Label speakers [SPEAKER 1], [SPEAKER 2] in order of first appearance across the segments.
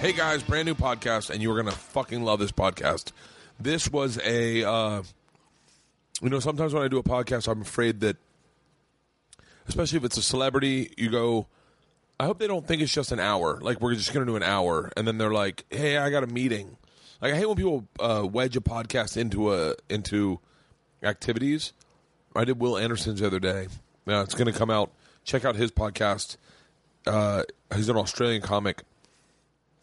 [SPEAKER 1] hey guys, brand new podcast, and you are gonna fucking love this podcast. This was a, uh, you know, sometimes when I do a podcast, I'm afraid that, especially if it's a celebrity, you go, I hope they don't think it's just an hour. Like we're just gonna do an hour, and then they're like, hey, I got a meeting. Like I hate when people uh, wedge a podcast into a into activities. I did Will Anderson's the other day. Now it's gonna come out. Check out his podcast. Uh, he's an Australian comic.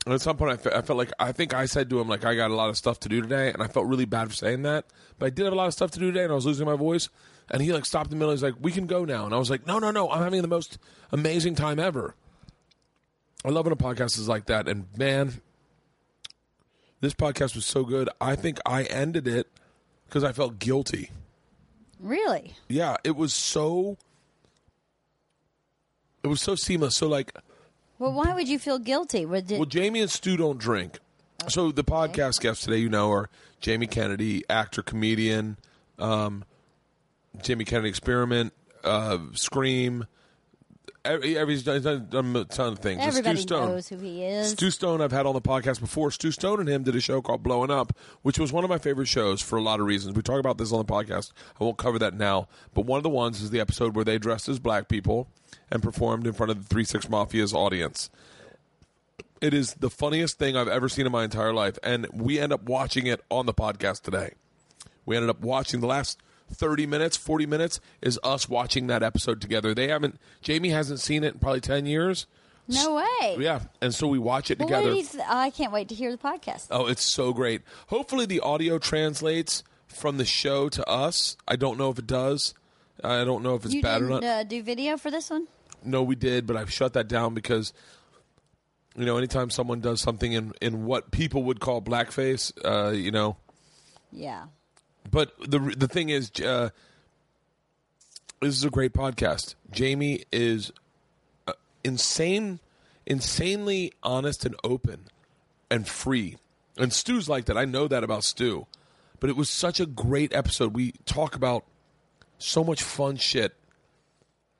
[SPEAKER 1] And at some point, I, fe- I felt like I think I said to him like I got a lot of stuff to do today, and I felt really bad for saying that. But I did have a lot of stuff to do today, and I was losing my voice. And he like stopped in the middle. He's like, "We can go now," and I was like, "No, no, no! I'm having the most amazing time ever." I love when a podcast is like that, and man, this podcast was so good. I think I ended it because I felt guilty.
[SPEAKER 2] Really?
[SPEAKER 1] Yeah, it was so. It was so seamless. So like
[SPEAKER 2] Well, why would you feel guilty? Would it,
[SPEAKER 1] Well, Jamie and Stu don't drink. So the podcast guests today, you know, are Jamie Kennedy, actor, comedian, um, Jamie Kennedy Experiment, uh, Scream. e-, Every, every he's done, he's done a ton of things. And
[SPEAKER 2] everybody
[SPEAKER 1] Stu Stone.
[SPEAKER 2] knows who he is.
[SPEAKER 1] Stu Stone, I've had on the podcast before. Stu Stone and him did a show called Blowing Up, which was one of my favorite shows for a lot of reasons. We talk about this on the podcast. I won't cover that now, but one of the ones is the episode where they dressed as black people and performed in front of the Three Six Mafia's audience. It is the funniest thing I've ever seen in my entire life, and we end up watching it on the podcast today. We ended up watching the last 30 minutes, 40 minutes is us watching that episode together. They haven't, Jamie hasn't seen it in probably 10 years.
[SPEAKER 2] no way.
[SPEAKER 1] Yeah, and so we watch it
[SPEAKER 2] Well, what
[SPEAKER 1] together.
[SPEAKER 2] did he th- I can't wait to hear the podcast.
[SPEAKER 1] Oh, it's so great. Hopefully, the audio translates from the show to us. I don't know if it does. I don't know if it's
[SPEAKER 2] you
[SPEAKER 1] bad or not.
[SPEAKER 2] didn't uh, do video for this one?
[SPEAKER 1] No, we did, but I've shut that down because, you know, anytime someone does something in, in what people would call blackface, uh, you know,
[SPEAKER 2] Yeah.
[SPEAKER 1] but the the thing is, uh, this is a great podcast. Jamie is uh, insane, insanely honest and open and free. And Stu's like that. I know that about Stu. But it was such a great episode. We talk about so much fun shit.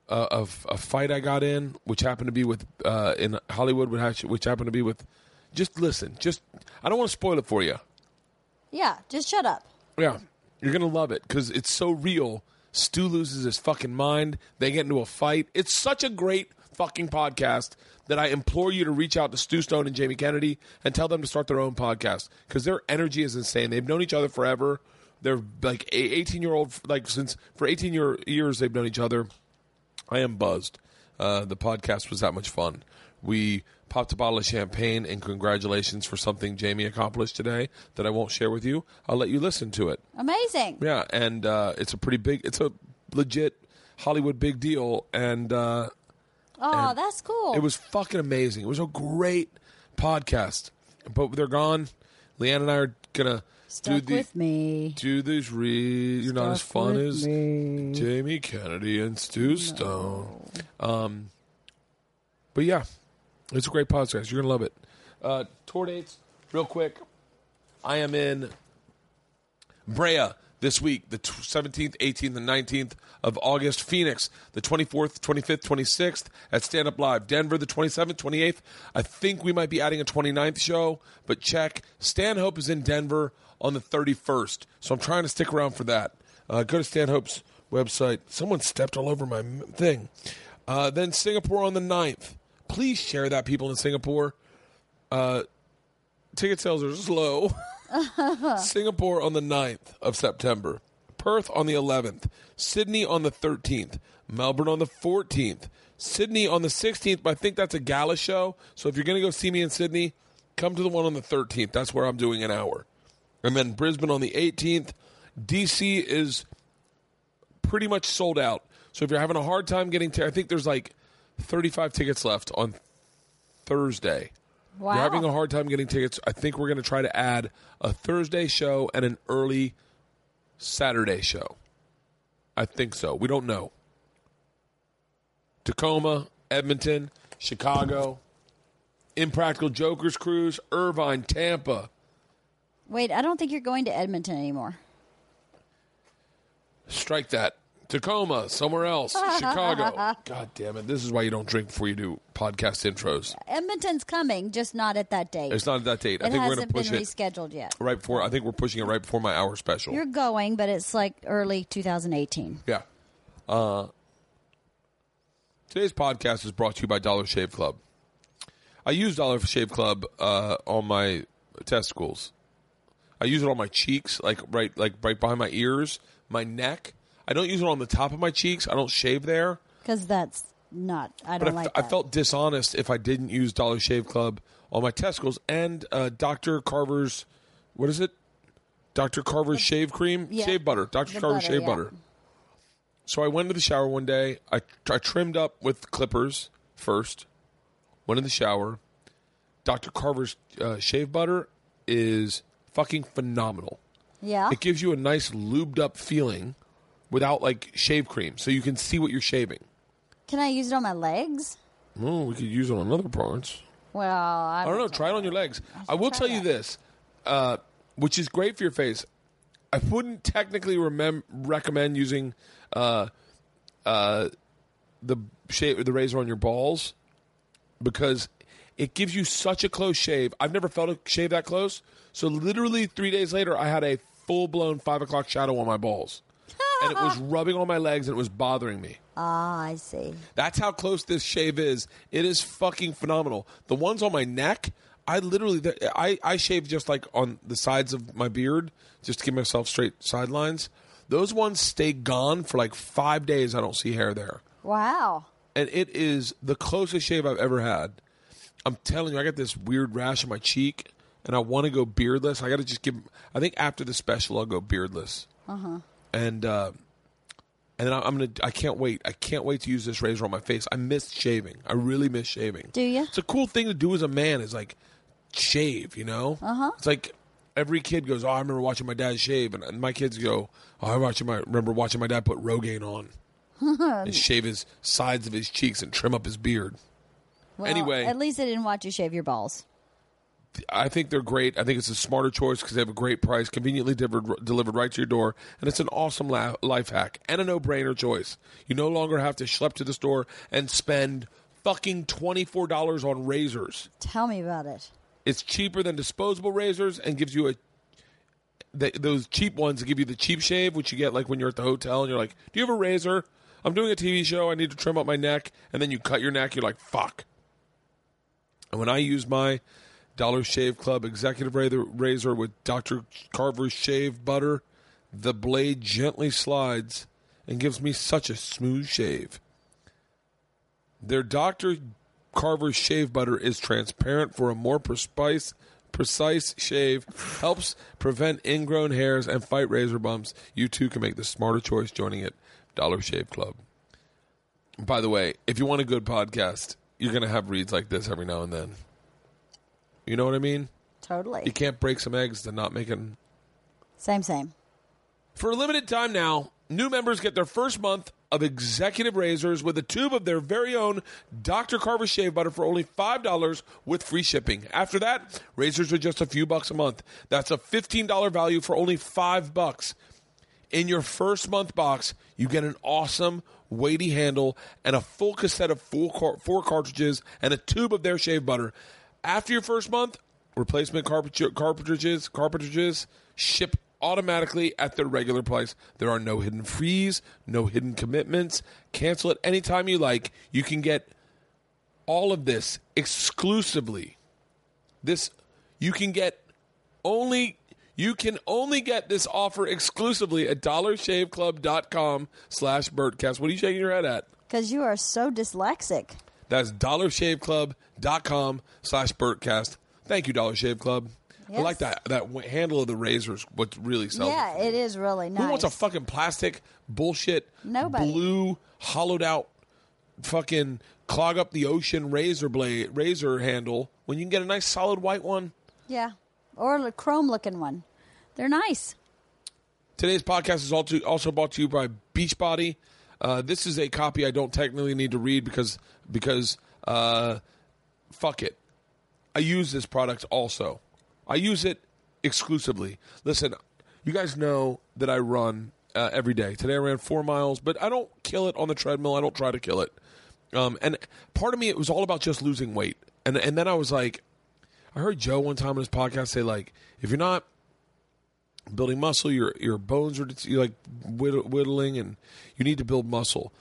[SPEAKER 1] Uh, of a fight I got in, which happened to be with uh, in Hollywood, which hac- which happened to be with. Just listen. Just I don't want to spoil it for you.
[SPEAKER 2] Yeah. Just shut up.
[SPEAKER 1] Yeah, you're gonna love it because it's so real. Stu loses his fucking mind. They get into a fight. It's such a great fucking podcast that I implore you to reach out to Stu Stone and Jamie Kennedy and tell them to start their own podcast because their energy is insane. They've known each other forever. They're like a- 18 year old like since for 18 year, years they've known each other. I am buzzed. Uh, the podcast was that much fun. We popped a bottle of champagne and congratulations for something Jamie accomplished today that I won't share with you. I'll let you listen to it.
[SPEAKER 2] Amazing.
[SPEAKER 1] Yeah, and uh, it's a pretty big, it's a legit Hollywood big deal, and uh,
[SPEAKER 2] Oh, that's cool.
[SPEAKER 1] it was fucking amazing. It was a great podcast, but they're gone. Leanne and I are gonna do
[SPEAKER 2] Stuck
[SPEAKER 1] the
[SPEAKER 2] with me.
[SPEAKER 1] do these re. You're not as
[SPEAKER 2] Stuck
[SPEAKER 1] fun
[SPEAKER 2] with
[SPEAKER 1] as Jamie Kennedy and Stu Stone. Um, but yeah, it's a great podcast. You're gonna love it. Uh, tour dates, real quick. I am in Brea this week, the tw- 17th, 18th, and 19th of August. Phoenix, the 24th, 25th, 26th at Stand Up Live. Denver, the 27th, 28th. I think we might be adding a 29th show, but check. Stanhope is in Denver on the 31st, so I'm trying to stick around for that. Uh, go to Stanhope's website. Someone stepped all over my m- thing. Uh, then Singapore on the 9th. Please share that, people in Singapore. Uh, ticket sales are slow. Singapore on the 9th of September, Perth on the 11th, Sydney on the 13th, Melbourne on the 14th, Sydney on the 16th. But I think that's a gala show. So if you're going to go see me in Sydney, come to the one on the 13th. That's where I'm doing an hour. And then Brisbane on the 18th. DC is pretty much sold out. So if you're having a hard time getting tickets, I think there's like 35 tickets left on Thursday.
[SPEAKER 2] wow.
[SPEAKER 1] We're having a hard time getting tickets. I think we're going to try to add a Thursday show and an early Saturday show. I think so. We don't know. Tacoma, Edmonton, Chicago, Impractical Jokers Cruise, Irvine, Tampa.
[SPEAKER 2] Wait, I don't think you're going to Edmonton anymore.
[SPEAKER 1] Strike that. Tacoma, somewhere else, Chicago. God damn it! This is why you don't drink before you do podcast intros.
[SPEAKER 2] Edmonton's coming, just not at that date.
[SPEAKER 1] It's not that date. I
[SPEAKER 2] it
[SPEAKER 1] think we're going
[SPEAKER 2] hasn't
[SPEAKER 1] to push
[SPEAKER 2] been
[SPEAKER 1] it
[SPEAKER 2] rescheduled yet.
[SPEAKER 1] right before. I think we're pushing it right before my hour special.
[SPEAKER 2] You're going, but it's like early 2018.
[SPEAKER 1] yeah. Uh, today's podcast is brought to you by Dollar Shave Club. I use Dollar Shave Club uh, on my testicles. I use it on my cheeks, like right, like right behind my ears, my neck. I don't use it on the top of my cheeks. I don't shave there.
[SPEAKER 2] Because that's not. I
[SPEAKER 1] But I,
[SPEAKER 2] don't like
[SPEAKER 1] I
[SPEAKER 2] that.
[SPEAKER 1] felt dishonest if I didn't use Dollar Shave Club on my testicles and uh, Dr. Carver's, what is it? Dr. Carver's shave cream?
[SPEAKER 2] yeah.
[SPEAKER 1] Shave butter. Dr.
[SPEAKER 2] The
[SPEAKER 1] Carver's
[SPEAKER 2] butter,
[SPEAKER 1] shave
[SPEAKER 2] yeah.
[SPEAKER 1] butter. So I went into the shower one day. I, I trimmed up with clippers first, went in the shower. Dr. Carver's uh, shave butter is fucking phenomenal.
[SPEAKER 2] yeah.
[SPEAKER 1] It gives you a nice lubed up feeling without like shave cream, so you can see what you're shaving.
[SPEAKER 2] Can I use it on my legs?
[SPEAKER 1] Oh, we could use it on other parts.
[SPEAKER 2] Well, I
[SPEAKER 1] I don't know. Try it on your legs. I will
[SPEAKER 2] try
[SPEAKER 1] tell you
[SPEAKER 2] that.
[SPEAKER 1] this, uh, which is great for your face. I wouldn't technically remem- recommend using uh, uh, the shave the razor on your balls because it gives you such a close shave. I've never felt a shave that close. So literally three days later, I had a full blown five o'clock shadow on my balls, and it was rubbing on my legs and it was bothering me.
[SPEAKER 2] Ah, I see.
[SPEAKER 1] That's how close this shave is. It is fucking phenomenal. The ones on my neck, I literally, I, I shave just like on the sides of my beard, just to give myself straight sidelines. Those ones stay gone for like five days. I don't see hair there.
[SPEAKER 2] Wow.
[SPEAKER 1] And it is the closest shave I've ever had. I'm telling you, I got this weird rash on my cheek, and I want to go beardless. I got to just give. I think after the special, I'll go beardless.
[SPEAKER 2] Uh-huh.
[SPEAKER 1] And uh, and then I- I'm gonna. I can't wait. I can't wait to use this razor on my face. I miss shaving. I really miss shaving.
[SPEAKER 2] Do ya?
[SPEAKER 1] It's a cool thing to do as a man. Is like shave. You know. Uh
[SPEAKER 2] Uh-huh.
[SPEAKER 1] huh. It's like. Every kid goes, oh, I remember watching my dad shave, and- and my kids go, oh, I watching my remember watching my dad put Rogaine on and shave his sides of his cheeks and trim up his beard.
[SPEAKER 2] Well,
[SPEAKER 1] Anyway.
[SPEAKER 2] at least I didn't watch you shave your balls.
[SPEAKER 1] I think they're great. I think it's a smarter choice because they have a great price, conveniently delivered, delivered right to your door, and it's an awesome la- life hack and a no-brainer choice. You no longer have to schlep to the store and spend fucking twenty-four dollars on razors.
[SPEAKER 2] Tell me about it.
[SPEAKER 1] It's cheaper than disposable razors and gives you a th- those cheap ones that give you the cheap shave, which you get like when you're at the hotel and you're like, "Do you have a razor? I'm doing a TV show. I need to trim up my neck," and then you cut your neck. You're like, "Fuck." And when I use my Dollar Shave Club executive razor, razor with Dr. Carver's shave butter, the blade gently slides and gives me such a smooth shave. Their Dr. Carver's shave butter is transparent for a more precise precise shave, helps prevent ingrown hairs and fight razor bumps. You too can make the smarter choice joining it Dollar Shave Club. By the way, if you want a good podcast, you're going to have reads like this every now and then. You know what I mean? You
[SPEAKER 2] Totally.
[SPEAKER 1] can't break some eggs to not make an
[SPEAKER 2] Same, same.
[SPEAKER 1] for a limited time now, new members get their first month of executive razors with a tube of their very own Dr. Carver shave butter for only $5 with free shipping. After that, razors are just a few bucks a month. That's a $15 value for only 5 bucks. In your first month box, you get an awesome weighty handle and a full cassette of full car- four cartridges and a tube of their shave butter. After your first month, replacement carpet- cartridges cartridges ship automatically at their regular price. There are no hidden fees, no hidden commitments. Cancel at any time you like. You can get all of this exclusively. This you can get only you can only get this offer exclusively at dollarshaveclub.com slash birdcast. What are you shaking your head at?
[SPEAKER 2] Because you are so dyslexic.
[SPEAKER 1] That's dollarshaveclub.com slash birdcast. Thank you, Dollar Shave Club. I
[SPEAKER 2] Yes.
[SPEAKER 1] like that that w- handle of the razors. What really sells? it
[SPEAKER 2] Yeah,
[SPEAKER 1] for me.
[SPEAKER 2] it is really nice.
[SPEAKER 1] Who wants a fucking plastic bullshit
[SPEAKER 2] Nobody.
[SPEAKER 1] blue hollowed out fucking clog up the ocean razor blade razor handle when you can get a nice solid white one?
[SPEAKER 2] yeah. Or a chrome looking one. They're nice.
[SPEAKER 1] Today's podcast is also also brought to you by Beachbody. Uh, this is a copy I don't technically need to read because because uh, fuck it, I use this product also. I use it exclusively. Listen, you guys know that I run uh, every day. Today I ran four miles, but I don't kill it on the treadmill. I don't try to kill it. Um, and part of me, it was all about just losing weight. And and then I was like, I heard Joe one time on his podcast say like, if you're not building muscle, your your bones are you're like whitt- whittling, and you need to build muscle.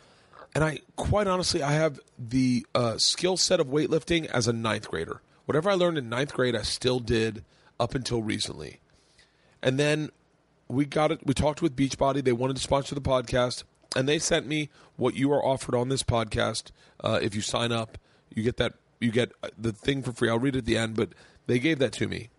[SPEAKER 1] And I quite honestly, I have the uh, skill set of weightlifting as a ninth grader. Whatever I learned in ninth grade, I still did up until recently. And then we got it. We talked with Beachbody. They wanted to sponsor the podcast, and they sent me what you are offered on this podcast. Uh, if you sign up, you get that. You get uh, the thing for free. I'll read it at the end, but they gave that to me.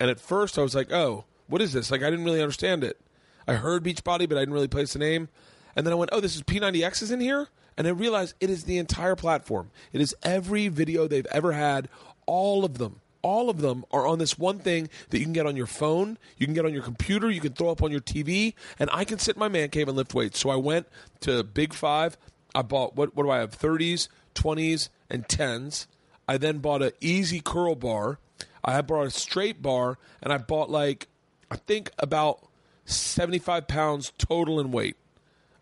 [SPEAKER 1] And at first, I was like, "Oh, what is this?" Like, I didn't really understand it. I heard Beachbody, but I didn't really place the name. And then I went, "Oh, this is P90X is in here," and I realized it is the entire platform. It is every video they've ever had, all of them all of them are on this one thing that you can get on your phone, you can get on your computer, you can throw up on your TV, and I can sit in my man cave and lift weights. So I went to Big Five. I bought what? What do I have? Thirties, twenties, and tens. I then bought an easy curl bar. I bought a straight bar, and I bought like I think about seventy-five pounds total in weight.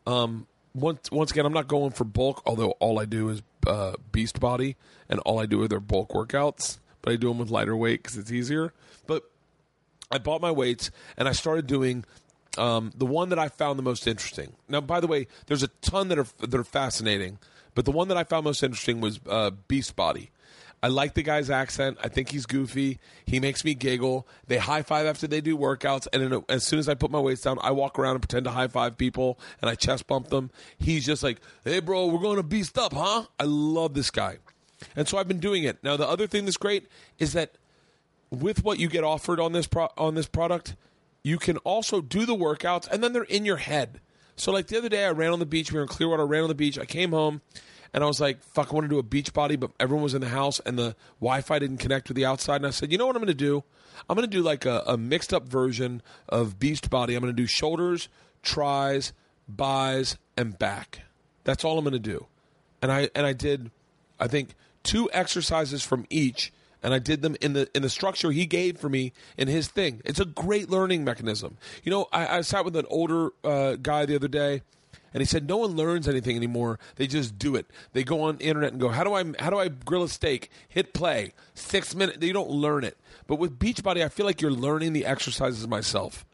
[SPEAKER 1] Um, once once again, I'm not going for bulk, although all I do is uh, beast body, and all I do are their bulk workouts. But I do them with lighter weight because it's easier. But I bought my weights and I started doing um, the one that I found the most interesting. Now, by the way, there's a ton that are that are fascinating, but the one that I found most interesting was uh, Beast Body. I like the guy's accent. I think he's goofy. He makes me giggle. They high five after they do workouts, and in a, as soon as I put my weights down, I walk around and pretend to high five people and I chest bump them. He's just like, "Hey, bro, we're going to beast up, huh?" I love this guy, and so I've been doing it. Now, the other thing that's great is that with what you get offered on this pro- on this product, you can also do the workouts, and then they're in your head. So, like the other day, I ran on the beach. We were in Clearwater. I ran on the beach. I came home, and I was like, "Fuck, I want to do a beach body," but everyone was in the house, and the Wi-Fi didn't connect with the outside. And I said, "You know what I'm going to do? I'm going to do like a, a mixed up version of beast body. I'm going to do shoulders, tries, buys, and back. That's all I'm going to do." And I and I did, I think two exercises from each and I did them in the in the structure he gave for me in his thing. It's a great learning mechanism. You know, I, I sat with an older uh, guy the other day, and he said no one learns anything anymore. They just do it. They go on the internet and go, how do I how do I grill a steak? Hit play. Six minutes. You don't learn it. But with Beachbody, I feel like you're learning the exercises myself.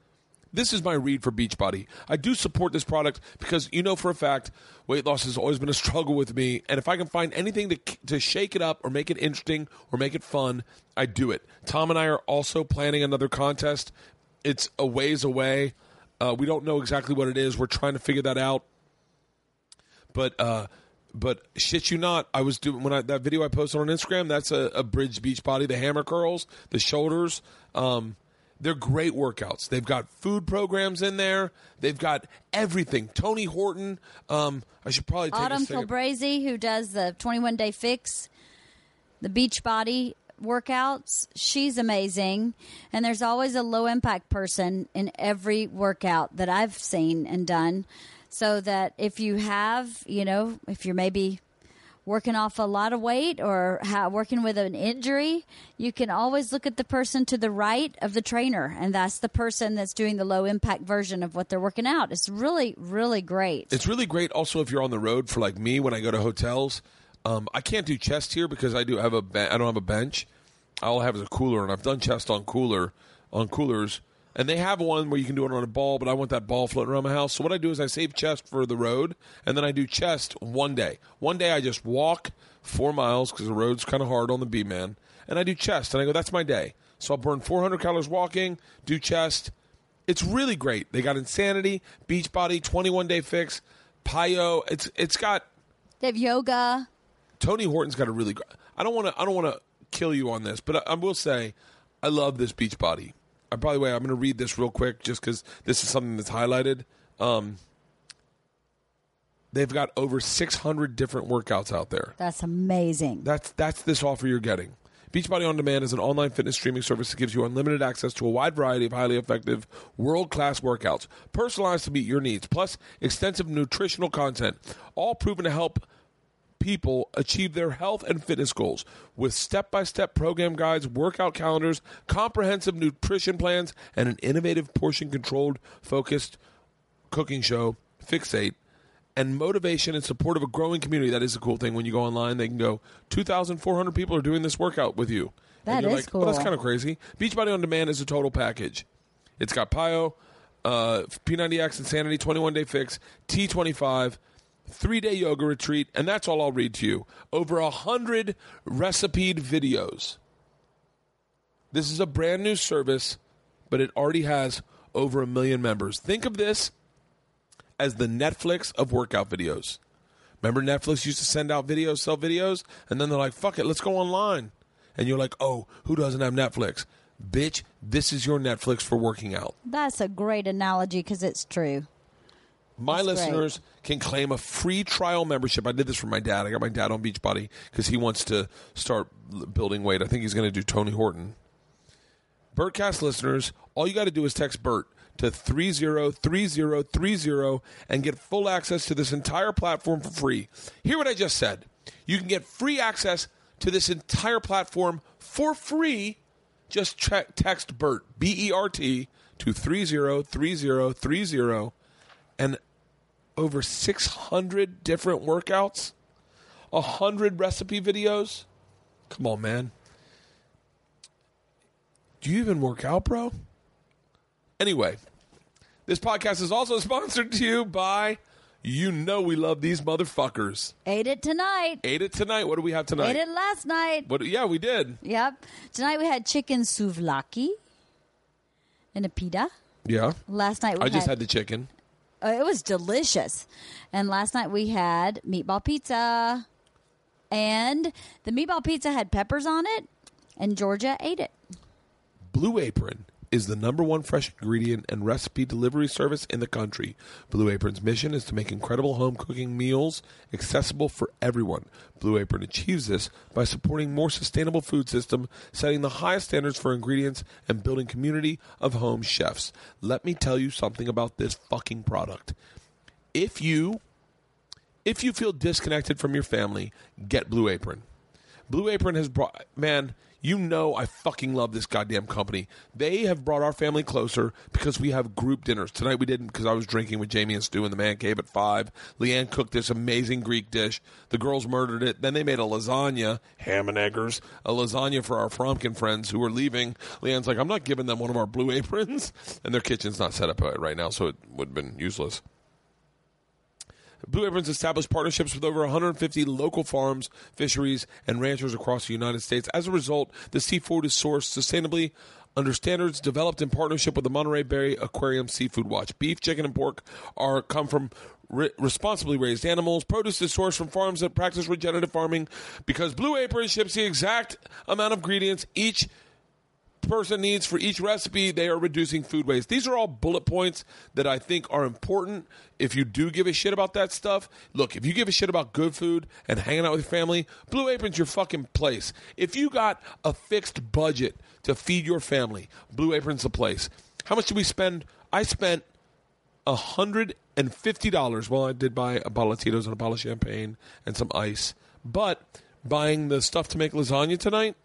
[SPEAKER 1] This is my read for Beachbody. I do support this product because you know for a fact weight loss has always been a struggle with me, and if I can find anything to to shake it up or make it interesting or make it fun, I do it. Tom and I are also planning another contest. It's a ways away. Uh, we don't know exactly what it is. We're trying to figure that out. But uh, but shit you not, I was doing when I that video I posted on Instagram. That's a, a bridge beach body, the hammer curls, the shoulders. Um, they're great workouts. They've got food programs in there. They've got everything. Tony Horton. Um, I should probably take
[SPEAKER 2] Autumn
[SPEAKER 1] a second.
[SPEAKER 2] Kilbrazy, who does the 21 Day Fix, the Beach Body workouts, she's amazing. And there's always a low impact person in every workout that I've seen and done. So that if you have, you know, if you're maybe working off a lot of weight or ha- working with an injury, you can always look at the person to the right of the trainer. And that's the person that's doing the low impact version of what they're working out. It's really, really great.
[SPEAKER 1] It's really great also if you're on the road for like me when I go to hotels. Um, I can't do chest here because I do have a ben- I don't have a bench. All I have is a cooler, and I've done chest on cooler on coolers, and they have one where you can do it on a ball. But I want that ball floating around my house. So what I do is I save chest for the road, and then I do chest one day. One day I just walk four miles because the road's kind of hard on the B man, and I do chest, and I go that's my day. So I'll burn 400 calories walking, do chest, it's really great. They got Insanity, Beachbody, 21 Day Fix, Pio. It's it's got
[SPEAKER 2] They have yoga.
[SPEAKER 1] Tony Horton's got a really. gr- I don't want to I don't want to kill you on this, but I, I will say I love this Beachbody. I, by the way, I'm going to read this real quick just because this is something that's highlighted. Um, they've got over 600 different workouts out there.
[SPEAKER 2] That's amazing.
[SPEAKER 1] That's that's this offer you're getting. Beachbody On Demand is an online fitness streaming service that gives you unlimited access to a wide variety of highly effective, world class workouts, personalized to meet your needs, plus extensive nutritional content, all proven to help people achieve their health and fitness goals with step by step program guides, workout calendars, comprehensive nutrition plans, and an innovative portion controlled focused cooking show, Fixate, and motivation and support of a growing community. That is a cool thing. When you go online, they can go, 2,400 people are doing this workout with you.
[SPEAKER 2] That
[SPEAKER 1] and you're
[SPEAKER 2] is
[SPEAKER 1] like, "Oh, that's
[SPEAKER 2] cool.
[SPEAKER 1] kind of crazy. Beachbody On Demand is a total package. It's got Pio, uh, P90X Insanity, 21 Day Fix, T25, three day yoga retreat, and that's all I'll read to you. Over a 100 recipeed videos. This is a brand new service, but it already has over a million members. Think of this as the Netflix of workout videos. Remember, Netflix used to send out videos, sell videos, and then they're like, fuck it, let's go online. And you're like, oh, who doesn't have Netflix? Bitch, this is your Netflix for working out.
[SPEAKER 2] That's a great analogy because it's true.
[SPEAKER 1] My
[SPEAKER 2] That's great.
[SPEAKER 1] listeners can claim a free trial membership. I did this for my dad. I got my dad on Beachbody because he wants to start l- building weight. I think he's going to do Tony Horton. Burtcast listeners, all you got to do is text Burt to 303030 and get full access to this entire platform for free. Hear what I just said. You can get free access to this entire platform for free. Just tre- text Bert, B E R T, to 303030 and over 600 different workouts, 100 recipe videos. Come on, man. Do you even work out, bro? Anyway, this podcast is also sponsored to you by You Know We Love These Motherfuckers.
[SPEAKER 2] Ate it tonight.
[SPEAKER 1] Ate it tonight. What do we have tonight?
[SPEAKER 2] Ate it last night.
[SPEAKER 1] What, yeah, we did.
[SPEAKER 2] Yep. Tonight we had chicken souvlaki and a pita.
[SPEAKER 1] Yeah.
[SPEAKER 2] Last night we
[SPEAKER 1] I just had the chicken.
[SPEAKER 2] uh, it was delicious. And last night we had meatball pizza, and the meatball pizza had peppers on it, and Georgia ate it.
[SPEAKER 1] Blue Apron is the number one fresh ingredient and recipe delivery service in the country. Blue Apron's mission is to make incredible home cooking meals accessible for everyone. Blue Apron achieves this by supporting more sustainable food system, setting the highest standards for ingredients and building community of home chefs. Let me tell you something about this fucking product. If you if you feel disconnected from your family, get Blue Apron. Blue Apron has brought man, you know I fucking love this goddamn company. They have brought our family closer because we have group dinners. Tonight we didn't because I was drinking with Jamie and Stu in the man cave at five. Leanne cooked this amazing Greek dish. The girls murdered it. Then they made a lasagna, ham and eggers, a lasagna for our Fromkin friends who were leaving. Leanne's like, I'm not giving them one of our blue aprons, and their kitchen's not set up right now, so it would have been useless. Blue Apron's established partnerships with over 150 local farms, fisheries, and ranchers across the United States. As a result, the seafood is sourced sustainably under standards developed in partnership with the Monterey Bay Aquarium Seafood Watch. Beef, chicken, and pork are come from re- responsibly raised animals. Produce is sourced from farms that practice regenerative farming because Blue Apron ships the exact amount of ingredients each person needs for each recipe. They are reducing food waste. These are all bullet points that I think are important. If you do give a shit about that stuff, look, if you give a shit about good food and hanging out with your family, Blue Apron's your fucking place. If you got a fixed budget to feed your family, Blue Apron's the place. How much did we spend? I spent hundred and fifty dollars. Well, I did buy a bottle of Tito's and a bottle of champagne and some ice, but buying the stuff to make lasagna tonight,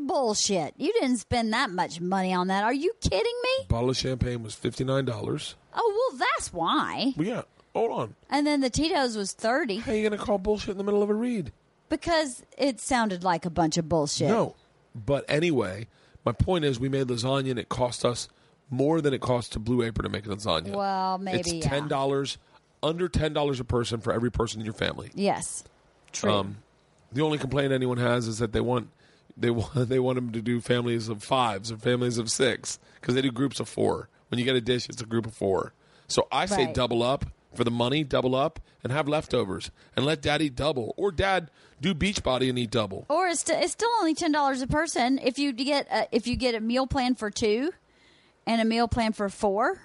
[SPEAKER 2] Bullshit! You didn't spend that much money on that. Are you kidding me?
[SPEAKER 1] bottle of champagne was fifty nine dollars.
[SPEAKER 2] Oh well, that's why.
[SPEAKER 1] Well, yeah. Hold on.
[SPEAKER 2] And then the Tito's was thirty
[SPEAKER 1] How are you going to call bullshit in the middle of a read?
[SPEAKER 2] because it sounded like a bunch of bullshit.
[SPEAKER 1] No. But anyway, my point is we made lasagna and it cost us more than it cost to Blue Apron to make lasagna.
[SPEAKER 2] Well, maybe,
[SPEAKER 1] It's
[SPEAKER 2] yeah.
[SPEAKER 1] $10, under $10 a person for every person in your family.
[SPEAKER 2] Yes. True.
[SPEAKER 1] Um, the only complaint anyone has is that they want they want they want them to do families of fives or families of six because they do groups of four. When you get a dish, it's a group of four. So I say
[SPEAKER 2] Right.
[SPEAKER 1] double up for the money, double up and have leftovers and let dad eat double or dad do Beachbody and eat double.
[SPEAKER 2] or it's, st- it's still only ten dollars a person if you get a, if you get a meal plan for two and a meal plan for four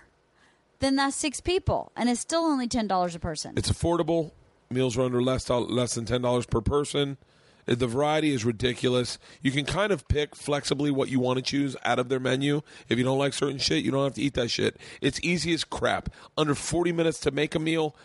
[SPEAKER 2] then that's six people and it's still only ten dollars a person
[SPEAKER 1] It's affordable. Meals are under less doll- less than ten dollars per person. Uh, The variety is ridiculous. You can kind of pick flexibly what you want to choose out of their menu. If you don't like certain shit, you don't have to eat that shit. It's easy as crap. Under forty minutes to make a meal.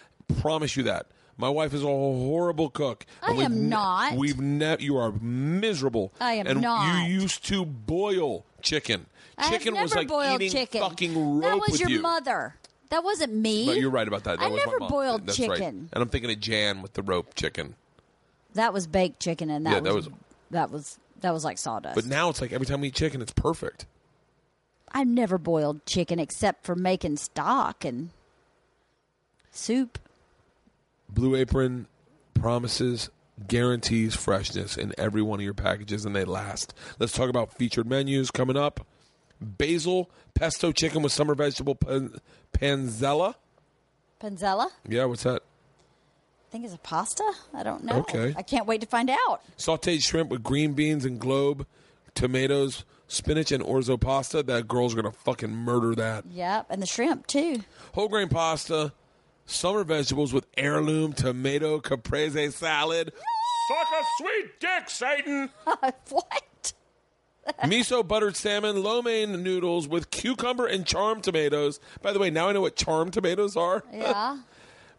[SPEAKER 1] Promise you that. My wife is a horrible cook.
[SPEAKER 2] I
[SPEAKER 1] And we've
[SPEAKER 2] am
[SPEAKER 1] ne-
[SPEAKER 2] not.
[SPEAKER 1] We've never. You are miserable.
[SPEAKER 2] I am
[SPEAKER 1] and
[SPEAKER 2] not.
[SPEAKER 1] You used to boil chicken.
[SPEAKER 2] I have
[SPEAKER 1] chicken
[SPEAKER 2] never
[SPEAKER 1] was like
[SPEAKER 2] boiled
[SPEAKER 1] eating
[SPEAKER 2] chicken.
[SPEAKER 1] fucking rope
[SPEAKER 2] that was
[SPEAKER 1] with
[SPEAKER 2] your
[SPEAKER 1] you.
[SPEAKER 2] mother. That wasn't me.
[SPEAKER 1] But you're right about that. That
[SPEAKER 2] I
[SPEAKER 1] was my
[SPEAKER 2] never
[SPEAKER 1] mom.
[SPEAKER 2] boiled
[SPEAKER 1] That's right.
[SPEAKER 2] chicken.
[SPEAKER 1] And I'm thinking of Jan with the rope chicken.
[SPEAKER 2] That was baked chicken, and that
[SPEAKER 1] Yeah, that
[SPEAKER 2] was,
[SPEAKER 1] was-
[SPEAKER 2] that was that was like sawdust.
[SPEAKER 1] But now it's like every time we eat chicken, it's perfect.
[SPEAKER 2] I've never boiled chicken except for making stock and soup.
[SPEAKER 1] Blue Apron promises guarantees freshness in every one of your packages and they last. Let's talk about featured menus coming up. Basil pesto chicken with summer vegetable pan- panzella.
[SPEAKER 2] Panzella? I
[SPEAKER 1] Yeah, what's that?
[SPEAKER 2] think it's a pasta. I don't know.
[SPEAKER 1] Okay.
[SPEAKER 2] I can't wait to find out.
[SPEAKER 1] Sauteed shrimp with green beans and globe, tomatoes, spinach and orzo pasta. That girl's going to fucking murder that.
[SPEAKER 2] Yep, and the shrimp too.
[SPEAKER 1] Whole grain pasta, summer vegetables with heirloom tomato caprese salad. Suck a sweet dick, Satan.
[SPEAKER 2] what?
[SPEAKER 1] miso buttered salmon, lo mein noodles with cucumber and charm tomatoes. By the way, now I know what charm tomatoes are.
[SPEAKER 2] Yeah.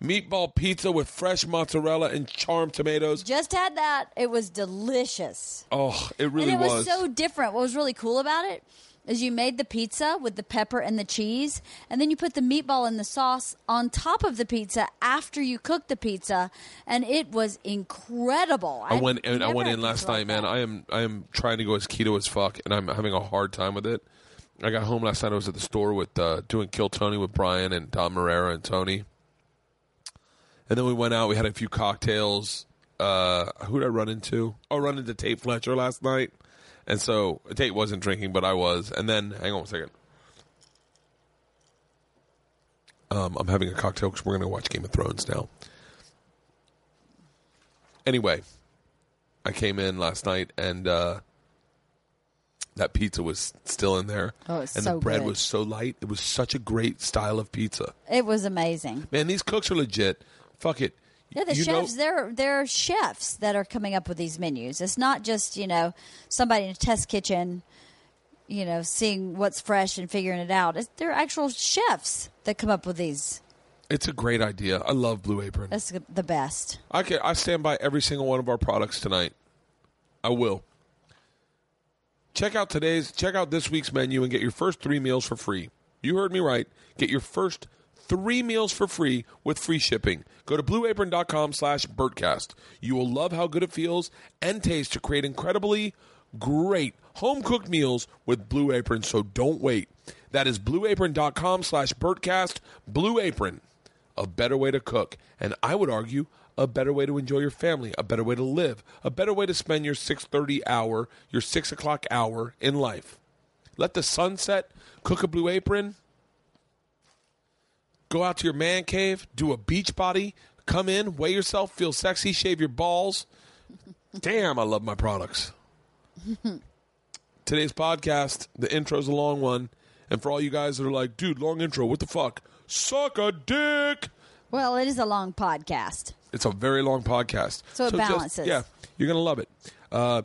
[SPEAKER 1] Meatball pizza with fresh mozzarella and charm tomatoes.
[SPEAKER 2] Just had that. It was delicious.
[SPEAKER 1] Oh, it really
[SPEAKER 2] and it was. so different. What was really cool about it is you made the pizza with the pepper and the cheese, and then you put the meatball and the sauce on top of the pizza after you cooked the pizza, and it was incredible.
[SPEAKER 1] I went and I
[SPEAKER 2] never
[SPEAKER 1] went
[SPEAKER 2] had
[SPEAKER 1] in last
[SPEAKER 2] pizza like
[SPEAKER 1] night, man. I am I am trying to go as keto as fuck, and I'm having a hard time with it. I got home last night. I was at the store with uh, doing Kill Tony with Brian and Tom Herrera and Tony, and then we went out. We had a few cocktails. Uh, who did I run into? Oh, run into Tate Fletcher last night, and so Tate wasn't drinking, but I was. And then hang on a second. Um, I'm having a cocktail because we're going to watch Game of Thrones now. Anyway, I came in last night and uh, that pizza was still in there.
[SPEAKER 2] Oh, it's
[SPEAKER 1] and
[SPEAKER 2] so
[SPEAKER 1] the bread
[SPEAKER 2] good.
[SPEAKER 1] was so light. It was such a great style of pizza.
[SPEAKER 2] that. It was amazing.
[SPEAKER 1] Man, these cooks are legit. Fuck it.
[SPEAKER 2] Yeah, the
[SPEAKER 1] You know-
[SPEAKER 2] chefs, they're, they're chefs that are coming up with these menus. It's not just, you know, somebody in a test kitchen, you know, seeing what's fresh and figuring it out. It's, they're actual chefs that come up with these.
[SPEAKER 1] it's a great idea. I love Blue Apron.
[SPEAKER 2] That's the best.
[SPEAKER 1] I can, I stand by every single one of our products tonight. I will. Check out today's check out this week's menu and get your first 3 meals for free. You heard me right. Get your first 3 meals for free with free shipping. Go to blueapron.com/birdcast. slash birdcast. You will love how good it feels and tastes to create incredibly great home-cooked meals with Blue Apron, so don't wait. That is blueapron.com/birdcast. slash birdcast. Blue Apron a better way to cook, and I would argue a better way to enjoy your family, a better way to live, a better way to spend your six thirty hour, your six o'clock hour in life. Let the sunset, cook a blue apron, go out to your man cave, do a beach body, come in, weigh yourself, feel sexy, shave your balls. Damn, I love my products. Today's podcast, the intro's a long one. And for all you guys that are like, dude, long intro, what the fuck? Suck a dick.
[SPEAKER 2] Well, it is a long podcast.
[SPEAKER 1] It's a very long podcast.
[SPEAKER 2] So it
[SPEAKER 1] just-
[SPEAKER 2] balances.
[SPEAKER 1] yeah, you're going to love it. Uh,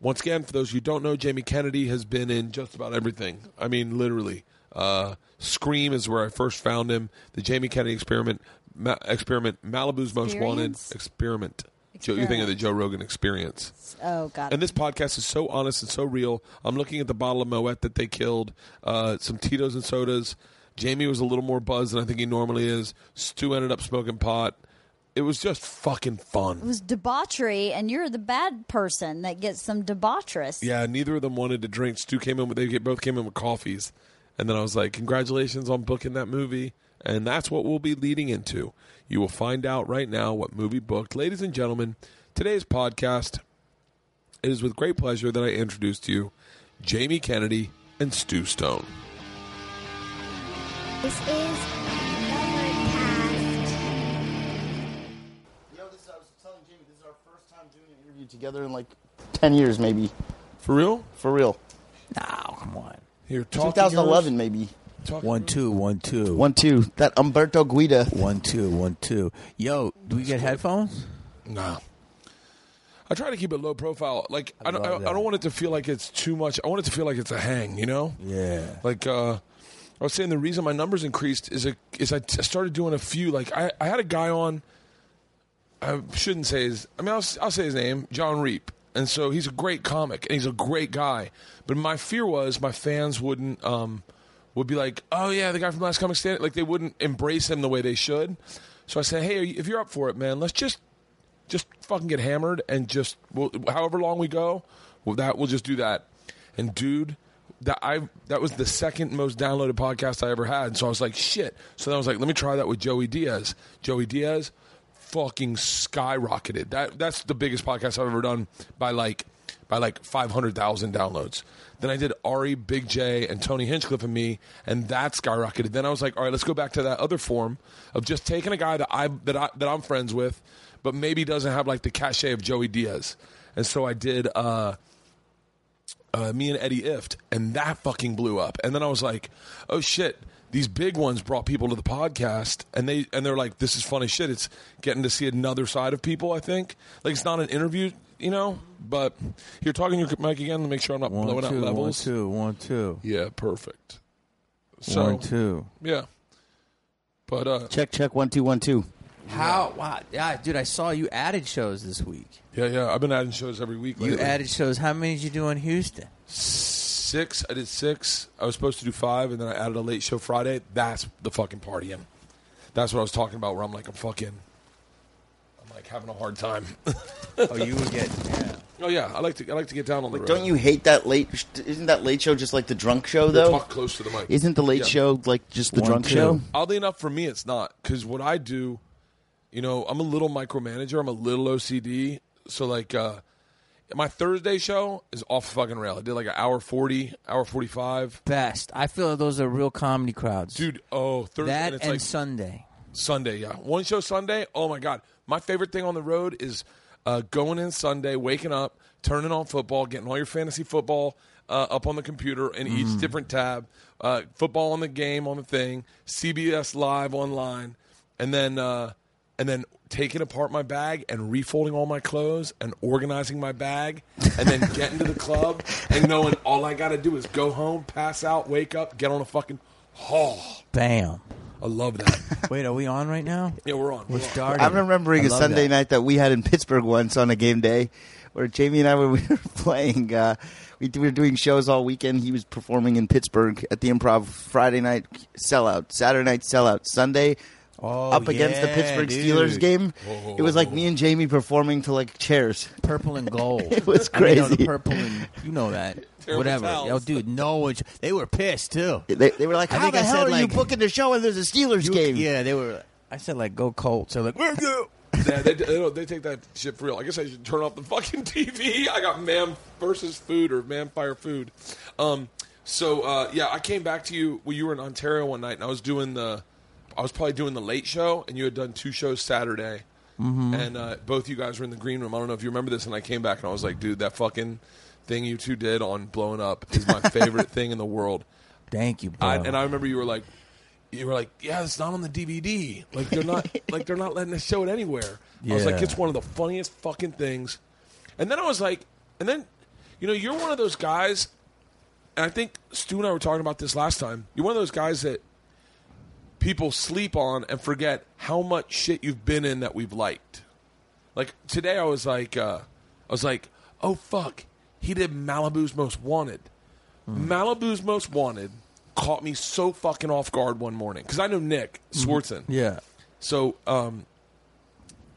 [SPEAKER 1] once again, for those who don't know, Jamie Kennedy has been in just about everything. I mean, literally. Uh, Scream is where I first found him. The Jamie Kennedy Experiment, Ma- Experiment, Malibu's Most Wanted,
[SPEAKER 2] Experience?
[SPEAKER 1] Experiment. Joe, you're thinking of the Joe Rogan Experience.
[SPEAKER 2] Oh God!
[SPEAKER 1] And this podcast is so honest and so real. I'm looking at the bottle of Moet that they killed, uh, some Tito's and sodas. Jamie was a little more buzzed than I think he normally is. Stu ended up smoking pot. It was just fucking
[SPEAKER 2] it
[SPEAKER 1] fun.
[SPEAKER 2] was debauchery, and you're the bad person that gets some debaucherous.
[SPEAKER 1] Yeah, neither of them wanted to drink. Stu came in with they both came in with coffees, and then I was like, "Congratulations on booking that movie." And that's what we'll be leading into. You will find out right now what movie booked, ladies and gentlemen. Today's podcast It is with great pleasure that I introduce to you Jamie Kennedy and Stu Stone.
[SPEAKER 3] This is Overcast.
[SPEAKER 4] Yo, this I was telling Jamie, this is our first time doing an interview together in like ten years, maybe
[SPEAKER 1] For real?
[SPEAKER 4] for real.
[SPEAKER 5] Oh, come on.
[SPEAKER 1] Here, talking
[SPEAKER 4] 2011, maybe
[SPEAKER 1] yours- talking-
[SPEAKER 5] One, two, one, two.
[SPEAKER 4] one two. That Umberto Guida.
[SPEAKER 5] One, two, one, two. Yo, do we get headphones?
[SPEAKER 1] Nah. I try to keep it low profile. Like I, don't, I,
[SPEAKER 5] love that.
[SPEAKER 1] I don't want it to feel like it's too much. I want it to feel like it's a hang. You know?
[SPEAKER 5] Yeah.
[SPEAKER 1] Like uh, I was saying, the reason my numbers increased is a, is I t- started doing a few. Like I, I had a guy on I shouldn't say his. I mean, I'll, I'll say his name, John Reap. And so he's a great comic, and he's a great guy. But my fear was my fans wouldn't um, would be like, "Oh yeah, the guy from Last Comic Standing." Like they wouldn't embrace him the way they should. So I said, "Hey, are you, if you're up for it, man, let's just just fucking get hammered and just we'll, however long we go, well, that we'll just do that." And dude, that I that was the second most downloaded podcast I ever had. So I was like, shit. So then I was like, let me try that with Joey Diaz. Joey Diaz fucking skyrocketed. That that's the biggest podcast I've ever done by like by like five hundred thousand downloads. Then I did Ari, Big J, and Tony Hinchcliffe and me, and that skyrocketed. Then I was like, all right, let's go back to that other form of just taking a guy that I that I that I'm friends with, but maybe doesn't have like the cachet of Joey Diaz. And so I did uh uh, me and Eddie Ift, and that fucking blew up. And then I was like, oh shit, these big ones brought people to the podcast, and they and they're like, this is funny shit. It's getting to see another side of people. I think like it's not an interview, you know. But you're talking your mic again to make sure I'm not
[SPEAKER 5] One,
[SPEAKER 1] blowing out
[SPEAKER 5] two, one,
[SPEAKER 1] levels.
[SPEAKER 5] two, one, two.
[SPEAKER 1] Yeah, perfect. So
[SPEAKER 5] One, two.
[SPEAKER 1] yeah, but uh,
[SPEAKER 4] Check, check, one, two, one, two.
[SPEAKER 5] How? Wow. Yeah, dude, I saw you added shows this week.
[SPEAKER 1] yeah, yeah. I've been adding shows every week.
[SPEAKER 5] You
[SPEAKER 1] lately.
[SPEAKER 5] added shows. How many did you do in Houston?
[SPEAKER 1] six. I did six. I was supposed to do five, and then I added a late show Friday. That's the fucking partying. That's what I was talking about. Where I'm like, I'm fucking, I'm like having a hard time.
[SPEAKER 5] Oh, you were getting. Yeah.
[SPEAKER 1] oh yeah, I like to. I like to get down on the road.
[SPEAKER 4] Don't you hate that late? Isn't that late show just like the drunk show
[SPEAKER 1] We'll
[SPEAKER 4] though?
[SPEAKER 1] talk close to the mic?
[SPEAKER 4] Isn't the late
[SPEAKER 1] Yeah.
[SPEAKER 4] show like just the
[SPEAKER 5] One,
[SPEAKER 4] drunk
[SPEAKER 5] two.
[SPEAKER 4] show?
[SPEAKER 1] Oddly enough, for me, it's not because what I do, you know, I'm a little micromanager. I'm a little OCD. So like, uh my Thursday show is off the fucking rail. I did like an hour forty, hour forty five.
[SPEAKER 5] Best. I feel those are real comedy crowds.
[SPEAKER 1] Dude, oh Thursday,
[SPEAKER 5] that
[SPEAKER 1] and
[SPEAKER 5] and
[SPEAKER 1] it's like
[SPEAKER 5] Sunday.
[SPEAKER 1] Sunday, yeah. One show Sunday. Oh my god, my favorite thing on the road is uh, going in Sunday, waking up, turning on football, getting all your fantasy football uh, up on the computer in each different tab. Uh, football on the game on the thing, CBS Live online, and then uh, and then taking apart my bag and refolding all my clothes and organizing my bag, and then getting to the club and knowing all I got to do is go home, pass out, wake up, get on a fucking. Oh,
[SPEAKER 5] Bam.
[SPEAKER 1] I love that.
[SPEAKER 5] Wait, are we on right now?
[SPEAKER 1] Yeah, we're on. We're
[SPEAKER 5] We're
[SPEAKER 1] on.
[SPEAKER 5] starting.
[SPEAKER 4] I'm remembering
[SPEAKER 5] I
[SPEAKER 4] a
[SPEAKER 5] love
[SPEAKER 4] Sunday
[SPEAKER 5] that.
[SPEAKER 4] night that we had in Pittsburgh once on a game day, where Jamie and I were, we were playing. Uh, we, we were doing shows all weekend. He was performing in Pittsburgh at the Improv Friday night sellout, Saturday night sellout, Sunday.
[SPEAKER 5] Oh,
[SPEAKER 4] up against the
[SPEAKER 5] yeah,
[SPEAKER 4] Pittsburgh
[SPEAKER 5] dude.
[SPEAKER 4] Steelers game,
[SPEAKER 1] Whoa.
[SPEAKER 4] it was like me and Jamie performing to like chairs.
[SPEAKER 5] Purple and gold.
[SPEAKER 4] It was
[SPEAKER 5] I mean, no, the
[SPEAKER 4] crazy.
[SPEAKER 5] purple and you know that.
[SPEAKER 1] Terrible
[SPEAKER 5] Whatever.
[SPEAKER 1] towels.
[SPEAKER 5] Yo, dude, no one. They were pissed too.
[SPEAKER 4] They, they were like,
[SPEAKER 5] I
[SPEAKER 4] "How
[SPEAKER 5] think
[SPEAKER 4] the
[SPEAKER 5] I
[SPEAKER 4] hell
[SPEAKER 5] said,
[SPEAKER 4] are
[SPEAKER 5] like-
[SPEAKER 4] you booking the show when there's a Steelers game?"
[SPEAKER 5] Yeah, they were. I said like, go Colts. They're like, we're good.
[SPEAKER 1] Yeah, they, they, don't- they take that shit for real. I guess I should turn off the fucking TV. I got man versus food or man fire food. Um, so uh, yeah, I came back to you. Well, you were in Ontario one night, and I was doing the, I was probably doing the late show, and you had done two shows Saturday, and uh, both you guys were in the green room. I don't know if you remember this, and I came back and I was like, dude, that fucking thing you two did on blowing up is my favorite thing in the world.
[SPEAKER 5] Thank you, bro.
[SPEAKER 1] I, and I remember you were like, you were like, yeah, it's not on the DVD. Like they're not, like they're not letting us show it anywhere. I was like,
[SPEAKER 5] Yeah.
[SPEAKER 1] it's one of the funniest fucking things. And then I was like, and then, you know, you're one of those guys, and I think Stu and I were talking about this last time. You're one of those guys that people sleep on and forget how much shit you've been in that we've liked. Like today, I was like, uh, I was like, oh fuck, he did Malibu's Most Wanted. Malibu's Most Wanted caught me so fucking off guard one morning because I know Nick Swartzen.
[SPEAKER 5] yeah.
[SPEAKER 1] So um,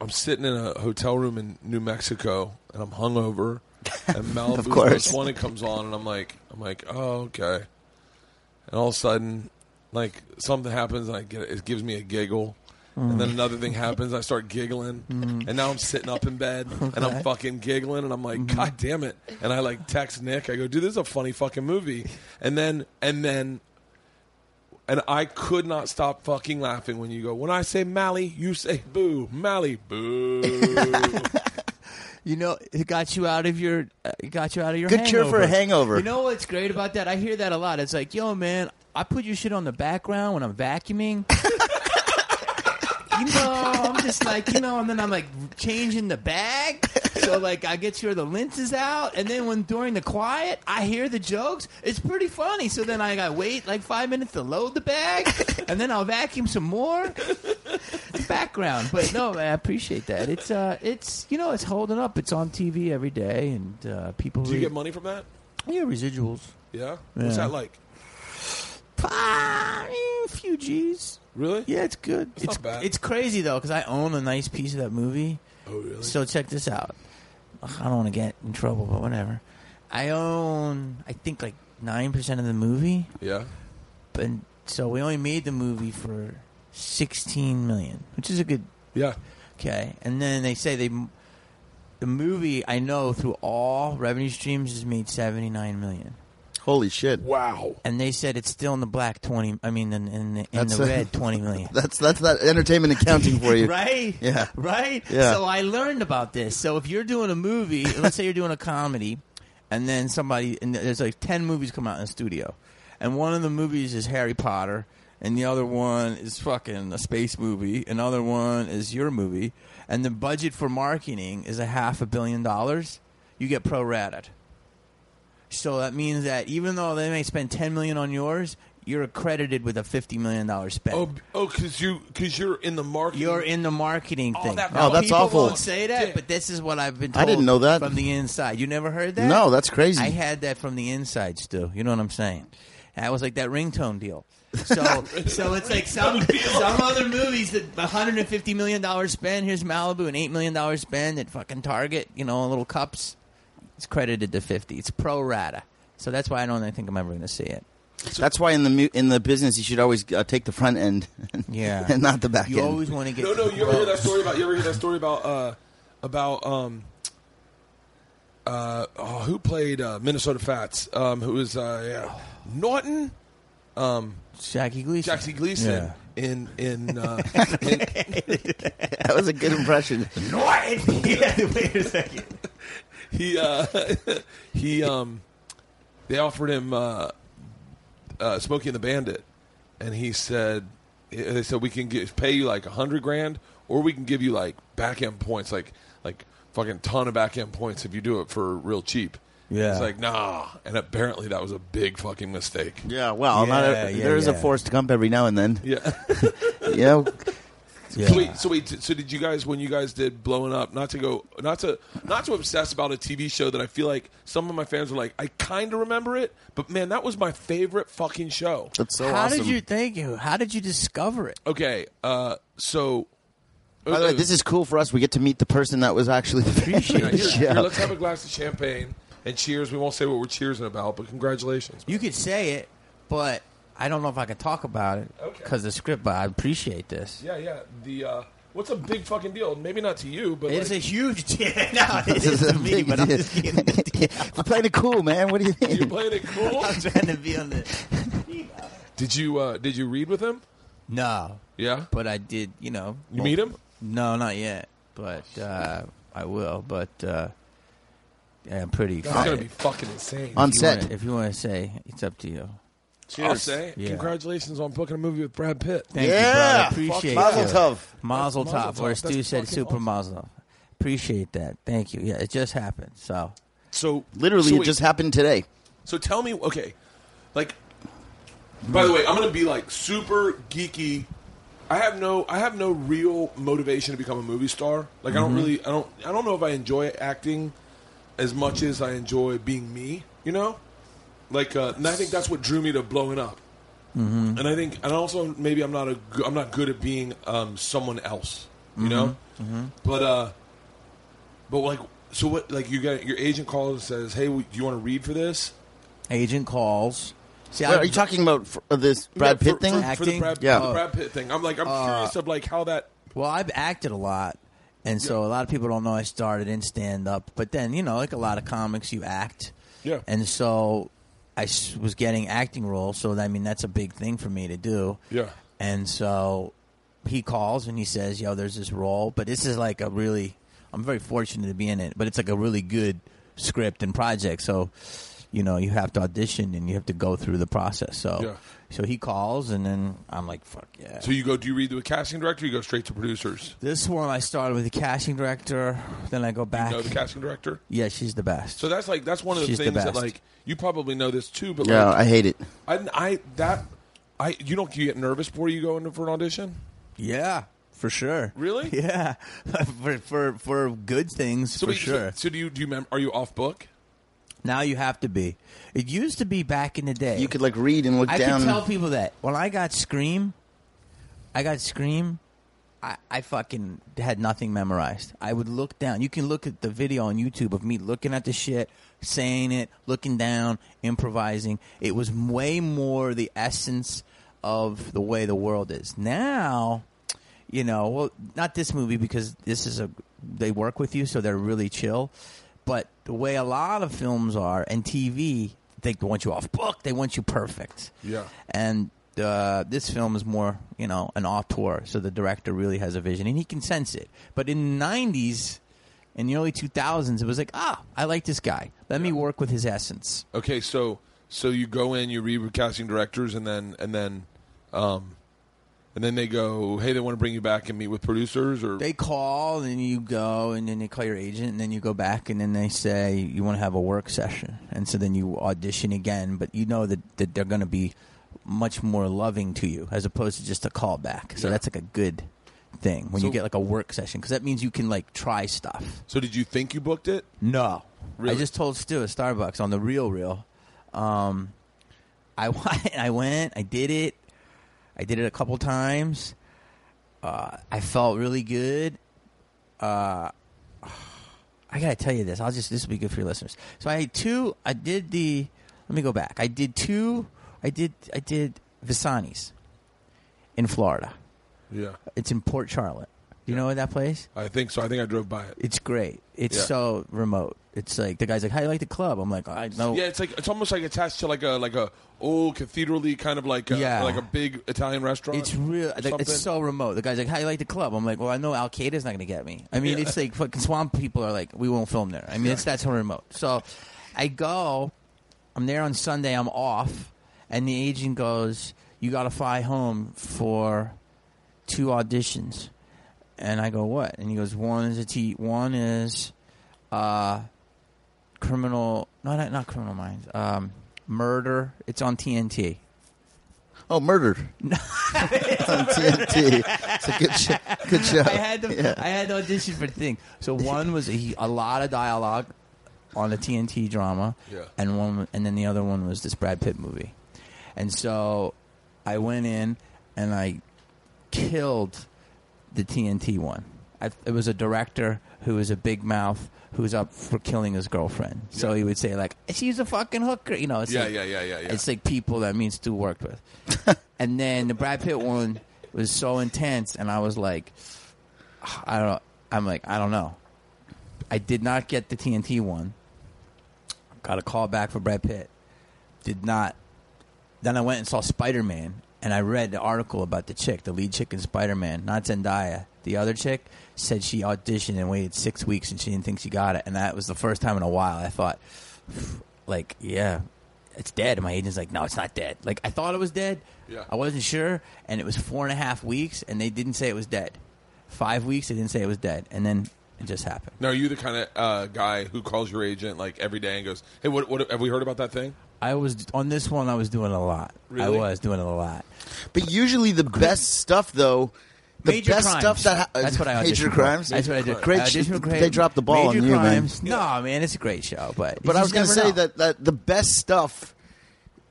[SPEAKER 1] I'm sitting in a hotel room in New Mexico and I'm hungover, and Malibu's
[SPEAKER 4] course.
[SPEAKER 1] Most Wanted comes on, and I'm like, I'm like, oh okay, and all of a sudden, like something happens, and I get it gives me a giggle. And then another thing happens, I start giggling, and now I'm sitting up in bed and I'm fucking giggling, and I'm like, God damn it! And I like text Nick, I go, Dude, this is a funny fucking movie. And then, and then, and I could not stop fucking laughing when you go, When I say Mally, you say boo, Mally, boo.
[SPEAKER 5] You know, it got you out of your. uh, It got you out of your.
[SPEAKER 4] Good cure for a hangover.
[SPEAKER 5] You know what's great about that? I hear that a lot. It's like, yo, man, I put your shit on the background when I'm vacuuming. you know, I'm just like, you know, and then I'm like changing the bag. so like I get sure the lint is out, and then when during the quiet I hear the jokes, it's pretty funny. So then I got wait like five minutes to load the bag, and then I'll vacuum some more. It's background, but no, man, I appreciate that. It's uh, it's you know, it's holding up. It's on TV every day, and uh, people
[SPEAKER 1] Do you
[SPEAKER 5] re-
[SPEAKER 1] get money from that?
[SPEAKER 5] yeah residuals.
[SPEAKER 1] Yeah. What's
[SPEAKER 5] Yeah.
[SPEAKER 1] that like?
[SPEAKER 5] Ah, eh, few G's.
[SPEAKER 1] Really?
[SPEAKER 5] Yeah, it's good. It's
[SPEAKER 1] not bad.
[SPEAKER 5] it's crazy though because I own a nice piece of that movie.
[SPEAKER 1] Oh, really?
[SPEAKER 5] So check this out. Ugh, I don't want to get in trouble, but whatever. I own I think like nine percent of the movie,
[SPEAKER 1] yeah.
[SPEAKER 5] but so we only made the movie for sixteen million, which is a good
[SPEAKER 1] Yeah.
[SPEAKER 5] okay. And then they say they the movie I know through all revenue streams has made seventy nine million.
[SPEAKER 4] Holy shit.
[SPEAKER 1] Wow.
[SPEAKER 5] And they said it's still in the black twenty. I mean, in, in, the- in
[SPEAKER 4] That's
[SPEAKER 5] the
[SPEAKER 4] a-
[SPEAKER 5] red twenty million.
[SPEAKER 4] That's that's that entertainment accounting for you.
[SPEAKER 5] Right?
[SPEAKER 4] Yeah.
[SPEAKER 5] Right?
[SPEAKER 4] Yeah.
[SPEAKER 5] So I learned about this. So if you're doing a movie, let's say you're doing a comedy, and then somebody, and there's like 10 movies come out in the studio, and one of the movies is Harry Potter, and the other one is fucking a space movie, another one is your movie, and the budget for marketing is a half a billion dollars, you get pro rated. So that means that even though they may spend 10 million on yours, you're accredited with a $50 million spend.
[SPEAKER 1] Oh, b- oh, because you, because you're in the market.
[SPEAKER 5] You're in the marketing
[SPEAKER 1] Oh,
[SPEAKER 5] thing.
[SPEAKER 1] that-
[SPEAKER 5] Now,
[SPEAKER 4] Oh, that's
[SPEAKER 5] people
[SPEAKER 4] awful.
[SPEAKER 5] Won't say that,
[SPEAKER 1] Yeah.
[SPEAKER 5] but this is what I've been. Told
[SPEAKER 4] I didn't know that.
[SPEAKER 5] from the inside. You never heard that?
[SPEAKER 4] No, that's crazy.
[SPEAKER 5] I had that from the inside, Stu. You know what I'm saying? And I was like that ringtone deal. So, so it's like some some other movies that 150 million dollars spend. Here's Malibu, an eight million dollars spend at fucking Target. You know, little cups. It's credited to 50. It's pro rata. So that's why I don't think I'm ever going to see it.
[SPEAKER 4] That's why in the mu- in the business you should always uh, take the front end,
[SPEAKER 5] Yeah.
[SPEAKER 4] and not the back
[SPEAKER 5] You
[SPEAKER 4] end.
[SPEAKER 5] always want to get
[SPEAKER 1] No, no. You ever hear that story about? You ever hear that story about? Uh, about um, uh, oh, who played uh, Minnesota Fats? Um, who was uh, yeah, Norton,
[SPEAKER 5] Jackie Gleason.
[SPEAKER 1] Jackson Gleason
[SPEAKER 5] Yeah.
[SPEAKER 1] in in, uh, in
[SPEAKER 4] that was a good impression.
[SPEAKER 5] yeah, wait a second.
[SPEAKER 1] he uh, he um, they offered him uh, uh, Smokey and the Bandit, and he said eh, they said we can get, pay you like a hundred grand, or we can give you like back end points, like like fucking ton of back end points if you do it for real cheap.
[SPEAKER 5] Yeah.
[SPEAKER 1] it's like nah, and apparently that was a big fucking mistake.
[SPEAKER 4] Yeah, well,
[SPEAKER 5] Yeah,
[SPEAKER 4] not
[SPEAKER 5] yeah,
[SPEAKER 4] a, there is
[SPEAKER 5] yeah.
[SPEAKER 4] a forced gump every now and then.
[SPEAKER 1] Yeah.
[SPEAKER 4] You know,
[SPEAKER 1] So wait, so wait, so did you guys when you guys did blowing up? Not to go, not to, not to obsess about a TV show that I feel like some of my fans were like, I kind of remember it, but man, that was my favorite fucking show.
[SPEAKER 4] that's so
[SPEAKER 5] How
[SPEAKER 4] awesome.
[SPEAKER 5] did you thank you? How did you discover it?
[SPEAKER 1] Okay, uh, so uh,
[SPEAKER 4] By the way, this is cool for us. We get to meet the person that was actually
[SPEAKER 1] Here,
[SPEAKER 4] appreciated the
[SPEAKER 1] here, here,
[SPEAKER 4] show.
[SPEAKER 1] let's have a glass of champagne and cheers. We won't say what we're cheersing about, but congratulations.
[SPEAKER 5] You could say it, but I don't know if I can talk about it
[SPEAKER 1] Okay.
[SPEAKER 5] because the script. But I appreciate this.
[SPEAKER 1] Yeah, yeah. The uh, what's a big fucking deal? Maybe not to you, but
[SPEAKER 5] It's a
[SPEAKER 1] like,
[SPEAKER 5] huge deal. no, it is to me, but I'm just getting the deal.
[SPEAKER 4] We're playing it cool, man. What do you
[SPEAKER 1] you
[SPEAKER 4] think?
[SPEAKER 1] played it cool.
[SPEAKER 5] I'm trying to be on the.
[SPEAKER 1] did you uh, did you read with him?
[SPEAKER 5] No,
[SPEAKER 1] Yeah,
[SPEAKER 5] but I did. You know,
[SPEAKER 1] you meet him.
[SPEAKER 5] No, not yet, but uh, I will. But uh, yeah, I'm pretty
[SPEAKER 1] That's gonna
[SPEAKER 5] excited.
[SPEAKER 1] be fucking insane.
[SPEAKER 4] On
[SPEAKER 5] If you wanna-
[SPEAKER 4] set.
[SPEAKER 5] if you want to say, it's up to you.
[SPEAKER 1] I'll say,
[SPEAKER 5] Yeah.
[SPEAKER 1] congratulations on booking a movie with Brad Pitt.
[SPEAKER 5] Thank
[SPEAKER 4] Yeah.
[SPEAKER 5] you, brother. Appreciate
[SPEAKER 4] Mazel
[SPEAKER 5] it.
[SPEAKER 4] tov.
[SPEAKER 5] Mazel
[SPEAKER 1] That's
[SPEAKER 5] tov,
[SPEAKER 1] mazel
[SPEAKER 5] or
[SPEAKER 1] tov.
[SPEAKER 5] Stu
[SPEAKER 1] That's
[SPEAKER 5] said
[SPEAKER 1] fucking
[SPEAKER 5] super
[SPEAKER 1] awesome.
[SPEAKER 5] mazel tov. Appreciate that. Thank you. Yeah, it just happened. So
[SPEAKER 1] So
[SPEAKER 4] Literally,
[SPEAKER 1] so
[SPEAKER 4] it
[SPEAKER 1] wait,
[SPEAKER 4] just happened today.
[SPEAKER 1] So tell me, okay, like. By the way, I'm gonna be like super geeky. I have no, I have no real motivation to become a movie star. Like I don't really, I don't, I don't know if I enjoy acting as much as I enjoy being me. You know, like, uh, and I think that's what drew me to blowing up. And I think, and also maybe I'm not a, go- I'm not good at being um, someone else. You know, but uh, but like, so what? Like you got your agent calls and says, "Hey, do you want to read for this?"
[SPEAKER 5] agent calls. See,
[SPEAKER 4] Wait, are you talking about f- uh, this Brad
[SPEAKER 1] Yeah,
[SPEAKER 4] Pitt
[SPEAKER 1] for,
[SPEAKER 4] thing?
[SPEAKER 1] for, for the
[SPEAKER 5] Acting? Uh,
[SPEAKER 1] Brad,
[SPEAKER 4] Yeah.
[SPEAKER 1] the Brad Pitt thing. I'm like, I'm curious of like how that.
[SPEAKER 5] Well, I've acted a lot, and so a lot of people don't know I started in stand up. But then, you know, like a lot of comics, you act.
[SPEAKER 1] Yeah.
[SPEAKER 5] And so I s- was getting acting roles, so I mean that's a big thing for me to do.
[SPEAKER 1] Yeah.
[SPEAKER 5] And so he calls and he says, "Yo, there's this role, but this is like a really I'm very fortunate to be in it, but it's like a really good script and project." So you know you have to audition and you have to go through the process. So
[SPEAKER 1] Yeah.
[SPEAKER 5] so he calls and then I'm like fuck yeah.
[SPEAKER 1] So you go? Do you read the casting director? Or you go straight to producers.
[SPEAKER 5] this one I started with the casting director, then I go back.
[SPEAKER 1] You know the casting director.
[SPEAKER 5] yeah, she's the best.
[SPEAKER 1] So that's like that's one of the
[SPEAKER 5] She's the
[SPEAKER 1] things that
[SPEAKER 5] best.
[SPEAKER 1] like you probably know this too, but
[SPEAKER 4] Yeah,
[SPEAKER 1] like
[SPEAKER 4] I hate it.
[SPEAKER 1] I, I that I you don't you get nervous before you go into for an audition.
[SPEAKER 5] yeah, for sure.
[SPEAKER 1] Really?
[SPEAKER 5] Yeah, for for for good things for
[SPEAKER 1] wait,
[SPEAKER 5] sure.
[SPEAKER 1] So, do you do you mem- are you off book?
[SPEAKER 5] now you have to be. It used to be back in the day.
[SPEAKER 4] You could like read and look
[SPEAKER 5] I
[SPEAKER 4] down.
[SPEAKER 5] can tell people that when I got Scream, I got Scream. I, I fucking had nothing memorized. I would look down. You can look at the video on YouTube of me looking at the shit, saying it, looking down, improvising. It was way more the essence of the way the world is now. You know, well, not this movie because this is a they work with you, so they're really chill. But the way a lot of films are and TV, they want you off book. They want you perfect
[SPEAKER 1] Yeah.
[SPEAKER 5] and uh, this film is more you know an auteur so the director really has a vision and he can sense it but in the 90s in the early 2000s it was like ah i like this guy let me work with his essence
[SPEAKER 1] Okay, so so you go in, you read with casting directors, and then and then um and then they go, hey, they want to bring you back and meet with producers, or
[SPEAKER 5] they call and you go and then they call your agent and then you go back and then they say you want to have a work session and so then you audition again but you know that, that they're going to be much more loving to you as opposed to just a callback so
[SPEAKER 1] Yeah.
[SPEAKER 5] that's like a good thing when
[SPEAKER 1] So-
[SPEAKER 5] you get like a work session because that means you can like try stuff
[SPEAKER 1] so did you think you booked it?
[SPEAKER 5] No.
[SPEAKER 1] Really?
[SPEAKER 5] I just told Stu at Starbucks on the real real. Um, I went, I went, I did it. I did it a couple times. Uh, I felt really good. Uh, I gotta tell you this. I'll just this will be good for your listeners. So I had two. I did the. Let me go back. I did two. I did. I did Visani's in Florida.
[SPEAKER 1] Yeah,
[SPEAKER 5] It's in Port Charlotte. Do you know that place?
[SPEAKER 1] I think so. I think I drove by it.
[SPEAKER 5] It's great. It's
[SPEAKER 1] Yeah.
[SPEAKER 5] so remote. It's like the guy's like, "How you like the club?" I'm like, "I know."
[SPEAKER 1] Yeah, it's like it's almost like attached to like a like a old cathedral-y kind of like a,
[SPEAKER 5] Yeah.
[SPEAKER 1] like a big Italian restaurant.
[SPEAKER 5] It's real.
[SPEAKER 1] or
[SPEAKER 5] Like,
[SPEAKER 1] something.
[SPEAKER 5] it's so remote. The guy's like, "How you like the club?" I'm like, "Well, I know Al Qaeda's not going to get me." I mean,
[SPEAKER 1] Yeah.
[SPEAKER 5] it's like fucking swamp people are like, "We won't film there." I mean, it's that's how remote. So, I go. I'm there on Sunday. I'm off, and the agent goes, "You got to fly home for two auditions." And I go, "What?" And he goes, "One is a T. One is, uh, criminal. No, not not criminal minds. Um, murder. It's on TNT."
[SPEAKER 4] oh, murder. on TNT. It's a good, sh- good show.
[SPEAKER 5] I had to I had to audition for the thing. So one was a, a lot of dialogue on a TNT drama,
[SPEAKER 1] Yeah.
[SPEAKER 5] and one and then the other one was this Brad Pitt movie, and so I went in and I killed the TNT one. I, it was a director who was a big mouth who was up for killing his girlfriend. So
[SPEAKER 1] Yeah.
[SPEAKER 5] he would say like, "She's a fucking hooker," you know. It's
[SPEAKER 1] yeah,
[SPEAKER 5] like-
[SPEAKER 1] yeah, yeah, yeah, yeah.
[SPEAKER 5] it's like people that means Stu worked with. and then the Brad Pitt one was so intense, and I was like, I don't know. I'm like, I don't know. I did not get the TNT one. Got a call back for Brad Pitt. Did not. Then I went and saw Spider Man, and I read the article about the chick, the lead chick in Spider Man, not Zendaya. The other chick said she auditioned and waited six weeks, and she didn't think she got it. And that was the first time in a while I thought, like, yeah, it's dead. And my agent's like, no, it's not dead. Like, I thought it was dead.
[SPEAKER 1] Yeah.
[SPEAKER 5] I wasn't sure. And it was four and a half weeks, and they didn't say it was dead. Five weeks, they didn't say it was dead. And then it just happened.
[SPEAKER 1] now, are you the kind of uh, guy who calls your agent like every day and goes, "Hey, what, what have we heard about that thing?"
[SPEAKER 5] I was, on this one, I was doing a lot.
[SPEAKER 1] Really?
[SPEAKER 5] I was doing a lot.
[SPEAKER 4] But usually the best stuff, though, the
[SPEAKER 5] major
[SPEAKER 4] best
[SPEAKER 5] crimes.
[SPEAKER 4] stuff that ha- uh,
[SPEAKER 5] that's what I
[SPEAKER 4] major
[SPEAKER 5] auditioned for.
[SPEAKER 4] crimes.
[SPEAKER 5] That's what I did.
[SPEAKER 4] Great
[SPEAKER 5] I auditioned for
[SPEAKER 4] sh-
[SPEAKER 5] great-
[SPEAKER 4] they dropped the ball
[SPEAKER 5] major
[SPEAKER 4] on you, man.
[SPEAKER 5] crimes. No, man, it's a great show, but
[SPEAKER 4] But I was
[SPEAKER 5] going
[SPEAKER 4] gonna
[SPEAKER 5] to
[SPEAKER 4] say that, that the best stuff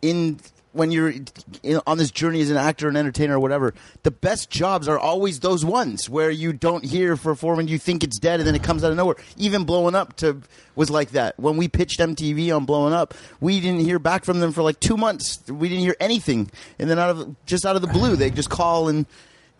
[SPEAKER 4] in when you're in, on this journey as an actor and entertainer or whatever, the best jobs are always those ones where you don't hear for four and you think it's dead and then it comes out of nowhere. Even blowing up to was like that. When we pitched MTV on blowing up, we didn't hear back from them for like two months. We didn't hear anything, and then out of just out of the blue, they just call and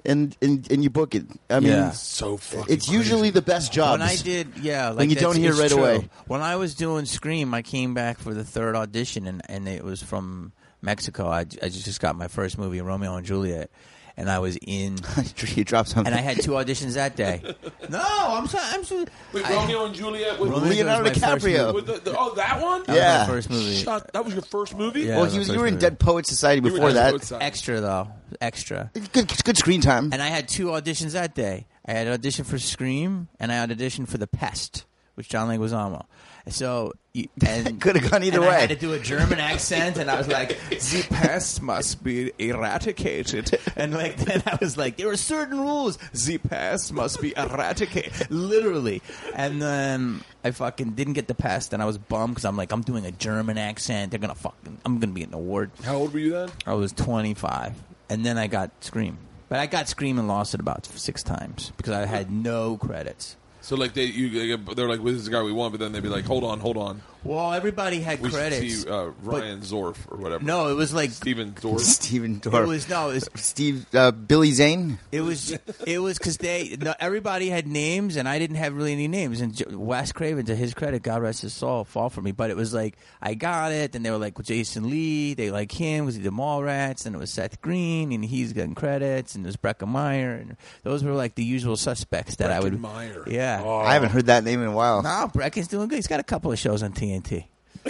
[SPEAKER 4] and and, and you book it. I mean,
[SPEAKER 5] Yeah.
[SPEAKER 4] it's,
[SPEAKER 1] So fucking.
[SPEAKER 4] it's usually the best jobs.
[SPEAKER 5] When I did, yeah, like
[SPEAKER 4] um, When you
[SPEAKER 5] that's-
[SPEAKER 4] don't hear
[SPEAKER 5] it's
[SPEAKER 4] right
[SPEAKER 5] true.
[SPEAKER 4] away.
[SPEAKER 5] When I was doing Scream, I came back for the third audition, and and it was from Mexico. I, I just got my first movie, Romeo and Juliet, and I was in.
[SPEAKER 4] you dropped something.
[SPEAKER 5] And I had two auditions that day. No, I'm sorry. I'm sorry.
[SPEAKER 1] Wait,
[SPEAKER 5] I-
[SPEAKER 1] Romeo and Juliet with,
[SPEAKER 5] Romeo and Juliet
[SPEAKER 4] Leonardo
[SPEAKER 5] was my first
[SPEAKER 4] DiCaprio.
[SPEAKER 5] movie.
[SPEAKER 1] with the, the, oh that one.
[SPEAKER 5] That was my
[SPEAKER 4] Yeah.
[SPEAKER 5] first movie.
[SPEAKER 1] Shut- that was your first movie.
[SPEAKER 5] Yeah.
[SPEAKER 4] well,
[SPEAKER 5] that
[SPEAKER 4] he was,
[SPEAKER 5] was
[SPEAKER 4] you were in
[SPEAKER 5] movie.
[SPEAKER 4] Dead Poet Society
[SPEAKER 1] You were
[SPEAKER 4] before
[SPEAKER 1] in
[SPEAKER 4] that.
[SPEAKER 1] Dead Poets Society.
[SPEAKER 5] Extra though, extra.
[SPEAKER 4] Good, good screen time.
[SPEAKER 5] And I had two auditions that day. I had an audition for Scream, and I had an audition for The Pest, which John Leguizamo. So you- and
[SPEAKER 4] Could have gone either
[SPEAKER 5] and I
[SPEAKER 4] way.
[SPEAKER 5] had to do a German accent, and I was like, "The pest must be eradicated." And like then I was like, "There are certain rules. The pest must be eradicated, literally." And then I fucking didn't get the pest, and I was bummed because I'm like, "I'm doing a German accent. They're gonna fucking. I'm gonna be getting an award."
[SPEAKER 1] How old were you then?
[SPEAKER 5] I was 25, and then I got Scream. But I got Scream and lost it about six times because I had no credits.
[SPEAKER 1] So like they you they- they're like well, this is the guy we want, but then they'd be like hold on hold on
[SPEAKER 5] Well, everybody had
[SPEAKER 1] we should
[SPEAKER 5] credits.
[SPEAKER 1] see uh,
[SPEAKER 5] but-
[SPEAKER 1] Ryan Zorf or whatever.
[SPEAKER 5] no, it was like
[SPEAKER 1] Steven Zorf.
[SPEAKER 4] Steven
[SPEAKER 5] it
[SPEAKER 4] Dorff.
[SPEAKER 5] was no, it was
[SPEAKER 4] Steve uh, Billy Zane.
[SPEAKER 5] it was it was because they no, everybody had names and I didn't have really any names. And J- Wes Craven, to his credit, God rest his soul, fall for me. But it was like I got it. Then they were like well, Jason Lee. They like him because he did Mallrats. And it was Seth Green, and he's getting credits. And it was Breckin Meyer, and those were like the usual suspects that I would.
[SPEAKER 1] Meyer.
[SPEAKER 5] Yeah.
[SPEAKER 1] Oh.
[SPEAKER 4] I haven't heard that name in a while.
[SPEAKER 5] No, Brecken's doing good. He's got a couple of shows on TNT.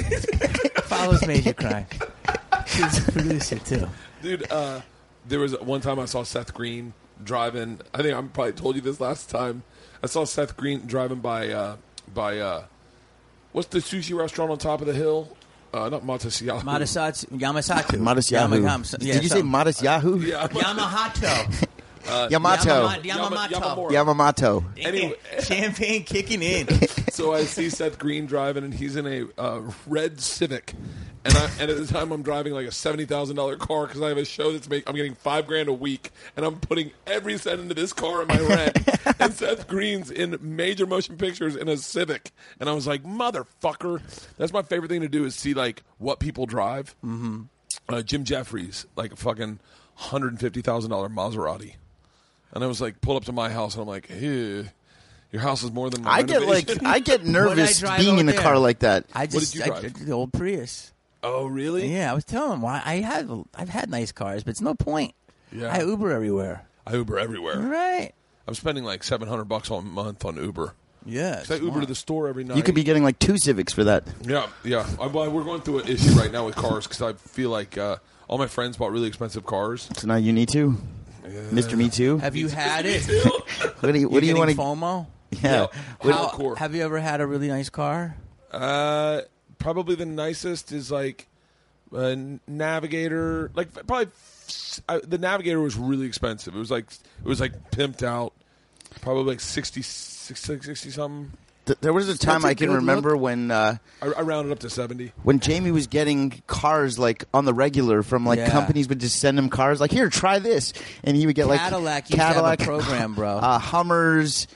[SPEAKER 5] Follows Major Crime. He's a producer too.
[SPEAKER 1] dude. Uh, there was one time I saw Seth Green driving. I think I probably told you this last time. I saw Seth Green driving by uh, by uh, what's the sushi restaurant on top of the hill? Uh, not Montecito.
[SPEAKER 5] Madasatsu, Yamasatu.
[SPEAKER 4] Modest Yahoo.
[SPEAKER 5] Yamagam- yeah,
[SPEAKER 4] Did you say
[SPEAKER 5] some-
[SPEAKER 4] Modest Yahoo?
[SPEAKER 1] Yeah,
[SPEAKER 5] Yamahato?
[SPEAKER 4] Yamato.
[SPEAKER 5] Yamama- Yamamoto.
[SPEAKER 1] Yamamura.
[SPEAKER 4] Yamamoto.
[SPEAKER 1] Anyway.
[SPEAKER 5] Champagne kicking in.
[SPEAKER 1] so I see Seth Green driving, and he's in a uh, red Civic, and I, and at the time I'm driving like a seventy thousand dollar car because I have a show that's make I'm getting five grand a week, and I'm putting every cent into this car in my rent. and Seth Green's in major motion pictures in a Civic, and I was like, motherfucker, that's my favorite thing to do is see like what people drive. Mm-hmm. Uh, Jim Jeffries, like a fucking hundred and fifty thousand dollar Maserati. And I was like, pulled up to my house, and I'm like, "Hey, your house is more than my
[SPEAKER 4] I get
[SPEAKER 1] renovation."
[SPEAKER 4] like I get nervous
[SPEAKER 5] drive
[SPEAKER 4] being
[SPEAKER 5] over
[SPEAKER 4] in a
[SPEAKER 5] there?
[SPEAKER 4] car like that.
[SPEAKER 5] I
[SPEAKER 1] did
[SPEAKER 5] just
[SPEAKER 1] you
[SPEAKER 5] I,
[SPEAKER 1] drive?
[SPEAKER 5] the old Prius.
[SPEAKER 1] Oh, really?
[SPEAKER 5] Yeah, I was telling him why I have I've had nice cars, but it's no point.
[SPEAKER 1] Yeah.
[SPEAKER 5] I Uber everywhere.
[SPEAKER 1] I Uber everywhere.
[SPEAKER 5] Right.
[SPEAKER 1] I'm spending like 700 bucks a month on Uber.
[SPEAKER 5] Yeah.
[SPEAKER 1] I Uber to the store every night.
[SPEAKER 4] You could be getting like two Civics for that.
[SPEAKER 1] Yeah, yeah. I, well, we're going through an issue right now with cars because I feel like uh, all my friends bought really expensive cars.
[SPEAKER 4] So now you need to, Mr. Me Too.
[SPEAKER 5] have you had it?
[SPEAKER 4] What do you What do you want to?
[SPEAKER 5] FOMO?
[SPEAKER 4] Yeah.
[SPEAKER 1] Yeah.
[SPEAKER 4] What-
[SPEAKER 5] How-
[SPEAKER 1] Hardcore.
[SPEAKER 5] have you ever had a really nice car?
[SPEAKER 1] Uh, probably the nicest is like a Navigator. Like f- probably f- I, the Navigator was really expensive. It was like it was like pimped out. Probably like 60, 60, 60 something.
[SPEAKER 4] th- there was a time
[SPEAKER 5] a
[SPEAKER 4] I can
[SPEAKER 5] good
[SPEAKER 4] remember when uh,
[SPEAKER 1] I, I rounded up to seventy.
[SPEAKER 4] when Jamie was getting cars like on the regular from like
[SPEAKER 5] Yeah.
[SPEAKER 4] companies would just send him cars like here try this and he would get like
[SPEAKER 5] Cadillac used to have a program, bro.
[SPEAKER 4] uh, Hummers.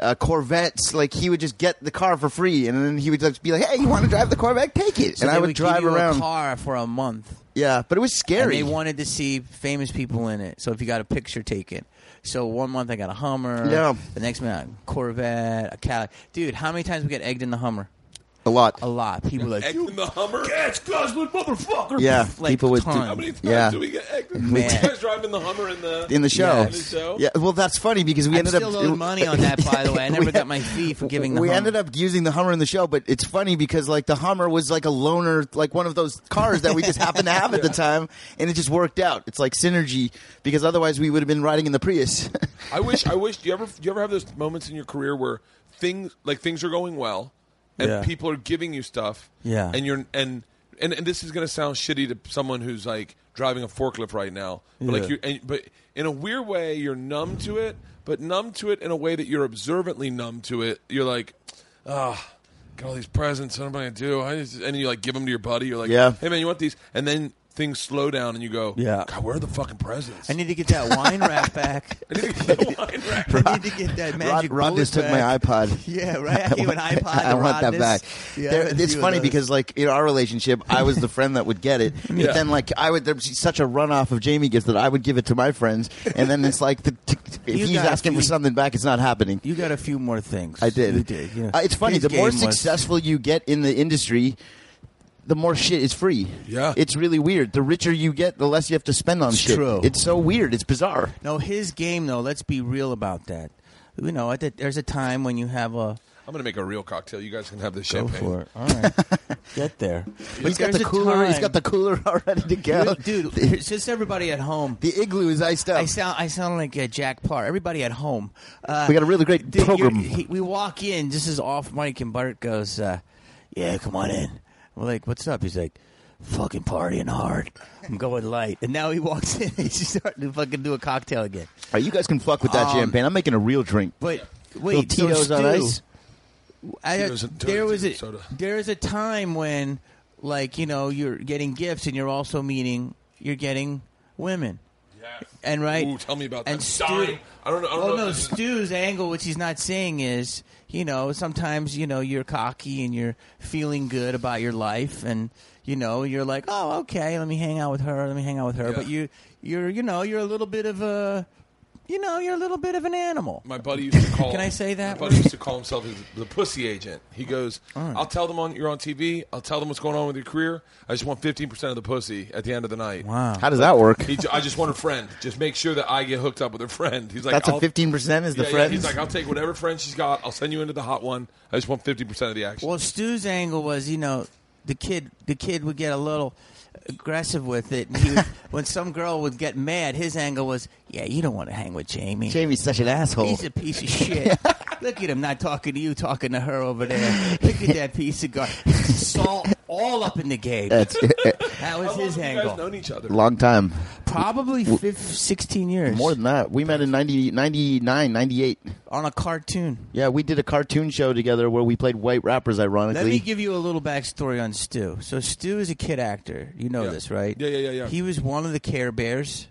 [SPEAKER 4] Uh, Corvettes, like he would just get the car for free, and then he would just be like, "Hey, you want to drive the Corvette? Take it."
[SPEAKER 5] So
[SPEAKER 4] and
[SPEAKER 5] they
[SPEAKER 4] I would,
[SPEAKER 5] give
[SPEAKER 4] drive
[SPEAKER 5] you a
[SPEAKER 4] around.
[SPEAKER 5] car for a month.
[SPEAKER 4] Yeah, but it was scary.
[SPEAKER 5] And they wanted to see famous people in it. So if you got a picture taken. So one month I got a Hummer.
[SPEAKER 4] Yeah.
[SPEAKER 5] The next month, a Corvette, a Cadillac. Dude, how many times we get egged in the Hummer?
[SPEAKER 4] a lot.
[SPEAKER 5] A lot. People like,
[SPEAKER 1] Egg
[SPEAKER 5] you
[SPEAKER 1] in the Hummer.
[SPEAKER 5] Gosling, motherfucker.
[SPEAKER 4] Yeah,
[SPEAKER 5] like
[SPEAKER 4] people would do-
[SPEAKER 5] Ton.
[SPEAKER 1] How many times
[SPEAKER 4] Yeah.
[SPEAKER 1] do we get egged? Did
[SPEAKER 5] Man.
[SPEAKER 1] you guys drive in the Hummer in the
[SPEAKER 4] in the show.
[SPEAKER 5] Yeah.
[SPEAKER 1] In the show?
[SPEAKER 4] Yeah, well, that's funny because we
[SPEAKER 5] I
[SPEAKER 4] ended
[SPEAKER 5] still
[SPEAKER 4] up
[SPEAKER 5] owed money on that, by the way. I
[SPEAKER 4] We
[SPEAKER 5] never
[SPEAKER 4] had-
[SPEAKER 5] got my fee for giving the
[SPEAKER 4] we
[SPEAKER 5] Hummer.
[SPEAKER 4] ended up using the Hummer in the show, but it's funny because like the Hummer was like a loner, like one of those cars that we just happened to have at the time, and it just worked out. It's like synergy because otherwise we would have been riding in the Prius.
[SPEAKER 1] I wish. I wish. Do you ever? Do you ever have those moments in your career where things like things are going well, and
[SPEAKER 5] Yeah.
[SPEAKER 1] people are giving you stuff.
[SPEAKER 5] Yeah.
[SPEAKER 1] And you're and and, and this is going to sound shitty to someone who's like driving a forklift right now, but like
[SPEAKER 5] Yeah.
[SPEAKER 1] you. And, but in a weird way, you're numb to it, but numb to it in a way that you're observantly numb to it. You're like, ah. Got all these presents. What am I gonna do? I just, and you like give them to your buddy. You're like,
[SPEAKER 4] Yeah.
[SPEAKER 1] hey man, you want these? And then things slow down, and you go,
[SPEAKER 5] Yeah.
[SPEAKER 1] God, where are the fucking presents?
[SPEAKER 5] I need to get that wine rack back.
[SPEAKER 1] I need to get the wine rack.
[SPEAKER 5] I need to get that
[SPEAKER 4] Rod,
[SPEAKER 5] magic
[SPEAKER 4] Rod just
[SPEAKER 5] bullet
[SPEAKER 4] took my
[SPEAKER 5] back.
[SPEAKER 4] iPod.
[SPEAKER 5] Yeah, right. I gave an iPod.
[SPEAKER 4] I
[SPEAKER 5] to
[SPEAKER 4] want that
[SPEAKER 5] Rodness.
[SPEAKER 4] back.
[SPEAKER 5] Yeah,
[SPEAKER 4] There-
[SPEAKER 5] I had a
[SPEAKER 4] it's
[SPEAKER 5] few of
[SPEAKER 4] funny
[SPEAKER 5] those.
[SPEAKER 4] because like in our relationship, I was the friend that would get it,
[SPEAKER 1] Yeah.
[SPEAKER 4] but then like I would there's such a runoff of Jamie gifts that I would give it to my friends, and then it's like the, if
[SPEAKER 5] You
[SPEAKER 4] he's
[SPEAKER 5] got a
[SPEAKER 4] asking for
[SPEAKER 5] few-
[SPEAKER 4] something back, it's not happening.
[SPEAKER 5] you got a few more things.
[SPEAKER 4] I did.
[SPEAKER 5] You did. Yeah.
[SPEAKER 4] Uh, it's funny.
[SPEAKER 5] His
[SPEAKER 4] the more
[SPEAKER 5] game was-
[SPEAKER 4] successful you get in the industry, the more shit is free.
[SPEAKER 1] Yeah.
[SPEAKER 4] It's really weird. The richer you get, the less you have to spend on
[SPEAKER 5] It's
[SPEAKER 4] shit.
[SPEAKER 5] true.
[SPEAKER 4] It's so weird. It's bizarre.
[SPEAKER 5] No, his game though. Let's be real about that. You know, at the, there's a time when you have a
[SPEAKER 1] I'm gonna make a real cocktail. You guys can have this
[SPEAKER 5] go
[SPEAKER 1] champagne.
[SPEAKER 5] for it. All right, get there. But
[SPEAKER 4] he's got
[SPEAKER 5] there's
[SPEAKER 4] the
[SPEAKER 5] a
[SPEAKER 4] cooler. He's
[SPEAKER 5] time-
[SPEAKER 4] got the cooler already to go.
[SPEAKER 5] dude. It's just everybody at home.
[SPEAKER 4] the igloo is iced up.
[SPEAKER 5] I sound I sound like uh, Jack Parr. Everybody at home. Uh,
[SPEAKER 4] We got a really great
[SPEAKER 5] you're-
[SPEAKER 4] program.
[SPEAKER 5] he- we walk in. This is off mic, and Bart goes, uh, "Yeah, come on in." We're like, "What's up?" He's like, "Fucking partying hard. I'm going light." And now he walks in. He's starting to fucking do a cocktail again.
[SPEAKER 4] All right, you guys can fuck with that
[SPEAKER 5] Um,
[SPEAKER 4] champagne. I'm making a real drink.
[SPEAKER 5] But
[SPEAKER 4] Little
[SPEAKER 5] wait, so
[SPEAKER 4] Tito's on
[SPEAKER 5] Stu-
[SPEAKER 4] ice.
[SPEAKER 5] I,
[SPEAKER 1] Tito's and-
[SPEAKER 5] there was a
[SPEAKER 1] soda.
[SPEAKER 5] there is a time when, like you know, you're getting gifts and you're also meeting you're getting women.
[SPEAKER 1] Yes.
[SPEAKER 5] And right.
[SPEAKER 1] Ooh, tell me about
[SPEAKER 5] and
[SPEAKER 1] that.
[SPEAKER 5] Stu,
[SPEAKER 1] Dime. I don't know. I don't
[SPEAKER 5] well,
[SPEAKER 1] know. if
[SPEAKER 5] no,
[SPEAKER 1] this is-
[SPEAKER 5] Stu's angle, which he's not saying, is you know sometimes you know you're cocky and you're feeling good about your life, and you know you're like, oh, okay, let me hang out with her, let me hang out with her,
[SPEAKER 1] Yeah.
[SPEAKER 5] but you you're you know you're a little bit of a you know you're a little bit of an animal.
[SPEAKER 1] My buddy used to call.
[SPEAKER 5] Can I say that? Oh,
[SPEAKER 1] My buddy used to call himself his, the pussy agent. He goes, "I'll tell them on you're on TV. I'll tell them what's going on with your career. I just want fifteen percent of the pussy at the end of the night."
[SPEAKER 5] Wow.
[SPEAKER 4] How does that work?
[SPEAKER 1] He, ju- I just want a friend. Just make sure that I get hooked up with a friend. He's like,
[SPEAKER 4] That's a
[SPEAKER 1] I'll-
[SPEAKER 4] 15% is the
[SPEAKER 1] Yeah, yeah.
[SPEAKER 4] friends.
[SPEAKER 1] He's like, I'll take whatever friend she's got. I'll send you into the hot one. I just want fifty percent of the action.
[SPEAKER 5] Well, Stu's angle was, you know, the kid the kid would get a little aggressive with it. And he would, when some girl would get mad, his angle was, yeah, you don't want to hang with Jamie.
[SPEAKER 4] Jamie's such an asshole.
[SPEAKER 5] He's a piece of shit. Look at him not talking to you, talking to her over there. Look at that piece of garbage. Salt all up in the game.
[SPEAKER 4] That's
[SPEAKER 5] that was
[SPEAKER 1] How long
[SPEAKER 5] his
[SPEAKER 1] have You guys
[SPEAKER 5] angle.
[SPEAKER 1] known each other.
[SPEAKER 4] long time.
[SPEAKER 5] Probably fif 16 years.
[SPEAKER 4] More than that. We met in 90, 99, 98.
[SPEAKER 5] on a cartoon.
[SPEAKER 4] Yeah, we did a cartoon show together where we played white rappers, ironically.
[SPEAKER 5] Let me give you a little backstory on Stu. So Stu is a kid actor. You know
[SPEAKER 1] Yeah.
[SPEAKER 5] this, right?
[SPEAKER 1] Yeah, yeah, yeah, yeah.
[SPEAKER 5] He was one of the Care Bears.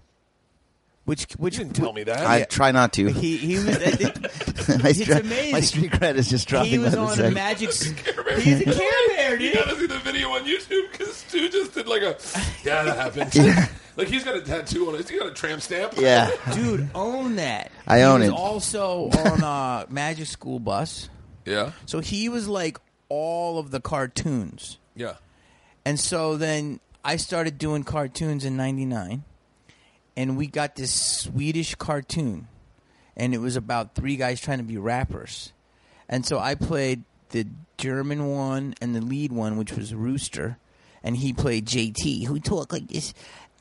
[SPEAKER 5] Which, which
[SPEAKER 1] You didn't tell me that.
[SPEAKER 4] I try not to.
[SPEAKER 5] He he was.
[SPEAKER 4] my,
[SPEAKER 5] it's amazing.
[SPEAKER 4] my street cred is just dropping.
[SPEAKER 5] he was
[SPEAKER 4] by the
[SPEAKER 5] on a
[SPEAKER 4] sec.
[SPEAKER 5] magic. s- He's a Care Bear,
[SPEAKER 1] You
[SPEAKER 5] dude.
[SPEAKER 1] gotta see the video on YouTube because Stu just did like a yeah that happened. like he's got a tattoo on it. He's got a tramp stamp.
[SPEAKER 4] Yeah.
[SPEAKER 5] Dude, own that.
[SPEAKER 4] I
[SPEAKER 5] He
[SPEAKER 4] own
[SPEAKER 5] was
[SPEAKER 4] it.
[SPEAKER 5] Also on uh, Magic School Bus,
[SPEAKER 1] yeah,
[SPEAKER 5] so he was like all of the cartoons,
[SPEAKER 1] yeah.
[SPEAKER 5] and so then I started doing cartoons in '99, and we got this Swedish cartoon, and it was about three guys trying to be rappers, and so I played the German one and the lead one, which was Rooster, and he played JT, who talked like this.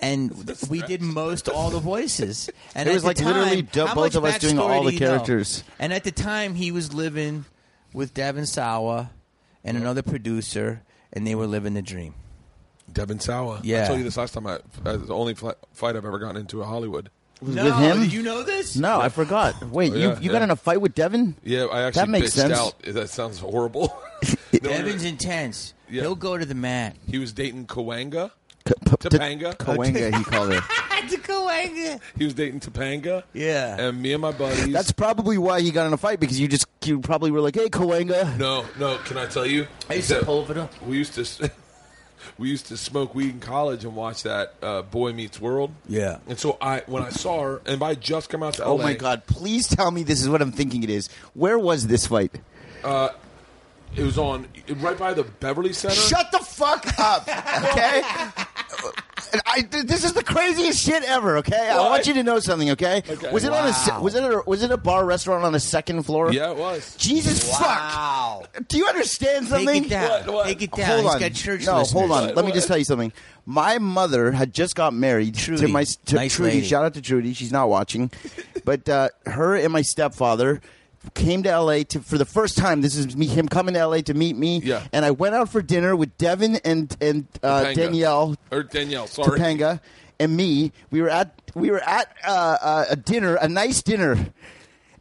[SPEAKER 5] And we did most all the voices. And
[SPEAKER 4] It
[SPEAKER 5] at
[SPEAKER 4] was
[SPEAKER 5] the
[SPEAKER 4] like literally
[SPEAKER 5] time-
[SPEAKER 4] du-
[SPEAKER 5] how
[SPEAKER 4] both
[SPEAKER 5] much
[SPEAKER 4] of us doing
[SPEAKER 5] backstory
[SPEAKER 4] all
[SPEAKER 5] do
[SPEAKER 4] the
[SPEAKER 5] you know?
[SPEAKER 4] characters.
[SPEAKER 5] And at the time, he was living with Devin Sawa and another producer, and they were living the dream.
[SPEAKER 1] Devin Sawa. I
[SPEAKER 5] Yeah.
[SPEAKER 1] told you this last time. I that's the only fl- fight I've ever gotten into at Hollywood.
[SPEAKER 4] With
[SPEAKER 5] no,
[SPEAKER 4] him?
[SPEAKER 5] did you know this?
[SPEAKER 4] No, I forgot. Wait,
[SPEAKER 1] Oh,
[SPEAKER 4] you,
[SPEAKER 1] yeah,
[SPEAKER 4] you got
[SPEAKER 1] yeah.
[SPEAKER 4] in a fight with Devin?
[SPEAKER 1] Yeah, I actually
[SPEAKER 4] That makes
[SPEAKER 1] bitched
[SPEAKER 4] sense.
[SPEAKER 1] out. That sounds horrible.
[SPEAKER 5] Devin's intense.
[SPEAKER 1] Yeah.
[SPEAKER 5] He'll go to the mat.
[SPEAKER 1] he was dating Kawanga.
[SPEAKER 4] K- p- t-
[SPEAKER 1] Topanga.
[SPEAKER 4] Kawanga, he called her.
[SPEAKER 1] He was dating Topanga.
[SPEAKER 5] Yeah.
[SPEAKER 1] And me and my buddies.
[SPEAKER 4] That's probably why he got in a fight because you just you probably were like, "Hey, Kawanga."
[SPEAKER 1] no, no. Can I tell you?
[SPEAKER 5] I used to
[SPEAKER 1] So-
[SPEAKER 5] pull it up.
[SPEAKER 1] We used to. s- We used to smoke weed in college and watch that uh, Boy Meets World.
[SPEAKER 5] Yeah.
[SPEAKER 1] And so I, when I saw her, and I just come out to
[SPEAKER 4] Oh
[SPEAKER 1] LA,
[SPEAKER 4] my god! Please tell me this is what I'm thinking it is. Where was this fight?
[SPEAKER 1] it was on right by the Beverly Center.
[SPEAKER 4] Shut the fuck up, okay? And I, th- this is the craziest shit ever, okay? I
[SPEAKER 1] Why?
[SPEAKER 4] want you to know something, okay?
[SPEAKER 1] Okay.
[SPEAKER 4] Was it on a se-
[SPEAKER 5] Wow.
[SPEAKER 4] was it a, was it a bar restaurant on a second floor?
[SPEAKER 1] Yeah, it was.
[SPEAKER 4] Jesus
[SPEAKER 5] Wow.
[SPEAKER 4] fuck! Do you understand
[SPEAKER 5] Take
[SPEAKER 4] something?
[SPEAKER 5] it down.
[SPEAKER 1] What, what?
[SPEAKER 5] Take it down.
[SPEAKER 4] Hold
[SPEAKER 5] He's
[SPEAKER 4] on.
[SPEAKER 5] got church
[SPEAKER 4] no,
[SPEAKER 5] listeners.
[SPEAKER 4] hold on. Let me
[SPEAKER 1] What?
[SPEAKER 4] just tell you something. My mother had just got married
[SPEAKER 5] Trudy.
[SPEAKER 4] to my s- to
[SPEAKER 5] Nice
[SPEAKER 4] Trudy.
[SPEAKER 5] lady.
[SPEAKER 4] Shout out to Trudy. She's not watching, but uh, her and my stepfather came to LA to for the first time. This is me him coming to LA to meet me.
[SPEAKER 1] Yeah.
[SPEAKER 4] And I went out for dinner with Devin and and uh,
[SPEAKER 1] Topanga.
[SPEAKER 4] Danielle
[SPEAKER 1] or Danielle. Sorry,
[SPEAKER 4] Topanga and me. We were at we were at uh, uh, a dinner, a nice dinner.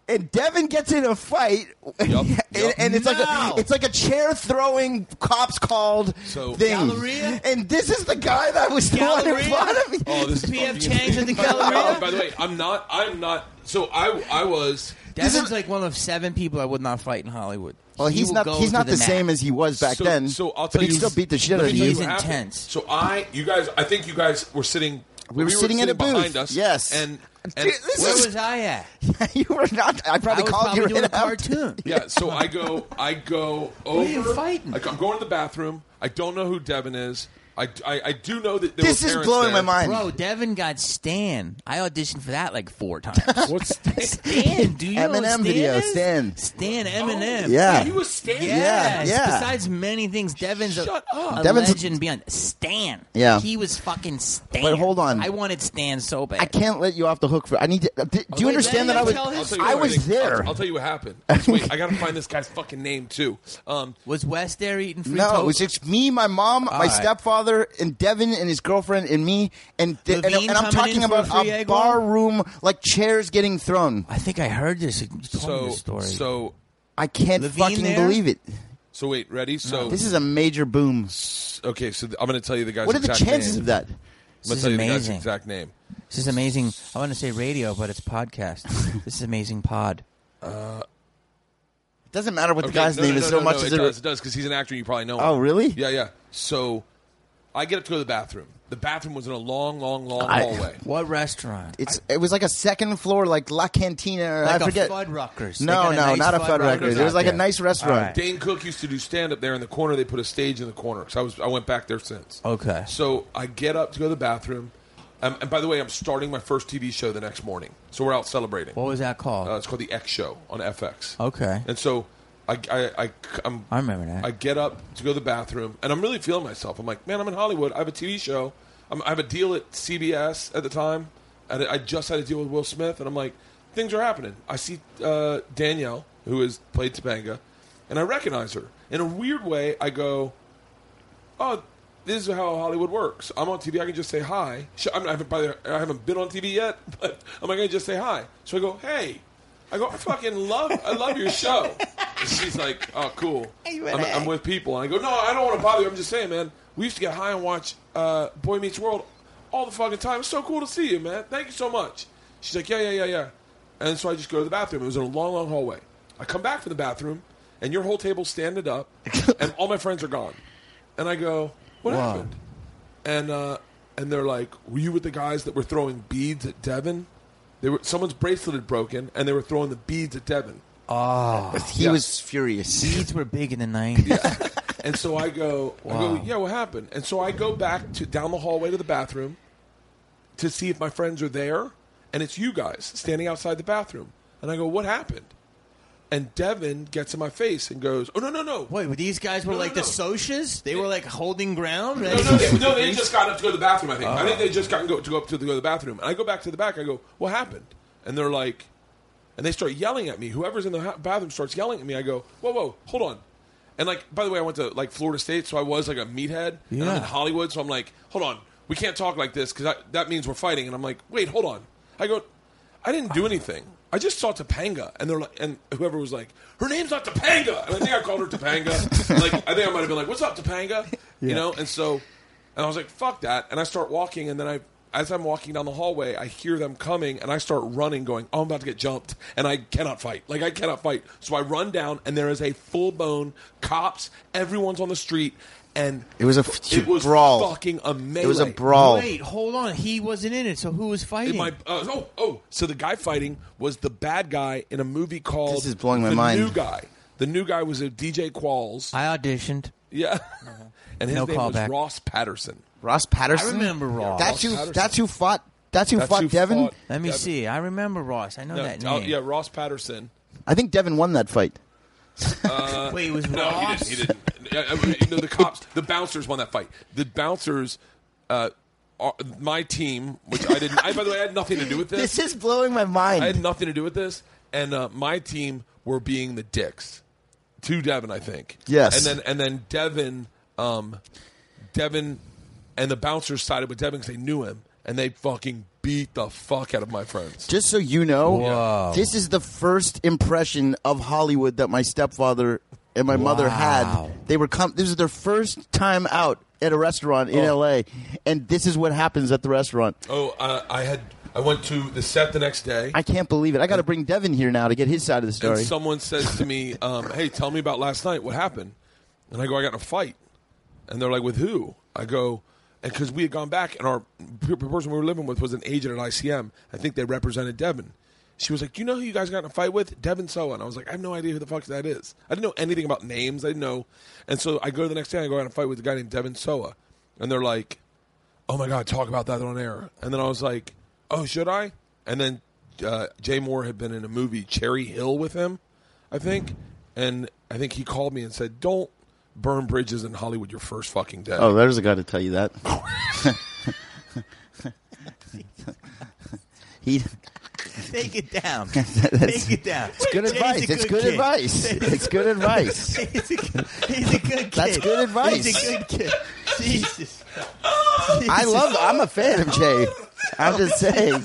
[SPEAKER 4] And Devin gets in a fight,
[SPEAKER 1] Yup,
[SPEAKER 4] and,
[SPEAKER 1] yup.
[SPEAKER 4] and it's
[SPEAKER 5] No.
[SPEAKER 4] like a, it's like a chair throwing cops called
[SPEAKER 1] So-
[SPEAKER 4] thing.
[SPEAKER 5] Galleria?
[SPEAKER 4] And this is the guy that was throwing in
[SPEAKER 5] Galleria?
[SPEAKER 4] front of me.
[SPEAKER 1] Oh, this is
[SPEAKER 5] PF
[SPEAKER 1] fucking-
[SPEAKER 5] Chang's at the Galleria?
[SPEAKER 1] By the way, I'm not. I'm not. So I. I was.
[SPEAKER 5] Devin's
[SPEAKER 4] This is-
[SPEAKER 5] like one of seven people I would not fight in Hollywood.
[SPEAKER 4] Well,
[SPEAKER 5] He
[SPEAKER 4] he's
[SPEAKER 5] will
[SPEAKER 4] not
[SPEAKER 5] go
[SPEAKER 4] he's
[SPEAKER 5] to
[SPEAKER 4] not
[SPEAKER 5] the,
[SPEAKER 4] the
[SPEAKER 5] mat.
[SPEAKER 4] same as he was back
[SPEAKER 1] so,
[SPEAKER 4] then.
[SPEAKER 1] So I'll
[SPEAKER 4] but
[SPEAKER 1] tell
[SPEAKER 4] he
[SPEAKER 1] you,
[SPEAKER 4] still beat the shit
[SPEAKER 1] let me
[SPEAKER 4] out of
[SPEAKER 1] tell
[SPEAKER 4] you.
[SPEAKER 5] He's
[SPEAKER 1] what happened.
[SPEAKER 5] intense.
[SPEAKER 1] So I, you guys, I think you guys were sitting
[SPEAKER 4] We were, sitting, in a booth.
[SPEAKER 1] behind us.
[SPEAKER 4] Yes.
[SPEAKER 1] and, and
[SPEAKER 4] Dude, this
[SPEAKER 5] Where
[SPEAKER 4] is-
[SPEAKER 5] was I at?
[SPEAKER 4] you were not. I
[SPEAKER 5] I
[SPEAKER 4] probably
[SPEAKER 5] was
[SPEAKER 4] called
[SPEAKER 5] probably
[SPEAKER 4] you
[SPEAKER 5] doing
[SPEAKER 4] in
[SPEAKER 5] a cartoon.
[SPEAKER 1] yeah. So I go, I go over.
[SPEAKER 5] are you fighting?
[SPEAKER 1] I go- I'm going to the bathroom. I don't know who Devin is. I, I, I do know that there
[SPEAKER 4] This
[SPEAKER 1] were
[SPEAKER 4] is
[SPEAKER 1] parents
[SPEAKER 4] blowing
[SPEAKER 1] there.
[SPEAKER 4] my mind.
[SPEAKER 5] Bro, Devin got Stan. I auditioned for that like four times.
[SPEAKER 1] What's
[SPEAKER 5] Stan, do you know what
[SPEAKER 4] Eminem
[SPEAKER 5] Stan
[SPEAKER 4] video,
[SPEAKER 5] is?
[SPEAKER 4] Stan.
[SPEAKER 5] Stan
[SPEAKER 1] Oh.
[SPEAKER 5] Eminem.
[SPEAKER 4] Yeah.
[SPEAKER 1] He was standing.
[SPEAKER 5] Yes.
[SPEAKER 4] Yeah, yeah.
[SPEAKER 5] Besides many things, Devin's a,
[SPEAKER 1] Shut up.
[SPEAKER 5] a
[SPEAKER 4] Devin's a-
[SPEAKER 5] legend beyond Stan.
[SPEAKER 4] Yeah.
[SPEAKER 5] He was fucking Stan.
[SPEAKER 4] But hold on.
[SPEAKER 5] I wanted Stan so bad.
[SPEAKER 4] I can't let you off the hook for. I need to. Do, do you
[SPEAKER 5] wait,
[SPEAKER 4] understand
[SPEAKER 5] let
[SPEAKER 4] that I
[SPEAKER 5] him
[SPEAKER 4] was?
[SPEAKER 5] tell his
[SPEAKER 1] I'll tell you
[SPEAKER 4] I
[SPEAKER 1] what
[SPEAKER 4] was
[SPEAKER 1] think.
[SPEAKER 4] there.
[SPEAKER 1] I'll, I'll tell you what happened. Wait, I gotta find this guy's fucking name too. Um,
[SPEAKER 5] Was Wes there eating free
[SPEAKER 4] no,
[SPEAKER 5] toast?
[SPEAKER 4] it was just me, my mom, my
[SPEAKER 5] right.
[SPEAKER 4] stepfather, and Devin and his girlfriend and me. And th- and,
[SPEAKER 5] Levine
[SPEAKER 4] and I'm
[SPEAKER 5] coming
[SPEAKER 4] talking
[SPEAKER 5] in for a
[SPEAKER 4] about
[SPEAKER 5] free
[SPEAKER 4] a
[SPEAKER 5] egg
[SPEAKER 4] bar
[SPEAKER 5] roll?
[SPEAKER 4] room, like chairs getting thrown.
[SPEAKER 5] I think I heard this. You told me
[SPEAKER 1] so
[SPEAKER 5] this story.
[SPEAKER 1] so
[SPEAKER 4] I can't
[SPEAKER 5] Levine
[SPEAKER 4] fucking
[SPEAKER 5] there?
[SPEAKER 4] believe it.
[SPEAKER 1] so wait, ready? So
[SPEAKER 4] This is a major boom.
[SPEAKER 1] okay. So th- I'm gonna tell you the guy's.
[SPEAKER 4] What are the
[SPEAKER 1] exact
[SPEAKER 4] chances
[SPEAKER 1] name.
[SPEAKER 4] of that?
[SPEAKER 1] I'm gonna
[SPEAKER 5] This
[SPEAKER 1] tell
[SPEAKER 5] is
[SPEAKER 1] you the guy's
[SPEAKER 5] amazing.
[SPEAKER 1] exact name.
[SPEAKER 5] this is amazing. I want to say radio, but it's podcast. this is amazing pod.
[SPEAKER 4] It doesn't matter what the
[SPEAKER 1] Okay,
[SPEAKER 4] guy's
[SPEAKER 1] no,
[SPEAKER 4] name
[SPEAKER 1] no,
[SPEAKER 4] is
[SPEAKER 1] no,
[SPEAKER 4] so
[SPEAKER 1] no,
[SPEAKER 4] much
[SPEAKER 1] no,
[SPEAKER 4] as
[SPEAKER 1] it does. It does because he's an actor. and You probably know.
[SPEAKER 4] Oh,
[SPEAKER 1] him.
[SPEAKER 4] really?
[SPEAKER 1] Yeah, yeah. So I get up to go to the bathroom. The bathroom was in a long, long, long
[SPEAKER 4] I-
[SPEAKER 1] hallway.
[SPEAKER 5] What restaurant?
[SPEAKER 4] It's it was like a second floor, like La Cantina. Or
[SPEAKER 5] like
[SPEAKER 4] I forget.
[SPEAKER 5] a Fuddruckers.
[SPEAKER 4] no,
[SPEAKER 5] They got a
[SPEAKER 4] no,
[SPEAKER 5] nice
[SPEAKER 4] not a
[SPEAKER 5] Fuddruckers
[SPEAKER 4] Fuddruckers. It was
[SPEAKER 5] out
[SPEAKER 4] like a
[SPEAKER 5] there.
[SPEAKER 4] nice restaurant.
[SPEAKER 5] All right.
[SPEAKER 1] Dane Cook used to do stand up there in the corner. They put a stage in the corner because I was I went back there since.
[SPEAKER 5] Okay.
[SPEAKER 1] So I get up to go to the bathroom, um, and by the way, I'm starting my first TV show the next morning. So we're out celebrating.
[SPEAKER 5] What was that called?
[SPEAKER 1] Uh, it's called the X Show on FX.
[SPEAKER 5] Okay.
[SPEAKER 1] And so I I, I am
[SPEAKER 5] I remember that.
[SPEAKER 1] I get up to go to the bathroom, and I'm really feeling myself. I'm like, man, I'm in Hollywood. I have a TV show. I'm, I have a deal at CBS at the time. And I just had a deal with Will Smith, and I'm like, things are happening. I see uh, Danielle, who has played Topanga, and I recognize her. In a weird way, I go, oh, this is how Hollywood works. I'm on TV. I can just say hi. Sh- I, mean, I, haven't, by the, I haven't been on TV yet, but I'm going to just say hi. So I go, hey. I go, I fucking love, I love your show. And she's like, oh, cool. I'm, I'm with people. And I go, no, I don't want to bother you. I'm just saying, man, we used to get high and watch uh, Boy Meets World all the fucking time. It's so cool to see you, man. Thank you so much. She's like, yeah, yeah, yeah, yeah. And so I just go to the bathroom. It was in a long, long hallway. I come back from the bathroom, and your whole table's standing up, and all my friends are gone. And I go, "What
[SPEAKER 5] Wow.
[SPEAKER 1] happened?" And uh, and they're like, "Were you with the guys that were throwing beads at Devin?" They were someone's bracelet had broken, and they were throwing the beads at Devin.
[SPEAKER 4] He
[SPEAKER 1] Yeah.
[SPEAKER 4] was furious.
[SPEAKER 5] Beads were big in the 90s.
[SPEAKER 1] And so I go, I
[SPEAKER 5] Wow.
[SPEAKER 1] go, yeah, what happened? And so I go back to down the hallway to the bathroom to see if my friends are there, and it's you guys standing outside the bathroom. And I go, what happened? And Devin gets in my face and goes, oh no no no.
[SPEAKER 5] Wait, but these guys were
[SPEAKER 1] No, no,
[SPEAKER 5] like
[SPEAKER 1] no.
[SPEAKER 5] the Socias? They were like holding ground?
[SPEAKER 1] No, no, they, no, they just got up to go to the bathroom. I think. I think they just got go, to go up to, the, go to the bathroom. And I go back to the back. I go, "What happened?" And they're like, and they start yelling at me. Whoever's in the ha- bathroom starts yelling at me. I go, "Whoa, whoa, hold on." And like, by the way, I went to like Florida State, so I was like a meathead. And I'm
[SPEAKER 5] Yeah.
[SPEAKER 1] in Hollywood, so I'm like, "Hold on, we can't talk like this because that means we're fighting." And I'm like, "Wait, hold on." I go, "I didn't do anything. I just saw Topanga." And they're like, and whoever was like, "Her name's not Topanga," and I think I called her Topanga. like, I think I might have been like, "What's up, Topanga?" You know. And so, and I was like, "Fuck that!" And I start walking, and then I as I'm walking down the hallway, I hear them coming and I start running, going, oh, I'm about to get jumped. And I cannot fight. Like, I cannot fight. So I run down and there is a full blown cops, everyone's on the street. And
[SPEAKER 4] It was a f-
[SPEAKER 1] it was
[SPEAKER 4] brawl.
[SPEAKER 1] fucking amazing.
[SPEAKER 4] It was a brawl.
[SPEAKER 5] Wait, hold on. He wasn't in it, so who was fighting?
[SPEAKER 1] My, uh, oh, oh, so the guy fighting was the bad guy in a movie called
[SPEAKER 4] This is blowing my
[SPEAKER 1] The
[SPEAKER 4] mind.
[SPEAKER 1] New Guy. The new guy was a DJ Qualls.
[SPEAKER 5] I auditioned.
[SPEAKER 1] yeah. and his
[SPEAKER 5] No
[SPEAKER 1] name
[SPEAKER 5] callback.
[SPEAKER 1] was Ross Patterson.
[SPEAKER 4] Ross Patterson.
[SPEAKER 5] I remember Ross.
[SPEAKER 4] That's who.
[SPEAKER 1] Ross Patterson.
[SPEAKER 4] That's who fought. That's who
[SPEAKER 1] That's
[SPEAKER 4] fought
[SPEAKER 1] who
[SPEAKER 4] Devin.
[SPEAKER 1] fought-
[SPEAKER 5] Let me
[SPEAKER 1] Devin.
[SPEAKER 5] see. I remember Ross. I know
[SPEAKER 1] No,
[SPEAKER 5] that name.
[SPEAKER 1] oh, yeah, Ross Patterson.
[SPEAKER 4] I think Devin won that fight.
[SPEAKER 5] Wait, it was
[SPEAKER 1] uh, No, he
[SPEAKER 5] Ross.
[SPEAKER 1] didn't. He didn't. Yeah, I mean, you know, the cops, the bouncers won that fight. The bouncers, uh, are, my team, which I didn't. I, by the way, I had nothing to do with this.
[SPEAKER 4] This is blowing my mind.
[SPEAKER 1] I had nothing to do with this, and uh, my team were being the dicks to Devin, I think.
[SPEAKER 4] Yes.
[SPEAKER 1] and then and then Devin, um, Devin, and the bouncers sided with Devin because they knew him, and they fucking beat the fuck out of my friends.
[SPEAKER 4] Just so you know,
[SPEAKER 5] Whoa.
[SPEAKER 4] this is the first impression of Hollywood that my stepfather and my mother
[SPEAKER 5] Wow.
[SPEAKER 4] had. They were com- this is their first time out at a restaurant in
[SPEAKER 5] Oh.
[SPEAKER 4] LA and this is what happens at the restaurant.
[SPEAKER 1] oh, uh, I had. I went to the set the next day.
[SPEAKER 4] I can't believe it. I got to bring Devin here now to get his side of the story.
[SPEAKER 1] And someone says to me, um, "Hey, tell me about last night. What happened?" And I go, "I got in a fight." And they're like, "With who?" I go, because we had gone back, and our p- person we were living with was an agent at ICM. I think they represented Devin. She was like, "Do you know who you guys got in a fight with? Devin Soa." And I was like, "I have no idea who the fuck that is. I didn't know anything about names. I didn't know." And so I go the next day, and I go out and fight with a guy named Devin Soa, and they're like, "Oh my god, talk about that on air." And then I was like, "Oh, should I?" And then uh, Jay Moore had been in a movie Cherry Hill with him, I think, and I think he called me and said, "Don't." Burn bridges in Hollywood your first fucking day.
[SPEAKER 4] Oh, there's a guy to tell you that. he
[SPEAKER 5] Take it down. Take it down. It's
[SPEAKER 4] good advice. It's good advice. It's good advice.
[SPEAKER 5] He's a, good- he's a good kid.
[SPEAKER 4] That's good advice.
[SPEAKER 5] He's a good kid. Jesus.
[SPEAKER 4] I love. I'm a fan of Jay. I'm just saying.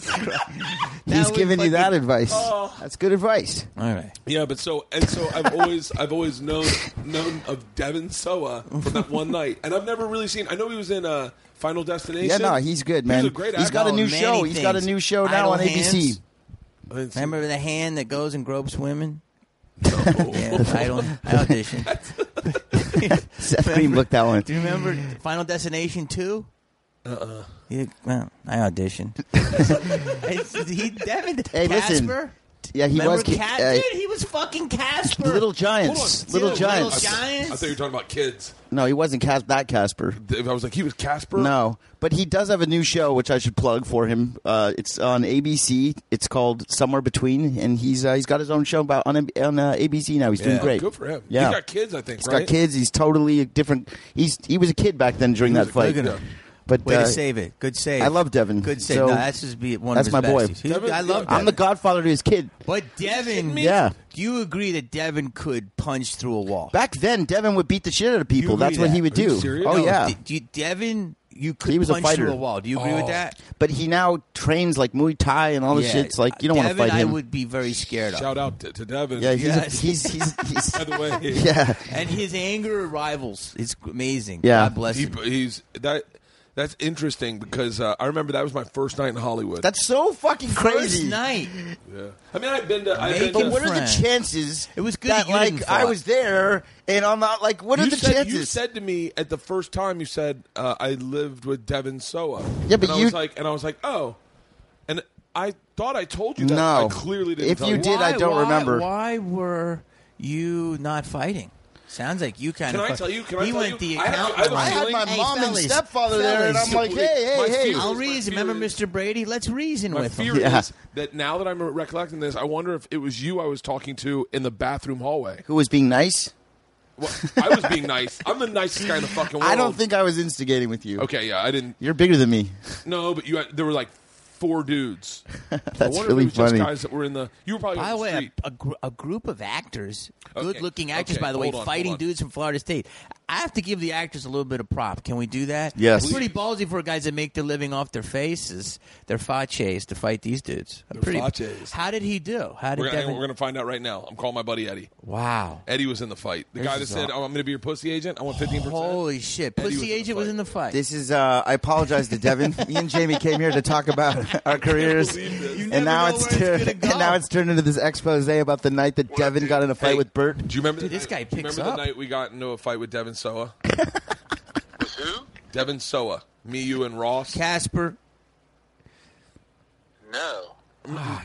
[SPEAKER 4] He's
[SPEAKER 5] Now we
[SPEAKER 4] giving you that
[SPEAKER 5] fucking-
[SPEAKER 4] advice. That's good advice.
[SPEAKER 5] All right.
[SPEAKER 1] Yeah, but so and so I've always I've always known known of Devin Soa from that one night, and I've never really seen. I know he was in uh, Final Destination.
[SPEAKER 4] Yeah, no, he's good, man.
[SPEAKER 1] He's a great
[SPEAKER 4] He's got a
[SPEAKER 1] actor.
[SPEAKER 4] new
[SPEAKER 5] Many
[SPEAKER 4] show. He's got a
[SPEAKER 5] things.
[SPEAKER 4] new show now
[SPEAKER 5] Idle
[SPEAKER 4] on ABC.
[SPEAKER 5] Hands.
[SPEAKER 1] I didn't see-
[SPEAKER 5] Remember the hand that goes and gropes women?
[SPEAKER 1] Oh.
[SPEAKER 5] Yeah, I don't. I auditioned.
[SPEAKER 4] Seth Green booked that one.
[SPEAKER 5] Do you remember Final Destination Two?
[SPEAKER 1] Uh-uh.
[SPEAKER 5] Uh uh Well, I auditioned. It's- he Devin
[SPEAKER 4] Hey, listen.
[SPEAKER 5] Casper.
[SPEAKER 4] Yeah, he
[SPEAKER 5] remember
[SPEAKER 4] was. ki-
[SPEAKER 5] Ca-
[SPEAKER 4] uh,
[SPEAKER 5] dude, he was fucking Casper.
[SPEAKER 4] Little
[SPEAKER 1] Hold on.
[SPEAKER 4] Giants.
[SPEAKER 1] See
[SPEAKER 4] Little
[SPEAKER 5] that
[SPEAKER 1] I,
[SPEAKER 5] Little
[SPEAKER 4] Giants.
[SPEAKER 5] Giants.
[SPEAKER 1] I thought you were talking about kids.
[SPEAKER 4] No, he wasn't Cas- that Casper.
[SPEAKER 1] I was like, he was Casper.
[SPEAKER 4] No, but he does have a new show, which I should plug for him. Uh, it's on ABC. It's called Somewhere Between, and he's uh, he's got his own show about on, on uh, ABC now. He's doing
[SPEAKER 1] Yeah,
[SPEAKER 4] great.
[SPEAKER 1] Good for him.
[SPEAKER 4] Yeah,
[SPEAKER 1] He's got kids, I think.
[SPEAKER 4] He's
[SPEAKER 1] right?
[SPEAKER 4] got kids. He's totally a different. He's he was a kid back then during that
[SPEAKER 1] was a
[SPEAKER 4] fight.
[SPEAKER 1] kid, yeah.
[SPEAKER 4] But
[SPEAKER 5] Way
[SPEAKER 4] uh,
[SPEAKER 5] to save it. Good save.
[SPEAKER 4] I love Devin.
[SPEAKER 5] Good save.
[SPEAKER 4] So-
[SPEAKER 5] no, that's just be one
[SPEAKER 4] that's
[SPEAKER 5] of his
[SPEAKER 4] my boy.
[SPEAKER 5] besties. He's-
[SPEAKER 1] Devin-
[SPEAKER 5] I love.
[SPEAKER 1] yeah.
[SPEAKER 5] Devin.
[SPEAKER 4] I'm the godfather to his kid.
[SPEAKER 5] But Devin,
[SPEAKER 4] Yeah.
[SPEAKER 5] do you agree that Devin could punch through a wall?
[SPEAKER 4] Back then, Devin would beat the shit out of people.
[SPEAKER 5] You
[SPEAKER 4] That's
[SPEAKER 5] agree
[SPEAKER 4] what
[SPEAKER 5] that?
[SPEAKER 4] he would
[SPEAKER 1] Are you
[SPEAKER 4] do.
[SPEAKER 1] serious?
[SPEAKER 4] Oh
[SPEAKER 1] No,
[SPEAKER 4] yeah.
[SPEAKER 5] D- do you- Devin, you could
[SPEAKER 4] He was a
[SPEAKER 5] punch
[SPEAKER 4] fighter.
[SPEAKER 5] through a wall. Do you agree with
[SPEAKER 1] Oh.
[SPEAKER 5] that?
[SPEAKER 4] but he now trains like Muay Thai and all this shit. It's like you don't want to
[SPEAKER 5] Devin,
[SPEAKER 4] fight him.
[SPEAKER 5] I would be very scared of.
[SPEAKER 1] Shout out to, to Devin.
[SPEAKER 4] yeah, he's, a-
[SPEAKER 5] Yes.
[SPEAKER 4] he's he's he's
[SPEAKER 1] By the way,
[SPEAKER 4] yeah.
[SPEAKER 5] And his anger rivals. It's amazing.
[SPEAKER 4] Yeah.
[SPEAKER 5] God bless
[SPEAKER 1] he,
[SPEAKER 5] him.
[SPEAKER 1] he's that. That's interesting because uh, I remember that was my first night in Hollywood.
[SPEAKER 4] That's so fucking crazy.
[SPEAKER 5] First night.
[SPEAKER 1] yeah. I mean, I've been to. I've
[SPEAKER 5] Make
[SPEAKER 1] been
[SPEAKER 5] it
[SPEAKER 1] to
[SPEAKER 4] But what are the
[SPEAKER 5] friend.
[SPEAKER 4] chances?
[SPEAKER 5] It was good
[SPEAKER 4] that
[SPEAKER 5] that you
[SPEAKER 4] like
[SPEAKER 5] didn't
[SPEAKER 4] I
[SPEAKER 5] fly.
[SPEAKER 4] was there and I'm not like what are
[SPEAKER 1] you
[SPEAKER 4] the
[SPEAKER 1] said,
[SPEAKER 4] chances?
[SPEAKER 1] You said to me at the first time you said uh, I lived with Devin Soa.
[SPEAKER 4] Yeah, but
[SPEAKER 1] and I
[SPEAKER 4] you-
[SPEAKER 1] was like, and I was like, oh, and I thought I told you that.
[SPEAKER 4] No.
[SPEAKER 1] I clearly didn't.
[SPEAKER 4] If
[SPEAKER 1] tell
[SPEAKER 4] you did, I don't
[SPEAKER 5] why,
[SPEAKER 4] remember.
[SPEAKER 5] Why were you not fighting? Sounds like you kind
[SPEAKER 1] Can
[SPEAKER 5] of.
[SPEAKER 1] I tell you? Can I
[SPEAKER 5] he
[SPEAKER 1] tell
[SPEAKER 5] went
[SPEAKER 1] you?
[SPEAKER 5] the
[SPEAKER 1] I had-
[SPEAKER 5] account.
[SPEAKER 1] I had a
[SPEAKER 5] line.
[SPEAKER 4] I had my
[SPEAKER 5] Hey,
[SPEAKER 4] mom
[SPEAKER 5] fellas,
[SPEAKER 4] and stepfather there, and I'm
[SPEAKER 5] fellas.
[SPEAKER 4] like, hey,
[SPEAKER 1] My
[SPEAKER 4] hey, hey.
[SPEAKER 1] fear-
[SPEAKER 5] I'll
[SPEAKER 1] My
[SPEAKER 5] reason.
[SPEAKER 1] fear
[SPEAKER 5] Remember,
[SPEAKER 1] is-
[SPEAKER 5] Mr. Brady? Let's reason
[SPEAKER 1] My
[SPEAKER 5] with
[SPEAKER 1] fear
[SPEAKER 5] him.
[SPEAKER 4] Yeah.
[SPEAKER 1] is that now that I'm recollecting this, I wonder if it was you I was talking to in the bathroom hallway.
[SPEAKER 4] Who was being nice?
[SPEAKER 1] Well, I was being nice. I'm the nicest guy in the fucking world.
[SPEAKER 4] I don't think I was instigating with you.
[SPEAKER 1] Okay, yeah, I didn't.
[SPEAKER 4] You're bigger than me.
[SPEAKER 1] No, but you. Had, there were like four dudes. I
[SPEAKER 4] That's
[SPEAKER 1] wonder
[SPEAKER 4] really
[SPEAKER 1] if it was
[SPEAKER 4] funny.
[SPEAKER 1] Just guys that were in the. You were probably
[SPEAKER 5] By
[SPEAKER 1] on
[SPEAKER 5] the
[SPEAKER 1] the
[SPEAKER 5] way,
[SPEAKER 1] street.
[SPEAKER 5] a, a, gr- a group of actors,
[SPEAKER 1] Okay.
[SPEAKER 5] good-looking actors,
[SPEAKER 1] Okay.
[SPEAKER 5] by the way,
[SPEAKER 1] Hold on, hold
[SPEAKER 5] fighting
[SPEAKER 1] on.
[SPEAKER 5] dudes from Florida State. I have to give the actors a little bit of prop. Can we do that?
[SPEAKER 4] Yes.
[SPEAKER 5] It's pretty ballsy for guys that make their living off their faces, their faces, to fight these dudes. I'm
[SPEAKER 1] Their
[SPEAKER 5] pretty,
[SPEAKER 1] faces.
[SPEAKER 5] How did he do? How did
[SPEAKER 1] We're gonna,
[SPEAKER 5] Devin?
[SPEAKER 1] we're gonna find out right now. I'm calling my buddy Eddie.
[SPEAKER 5] wow.
[SPEAKER 1] Eddie was in the fight. The guy that
[SPEAKER 5] is
[SPEAKER 1] said,
[SPEAKER 5] a-
[SPEAKER 1] "Oh, I'm going to be your pussy agent. I want 15." percent
[SPEAKER 5] Holy shit.
[SPEAKER 1] Eddie
[SPEAKER 5] Pussy
[SPEAKER 1] was in the
[SPEAKER 5] Agent was
[SPEAKER 1] fight.
[SPEAKER 5] in the fight.
[SPEAKER 4] This is. Uh, I apologize to Devin. me and Jamie came here to talk about our careers,
[SPEAKER 1] believe this. You
[SPEAKER 4] and
[SPEAKER 5] never
[SPEAKER 4] now
[SPEAKER 5] know
[SPEAKER 4] it's,
[SPEAKER 5] where it's
[SPEAKER 4] turned-
[SPEAKER 5] gonna go.
[SPEAKER 4] and now it's turned into this expose about the night that Devin got in a fight
[SPEAKER 1] Hey,
[SPEAKER 4] with Bert.
[SPEAKER 1] Do you remember
[SPEAKER 5] Dude,
[SPEAKER 1] the
[SPEAKER 5] this
[SPEAKER 1] night-
[SPEAKER 5] guy
[SPEAKER 1] do you
[SPEAKER 5] picks
[SPEAKER 1] remember
[SPEAKER 5] up.
[SPEAKER 1] the night we got into a fight with Devin Soa?
[SPEAKER 3] Who?
[SPEAKER 1] Devin Soa, me, you, and Ross.
[SPEAKER 5] Casper.
[SPEAKER 3] No.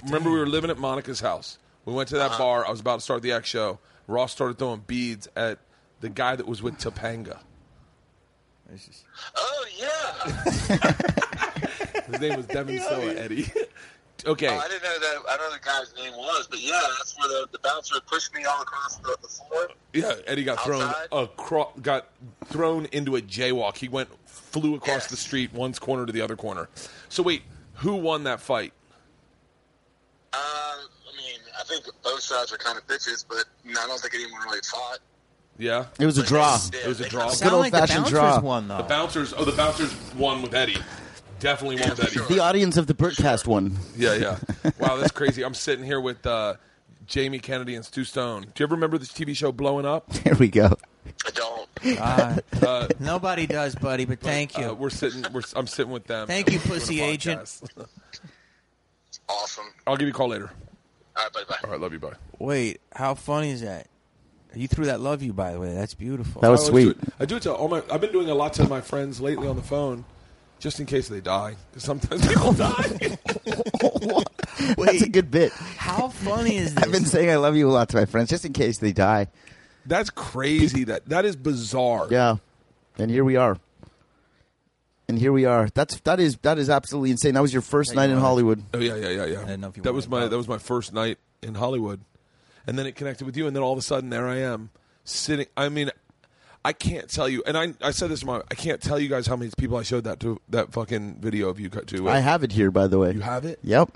[SPEAKER 1] remember we were living at Monica's house. We went to
[SPEAKER 3] Uh-huh.
[SPEAKER 1] that bar. I was about to start the X show. Ross started throwing beads at the guy that was with Topanga.
[SPEAKER 3] Oh yeah.
[SPEAKER 1] His name was Devin Soa, Eddie. okay.
[SPEAKER 3] Oh, I didn't know that. I don't know the guy's name was, but yeah, that's where the, the bouncer pushed me all across the, the floor.
[SPEAKER 1] Yeah, Eddie got thrown
[SPEAKER 3] Outside?
[SPEAKER 1] across, got thrown into a jaywalk. He went flew across the street one's corner to the other corner. So wait, who won that fight?
[SPEAKER 3] Uh, I mean, I think both sides were kind of bitches, but you know, I don't think anyone really fought.
[SPEAKER 1] Yeah.
[SPEAKER 4] It was a
[SPEAKER 3] But
[SPEAKER 4] draw.
[SPEAKER 3] they-
[SPEAKER 1] It was a
[SPEAKER 3] they-
[SPEAKER 1] draw.
[SPEAKER 5] Sound like the
[SPEAKER 4] old-fashioned
[SPEAKER 5] bouncers
[SPEAKER 4] draw.
[SPEAKER 5] won, though.
[SPEAKER 1] The bouncers. Oh, the bouncers won with Eddie. Definitely won with Eddie.
[SPEAKER 4] The audience of the Bertcast one.
[SPEAKER 1] Yeah, yeah. Wow, that's crazy. I'm sitting here with uh, Jamie Kennedy and Stu Stone. Do you ever remember this TV show Blowing Up?
[SPEAKER 4] Here we go.
[SPEAKER 3] I don't.
[SPEAKER 5] Nobody does, buddy, but thank you.
[SPEAKER 1] Uh, we're sitting. We're, I'm sitting with them.
[SPEAKER 5] Thank
[SPEAKER 1] and
[SPEAKER 5] you,
[SPEAKER 1] we're doing a
[SPEAKER 5] pussy agent.
[SPEAKER 1] podcast.
[SPEAKER 3] Awesome.
[SPEAKER 1] I'll give you a call later.
[SPEAKER 3] All right, bye bye.
[SPEAKER 1] All right, love you. Bye.
[SPEAKER 5] Wait, how funny is that? You threw that love you, by the way. That's beautiful.
[SPEAKER 4] That was
[SPEAKER 1] I always
[SPEAKER 4] sweet.
[SPEAKER 1] do it. I do it to all my. I've been doing a lot to my friends lately on the phone. just in case they die. 'Cause sometimes people die.
[SPEAKER 4] That's a good bit.
[SPEAKER 5] How funny is this?
[SPEAKER 4] I've been saying I love you a lot to my friends, just in case they die.
[SPEAKER 1] That's crazy. That that is bizarre.
[SPEAKER 4] Yeah, and here we are. And here we are. That's that is that is absolutely insane. That was your first night in
[SPEAKER 5] wanna-
[SPEAKER 4] Hollywood.
[SPEAKER 1] Oh yeah, yeah, yeah, yeah.
[SPEAKER 5] didn't know if you
[SPEAKER 1] that
[SPEAKER 5] wanted
[SPEAKER 1] was
[SPEAKER 5] to
[SPEAKER 1] my
[SPEAKER 5] talk.
[SPEAKER 1] that was my first night in Hollywood, and then it connected with you, and then all of a sudden there I am sitting. I mean, I can't tell you, and I I said this to my I can't tell you guys how many people I showed that to that fucking video of you cut to. uh,
[SPEAKER 4] I have it here, by the way.
[SPEAKER 1] you have it.
[SPEAKER 4] Yep.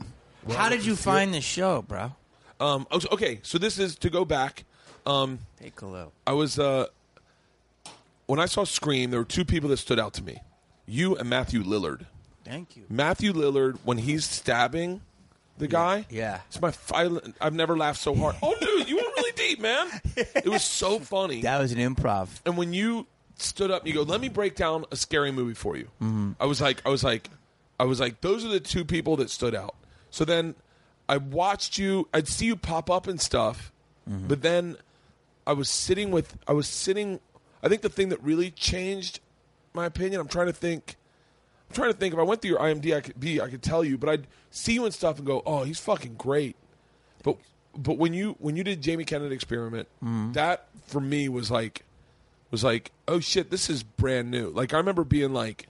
[SPEAKER 5] How did you find the show, bro?
[SPEAKER 1] Um. oh, so- Okay. So this is to go back. Um.
[SPEAKER 5] Take a look.
[SPEAKER 1] I was uh. When I saw Scream, there were two people that stood out to me: you and Matthew Lillard.
[SPEAKER 5] Thank you.
[SPEAKER 1] Matthew Lillard when he's stabbing the guy.
[SPEAKER 5] Yeah.
[SPEAKER 1] It's my fi- I've never laughed so hard. Oh dude, you were really deep, man. It was so funny.
[SPEAKER 5] That was an improv.
[SPEAKER 1] and when you stood up and you go, "Let me break down a scary movie for you."
[SPEAKER 5] Mm-hmm.
[SPEAKER 1] I was like I was like I was like those are the two people that stood out. So then I watched you I'd see you pop up and stuff.
[SPEAKER 5] Mm-hmm.
[SPEAKER 1] But then I was sitting with I was sitting I think the thing that really changed my opinion, I'm trying to think I'm trying to think if I went through your IMDb, I could tell you, but I'd see you and stuff and go, "Oh, he's fucking great." But but when you when you did Jamie Kennedy experiment, that for me was like was like, "Oh shit, this is brand new." Like I remember being like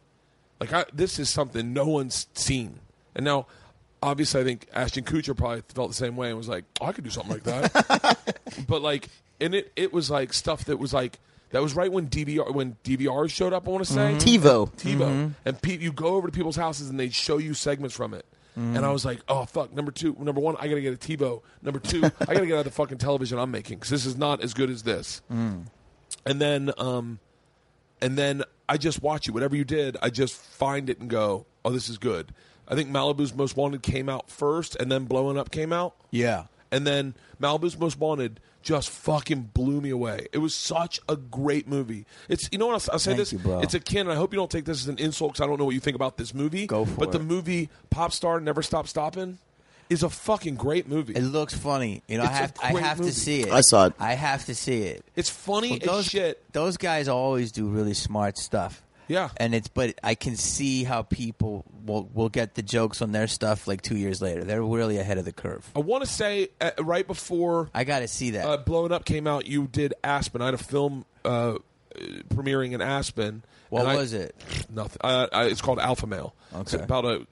[SPEAKER 1] like I, this is something no one's seen. And now obviously I think Ashton Kutcher probably felt the same way and was like, oh, "I could do something like that." but like and it it was like stuff that was like that was right when DVR when DVR showed up, I want to say.
[SPEAKER 4] TiVo.
[SPEAKER 1] TiVo, and pe- you go over to people's houses and they show you segments from it. And I was like, oh fuck. Number two, number one, I gotta get a TiVo. Number two, I gotta get out of the fucking television I'm making because this is not as good as this. And then, um, and then I just watch it. Whatever you did, I just find it and go, oh, this is good. I think Malibu's Most Wanted came out first, and then Blowing Up came out.
[SPEAKER 5] Yeah.
[SPEAKER 1] And then Malibu's Most Wanted just fucking blew me away. It was such a great movie. It's you know what I'll, I'll say
[SPEAKER 5] Thank
[SPEAKER 1] this.
[SPEAKER 5] you, bro.
[SPEAKER 1] It's akin. And I hope you don't take this as an insult because I don't know what you think about this movie.
[SPEAKER 5] Go for
[SPEAKER 1] But the
[SPEAKER 5] it.
[SPEAKER 1] movie Pop Star Never Stop Stopping is a fucking great movie.
[SPEAKER 5] It looks funny. You know, I
[SPEAKER 1] It's a
[SPEAKER 5] have I
[SPEAKER 1] great
[SPEAKER 5] have
[SPEAKER 1] movie.
[SPEAKER 5] to see it.
[SPEAKER 4] I saw it.
[SPEAKER 5] I have to see it.
[SPEAKER 1] It's funny
[SPEAKER 5] Well,
[SPEAKER 1] as shit.
[SPEAKER 5] Those guys always do really smart stuff.
[SPEAKER 1] Yeah.
[SPEAKER 5] and it's but I can see how people will will get the jokes on their stuff like two years later. They're really ahead of the curve.
[SPEAKER 1] I want to say uh, right before
[SPEAKER 5] I got to see that.
[SPEAKER 1] uh, Blowing Up came out, you did Aspen. I had a film uh, uh, premiering in Aspen.
[SPEAKER 5] what
[SPEAKER 1] and I-
[SPEAKER 5] was it?
[SPEAKER 1] Nothing. I, I, it's called Alpha Male. It's
[SPEAKER 5] Okay.
[SPEAKER 1] about a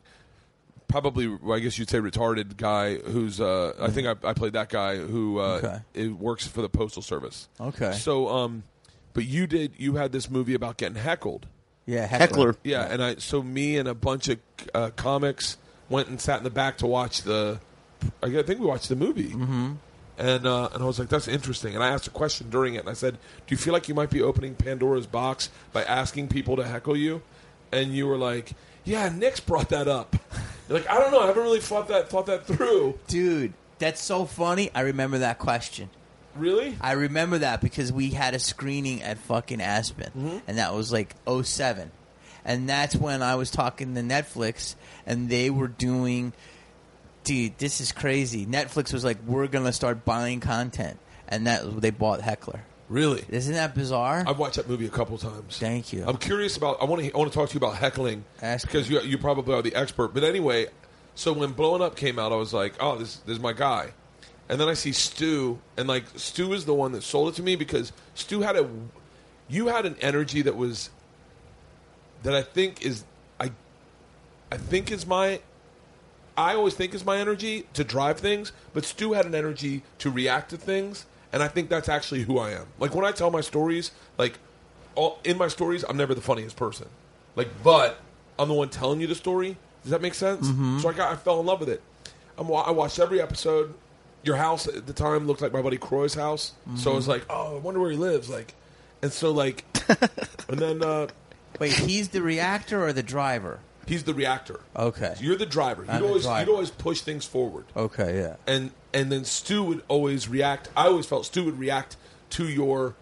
[SPEAKER 1] probably, well, I guess you'd say, retarded guy who's. Uh, I think I, I played that guy who uh,
[SPEAKER 5] Mm-hmm. Okay.
[SPEAKER 1] it works for the postal service.
[SPEAKER 5] Okay.
[SPEAKER 1] So, um, but you did. You had this movie about getting heckled.
[SPEAKER 5] Yeah,
[SPEAKER 4] Heckler.
[SPEAKER 1] Yeah, and I so me and a bunch of uh, comics went and sat in the back to watch the. I gu- I think we watched the movie, mm-hmm. and uh, and I was like, "That's interesting." And I asked a question during it, and I said, "Do you feel like you might be opening Pandora's box by asking people to heckle you?" And you were like, "Yeah, Nick's brought that up." You're like, "I don't know. I haven't really thought that thought that through."
[SPEAKER 5] Dude, that's so funny. I remember that question.
[SPEAKER 1] Really?
[SPEAKER 5] I remember that because we had a screening at fucking Aspen,
[SPEAKER 1] Mm-hmm.
[SPEAKER 5] and that was like 07. And that's when I was talking to Netflix, and they were doing, dude, this is crazy. Netflix was like, we're going to start buying content. And that they bought Heckler.
[SPEAKER 1] Really?
[SPEAKER 5] Isn't that bizarre?
[SPEAKER 1] I've watched that movie a couple times.
[SPEAKER 5] Thank you.
[SPEAKER 1] I'm curious about. I want to. I want to talk to you about heckling
[SPEAKER 5] Ask
[SPEAKER 1] because you you probably are the expert. But anyway, so when blowing up came out, I was like, oh, this this is my guy. And then I see Stu, and like Stu is the one that sold it to me because Stu had a, you had an energy that was, that I think is, I, I think is my, I always think is my energy to drive things, but Stu had an energy to react to things, and I think that's actually who I am. Like when I tell my stories, like all, in my stories, I'm never the funniest person. Like, but I'm the one telling you the story. Does that make sense?
[SPEAKER 5] Mm-hmm.
[SPEAKER 1] So I got, I fell in love with it. I'm, wa- I watched every episode. Your house at the time looked like my buddy Croy's house,
[SPEAKER 5] Mm-hmm.
[SPEAKER 1] so I was like, oh, I wonder where he lives. Like, and so like, and then uh,
[SPEAKER 5] Wait, he's the reactor or the driver?
[SPEAKER 1] he's the reactor.
[SPEAKER 5] Okay.
[SPEAKER 1] you're the driver. You'd
[SPEAKER 5] I'm the
[SPEAKER 1] always
[SPEAKER 5] driver.
[SPEAKER 1] you'd always push things forward
[SPEAKER 5] Okay, yeah.
[SPEAKER 1] and and then Stu would always react. I always felt Stu would react to your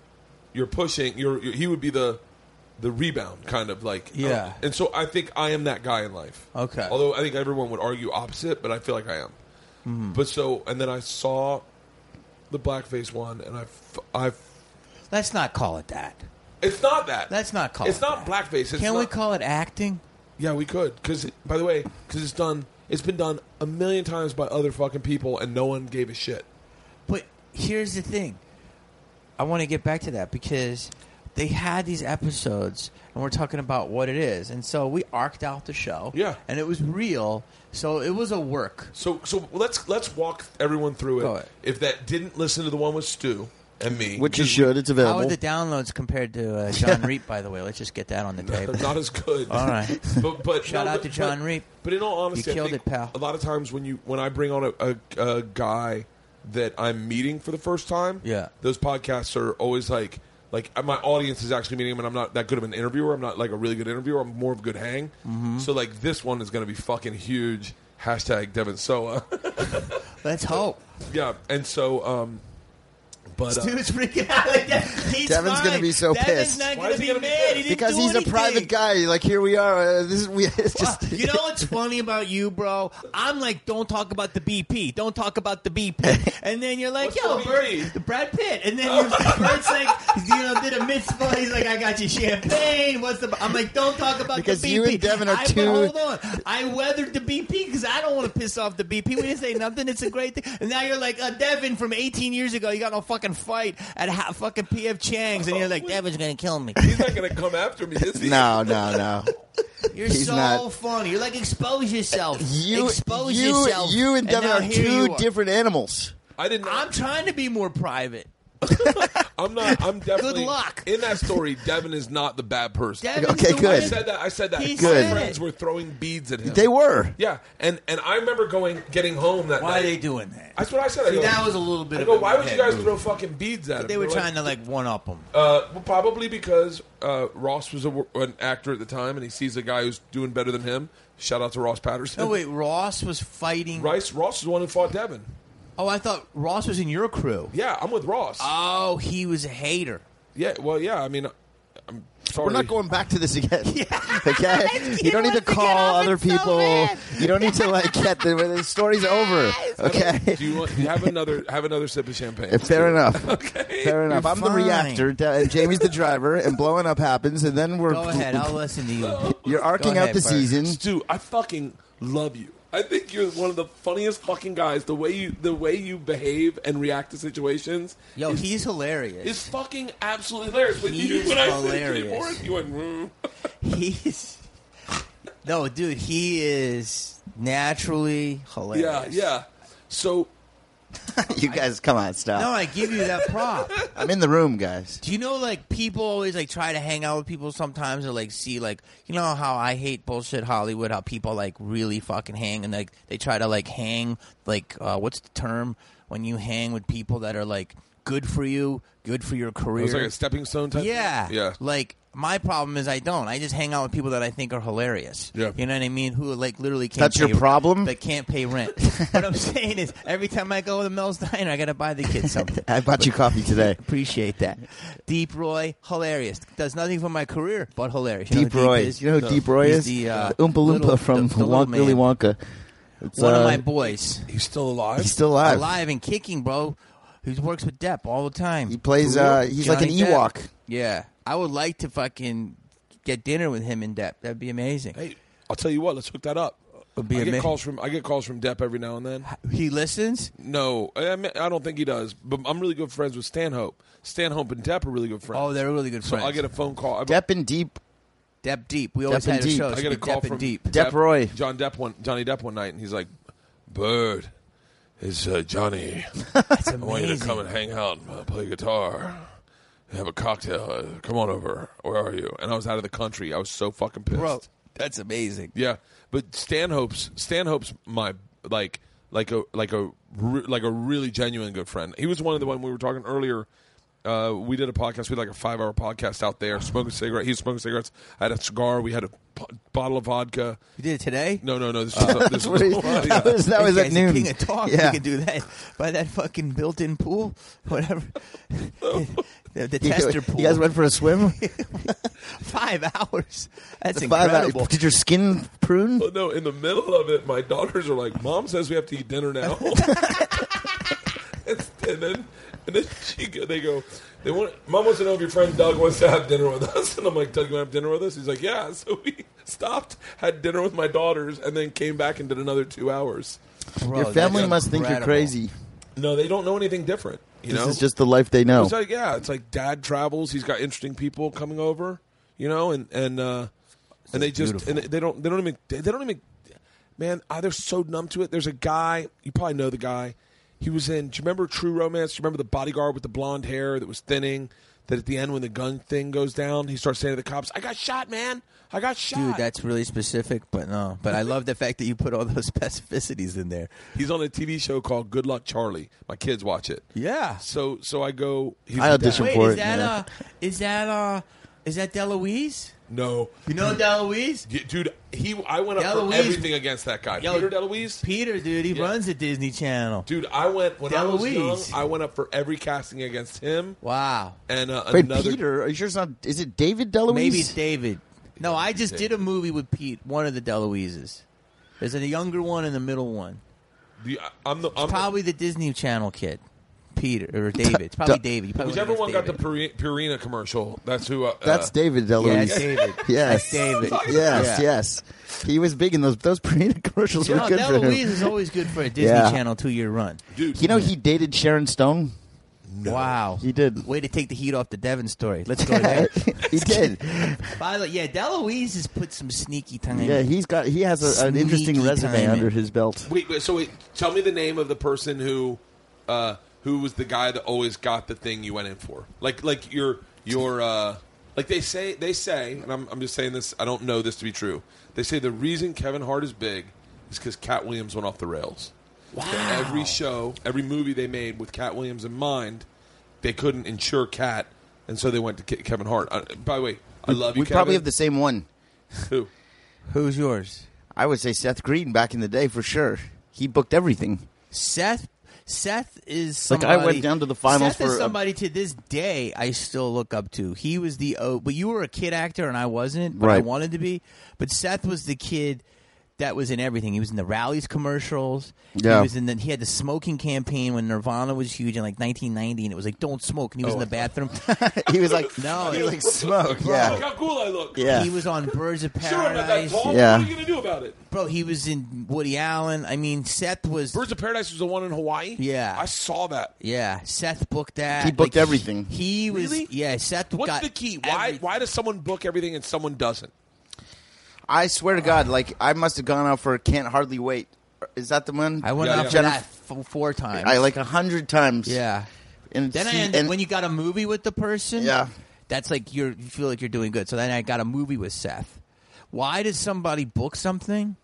[SPEAKER 1] your pushing. Your, your he would be the the rebound kind of like oh.
[SPEAKER 5] Yeah.
[SPEAKER 1] and so I think I am that guy in life.
[SPEAKER 5] Okay.
[SPEAKER 1] Although I think everyone would argue opposite, but I feel like I am.
[SPEAKER 5] Mm-hmm.
[SPEAKER 1] But so and then I saw the blackface one, and I f- I f-
[SPEAKER 5] Let's not call it that.
[SPEAKER 1] it's not that.
[SPEAKER 5] Let's not call
[SPEAKER 1] it's
[SPEAKER 5] it
[SPEAKER 1] not
[SPEAKER 5] that.
[SPEAKER 1] blackface. It's
[SPEAKER 5] Can we
[SPEAKER 1] not-
[SPEAKER 5] call it acting?
[SPEAKER 1] Yeah, we could. Because by the way, because it's done, it's been done a million times by other fucking people, and no one gave a shit.
[SPEAKER 5] But here's the thing. I want to get back to that because they had these episodes and we're talking about what it is. And so we arced out the show.
[SPEAKER 1] Yeah.
[SPEAKER 5] And it was real. So it was a work.
[SPEAKER 1] So, so let's let's walk everyone through it.
[SPEAKER 5] Go ahead.
[SPEAKER 1] If that didn't listen to the one with Stu and me,
[SPEAKER 4] Which you
[SPEAKER 1] because
[SPEAKER 4] should. It's
[SPEAKER 5] How
[SPEAKER 4] available.
[SPEAKER 5] are the downloads compared to uh, John Reap, by the way? Let's just get that on the
[SPEAKER 1] we-
[SPEAKER 5] tape.
[SPEAKER 1] not as good.
[SPEAKER 5] All right.
[SPEAKER 1] But, but
[SPEAKER 5] Shout
[SPEAKER 1] no,
[SPEAKER 5] out
[SPEAKER 1] but-
[SPEAKER 5] to John
[SPEAKER 1] but,
[SPEAKER 5] Reap.
[SPEAKER 1] But in all honesty,
[SPEAKER 5] You killed
[SPEAKER 1] I think
[SPEAKER 5] it, pal.
[SPEAKER 1] A lot of times when you when I bring on a, a, a guy that I'm meeting for the first time,
[SPEAKER 5] Yeah.
[SPEAKER 1] those podcasts are always like like uh, my audience is actually meeting him, and I'm not that good of an interviewer. I'm not like a really good interviewer. I'm more of a good hang.
[SPEAKER 5] Mm-hmm.
[SPEAKER 1] So like this one is going to be fucking huge. Hashtag Devin Soa.
[SPEAKER 5] Let's hope.
[SPEAKER 1] yeah, and so um, but uh,
[SPEAKER 5] Dude's freaking out again. He's
[SPEAKER 4] Devin's
[SPEAKER 5] fine.
[SPEAKER 4] gonna be so
[SPEAKER 5] Devin's
[SPEAKER 4] pissed.
[SPEAKER 5] not
[SPEAKER 1] Why
[SPEAKER 5] gonna
[SPEAKER 1] is he
[SPEAKER 5] be
[SPEAKER 1] gonna be
[SPEAKER 5] mad.
[SPEAKER 1] pissed?
[SPEAKER 5] He didn't
[SPEAKER 4] because
[SPEAKER 5] do
[SPEAKER 4] he's a
[SPEAKER 5] anything.
[SPEAKER 4] private guy. Like here we are. Uh, this is we. It's just.
[SPEAKER 5] you know what's funny about you, bro? I'm like, don't talk about the BP. Don't talk about the BP. And then you're like,
[SPEAKER 1] What's
[SPEAKER 5] yo,
[SPEAKER 1] the
[SPEAKER 5] Bert,
[SPEAKER 1] BP?
[SPEAKER 5] the Brad Pitt. And then you, Bert's like, you know, did a mitzvah. He's like, I got you champagne. What's the? I'm like, don't talk about
[SPEAKER 4] Because
[SPEAKER 5] the BP.
[SPEAKER 4] you and Devin are
[SPEAKER 5] I,
[SPEAKER 4] two-
[SPEAKER 5] But hold on, I weathered the BP because I don't want to piss off the BP. We didn't say nothing. It's a great thing. And now you're like, uh, Devin from 18 years ago, you got in a fucking fight at ha- fucking PF Chang's, and you're like, Devin's gonna kill me.
[SPEAKER 1] he's not going to come after me, is he?
[SPEAKER 4] no, no, no.
[SPEAKER 5] You're
[SPEAKER 4] He's
[SPEAKER 5] so
[SPEAKER 4] not-
[SPEAKER 5] funny. You're like expose yourself.
[SPEAKER 4] You,
[SPEAKER 5] expose
[SPEAKER 4] you,
[SPEAKER 5] yourself.
[SPEAKER 4] you and Devin
[SPEAKER 5] now
[SPEAKER 4] are
[SPEAKER 5] here
[SPEAKER 4] two
[SPEAKER 5] you are.
[SPEAKER 4] different animals.
[SPEAKER 1] I did not.
[SPEAKER 5] I'm trying to be more private.
[SPEAKER 1] I'm not. I'm definitely.
[SPEAKER 5] luck.
[SPEAKER 1] In that story, Devin is not the bad person.
[SPEAKER 5] Devin's
[SPEAKER 4] Okay,
[SPEAKER 5] the one
[SPEAKER 1] I
[SPEAKER 4] good.
[SPEAKER 5] that-
[SPEAKER 1] said that. I said that.
[SPEAKER 5] He
[SPEAKER 1] My
[SPEAKER 5] said
[SPEAKER 1] friends
[SPEAKER 5] it.
[SPEAKER 1] were throwing beads at him.
[SPEAKER 4] They were.
[SPEAKER 1] Yeah, and and I remember going, getting home that
[SPEAKER 5] Why
[SPEAKER 1] night.
[SPEAKER 5] are they doing that?
[SPEAKER 1] That's what I said. I
[SPEAKER 5] See,
[SPEAKER 1] go,
[SPEAKER 5] that was a little bit
[SPEAKER 1] I
[SPEAKER 5] of
[SPEAKER 1] go.
[SPEAKER 5] a
[SPEAKER 1] Why would you
[SPEAKER 5] head
[SPEAKER 1] guys
[SPEAKER 5] move.
[SPEAKER 1] throw fucking beads at him?
[SPEAKER 5] They were trying to like one up him.
[SPEAKER 1] Uh, well, probably because uh, Ross was a, an actor at the time, and he sees a guy who's doing better than him. Shout out to Ross Patterson.
[SPEAKER 5] No, wait. Ross was fighting.
[SPEAKER 1] Rice Ross is the one who fought Devin.
[SPEAKER 5] Oh, I thought Ross was in your crew.
[SPEAKER 1] Yeah, I'm with Ross.
[SPEAKER 5] Oh, he was a hater.
[SPEAKER 1] yeah, well, yeah. I mean, I'm sorry.
[SPEAKER 4] We're not going back to this again. okay? You don't need
[SPEAKER 2] wants
[SPEAKER 4] to
[SPEAKER 2] to get
[SPEAKER 4] call
[SPEAKER 2] off,
[SPEAKER 4] other
[SPEAKER 2] it's so
[SPEAKER 4] people.
[SPEAKER 2] bad.
[SPEAKER 4] you don't need to like get the, the story's over. Okay?
[SPEAKER 1] Do you want, have another have another sip of champagne?
[SPEAKER 4] Fair enough. Fair enough.
[SPEAKER 5] You're
[SPEAKER 4] I'm the
[SPEAKER 5] fine.
[SPEAKER 4] reactor, Da- and Jamie's the driver, and blowing up happens, and then we're
[SPEAKER 5] Go ahead. I'll listen to you.
[SPEAKER 4] you're arcing
[SPEAKER 5] Go
[SPEAKER 4] out
[SPEAKER 5] ahead,
[SPEAKER 4] the
[SPEAKER 5] Bert.
[SPEAKER 4] season.
[SPEAKER 1] Stu, I fucking love you. I think you're one of the funniest fucking guys. The way you the way you behave and react to situations
[SPEAKER 5] Yo,
[SPEAKER 1] is,
[SPEAKER 5] he's
[SPEAKER 1] is
[SPEAKER 5] hilarious.
[SPEAKER 1] fucking absolutely hilarious. When
[SPEAKER 5] He
[SPEAKER 1] you
[SPEAKER 5] is
[SPEAKER 1] when I said Jay
[SPEAKER 5] hilarious.
[SPEAKER 1] Warren, you went "Mm."
[SPEAKER 5] He's no dude. He is naturally
[SPEAKER 1] Yeah,
[SPEAKER 5] hilarious.
[SPEAKER 1] yeah. So
[SPEAKER 4] You guys, come on, stop.
[SPEAKER 5] No, I give you that prop.
[SPEAKER 4] I'm in the room, guys.
[SPEAKER 5] Do you know like people always like try to hang out with people sometimes or like see like you know how I hate bullshit Hollywood how people like really fucking hang and like they try to like hang like uh, what's the term when you hang with people that are like good for you good for your career
[SPEAKER 1] it was like a stepping stone type.
[SPEAKER 5] yeah
[SPEAKER 1] yeah.
[SPEAKER 5] like my problem is I don't I just hang out with people that I think are hilarious
[SPEAKER 1] Yeah.
[SPEAKER 5] you know what I mean who like literally can't
[SPEAKER 4] That's your
[SPEAKER 5] pay-
[SPEAKER 4] problem?
[SPEAKER 5] that can't pay rent what I'm saying is every time I go to Mel's diner I gotta buy the kid something
[SPEAKER 4] I bought you coffee today.
[SPEAKER 5] Appreciate that. Deep Roy, hilarious. Does nothing for my career, but hilarious. You know
[SPEAKER 4] Deep
[SPEAKER 5] who
[SPEAKER 4] Roy.
[SPEAKER 5] is?
[SPEAKER 4] You know who
[SPEAKER 5] The-
[SPEAKER 4] Deep Roy
[SPEAKER 5] he's
[SPEAKER 4] is?
[SPEAKER 5] The, uh,
[SPEAKER 4] The Oompa Loompa
[SPEAKER 5] little-
[SPEAKER 4] from
[SPEAKER 5] the- the little
[SPEAKER 4] Wonk, Willy
[SPEAKER 5] man.
[SPEAKER 4] Wonka. It's,
[SPEAKER 5] One
[SPEAKER 4] uh,
[SPEAKER 5] of my boys.
[SPEAKER 1] He's still alive.
[SPEAKER 4] He's still alive.
[SPEAKER 5] Alive and kicking, bro. Who works with Depp all the time.
[SPEAKER 4] He plays. Uh, he's like an
[SPEAKER 5] Johnny Depp.
[SPEAKER 4] Ewok.
[SPEAKER 5] Yeah. I would like to fucking get dinner with him in Depp. That'd be amazing.
[SPEAKER 1] hey, I'll tell you what. Let's hook that up.
[SPEAKER 5] Would be
[SPEAKER 1] I get
[SPEAKER 5] ama-
[SPEAKER 1] calls from I get calls from Depp every now and then.
[SPEAKER 5] He listens?
[SPEAKER 1] No, I, I mean, I don't think he does. But I'm really good friends with Stanhope. Stanhope and Depp are really good friends.
[SPEAKER 5] Oh, they're really good
[SPEAKER 1] so
[SPEAKER 5] friends.
[SPEAKER 1] I get a phone call. I've-
[SPEAKER 4] Depp and Deep.
[SPEAKER 5] Depp Deep. We always
[SPEAKER 4] Depp and
[SPEAKER 5] had a
[SPEAKER 4] Deep.
[SPEAKER 5] show.
[SPEAKER 1] I got a
[SPEAKER 5] Deep
[SPEAKER 1] call
[SPEAKER 5] Depp
[SPEAKER 1] from
[SPEAKER 5] and Deep.
[SPEAKER 4] Depp Roy.
[SPEAKER 1] John Depp one Johnny Depp one night, and he's like, "Bird, it's uh, Johnny.
[SPEAKER 5] That's
[SPEAKER 1] I want you to
[SPEAKER 5] amazing.
[SPEAKER 1] come and hang out and uh, play guitar, have a cocktail. Uh, come on over. Where are you?" And I was out of the country. I was so fucking pissed.
[SPEAKER 5] Bro, that's amazing.
[SPEAKER 1] Yeah, but Stanhope's Stanhope's my like like a like a re- like a really genuine good friend. He was one of the one we were talking earlier. Uh, we did a podcast. We had like a five hour podcast out there, smoking cigarette. He was smoking cigarettes. I had a cigar. We had a p- bottle of vodka.
[SPEAKER 5] You did it today?
[SPEAKER 1] No, no, no. This was, this
[SPEAKER 4] What he-
[SPEAKER 1] was
[SPEAKER 4] that was, that
[SPEAKER 5] Hey,
[SPEAKER 4] was at
[SPEAKER 5] guys,
[SPEAKER 4] noon.
[SPEAKER 5] The king of talk.
[SPEAKER 4] Yeah.
[SPEAKER 5] You can do that by that fucking built-in pool, whatever. the the
[SPEAKER 4] You-
[SPEAKER 5] tester pool.
[SPEAKER 4] You guys went for a swim?
[SPEAKER 5] five hours. That's
[SPEAKER 4] Five hours.
[SPEAKER 5] incredible.
[SPEAKER 4] Did your skin prune?
[SPEAKER 1] Oh, no, in the middle of it, my daughters are like, "Mom says we have to eat dinner now." It's- and then and then she go, they go they want mom wants to know if your friend Doug wants to have dinner with us and I'm like Doug you want to have dinner with us he's like yeah so we stopped had dinner with my daughters and then came back and did another two hours
[SPEAKER 5] Bro,
[SPEAKER 4] Your family
[SPEAKER 5] that's
[SPEAKER 4] must think you're
[SPEAKER 5] incredible.
[SPEAKER 4] crazy.
[SPEAKER 1] no they don't know anything different you
[SPEAKER 4] This
[SPEAKER 1] know
[SPEAKER 4] is just the life they know.
[SPEAKER 1] it's like yeah it's like dad travels he's got interesting people coming over you know and and uh and they just and they don't they don't even they don't even man ah, they're so numb to it there's a guy you probably know the guy he was in do you remember true romance do you remember the bodyguard with the blonde hair that was thinning that at the end when the gun thing goes down he starts saying to the cops i got shot man i got shot
[SPEAKER 5] Dude, that's really specific, but no. But I love the fact that you put all those specificities in there.
[SPEAKER 1] he's on a tv show called good luck charlie my kids watch it
[SPEAKER 5] Yeah.
[SPEAKER 1] so so i go he's
[SPEAKER 4] I
[SPEAKER 1] the
[SPEAKER 4] audition-
[SPEAKER 1] dad.
[SPEAKER 5] Wait,
[SPEAKER 4] for
[SPEAKER 5] is
[SPEAKER 4] it,
[SPEAKER 5] that
[SPEAKER 4] yeah.
[SPEAKER 5] uh is that uh is that Deloise?
[SPEAKER 1] no
[SPEAKER 5] You know Deloise?
[SPEAKER 1] Yeah, dude, he I went up
[SPEAKER 5] Deluise-
[SPEAKER 1] for everything against that guy.
[SPEAKER 5] Yo-
[SPEAKER 1] Peter Deluise.
[SPEAKER 5] Peter, dude, he
[SPEAKER 1] Yeah.
[SPEAKER 5] runs the Disney Channel.
[SPEAKER 1] Dude, I went when I was
[SPEAKER 5] Deluise.
[SPEAKER 1] young. I went up for every casting against him
[SPEAKER 5] Wow.
[SPEAKER 1] and uh,
[SPEAKER 4] Wait,
[SPEAKER 1] another.
[SPEAKER 4] Peter, are you sure it's not? Is it David Deluise?
[SPEAKER 5] Maybe it's David. No, I just
[SPEAKER 1] David.
[SPEAKER 5] did a movie with Pete, one of the Deloises. There's a younger one and the middle one.
[SPEAKER 1] The, I'm the I'm
[SPEAKER 5] Probably the Disney Channel kid. Peter or David. It's probably
[SPEAKER 4] Du-
[SPEAKER 5] David. You probably
[SPEAKER 1] the, whichever
[SPEAKER 5] know
[SPEAKER 1] one
[SPEAKER 5] it's
[SPEAKER 1] got the
[SPEAKER 5] David.
[SPEAKER 1] Puri- Purina commercial. That's who. Uh,
[SPEAKER 4] That's
[SPEAKER 1] uh,
[SPEAKER 4] David
[SPEAKER 5] Yeah,
[SPEAKER 4] Deluise.
[SPEAKER 5] it's David.
[SPEAKER 4] Yes.
[SPEAKER 5] That's David.
[SPEAKER 4] Yes,
[SPEAKER 5] Yeah.
[SPEAKER 4] yes. He was big in those those Purina commercials.
[SPEAKER 5] No,
[SPEAKER 4] were good for
[SPEAKER 5] Deloise
[SPEAKER 4] him.
[SPEAKER 5] is always good for a Disney
[SPEAKER 4] Yeah.
[SPEAKER 5] Channel two year run.
[SPEAKER 1] dude.
[SPEAKER 4] You know, he dated Sharon Stone.
[SPEAKER 5] Wow.
[SPEAKER 4] He did.
[SPEAKER 5] Way to take the heat off the Devon story. Let's go there.
[SPEAKER 4] he did.
[SPEAKER 5] By the way, yeah, Deloise has put some sneaky time.
[SPEAKER 4] Yeah, he's got. He has a, an interesting
[SPEAKER 5] Sneaky
[SPEAKER 4] resume
[SPEAKER 5] timing.
[SPEAKER 4] under his belt.
[SPEAKER 1] wait, wait, so wait, tell me the name of the person who, uh, who was the guy that always got the thing you went in for. Like, like your your uh, like they say they say, and I'm I'm just saying this. I don't know this to be true. They say the reason Kevin Hart is big is because Cat Williams went off the rails. Wow. every show, every movie they made with Cat Williams in mind, they couldn't insure Cat, and so they went to Ke- Kevin Hart. Uh, by the way, I love you.
[SPEAKER 4] we probably have
[SPEAKER 1] Kevin.
[SPEAKER 4] the same one.
[SPEAKER 1] Who?
[SPEAKER 5] Who's yours?
[SPEAKER 4] I would say Seth Green back in the day for sure. He booked everything.
[SPEAKER 5] Seth. Seth is
[SPEAKER 4] Like,
[SPEAKER 5] somebody.
[SPEAKER 4] I went down to the finals
[SPEAKER 5] Seth is
[SPEAKER 4] for a-
[SPEAKER 5] somebody to this day I still look up to. He was the oh, but you were a kid actor and I wasn't, but I
[SPEAKER 4] Right.
[SPEAKER 5] wanted to be. But Seth was the kid that was in everything. He was in the rallies commercials.
[SPEAKER 4] Yeah.
[SPEAKER 5] He was in the he had the smoking campaign when Nirvana was huge in like 1990, and it was like don't smoke, and he was
[SPEAKER 1] Oh.
[SPEAKER 5] in the bathroom.
[SPEAKER 4] He was like,
[SPEAKER 5] No,
[SPEAKER 4] he
[SPEAKER 5] it-
[SPEAKER 4] was like smoke.
[SPEAKER 1] Look
[SPEAKER 4] Yeah,
[SPEAKER 1] how cool I look.
[SPEAKER 4] yeah.
[SPEAKER 5] He was on Birds of
[SPEAKER 1] Sure, I'm not that
[SPEAKER 5] Paradise.
[SPEAKER 1] tall.
[SPEAKER 4] Yeah.
[SPEAKER 1] What are you gonna do about it?
[SPEAKER 5] Bro, he was in Woody Allen. I mean, Seth was.
[SPEAKER 1] Birds of Paradise was the one in Hawaii.
[SPEAKER 5] Yeah.
[SPEAKER 1] I saw that.
[SPEAKER 5] yeah, Seth booked that.
[SPEAKER 4] He booked everything.
[SPEAKER 5] He was.
[SPEAKER 1] Really?
[SPEAKER 5] Yeah, Seth
[SPEAKER 1] What's
[SPEAKER 5] got.
[SPEAKER 1] the key? Why
[SPEAKER 5] everything.
[SPEAKER 1] why does someone book everything and someone doesn't?
[SPEAKER 4] I swear to God, like I must have gone out for Can't Hardly Wait. Is that the one?
[SPEAKER 5] I went
[SPEAKER 1] Yeah,
[SPEAKER 5] out
[SPEAKER 1] yeah.
[SPEAKER 5] for
[SPEAKER 4] Jennifer-
[SPEAKER 5] that f- four times.
[SPEAKER 4] I like a hundred times.
[SPEAKER 5] Yeah.
[SPEAKER 4] And
[SPEAKER 5] Then I
[SPEAKER 4] she-
[SPEAKER 5] end,
[SPEAKER 4] and-
[SPEAKER 5] when you got a movie with the person.
[SPEAKER 4] Yeah.
[SPEAKER 5] That's like you're, you feel like you're doing good. So then I got a movie with Seth. Why does somebody book something?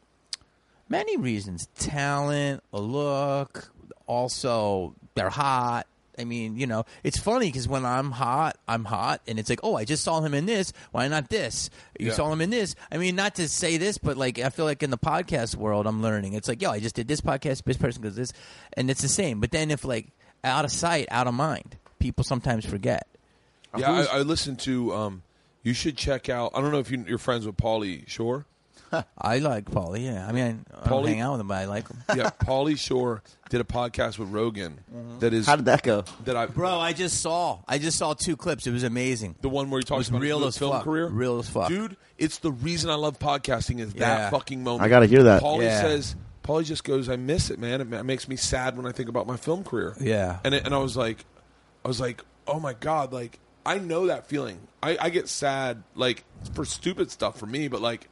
[SPEAKER 5] Many reasons: talent, a look, also they're hot. I mean, you know, it's funny because when I'm hot, I'm hot, and it's like, oh, I just saw him in this. Why not this? You
[SPEAKER 1] Yeah.
[SPEAKER 5] saw him in this. I mean, not to say this, but like, I feel like in the podcast world, I'm learning. It's like, yo, I just did this podcast. This person goes this, and it's the same. But then if like out of sight, out of mind, people sometimes forget.
[SPEAKER 1] Yeah, I, I listened to. Um, you should check out. I don't know if you, you're friends with Paulie Shore.
[SPEAKER 5] I like Paulie. Yeah, I mean, I don't
[SPEAKER 1] Pauly-
[SPEAKER 5] hang out with him, but I like him.
[SPEAKER 1] Yeah, Paulie Shore did a podcast with Rogan.
[SPEAKER 5] Mm-hmm.
[SPEAKER 1] that is
[SPEAKER 4] how did that go?
[SPEAKER 1] that I
[SPEAKER 5] Bro, I just saw. I just saw two clips. It was amazing.
[SPEAKER 1] the one where he talks
[SPEAKER 5] was
[SPEAKER 1] about
[SPEAKER 5] real
[SPEAKER 1] his
[SPEAKER 5] as
[SPEAKER 1] film
[SPEAKER 5] fuck.
[SPEAKER 1] career.
[SPEAKER 5] Real as fuck.
[SPEAKER 1] dude. It's the reason I love podcasting is
[SPEAKER 5] Yeah.
[SPEAKER 1] that fucking moment.
[SPEAKER 4] I gotta hear that.
[SPEAKER 1] Paulie
[SPEAKER 5] Yeah.
[SPEAKER 1] says. Paulie just goes. I miss it, man. It ma- makes me sad when I think about my film career.
[SPEAKER 5] Yeah.
[SPEAKER 1] and it, and I was like, I was like, oh my god, like I know that feeling. I, I get sad like for stupid stuff for me, but like,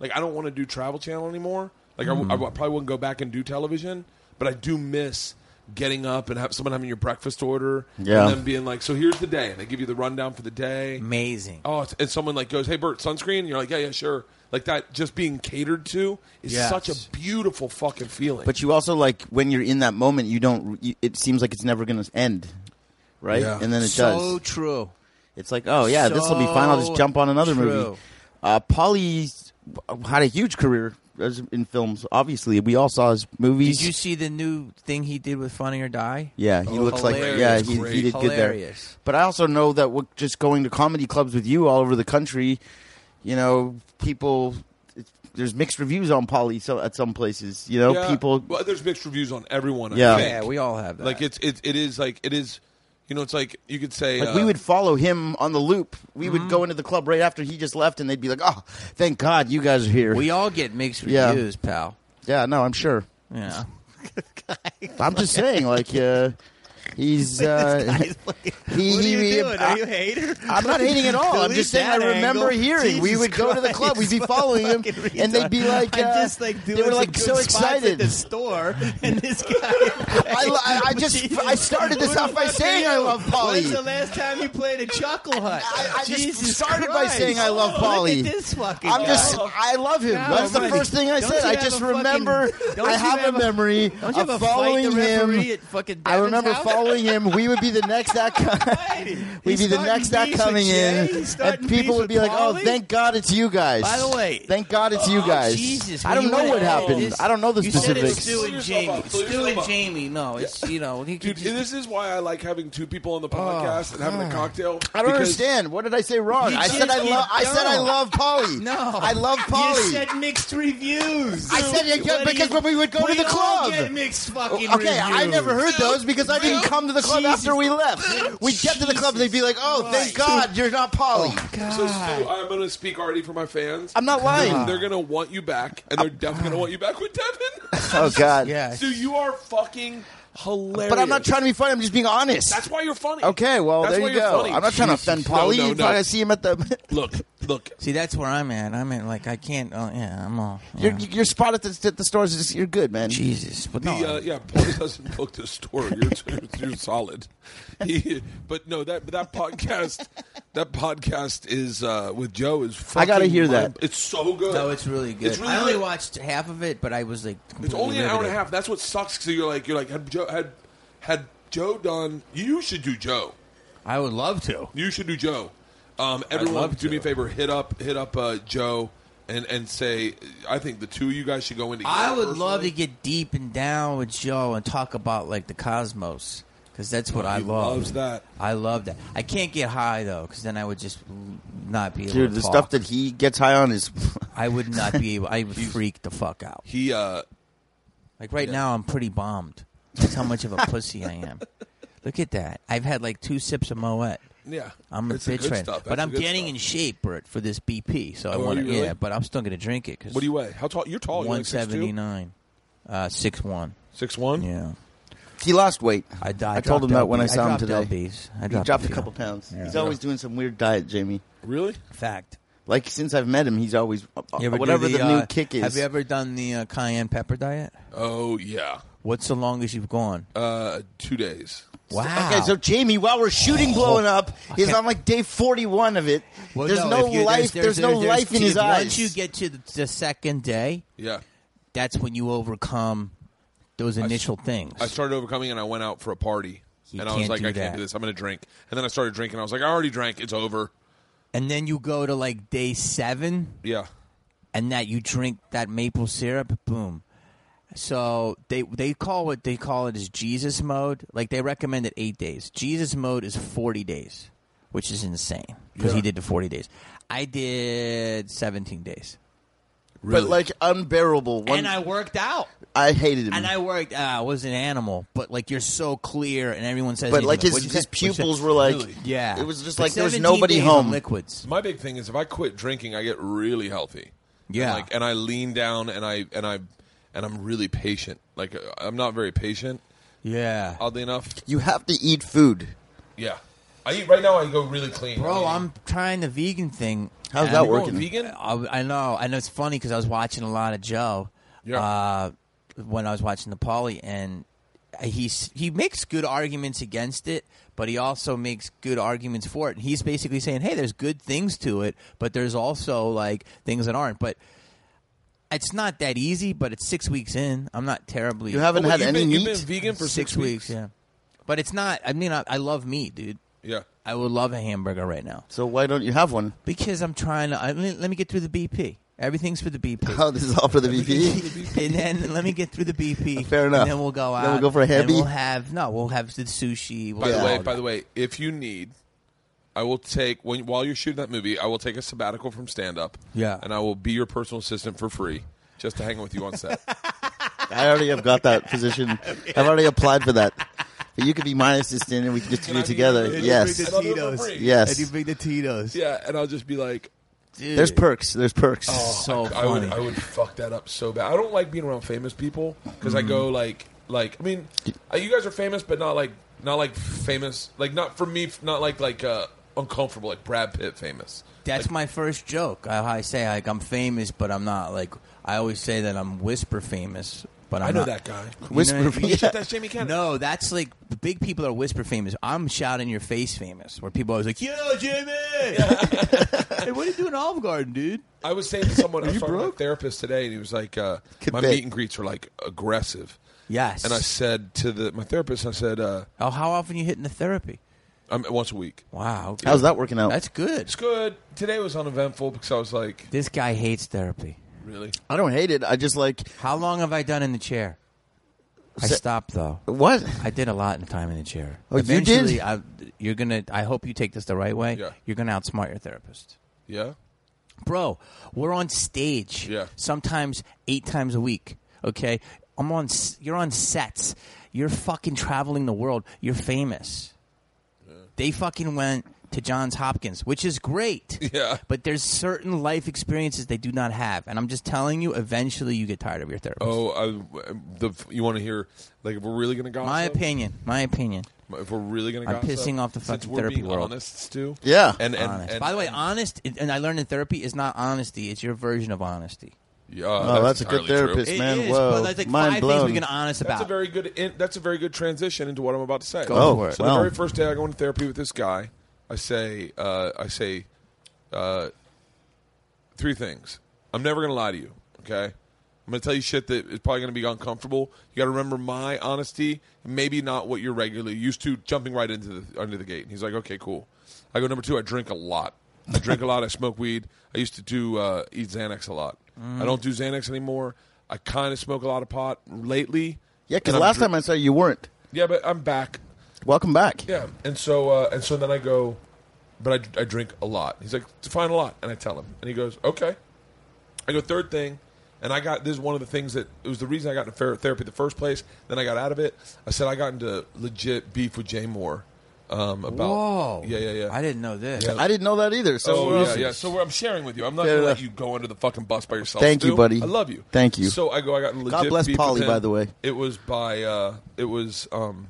[SPEAKER 1] like I don't want to do Travel Channel anymore. Like I
[SPEAKER 4] Hmm.
[SPEAKER 1] w I I, probably wouldn't go back and do television, but I do miss getting up and have someone having your breakfast order.
[SPEAKER 4] Yeah.
[SPEAKER 1] and then being like, so here's the day, and they give you the rundown for the day.
[SPEAKER 5] Amazing.
[SPEAKER 1] Oh, it's- and someone like goes, "Hey, Bert, sunscreen," and you're like, "Yeah, yeah, sure." Like that, just being catered to is
[SPEAKER 5] Yes.
[SPEAKER 1] such a beautiful fucking feeling.
[SPEAKER 4] But you also like when you're in that moment, you don't. You, it seems like it's never going to end, right?
[SPEAKER 1] Yeah.
[SPEAKER 4] And then it
[SPEAKER 5] so
[SPEAKER 4] does.
[SPEAKER 5] true.
[SPEAKER 4] It's like, oh yeah, this will be fine. I'll just
[SPEAKER 5] so
[SPEAKER 4] jump on another
[SPEAKER 5] true.
[SPEAKER 4] movie. Uh, Polly had a huge career as- in films. Obviously, we all saw his movies.
[SPEAKER 5] Did you see the new thing he did with Funny or Die?
[SPEAKER 4] yeah, he
[SPEAKER 1] Oh,
[SPEAKER 4] looks like
[SPEAKER 5] hilarious.
[SPEAKER 4] yeah, he,
[SPEAKER 1] Great.
[SPEAKER 4] he did good there.
[SPEAKER 5] Hilarious.
[SPEAKER 4] But I also know that what, just going to comedy clubs with you all over the country, you know, people. It's, there's mixed reviews on Polly. So at some places, you know,
[SPEAKER 1] Yeah.
[SPEAKER 4] people.
[SPEAKER 1] Well, there's mixed reviews on everyone. I
[SPEAKER 4] Yeah.
[SPEAKER 1] think.
[SPEAKER 5] Yeah, we all have that.
[SPEAKER 1] Like it's it, it is like it is. You know, it's like you could say
[SPEAKER 4] Like
[SPEAKER 1] uh,
[SPEAKER 4] we would follow him on the loop. We
[SPEAKER 5] Mm-hmm.
[SPEAKER 4] would go into the club right after he just left, and they'd be like, "Oh, thank God you guys are here."
[SPEAKER 5] we all get mixed
[SPEAKER 4] Yeah.
[SPEAKER 5] reviews, pal.
[SPEAKER 4] yeah, no, I'm sure.
[SPEAKER 5] Yeah.
[SPEAKER 4] I'm just saying, like, uh, he's uh, he.
[SPEAKER 5] What are you
[SPEAKER 4] he-
[SPEAKER 5] doing?
[SPEAKER 4] I-
[SPEAKER 5] Are you a hater?
[SPEAKER 4] I'm not hating at all. I'm
[SPEAKER 5] Delete
[SPEAKER 4] just saying I
[SPEAKER 5] that
[SPEAKER 4] remember
[SPEAKER 5] angle.
[SPEAKER 4] hearing. we
[SPEAKER 5] Jesus
[SPEAKER 4] would go to the club. We'd
[SPEAKER 5] Christ,
[SPEAKER 4] be
[SPEAKER 5] what a
[SPEAKER 4] following him,
[SPEAKER 5] fucking
[SPEAKER 4] and they'd be
[SPEAKER 5] retard.
[SPEAKER 4] like,
[SPEAKER 5] I'm
[SPEAKER 4] uh,
[SPEAKER 5] just like
[SPEAKER 4] they
[SPEAKER 5] doing
[SPEAKER 4] were
[SPEAKER 5] some
[SPEAKER 4] like
[SPEAKER 5] good
[SPEAKER 4] so
[SPEAKER 5] spots at
[SPEAKER 4] excited.
[SPEAKER 5] the store, and this guy.
[SPEAKER 4] I, lo- I, I just I started this
[SPEAKER 5] What
[SPEAKER 4] off by
[SPEAKER 5] about
[SPEAKER 4] saying
[SPEAKER 5] you?
[SPEAKER 4] I love Polly.
[SPEAKER 5] When's the last time you played a Chuckle Hut?
[SPEAKER 4] I- I just
[SPEAKER 5] Jesus
[SPEAKER 4] started by
[SPEAKER 5] Christ.
[SPEAKER 4] saying I love
[SPEAKER 5] Look at
[SPEAKER 4] Polly.
[SPEAKER 5] this fucking
[SPEAKER 4] I'm
[SPEAKER 5] guy.
[SPEAKER 4] just I love him.
[SPEAKER 5] God
[SPEAKER 4] That's the
[SPEAKER 5] almighty.
[SPEAKER 4] first thing I
[SPEAKER 5] Don't
[SPEAKER 4] said.
[SPEAKER 5] you
[SPEAKER 4] I
[SPEAKER 5] have
[SPEAKER 4] just
[SPEAKER 5] a fucking-
[SPEAKER 4] remember
[SPEAKER 5] don't
[SPEAKER 4] I
[SPEAKER 5] you
[SPEAKER 4] have,
[SPEAKER 5] have
[SPEAKER 4] a
[SPEAKER 5] a-
[SPEAKER 4] memory
[SPEAKER 5] Don't you have
[SPEAKER 4] of
[SPEAKER 5] a fight
[SPEAKER 4] following
[SPEAKER 5] the referee
[SPEAKER 4] him.
[SPEAKER 5] at fucking
[SPEAKER 4] I
[SPEAKER 5] Devin's
[SPEAKER 4] remember
[SPEAKER 5] house?
[SPEAKER 4] following him. We would be the next that
[SPEAKER 5] Almighty.
[SPEAKER 4] we'd
[SPEAKER 5] He's
[SPEAKER 4] be the
[SPEAKER 5] starting
[SPEAKER 4] next that
[SPEAKER 5] beefs with
[SPEAKER 4] coming
[SPEAKER 5] Jay.
[SPEAKER 4] in,
[SPEAKER 5] He's starting
[SPEAKER 4] and people
[SPEAKER 5] beefs
[SPEAKER 4] would be
[SPEAKER 5] with
[SPEAKER 4] like, "Oh,
[SPEAKER 5] Pauly."
[SPEAKER 4] thank God it's you guys."
[SPEAKER 5] By the way-
[SPEAKER 4] thank God it's you
[SPEAKER 5] Oh,
[SPEAKER 4] guys.
[SPEAKER 5] Jesus,
[SPEAKER 4] I
[SPEAKER 5] when
[SPEAKER 4] don't
[SPEAKER 5] you
[SPEAKER 4] know
[SPEAKER 5] went
[SPEAKER 4] what
[SPEAKER 5] to
[SPEAKER 4] happened.
[SPEAKER 5] this-
[SPEAKER 4] I don't know the
[SPEAKER 5] you
[SPEAKER 4] specifics.
[SPEAKER 5] Said it's Stu and
[SPEAKER 1] Pull yourself
[SPEAKER 5] Jamie.
[SPEAKER 1] up, pull
[SPEAKER 5] Stu
[SPEAKER 1] yourself
[SPEAKER 5] and
[SPEAKER 1] up.
[SPEAKER 5] Jamie. No, it's you know. He
[SPEAKER 1] Dude,
[SPEAKER 5] could just,
[SPEAKER 1] this is why I like having two people on the podcast and having a cocktail.
[SPEAKER 4] Oh, I don't
[SPEAKER 1] because-
[SPEAKER 4] understand. What did I say wrong?
[SPEAKER 5] You
[SPEAKER 4] I said
[SPEAKER 5] just
[SPEAKER 4] I love. I
[SPEAKER 5] don't.
[SPEAKER 4] said I love Polly.
[SPEAKER 5] no,
[SPEAKER 4] I love Polly.
[SPEAKER 5] You said mixed reviews.
[SPEAKER 4] I said it, yeah,
[SPEAKER 5] What do
[SPEAKER 4] because when we would go to
[SPEAKER 5] we
[SPEAKER 4] the
[SPEAKER 5] all
[SPEAKER 4] club.
[SPEAKER 5] get mixed fucking
[SPEAKER 4] Okay, I
[SPEAKER 5] reviews.
[SPEAKER 4] never heard those because I didn't
[SPEAKER 5] Well,
[SPEAKER 4] come to the club
[SPEAKER 5] Jesus.
[SPEAKER 4] after we left. We'd get to the club and they'd be like, "Oh, thank
[SPEAKER 5] Christ.
[SPEAKER 4] God you're not Polly."
[SPEAKER 5] Oh,
[SPEAKER 1] So, Stu, I'm going to speak already for my fans.
[SPEAKER 4] I'm not lying.
[SPEAKER 1] They're going to want you back, and they're definitely going to want you back with Devin.
[SPEAKER 4] Oh God.
[SPEAKER 5] Yeah.
[SPEAKER 1] Stu, you are fucking hilarious.
[SPEAKER 4] But I'm not trying to be funny. I'm just being honest.
[SPEAKER 1] That's why you're funny.
[SPEAKER 4] Okay, well
[SPEAKER 1] That's
[SPEAKER 4] there
[SPEAKER 1] why
[SPEAKER 4] you
[SPEAKER 1] you're
[SPEAKER 4] go.
[SPEAKER 1] funny.
[SPEAKER 4] I'm not trying to offend
[SPEAKER 1] Jesus. No,
[SPEAKER 4] Polly.
[SPEAKER 1] no,
[SPEAKER 4] If
[SPEAKER 1] no.
[SPEAKER 4] I see him at the
[SPEAKER 1] Look, look.
[SPEAKER 5] See, that's where I'm at. I'm at like I can't. Oh, yeah, I'm all.
[SPEAKER 4] your,
[SPEAKER 5] Yeah.
[SPEAKER 4] your spot at the, at the stores is you're good, man.
[SPEAKER 5] Jesus, but
[SPEAKER 1] The,
[SPEAKER 5] no,
[SPEAKER 1] uh, yeah, Paul doesn't book the store. You're, you're, you're solid. He- but no, that that podcast, that podcast is uh, with Joe is. Fucking
[SPEAKER 4] I gotta hear
[SPEAKER 1] mind-
[SPEAKER 4] that.
[SPEAKER 1] It's so good.
[SPEAKER 5] no, it's really good.
[SPEAKER 1] It's really
[SPEAKER 5] I only
[SPEAKER 1] good.
[SPEAKER 5] watched half of it, but I was like,
[SPEAKER 1] It's
[SPEAKER 5] completely
[SPEAKER 1] only an hour and a
[SPEAKER 5] riveted.
[SPEAKER 1] half. That's what sucks. Because you're like, you're like, had Joe had had Joe done? You should do Joe.
[SPEAKER 5] I would love to.
[SPEAKER 1] You should do Joe. Um, everyone,
[SPEAKER 5] love
[SPEAKER 1] do me a
[SPEAKER 5] to.
[SPEAKER 1] favor. Hit up, hit up uh, Joe, and and say, I think the two of you guys should go in. together
[SPEAKER 5] I would love
[SPEAKER 1] personally.
[SPEAKER 5] to get deep and down with Joe and talk about like the cosmos because that's what
[SPEAKER 1] Oh,
[SPEAKER 5] I
[SPEAKER 1] He
[SPEAKER 5] love.
[SPEAKER 1] loves that.
[SPEAKER 5] I love that. I can't get high though because then I would just not be able.
[SPEAKER 4] Dude,
[SPEAKER 5] to
[SPEAKER 4] the
[SPEAKER 5] talk.
[SPEAKER 4] stuff that he gets high on is
[SPEAKER 5] I would not be able. I would freak the fuck out.
[SPEAKER 1] He uh,
[SPEAKER 5] Like right now, I'm pretty bombed. That's how much of a pussy I am. Look at that. I've had like two sips of Moet.
[SPEAKER 1] yeah.
[SPEAKER 5] I'm a
[SPEAKER 1] It's the
[SPEAKER 5] bitch
[SPEAKER 1] good
[SPEAKER 5] right now,
[SPEAKER 1] stuff. That's
[SPEAKER 5] but
[SPEAKER 1] the
[SPEAKER 5] I'm
[SPEAKER 1] good
[SPEAKER 5] getting
[SPEAKER 1] stuff.
[SPEAKER 5] in shape, Bert, for this BP. So I
[SPEAKER 1] Oh, are
[SPEAKER 5] want to,
[SPEAKER 1] you really?
[SPEAKER 5] yeah, but I'm still gonna drink it because
[SPEAKER 1] What do you weigh? How tall? You're tall. You're
[SPEAKER 5] One
[SPEAKER 1] like 6'2"?
[SPEAKER 5] seventy nine, uh, six one.
[SPEAKER 1] Six one.
[SPEAKER 5] Yeah,
[SPEAKER 4] he lost weight.
[SPEAKER 5] I died.
[SPEAKER 4] I told him that when I saw him today.
[SPEAKER 5] LBs. I
[SPEAKER 4] He
[SPEAKER 5] dropped,
[SPEAKER 4] dropped a
[SPEAKER 5] few.
[SPEAKER 4] couple pounds.
[SPEAKER 5] Yeah.
[SPEAKER 4] He's always doing some weird diet, Jamie.
[SPEAKER 1] Really?
[SPEAKER 5] Fact.
[SPEAKER 4] Like since I've met him, he's always
[SPEAKER 5] You ever do
[SPEAKER 4] whatever the, new
[SPEAKER 5] uh,
[SPEAKER 4] kick is.
[SPEAKER 5] Have you ever done the uh, cayenne pepper diet?
[SPEAKER 1] Oh yeah.
[SPEAKER 5] What's the longest you've gone?
[SPEAKER 1] Uh, two days.
[SPEAKER 5] wow. Oh,
[SPEAKER 4] Okay, so Jamie, while we're shooting blowing up, he's on like day forty-one of it.
[SPEAKER 5] Well,
[SPEAKER 4] there's no,
[SPEAKER 5] if you-
[SPEAKER 4] life. There's, no life in his
[SPEAKER 5] once
[SPEAKER 4] eyes.
[SPEAKER 5] Once you get to the, the second day,
[SPEAKER 1] Yeah.
[SPEAKER 5] that's when you overcome those initial things.
[SPEAKER 1] I started overcoming and I went out for a party.
[SPEAKER 5] You
[SPEAKER 1] and I was
[SPEAKER 5] can't
[SPEAKER 1] like,
[SPEAKER 5] do
[SPEAKER 1] I can't
[SPEAKER 5] that.
[SPEAKER 1] do this. I'm going to drink. And then I started drinking. I was like, I already drank. It's over.
[SPEAKER 5] and then you go to like day seven,
[SPEAKER 1] Yeah.
[SPEAKER 5] and that you drink that maple syrup, boom. So they they call what they call it is Jesus mode. Like they recommend it eight days. Jesus mode is forty days, which is insane because he did the forty days. I did seventeen days,
[SPEAKER 4] but like unbearable. One,
[SPEAKER 5] and I worked out,
[SPEAKER 4] I hated him.
[SPEAKER 5] and I worked. Uh, I was an animal, but like you're so clear, and everyone says.
[SPEAKER 4] but
[SPEAKER 5] to you,
[SPEAKER 4] like
[SPEAKER 5] "What'd
[SPEAKER 4] his,
[SPEAKER 5] you
[SPEAKER 4] his
[SPEAKER 5] say? What'd you say?"
[SPEAKER 4] pupils were like,
[SPEAKER 5] yeah,
[SPEAKER 4] it was just
[SPEAKER 5] But
[SPEAKER 4] like there was
[SPEAKER 5] 17
[SPEAKER 4] nobody
[SPEAKER 5] days of
[SPEAKER 4] home.
[SPEAKER 5] Liquids.
[SPEAKER 1] My big thing is if I quit drinking, I get really healthy.
[SPEAKER 5] Yeah.
[SPEAKER 1] And, like, and I lean down and I and I and I'm really patient. Like uh, I'm not very patient,
[SPEAKER 5] Yeah,
[SPEAKER 4] Oh.
[SPEAKER 1] oddly enough.
[SPEAKER 4] You have to eat food.
[SPEAKER 1] Yeah. I eat right now. I go really clean.
[SPEAKER 5] Bro,
[SPEAKER 1] I
[SPEAKER 5] I'm trying the vegan thing.
[SPEAKER 4] How's
[SPEAKER 5] And
[SPEAKER 4] that
[SPEAKER 5] I'm-
[SPEAKER 1] eat-
[SPEAKER 4] working?
[SPEAKER 1] Oh, vegan.
[SPEAKER 5] I, I know. I know it's funny because I was watching a lot of Joe.
[SPEAKER 1] Yeah.
[SPEAKER 5] Uh, when I was watching the Polly, and he's he makes good arguments against it, but he also makes good arguments for it. And he's basically saying, "Hey, there's good things to it, but there's also like things that aren't." But it's not that easy. But it's six weeks in. I'm not terribly.
[SPEAKER 4] You haven't
[SPEAKER 1] Oh, wait,
[SPEAKER 4] had
[SPEAKER 1] you've
[SPEAKER 4] any
[SPEAKER 1] been,
[SPEAKER 4] meat.
[SPEAKER 1] You've been vegan for six,
[SPEAKER 5] six weeks. Yeah. But it's not. I mean, I, I love meat, dude.
[SPEAKER 1] Yeah.
[SPEAKER 5] I would love a hamburger right now.
[SPEAKER 4] so why don't you have one?
[SPEAKER 5] Because I'm trying to. I, let, let me get through the BP. Everything's for the BP.
[SPEAKER 4] Oh, this is all for the VP.
[SPEAKER 5] and then let me get through the BP.
[SPEAKER 4] Fair enough.
[SPEAKER 5] And then we'll go out.
[SPEAKER 4] Then we'll go for a
[SPEAKER 5] and
[SPEAKER 4] heavy.
[SPEAKER 5] We'll have Oh, no. We'll have the sushi. We'll
[SPEAKER 1] By
[SPEAKER 5] do
[SPEAKER 1] the
[SPEAKER 5] all
[SPEAKER 1] way,
[SPEAKER 5] that.
[SPEAKER 1] by the way, if you need, I will take when while you're shooting that movie, I will take a sabbatical from stand up.
[SPEAKER 5] Yeah.
[SPEAKER 1] And I will be your personal assistant for free just to hang with you on set.
[SPEAKER 4] I already have got that position. I've already applied for that. But you could be my assistant, and we could just
[SPEAKER 1] Can
[SPEAKER 4] do
[SPEAKER 1] I
[SPEAKER 4] it
[SPEAKER 1] be-
[SPEAKER 4] together.
[SPEAKER 1] Can you
[SPEAKER 4] Yes,
[SPEAKER 1] And I'll do it for free.
[SPEAKER 4] Yes.
[SPEAKER 5] And you bring the Tito's.
[SPEAKER 1] yeah, and I'll just be like
[SPEAKER 5] Dude.
[SPEAKER 4] there's perks. There's perks.
[SPEAKER 5] So
[SPEAKER 1] I would
[SPEAKER 5] funny.
[SPEAKER 1] I would fuck that up so bad. I don't like being around famous people because I go like like I mean, uh, you guys are famous, but not like not like famous like not for me not like like uh, uncomfortable like Brad Pitt famous.
[SPEAKER 5] That's my first joke. I, I say like I'm famous, but I'm not. Like I always say that I'm whisper famous, but I'm
[SPEAKER 1] I know that
[SPEAKER 5] not.
[SPEAKER 1] guy.
[SPEAKER 4] Whisper.
[SPEAKER 5] You know,
[SPEAKER 1] You
[SPEAKER 4] yeah.
[SPEAKER 1] shoot that Jamie Kennedy.
[SPEAKER 5] No, that's like the big people are whisper famous. I'm shout in your face famous, where people always like, "Yo, Jamie, hey, what are you doing in Olive Garden, dude?"
[SPEAKER 1] I was saying to someone, I was
[SPEAKER 5] you
[SPEAKER 1] talking to a
[SPEAKER 5] broke?
[SPEAKER 1] therapist today, and he was like, uh,
[SPEAKER 4] Could
[SPEAKER 1] "My
[SPEAKER 4] be.
[SPEAKER 1] meet and greets were like aggressive."
[SPEAKER 5] Yes.
[SPEAKER 1] And I said to the my therapist, I said, uh,
[SPEAKER 5] "Oh, how often you hitting the therapy?"
[SPEAKER 1] "I'm once a week.
[SPEAKER 5] Wow, okay.
[SPEAKER 4] How's that working out?
[SPEAKER 5] That's good.
[SPEAKER 1] It's good." Today was uneventful because I was like,
[SPEAKER 5] This guy hates therapy.
[SPEAKER 1] "Really?"
[SPEAKER 4] I don't hate it. I just like
[SPEAKER 5] How long have I done in the chair? I
[SPEAKER 4] Se-
[SPEAKER 5] stopped though.
[SPEAKER 4] what?
[SPEAKER 5] I did a lot in time in the chair.
[SPEAKER 4] Oh, you did?
[SPEAKER 5] Eventually, I, you're gonna. I hope you take this the right way.
[SPEAKER 1] Yeah.
[SPEAKER 5] You're gonna outsmart your therapist,
[SPEAKER 1] Yeah.
[SPEAKER 5] bro. We're on stage.
[SPEAKER 1] Yeah.
[SPEAKER 5] Sometimes eight times a week. Okay. I'm on. s- You're on sets. You're fucking traveling the world. You're famous. They fucking went to Johns Hopkins, which is great.
[SPEAKER 1] Yeah.
[SPEAKER 5] But there's certain life experiences they do not have, and I'm just telling you. Eventually, you get tired of your therapist.
[SPEAKER 1] Oh, I, the you want to hear like if we're really gonna gossip?
[SPEAKER 5] my opinion. My opinion.
[SPEAKER 1] If we're really gonna,
[SPEAKER 5] I'm
[SPEAKER 1] gossip,
[SPEAKER 5] pissing off the
[SPEAKER 1] since
[SPEAKER 5] fucking
[SPEAKER 1] we're
[SPEAKER 5] therapy
[SPEAKER 1] being
[SPEAKER 5] world.
[SPEAKER 1] honest, too.
[SPEAKER 4] Yeah.
[SPEAKER 1] And and,
[SPEAKER 5] honest.
[SPEAKER 1] and-
[SPEAKER 5] By the way,
[SPEAKER 1] and-
[SPEAKER 5] honest, and I learned in therapy is not honesty; it's your version of honesty.
[SPEAKER 1] yeah,
[SPEAKER 4] Oh, that's a good
[SPEAKER 1] entirely true.
[SPEAKER 4] therapist.
[SPEAKER 5] It
[SPEAKER 4] Man,
[SPEAKER 5] is,
[SPEAKER 4] whoa.
[SPEAKER 5] But that's like
[SPEAKER 4] Mind
[SPEAKER 5] five
[SPEAKER 4] blown.
[SPEAKER 5] things we can honest
[SPEAKER 1] That's
[SPEAKER 5] about.
[SPEAKER 1] a very good. In, that's a very good transition into what I'm about to say.
[SPEAKER 5] Go
[SPEAKER 4] Oh,
[SPEAKER 5] for it.
[SPEAKER 1] So
[SPEAKER 4] wow.
[SPEAKER 1] the very first day I go into therapy with this guy, I say, uh, I say, uh, three things. I'm never gonna lie to you. Okay, I'm gonna tell you shit that is probably gonna be uncomfortable. You got to remember my honesty, maybe not what you're regularly used to. Jumping right into the under the gate. And he's like, okay, cool. I go number two. I drink a lot. I drink a lot. I smoke weed. I used to do uh, eat Xanax a lot. I don't do Xanax anymore. I kind of smoke a lot of pot lately.
[SPEAKER 4] Yeah, because
[SPEAKER 1] And I'm
[SPEAKER 4] last
[SPEAKER 1] dri-
[SPEAKER 4] time I saw you, you weren't.
[SPEAKER 1] yeah, but I'm back.
[SPEAKER 4] Welcome back.
[SPEAKER 1] Yeah, and so uh, and so then I go, but I, I drink a lot. He's like, define a lot, and I tell him, and he goes, okay. I go third thing, and I got this is one of the things that it was the reason I got into ther- therapy in the first place. Then I got out of it. I said I got into legit beef with Jay Moore um, about
[SPEAKER 5] Whoa!
[SPEAKER 1] yeah yeah yeah.
[SPEAKER 5] I didn't know this.
[SPEAKER 1] Yeah.
[SPEAKER 4] I didn't know that either. So
[SPEAKER 1] So uh,
[SPEAKER 4] we're
[SPEAKER 1] Oh, yeah,
[SPEAKER 4] all-
[SPEAKER 1] yeah. So we're- I'm sharing with you. I'm not
[SPEAKER 4] Fair
[SPEAKER 1] gonna let
[SPEAKER 4] enough.
[SPEAKER 1] you go under the fucking bus by yourself.
[SPEAKER 4] Thank you,
[SPEAKER 1] Stu.
[SPEAKER 4] buddy.
[SPEAKER 1] I love you.
[SPEAKER 4] Thank you.
[SPEAKER 1] So I go. I got legit.
[SPEAKER 4] bless
[SPEAKER 1] beef with
[SPEAKER 4] Polly,
[SPEAKER 1] him.
[SPEAKER 4] by the way.
[SPEAKER 1] It was by. Uh, it was. Um,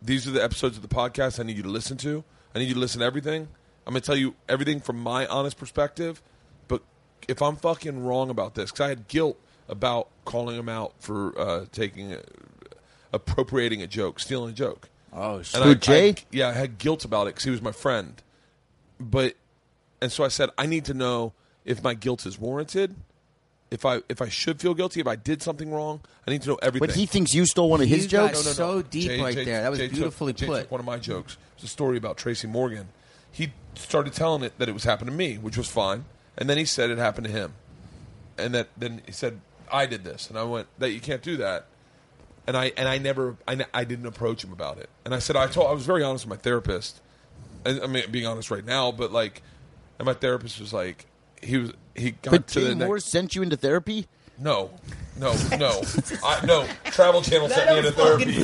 [SPEAKER 1] these are the episodes of the podcast I need you to listen to. I need you to listen to everything. I'm gonna tell you everything from my honest perspective. But if I'm fucking wrong about this, because I had guilt about calling him out for uh, taking, a, appropriating a joke, stealing a joke.
[SPEAKER 5] Oh,
[SPEAKER 1] And
[SPEAKER 5] shit.
[SPEAKER 1] I,
[SPEAKER 4] Who, Jay?
[SPEAKER 1] I- yeah, I had guilt about it because he was my friend. But and so I said, I need to know if my guilt is warranted. If I if I should feel guilty, if I did something wrong, I need to know everything.
[SPEAKER 4] But he thinks you stole one of his
[SPEAKER 5] You got
[SPEAKER 4] jokes.
[SPEAKER 5] so- deep right there. That was
[SPEAKER 1] took-
[SPEAKER 5] beautifully
[SPEAKER 1] Jay
[SPEAKER 5] put.
[SPEAKER 1] took one of my jokes. It's a story about Tracy Morgan. He started telling it that it was happened to me, which was fine, and then he said it happened to him, and that then he said I did this, and I went that you can't do that, and I and I never I, ne- I didn't approach him about it, and I said I told I was very honest with my therapist, and I mean being honest right now, but like, and my therapist was like he was he got
[SPEAKER 4] But
[SPEAKER 1] to
[SPEAKER 4] Jay
[SPEAKER 1] the next-
[SPEAKER 4] Moore sent you into therapy.
[SPEAKER 1] no. No, no, I, no. Travel Channel sent me into therapy.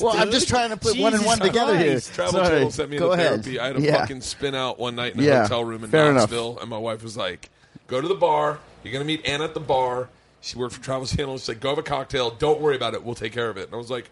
[SPEAKER 4] Well, I'm just trying to put one and
[SPEAKER 5] Jesus
[SPEAKER 4] one together
[SPEAKER 5] Christ.
[SPEAKER 4] here.
[SPEAKER 1] Travel
[SPEAKER 4] Sorry.
[SPEAKER 1] Channel sent me
[SPEAKER 4] Go
[SPEAKER 1] into
[SPEAKER 4] ahead.
[SPEAKER 1] therapy. I had a
[SPEAKER 4] yeah.
[SPEAKER 1] fucking spin out one night in a
[SPEAKER 4] Yeah.
[SPEAKER 1] hotel room in
[SPEAKER 4] Fair enough.
[SPEAKER 1] Knoxville, and my wife was like, "Go to the bar. You're gonna meet Anna at the bar. She worked for Travel Channel. She's like, go have a cocktail. Don't worry about it. We'll take care of it." And I was like,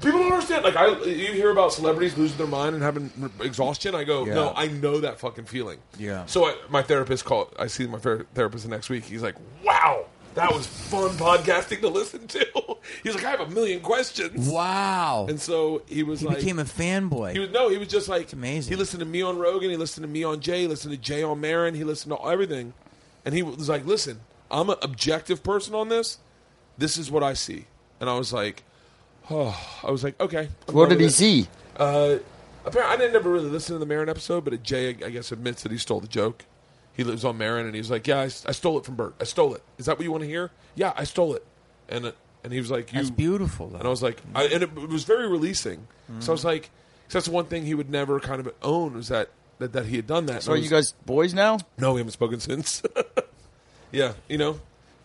[SPEAKER 1] "People don't understand. Like, I you hear about celebrities losing their mind and having r- exhaustion. I go, no, I know that fucking feeling.
[SPEAKER 5] Yeah.
[SPEAKER 1] So I, my therapist called. I see my ther- therapist the next week. He's like, "Wow, that was fun podcasting to listen to." He's like, "I have a million questions."
[SPEAKER 5] Wow!
[SPEAKER 1] And so he was
[SPEAKER 5] he
[SPEAKER 1] like,
[SPEAKER 5] became a fanboy.
[SPEAKER 1] he was no, he was just like
[SPEAKER 5] amazing.
[SPEAKER 1] He listened to me on Rogan. He listened to me on Jay. He listened to Jay on Marin. He listened to everything, and he was like, "Listen, I'm an objective person on this. This is what I see." And I was like, "Oh, I was like, okay." I'm
[SPEAKER 4] What
[SPEAKER 1] going
[SPEAKER 4] did he
[SPEAKER 1] with it.
[SPEAKER 4] see?
[SPEAKER 1] Uh, apparently, I didn't ever really listen to the Marin episode, but Jay, I guess, admits that he stole the joke. He lives on Marin, and he's like, "Yeah, I, I stole it from Bert. I stole it. Is that what you want to hear? Yeah, I stole it." And and he was like, "You
[SPEAKER 5] That's beautiful. Though.
[SPEAKER 1] and I was like, I, and it, it was very releasing. So I was like, So that's one thing he would never kind of own was that that, that he had done that.
[SPEAKER 4] So are
[SPEAKER 1] And I
[SPEAKER 4] Oh, you
[SPEAKER 1] was-
[SPEAKER 4] guys boys now?
[SPEAKER 1] No, we haven't spoken since. yeah, you know.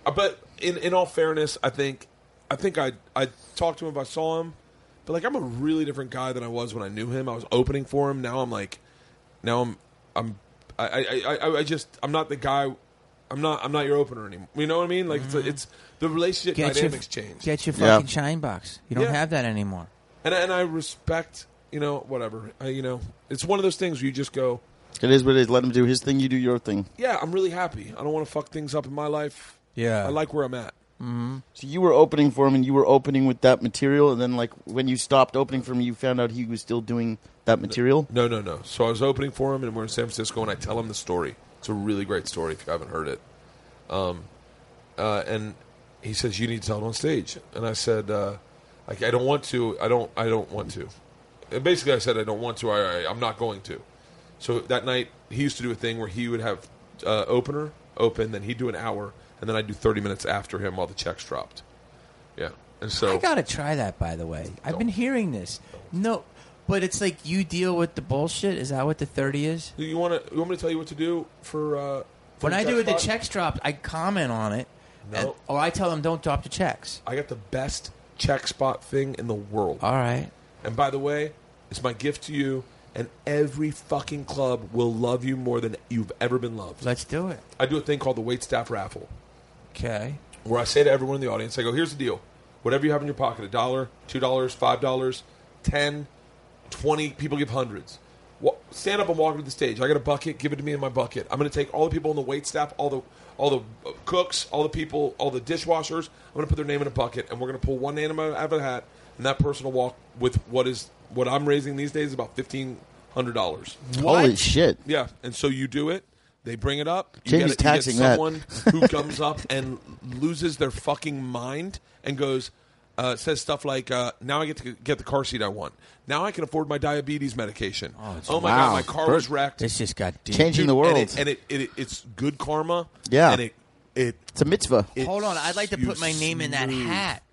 [SPEAKER 1] Uh, But in in all fairness, I think I think I I talked to him if I saw him, but like I'm a really different guy than I was when I knew him. I was opening for him. Now I'm like, now I'm I'm I I, I- I, I just I'm not the guy. I'm not I'm not your opener anymore. You know what I mean? Like
[SPEAKER 4] Mm-hmm.
[SPEAKER 1] it's, it's the relationship
[SPEAKER 5] Get
[SPEAKER 1] dynamics
[SPEAKER 5] your,
[SPEAKER 1] change.
[SPEAKER 5] Get your
[SPEAKER 4] Yeah.
[SPEAKER 5] fucking shine box. You don't
[SPEAKER 1] Yeah.
[SPEAKER 5] have that anymore.
[SPEAKER 1] and I- and I respect you know whatever I, you know. It's one of those things where you just go,
[SPEAKER 4] It is what it is. Let him do his thing. You do your thing.
[SPEAKER 1] yeah, I'm really happy. I don't want to fuck things up in my life.
[SPEAKER 5] Yeah.
[SPEAKER 1] I like where I'm at.
[SPEAKER 4] So you were opening for him, and you were opening with that material, and then like when you stopped opening for him, you found out he was still doing that material.
[SPEAKER 1] No, no, no. So I was opening for him, and we're in San Francisco, and I tell him the story. It's a really great story if you haven't heard it. Um, uh, and he says, "You need to tell it on stage." And I said, uh, like, "I don't want to. I don't. I don't want to." And basically, I said, "I don't want to. I, I, I'm not going to." So that night, he used to do a thing where he would have uh, opener open, then he'd do an hour, and then I'd do 30 minutes after him while the checks dropped. Yeah, and so
[SPEAKER 5] I gotta try that, by the way. I've been hearing this. No, but it's like you deal with the bullshit. Is that what the thirty is?
[SPEAKER 1] Do you want to? You want me to tell you what to do for? Uh, for
[SPEAKER 5] When
[SPEAKER 1] the
[SPEAKER 5] I
[SPEAKER 1] check
[SPEAKER 5] do it, the
[SPEAKER 1] spot?
[SPEAKER 5] checks dropped. I comment on it,
[SPEAKER 1] No.
[SPEAKER 5] and- or I tell them don't drop the checks.
[SPEAKER 1] I got the best check spot thing in the world.
[SPEAKER 5] All right.
[SPEAKER 1] And by the way, it's my gift to you. And every fucking club will love you more than you've ever been loved.
[SPEAKER 5] Let's do it.
[SPEAKER 1] I do a thing called the wait staff raffle,
[SPEAKER 5] Okay.
[SPEAKER 1] where I say to everyone in the audience, I go, "Here's the deal: whatever you have in your pocket, a dollar, two dollars, five dollars, ten, twenty. People give hundreds. Wa- Stand up and walk to the stage. I got a bucket. Give it to me in my bucket. I'm going to take all the people on the wait staff, all the all the uh, cooks, all the people, all the dishwashers. I'm going to put their name in a bucket, and we're going to pull one name out of a hat, and that person will walk with what is what I'm raising these days is about fifteen hundred dollars.
[SPEAKER 4] Holy shit!
[SPEAKER 1] Yeah, and so you do it. They bring it up. You
[SPEAKER 4] Jamie's
[SPEAKER 1] get, you get
[SPEAKER 4] taxing that.
[SPEAKER 1] someone who comes up and loses their fucking mind and goes, uh, says stuff like, uh, "Now I get to get the car seat I want. Now I can afford my diabetes medication. Oh, my
[SPEAKER 4] wow.
[SPEAKER 1] god, my car was wrecked.
[SPEAKER 5] This just got deep.
[SPEAKER 4] Changing the world.
[SPEAKER 1] and, it, and it, it, it's good karma.
[SPEAKER 4] Yeah.
[SPEAKER 1] and it it.
[SPEAKER 4] it's a mitzvah.
[SPEAKER 1] it
[SPEAKER 5] Hold on, I'd like to
[SPEAKER 1] you
[SPEAKER 5] put my name in that
[SPEAKER 1] smooth.
[SPEAKER 5] hat.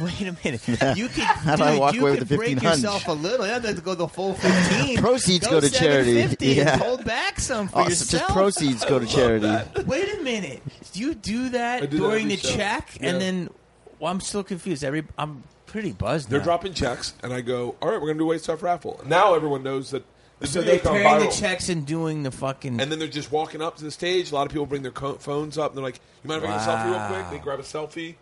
[SPEAKER 5] Wait a minute. You could,
[SPEAKER 4] How do I
[SPEAKER 5] dude,
[SPEAKER 4] walk
[SPEAKER 5] you
[SPEAKER 4] away with
[SPEAKER 5] could
[SPEAKER 4] the
[SPEAKER 5] break
[SPEAKER 4] 1500?
[SPEAKER 5] yourself a little. You don't have to go the full fifteen.
[SPEAKER 4] Proceeds go to charity.
[SPEAKER 5] 750 and
[SPEAKER 4] Yeah.
[SPEAKER 5] Hold back some for
[SPEAKER 4] Oh, so
[SPEAKER 5] yourself.
[SPEAKER 4] just proceeds go to charity.
[SPEAKER 5] Wait a minute. Do you do that
[SPEAKER 1] I do that
[SPEAKER 5] during
[SPEAKER 1] every
[SPEAKER 5] the
[SPEAKER 1] show.
[SPEAKER 5] check,
[SPEAKER 1] Yeah.
[SPEAKER 5] and then well, I'm still confused. Every I'm pretty buzzed.
[SPEAKER 1] They're
[SPEAKER 5] now.
[SPEAKER 1] dropping checks, and I go, "All right, we're gonna do a waste off raffle. Now everyone knows that." This
[SPEAKER 5] So
[SPEAKER 1] video's
[SPEAKER 5] they're
[SPEAKER 1] gone
[SPEAKER 5] tearing the
[SPEAKER 1] viral.
[SPEAKER 5] checks and doing the fucking.
[SPEAKER 1] And then they're just walking up to the stage. A lot of people bring their co- phones up. And they're like, "You mind if I get a selfie real
[SPEAKER 5] Wow.
[SPEAKER 1] quick?" They grab a selfie.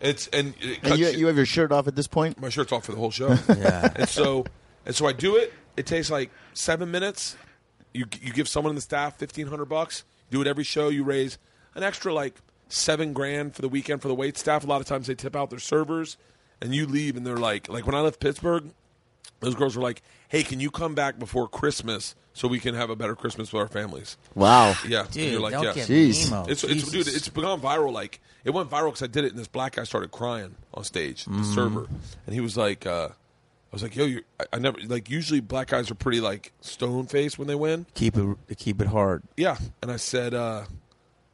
[SPEAKER 1] It's and, it
[SPEAKER 4] And
[SPEAKER 1] cuts
[SPEAKER 4] you,
[SPEAKER 1] you-
[SPEAKER 4] you have your shirt off at this point.
[SPEAKER 1] my shirt's off for the whole show.
[SPEAKER 5] Yeah.
[SPEAKER 1] And so and so I do it. It takes like seven minutes. You you give someone in the staff fifteen hundred bucks. Do it every show. You raise an extra like seven grand for the weekend for the wait staff. A lot of times they tip out their servers, and you leave, and they're like like when I left Pittsburgh, those girls were like, "Hey, can you come back before Christmas so we can have a better Christmas with our families?"
[SPEAKER 4] Wow.
[SPEAKER 1] Yeah, and
[SPEAKER 5] Dude,
[SPEAKER 1] you're like,
[SPEAKER 5] don't
[SPEAKER 1] yes.
[SPEAKER 5] get
[SPEAKER 4] Jeez.
[SPEAKER 5] Nemo.
[SPEAKER 1] It's, it's dude,
[SPEAKER 5] Jesus.
[SPEAKER 1] it's become viral. Like it went viral because I did it, and this black guy started crying on stage, the
[SPEAKER 5] Mm-hmm.
[SPEAKER 1] server, and he was like, uh, "I was like, yo, you're, I, I never like. Usually, black guys are pretty like stone faced when they win.
[SPEAKER 5] keep it keep it hard.
[SPEAKER 1] Yeah." And I said, uh,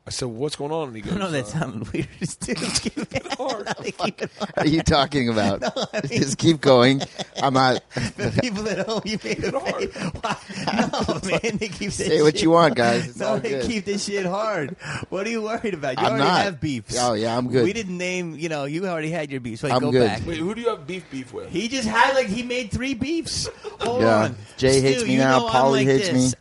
[SPEAKER 1] "I said, what's going on?" And he goes,
[SPEAKER 5] No, that
[SPEAKER 1] uh,
[SPEAKER 5] sounded weird. Dude, keep it
[SPEAKER 1] hard.
[SPEAKER 5] keep it hard.
[SPEAKER 4] What are you talking about? Just keep going. I'm not.
[SPEAKER 5] The people at home, you made it
[SPEAKER 1] hard.
[SPEAKER 5] hard. No, man, they keep this
[SPEAKER 4] Say what
[SPEAKER 5] shit
[SPEAKER 4] you want, guys. It's
[SPEAKER 5] No,
[SPEAKER 4] all
[SPEAKER 5] they
[SPEAKER 4] good.
[SPEAKER 5] keep this shit hard. What are you worried about? You
[SPEAKER 4] I'm
[SPEAKER 5] already
[SPEAKER 4] not.
[SPEAKER 5] have beefs.
[SPEAKER 4] Oh, yeah, I'm good.
[SPEAKER 5] We didn't name. You know, you already had your beefs. Like,
[SPEAKER 4] I'm
[SPEAKER 5] go
[SPEAKER 4] good.
[SPEAKER 5] back.
[SPEAKER 1] "Wait, who do you have beef beef with?"
[SPEAKER 5] He just had like he made three beefs. Hold
[SPEAKER 4] Yeah.
[SPEAKER 5] on.
[SPEAKER 4] Jay hates
[SPEAKER 5] Stu,
[SPEAKER 4] me
[SPEAKER 5] you
[SPEAKER 4] now,
[SPEAKER 5] know I'm
[SPEAKER 4] Polly
[SPEAKER 5] like
[SPEAKER 4] hates
[SPEAKER 5] this.
[SPEAKER 4] me.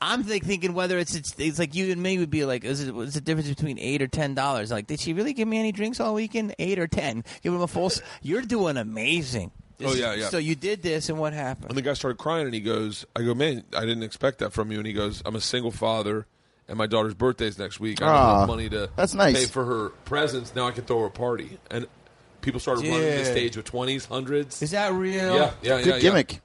[SPEAKER 5] I'm like thinking whether it's, it's it's like you and me would be like, is it what's the difference between eight or ten dollars? Like, did she really give me any drinks all weekend? Eight or ten? Give him a full. s- You're doing amazing.
[SPEAKER 1] Oh, yeah, yeah.
[SPEAKER 5] So you did this, and what
[SPEAKER 1] And
[SPEAKER 5] happened?
[SPEAKER 1] the guy started crying, and he goes, "I go, man, I didn't expect that from you." And he goes, "I'm a single father." And my daughter's birthday's next week. I don't
[SPEAKER 4] Aw,
[SPEAKER 1] have money to
[SPEAKER 4] Ah, that's nice.
[SPEAKER 1] pay for her presents. Now I can throw her a party. And people started running the
[SPEAKER 5] Dude.
[SPEAKER 1] stage with twenties, hundreds.
[SPEAKER 5] Is that real?
[SPEAKER 1] Yeah, yeah, yeah.
[SPEAKER 4] Good
[SPEAKER 1] yeah.
[SPEAKER 4] gimmick.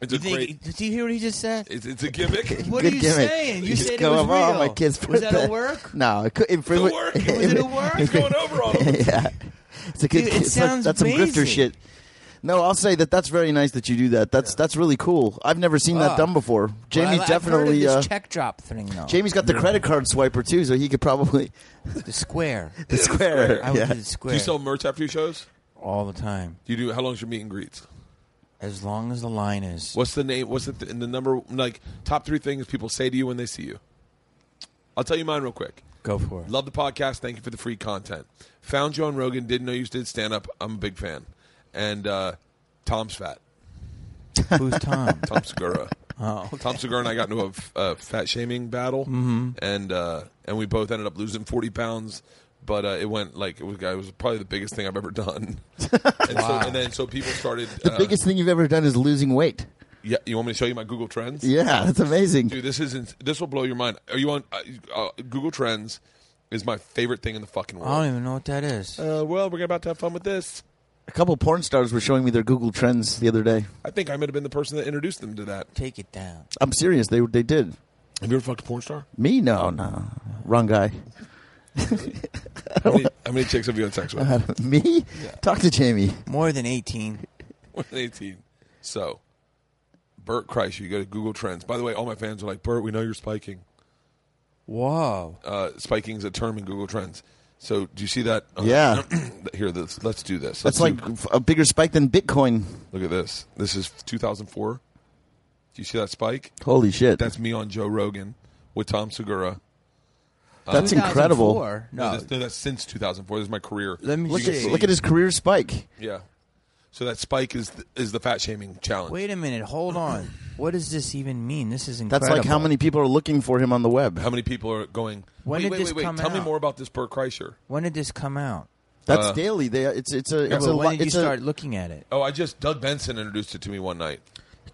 [SPEAKER 1] It's a
[SPEAKER 5] You think?
[SPEAKER 1] great.
[SPEAKER 5] Did you hear what he just said?
[SPEAKER 1] It's, it's a gimmick.
[SPEAKER 5] What
[SPEAKER 4] Good
[SPEAKER 5] are you
[SPEAKER 4] gimmick.
[SPEAKER 5] saying? You
[SPEAKER 4] Just
[SPEAKER 5] said it
[SPEAKER 4] go,
[SPEAKER 5] was
[SPEAKER 4] "Oh,
[SPEAKER 5] real.
[SPEAKER 4] my kid's
[SPEAKER 5] was that a
[SPEAKER 4] birthday."
[SPEAKER 5] work?
[SPEAKER 4] No, it could, it,
[SPEAKER 1] The work. Was
[SPEAKER 5] it a work?
[SPEAKER 1] He's going over on him.
[SPEAKER 4] yeah, it's a good.
[SPEAKER 5] Dude, it
[SPEAKER 4] it's like-
[SPEAKER 5] sounds
[SPEAKER 4] that's some
[SPEAKER 5] amazing.
[SPEAKER 4] grifter shit. No, I'll say that that's very nice that you do that. That's that's really cool. I've never seen
[SPEAKER 5] Ah.
[SPEAKER 4] that done before.
[SPEAKER 5] Well,
[SPEAKER 4] Jamie
[SPEAKER 5] I- I've heard of
[SPEAKER 4] definitely.
[SPEAKER 5] this
[SPEAKER 4] uh,
[SPEAKER 5] check drop thing though.
[SPEAKER 4] Jamie's got the credit card swiper too, so he could probably
[SPEAKER 5] the square.
[SPEAKER 4] the square.
[SPEAKER 5] I would do
[SPEAKER 4] Yeah.
[SPEAKER 5] the
[SPEAKER 1] Do
[SPEAKER 5] square
[SPEAKER 1] you sell merch after your shows?
[SPEAKER 5] all the time.
[SPEAKER 1] Do you do? How long's your meet and greets?
[SPEAKER 5] As long as the line is
[SPEAKER 1] What's the name? What's the, th- the number? Like top three things people say to you when they see you. I'll tell you mine real quick.
[SPEAKER 5] go for it.
[SPEAKER 1] Love the podcast. Thank you for the free content. Found you on Rogan. Didn't know you did stand up. I'm a big fan. And uh, Tom's fat.
[SPEAKER 5] Who's Tom?
[SPEAKER 1] Tom Segura.
[SPEAKER 5] Oh, okay. Mm-hmm.
[SPEAKER 1] Tom Segura and I got into a, f- a fat shaming battle, and uh, and we both ended up losing forty pounds. But uh, it went like it was. It was probably the biggest thing I've ever done. and, so, and then so people started.
[SPEAKER 4] The
[SPEAKER 1] uh,
[SPEAKER 4] biggest thing you've ever done is losing weight.
[SPEAKER 1] Yeah, you want me to show you my Google Trends?
[SPEAKER 4] Yeah, that's amazing.
[SPEAKER 1] Dude, this isn't. This will blow your mind. Are you on uh, uh, Google Trends? Is my favorite thing in the fucking
[SPEAKER 5] I don't
[SPEAKER 1] world.
[SPEAKER 5] even know what that is.
[SPEAKER 1] Uh, well, we're about to have fun with this.
[SPEAKER 4] A couple porn stars were showing me their Google Trends the other day.
[SPEAKER 1] I think I might have been the person that introduced them to that.
[SPEAKER 5] Take it down.
[SPEAKER 4] I'm serious. They they did.
[SPEAKER 1] Have you ever fucked a porn star?
[SPEAKER 4] Me? No, no. Wrong guy.
[SPEAKER 1] How many, how many chicks have you had sex with?
[SPEAKER 4] Uh-huh. Me? Talk to Jamie.
[SPEAKER 5] More than eighteen.
[SPEAKER 1] More than 18. So, Bert Kreischer, you go to Google Trends. By the way, all my fans are like, Bert, we know you're spiking.
[SPEAKER 5] Whoa.
[SPEAKER 1] Uh, spiking is a term in Google Trends. So, do you see that? Uh,
[SPEAKER 4] Yeah.
[SPEAKER 1] Here, let's, let's do this.
[SPEAKER 4] That's
[SPEAKER 1] Let's
[SPEAKER 4] like
[SPEAKER 1] do-
[SPEAKER 4] a bigger spike than Bitcoin.
[SPEAKER 1] look at this. This is 2004. Do you see that spike?
[SPEAKER 4] Holy shit.
[SPEAKER 1] That's me on Joe Rogan with Tom Segura.
[SPEAKER 4] That's incredible.
[SPEAKER 5] 2004? No.
[SPEAKER 1] that's, no, that's since 2004. This is my career.
[SPEAKER 5] Let me
[SPEAKER 1] You
[SPEAKER 4] Look
[SPEAKER 1] can
[SPEAKER 5] see.
[SPEAKER 4] at, look at his career spike.
[SPEAKER 1] Yeah. So that spike is th- is the fat shaming challenge.
[SPEAKER 5] Wait a minute. Hold on. What does this even mean? This is
[SPEAKER 4] That's
[SPEAKER 5] incredible.
[SPEAKER 4] like how many people are looking for him on the web.
[SPEAKER 1] How many people are going?
[SPEAKER 5] When
[SPEAKER 1] wait,
[SPEAKER 5] did
[SPEAKER 1] wait,
[SPEAKER 5] this
[SPEAKER 1] wait, wait.
[SPEAKER 5] come
[SPEAKER 1] Tell me
[SPEAKER 5] out?
[SPEAKER 1] more about this Bert Kreischer.
[SPEAKER 5] When did this come out?
[SPEAKER 4] That's
[SPEAKER 1] Uh,
[SPEAKER 4] daily. They, it's it's a
[SPEAKER 5] Yeah,
[SPEAKER 4] it's
[SPEAKER 5] but
[SPEAKER 4] a
[SPEAKER 5] when
[SPEAKER 4] li-
[SPEAKER 5] did you
[SPEAKER 4] it's a-
[SPEAKER 5] start looking at it?
[SPEAKER 1] Oh, I just Doug Benson introduced it to me one night.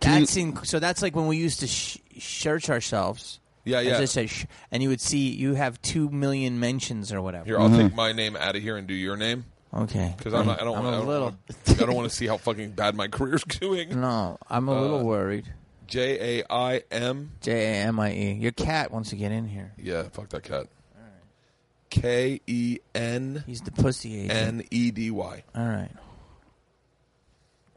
[SPEAKER 4] Can you-
[SPEAKER 5] That's in, so. That's like when we used to sh- search ourselves.
[SPEAKER 1] Yeah, yeah.
[SPEAKER 5] As I said, sh- and you would see you have two million mentions or whatever.
[SPEAKER 1] Here, I'll take my name out of here and do your name
[SPEAKER 5] Okay.
[SPEAKER 1] because I'm not, I don't
[SPEAKER 5] Mm. I'm
[SPEAKER 1] want
[SPEAKER 5] a
[SPEAKER 1] I don't
[SPEAKER 5] little. Mm.
[SPEAKER 1] Wanna, I don't want to see how fucking bad my career's doing.
[SPEAKER 5] No, I'm a
[SPEAKER 4] Uh,
[SPEAKER 5] little worried.
[SPEAKER 1] J A I M.
[SPEAKER 5] J A M I E. Your cat wants to get in here.
[SPEAKER 1] Yeah, fuck that cat. K E N
[SPEAKER 5] He's the pussy agent.
[SPEAKER 1] N E D Y.
[SPEAKER 5] All right.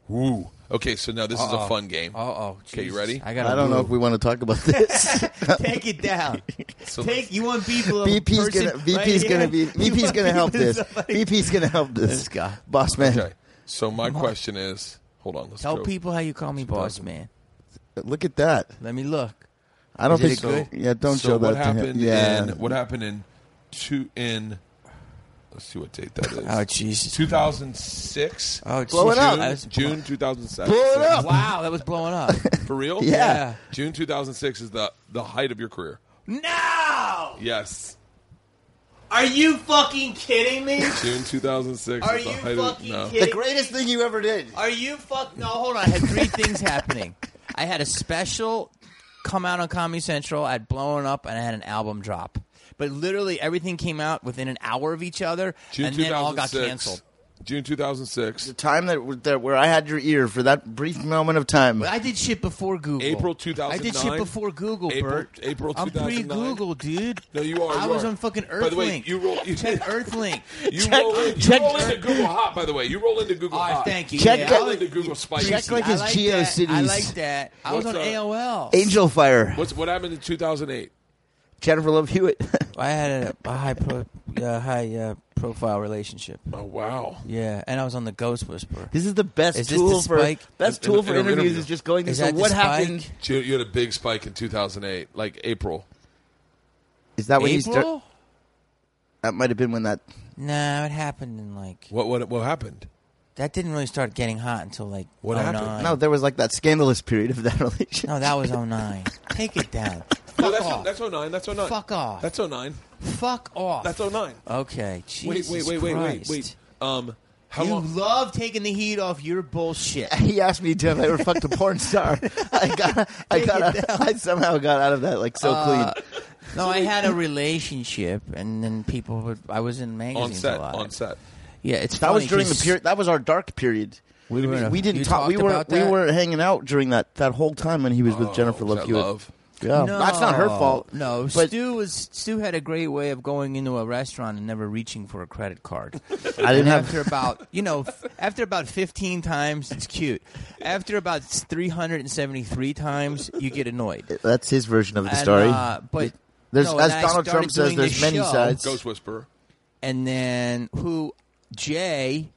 [SPEAKER 1] Woo. Okay, so now this is a fun game.
[SPEAKER 5] Uh oh.
[SPEAKER 1] Okay, you ready?
[SPEAKER 5] I got.
[SPEAKER 4] I don't know if we want to talk about this.
[SPEAKER 5] Take it down.
[SPEAKER 1] So
[SPEAKER 5] Take. You want people?
[SPEAKER 4] VP's
[SPEAKER 5] person
[SPEAKER 4] gonna VP's
[SPEAKER 5] right
[SPEAKER 4] gonna
[SPEAKER 5] here?
[SPEAKER 4] be
[SPEAKER 5] You
[SPEAKER 4] VP's
[SPEAKER 5] want
[SPEAKER 4] gonna help
[SPEAKER 5] people
[SPEAKER 4] this.
[SPEAKER 5] somebody-
[SPEAKER 4] VP's gonna help this. This guy, boss man.
[SPEAKER 1] Okay, so my question is, hold on. Let's
[SPEAKER 5] Tell
[SPEAKER 1] go.
[SPEAKER 5] people how you call me boss man.
[SPEAKER 4] Look at that.
[SPEAKER 5] Let me look.
[SPEAKER 4] I don't
[SPEAKER 5] Is it
[SPEAKER 4] think.
[SPEAKER 5] good?
[SPEAKER 4] Yeah, don't
[SPEAKER 1] so
[SPEAKER 4] show
[SPEAKER 1] what
[SPEAKER 4] that to him.
[SPEAKER 1] happened
[SPEAKER 4] Yeah,
[SPEAKER 1] in what happened in two in let's see what date that is.
[SPEAKER 5] Oh Jesus.
[SPEAKER 1] 2006.
[SPEAKER 5] Oh,
[SPEAKER 4] Blow it
[SPEAKER 5] Jesus.
[SPEAKER 4] up.
[SPEAKER 5] That
[SPEAKER 1] June,
[SPEAKER 5] was blow-
[SPEAKER 1] June 2006.
[SPEAKER 4] Blow it up.
[SPEAKER 5] Wow, that was blowing up.
[SPEAKER 1] For real?
[SPEAKER 4] Yeah.
[SPEAKER 5] Yeah.
[SPEAKER 1] June 2006 is the the height of your career.
[SPEAKER 5] no!
[SPEAKER 1] Yes.
[SPEAKER 5] Are you fucking kidding me?
[SPEAKER 1] June 2006
[SPEAKER 5] Are
[SPEAKER 1] is the
[SPEAKER 5] you
[SPEAKER 1] height
[SPEAKER 5] fucking
[SPEAKER 1] of no.
[SPEAKER 5] kidding?
[SPEAKER 4] the greatest thing you ever did.
[SPEAKER 5] Are you fuck? No, hold on. I had three things happening. I had a special come out on Comedy Central. I had blown up, and I had an album drop. But literally everything came out within an hour of each other,
[SPEAKER 1] June
[SPEAKER 5] and
[SPEAKER 1] 2006.
[SPEAKER 5] then all got canceled.
[SPEAKER 1] June 2006.
[SPEAKER 4] The time that, that where I had your ear for that brief moment of time.
[SPEAKER 5] But I did shit before Google.
[SPEAKER 1] April
[SPEAKER 5] I
[SPEAKER 1] 2009.
[SPEAKER 5] did shit before Google,
[SPEAKER 1] April-
[SPEAKER 5] Bert.
[SPEAKER 1] April
[SPEAKER 5] I'm
[SPEAKER 1] 2009.
[SPEAKER 5] pre-Google, dude.
[SPEAKER 1] No, you are.
[SPEAKER 5] I
[SPEAKER 1] you
[SPEAKER 5] was
[SPEAKER 1] are.
[SPEAKER 5] on fucking Earthlink.
[SPEAKER 1] By the way, you roll. You,
[SPEAKER 5] Check Earthlink.
[SPEAKER 1] you roll, in, you
[SPEAKER 4] check-
[SPEAKER 1] roll into Google Hot. By the way, you roll into Google
[SPEAKER 5] All right,
[SPEAKER 1] Hot.
[SPEAKER 5] thank you.
[SPEAKER 4] Check
[SPEAKER 5] yeah,
[SPEAKER 1] You
[SPEAKER 4] that-
[SPEAKER 5] I
[SPEAKER 1] roll
[SPEAKER 5] like-
[SPEAKER 1] into Google Spicy.
[SPEAKER 4] Check like
[SPEAKER 5] I
[SPEAKER 4] his
[SPEAKER 5] like
[SPEAKER 4] GeoCities.
[SPEAKER 5] that. I like that. I was
[SPEAKER 1] What's
[SPEAKER 5] on
[SPEAKER 1] up?
[SPEAKER 5] AOL.
[SPEAKER 4] Angel Fire.
[SPEAKER 1] What's what happened in 2008?
[SPEAKER 4] Jennifer Love Hewitt.
[SPEAKER 5] I had a, a high pro, uh, high uh, profile relationship.
[SPEAKER 1] Oh wow.
[SPEAKER 5] Yeah, and I was on the Ghost Whisperer.
[SPEAKER 4] this is the best
[SPEAKER 5] Is this
[SPEAKER 4] tool
[SPEAKER 5] the
[SPEAKER 4] for
[SPEAKER 5] spike?
[SPEAKER 4] best
[SPEAKER 1] In-
[SPEAKER 4] tool
[SPEAKER 1] in-
[SPEAKER 4] for
[SPEAKER 1] in an
[SPEAKER 4] interviews
[SPEAKER 1] interview.
[SPEAKER 4] is just going.
[SPEAKER 5] Is
[SPEAKER 4] so
[SPEAKER 5] that the
[SPEAKER 4] what
[SPEAKER 5] spike?
[SPEAKER 4] happened?
[SPEAKER 1] You you had a big spike in 2008, like April.
[SPEAKER 4] Is that when he started?
[SPEAKER 5] April?
[SPEAKER 4] That might have been when that.
[SPEAKER 5] No, it happened in like
[SPEAKER 1] What what what happened?
[SPEAKER 5] that didn't really start getting hot until like
[SPEAKER 1] What
[SPEAKER 5] 09.
[SPEAKER 1] happened?
[SPEAKER 4] No, there was like that scandalous period of that relationship.
[SPEAKER 5] no, that was 09. Take it down. Fuck
[SPEAKER 1] No, that's
[SPEAKER 5] off.
[SPEAKER 1] that's 09. That's 09.
[SPEAKER 5] Fuck off.
[SPEAKER 1] That's 09.
[SPEAKER 5] Fuck off.
[SPEAKER 1] That's 09.
[SPEAKER 5] okay.
[SPEAKER 1] Wait,
[SPEAKER 5] Jesus
[SPEAKER 1] wait, wait, wait, wait,
[SPEAKER 5] Christ.
[SPEAKER 1] wait. Um, how
[SPEAKER 5] you
[SPEAKER 1] long?
[SPEAKER 5] love taking the heat off your bullshit.
[SPEAKER 4] he asked me to if I ever fucked a porn star. I got, I got, I somehow got out of that like so clean.
[SPEAKER 5] No, I had a relationship, and then people would. I was in magazines
[SPEAKER 1] On set,
[SPEAKER 5] a lot.
[SPEAKER 1] on set.
[SPEAKER 5] Yeah, it's
[SPEAKER 4] That was
[SPEAKER 5] funny
[SPEAKER 4] during the
[SPEAKER 5] 'cause
[SPEAKER 4] period. That was our dark period.
[SPEAKER 5] We were.
[SPEAKER 4] We didn't
[SPEAKER 5] you
[SPEAKER 4] talk. We
[SPEAKER 5] talked
[SPEAKER 4] were
[SPEAKER 5] about
[SPEAKER 4] we
[SPEAKER 5] that?
[SPEAKER 4] were hanging out during that that whole time when he was with Jennifer
[SPEAKER 1] Oh,
[SPEAKER 4] Love
[SPEAKER 1] was that
[SPEAKER 4] Hewitt.
[SPEAKER 1] love?
[SPEAKER 4] Yeah,
[SPEAKER 5] Oh. No,
[SPEAKER 4] that's not her fault.
[SPEAKER 5] No,
[SPEAKER 4] but
[SPEAKER 5] Stu was Stu had a great way of going into a restaurant and never reaching for a credit card.
[SPEAKER 4] I didn't
[SPEAKER 5] And
[SPEAKER 4] have.
[SPEAKER 5] after about you know f- after about 15 times it's cute after about 373 times you get annoyed
[SPEAKER 4] That's his version of the
[SPEAKER 5] And,
[SPEAKER 4] story.
[SPEAKER 5] uh, but
[SPEAKER 4] there's,
[SPEAKER 5] no,
[SPEAKER 4] as
[SPEAKER 5] and I
[SPEAKER 4] Donald
[SPEAKER 5] started
[SPEAKER 4] Trump says,
[SPEAKER 5] doing
[SPEAKER 4] there's
[SPEAKER 5] this
[SPEAKER 4] many
[SPEAKER 5] show,
[SPEAKER 4] sides.
[SPEAKER 1] Ghost Whisperer.
[SPEAKER 5] and then who jay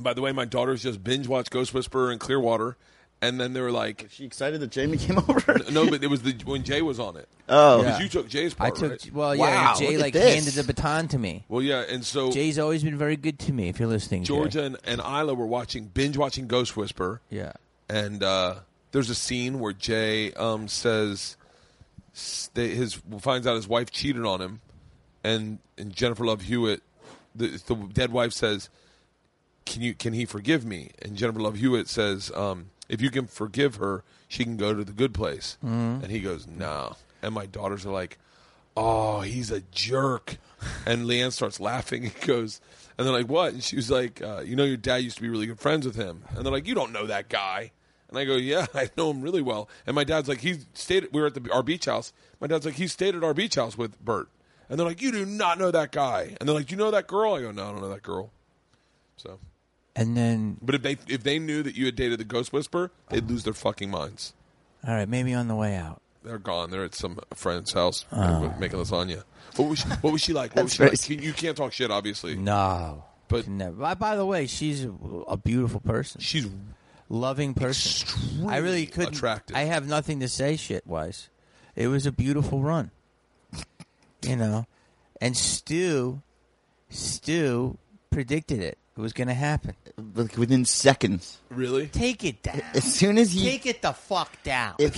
[SPEAKER 1] By the way, my daughter's just binge watched Ghost Whisperer in Clearwater, and then they were like,
[SPEAKER 4] She excited that Jamie came over.
[SPEAKER 1] no, but it was the when Jay was on it.
[SPEAKER 4] Oh,
[SPEAKER 1] Because
[SPEAKER 5] Yeah.
[SPEAKER 1] you took Jay's
[SPEAKER 5] I
[SPEAKER 1] part,
[SPEAKER 5] took
[SPEAKER 1] right?
[SPEAKER 5] well,
[SPEAKER 4] Wow,
[SPEAKER 5] yeah. Jay
[SPEAKER 4] look at
[SPEAKER 5] like
[SPEAKER 4] this.
[SPEAKER 5] handed the baton to me.
[SPEAKER 1] Well, yeah, and so
[SPEAKER 5] Jay's always been very good to me. If you're listening, Jay.
[SPEAKER 1] Georgia and, and Isla were watching binge watching Ghost Whisper,
[SPEAKER 5] Yeah.
[SPEAKER 1] and uh, there's a scene where Jay um, says s- that his finds out his wife cheated on him, and and Jennifer Love Hewitt, the, the dead wife says, "Can you can he forgive me?" And Jennifer Love Hewitt says, um, "If you can forgive her, she can go to the good place." And he goes, "No." And my daughters are like, "Oh, he's a jerk." And Leanne starts laughing and goes, and they're like, "What?" And she was like, uh, "You know, your dad used to be really good friends with him." And they're like, "You don't know that guy." And I go, yeah, I know him really well. And my dad's like, he stayed. We were at the, our beach house. My dad's like, he stayed at our beach house with Bert. And they're like, you do not know that guy. And they're like, do you know that girl? I go, no, I don't know that girl. So,
[SPEAKER 5] And then,
[SPEAKER 1] but if they if they knew that you had dated the Ghost Whisperer, they'd lose their fucking minds.
[SPEAKER 5] all right, maybe on the way out.
[SPEAKER 1] They're gone. They're at some friend's house making lasagna. What was she, what was she like? What was
[SPEAKER 4] Ah. That's Mm.
[SPEAKER 1] she like?
[SPEAKER 4] crazy.
[SPEAKER 1] Can- You can't talk shit, obviously.
[SPEAKER 5] No,
[SPEAKER 1] But-
[SPEAKER 5] never. By, by the way, she's a, a beautiful person,
[SPEAKER 1] She's
[SPEAKER 5] loving person. I really couldn't.
[SPEAKER 1] attractive.
[SPEAKER 5] I have nothing to say shit wise. It was a beautiful run, you know. And Stu, Stu predicted it. It was going to happen.
[SPEAKER 4] like within seconds.
[SPEAKER 1] really.
[SPEAKER 5] Take it down.
[SPEAKER 4] As soon as he,
[SPEAKER 5] Take it the fuck down.
[SPEAKER 4] if,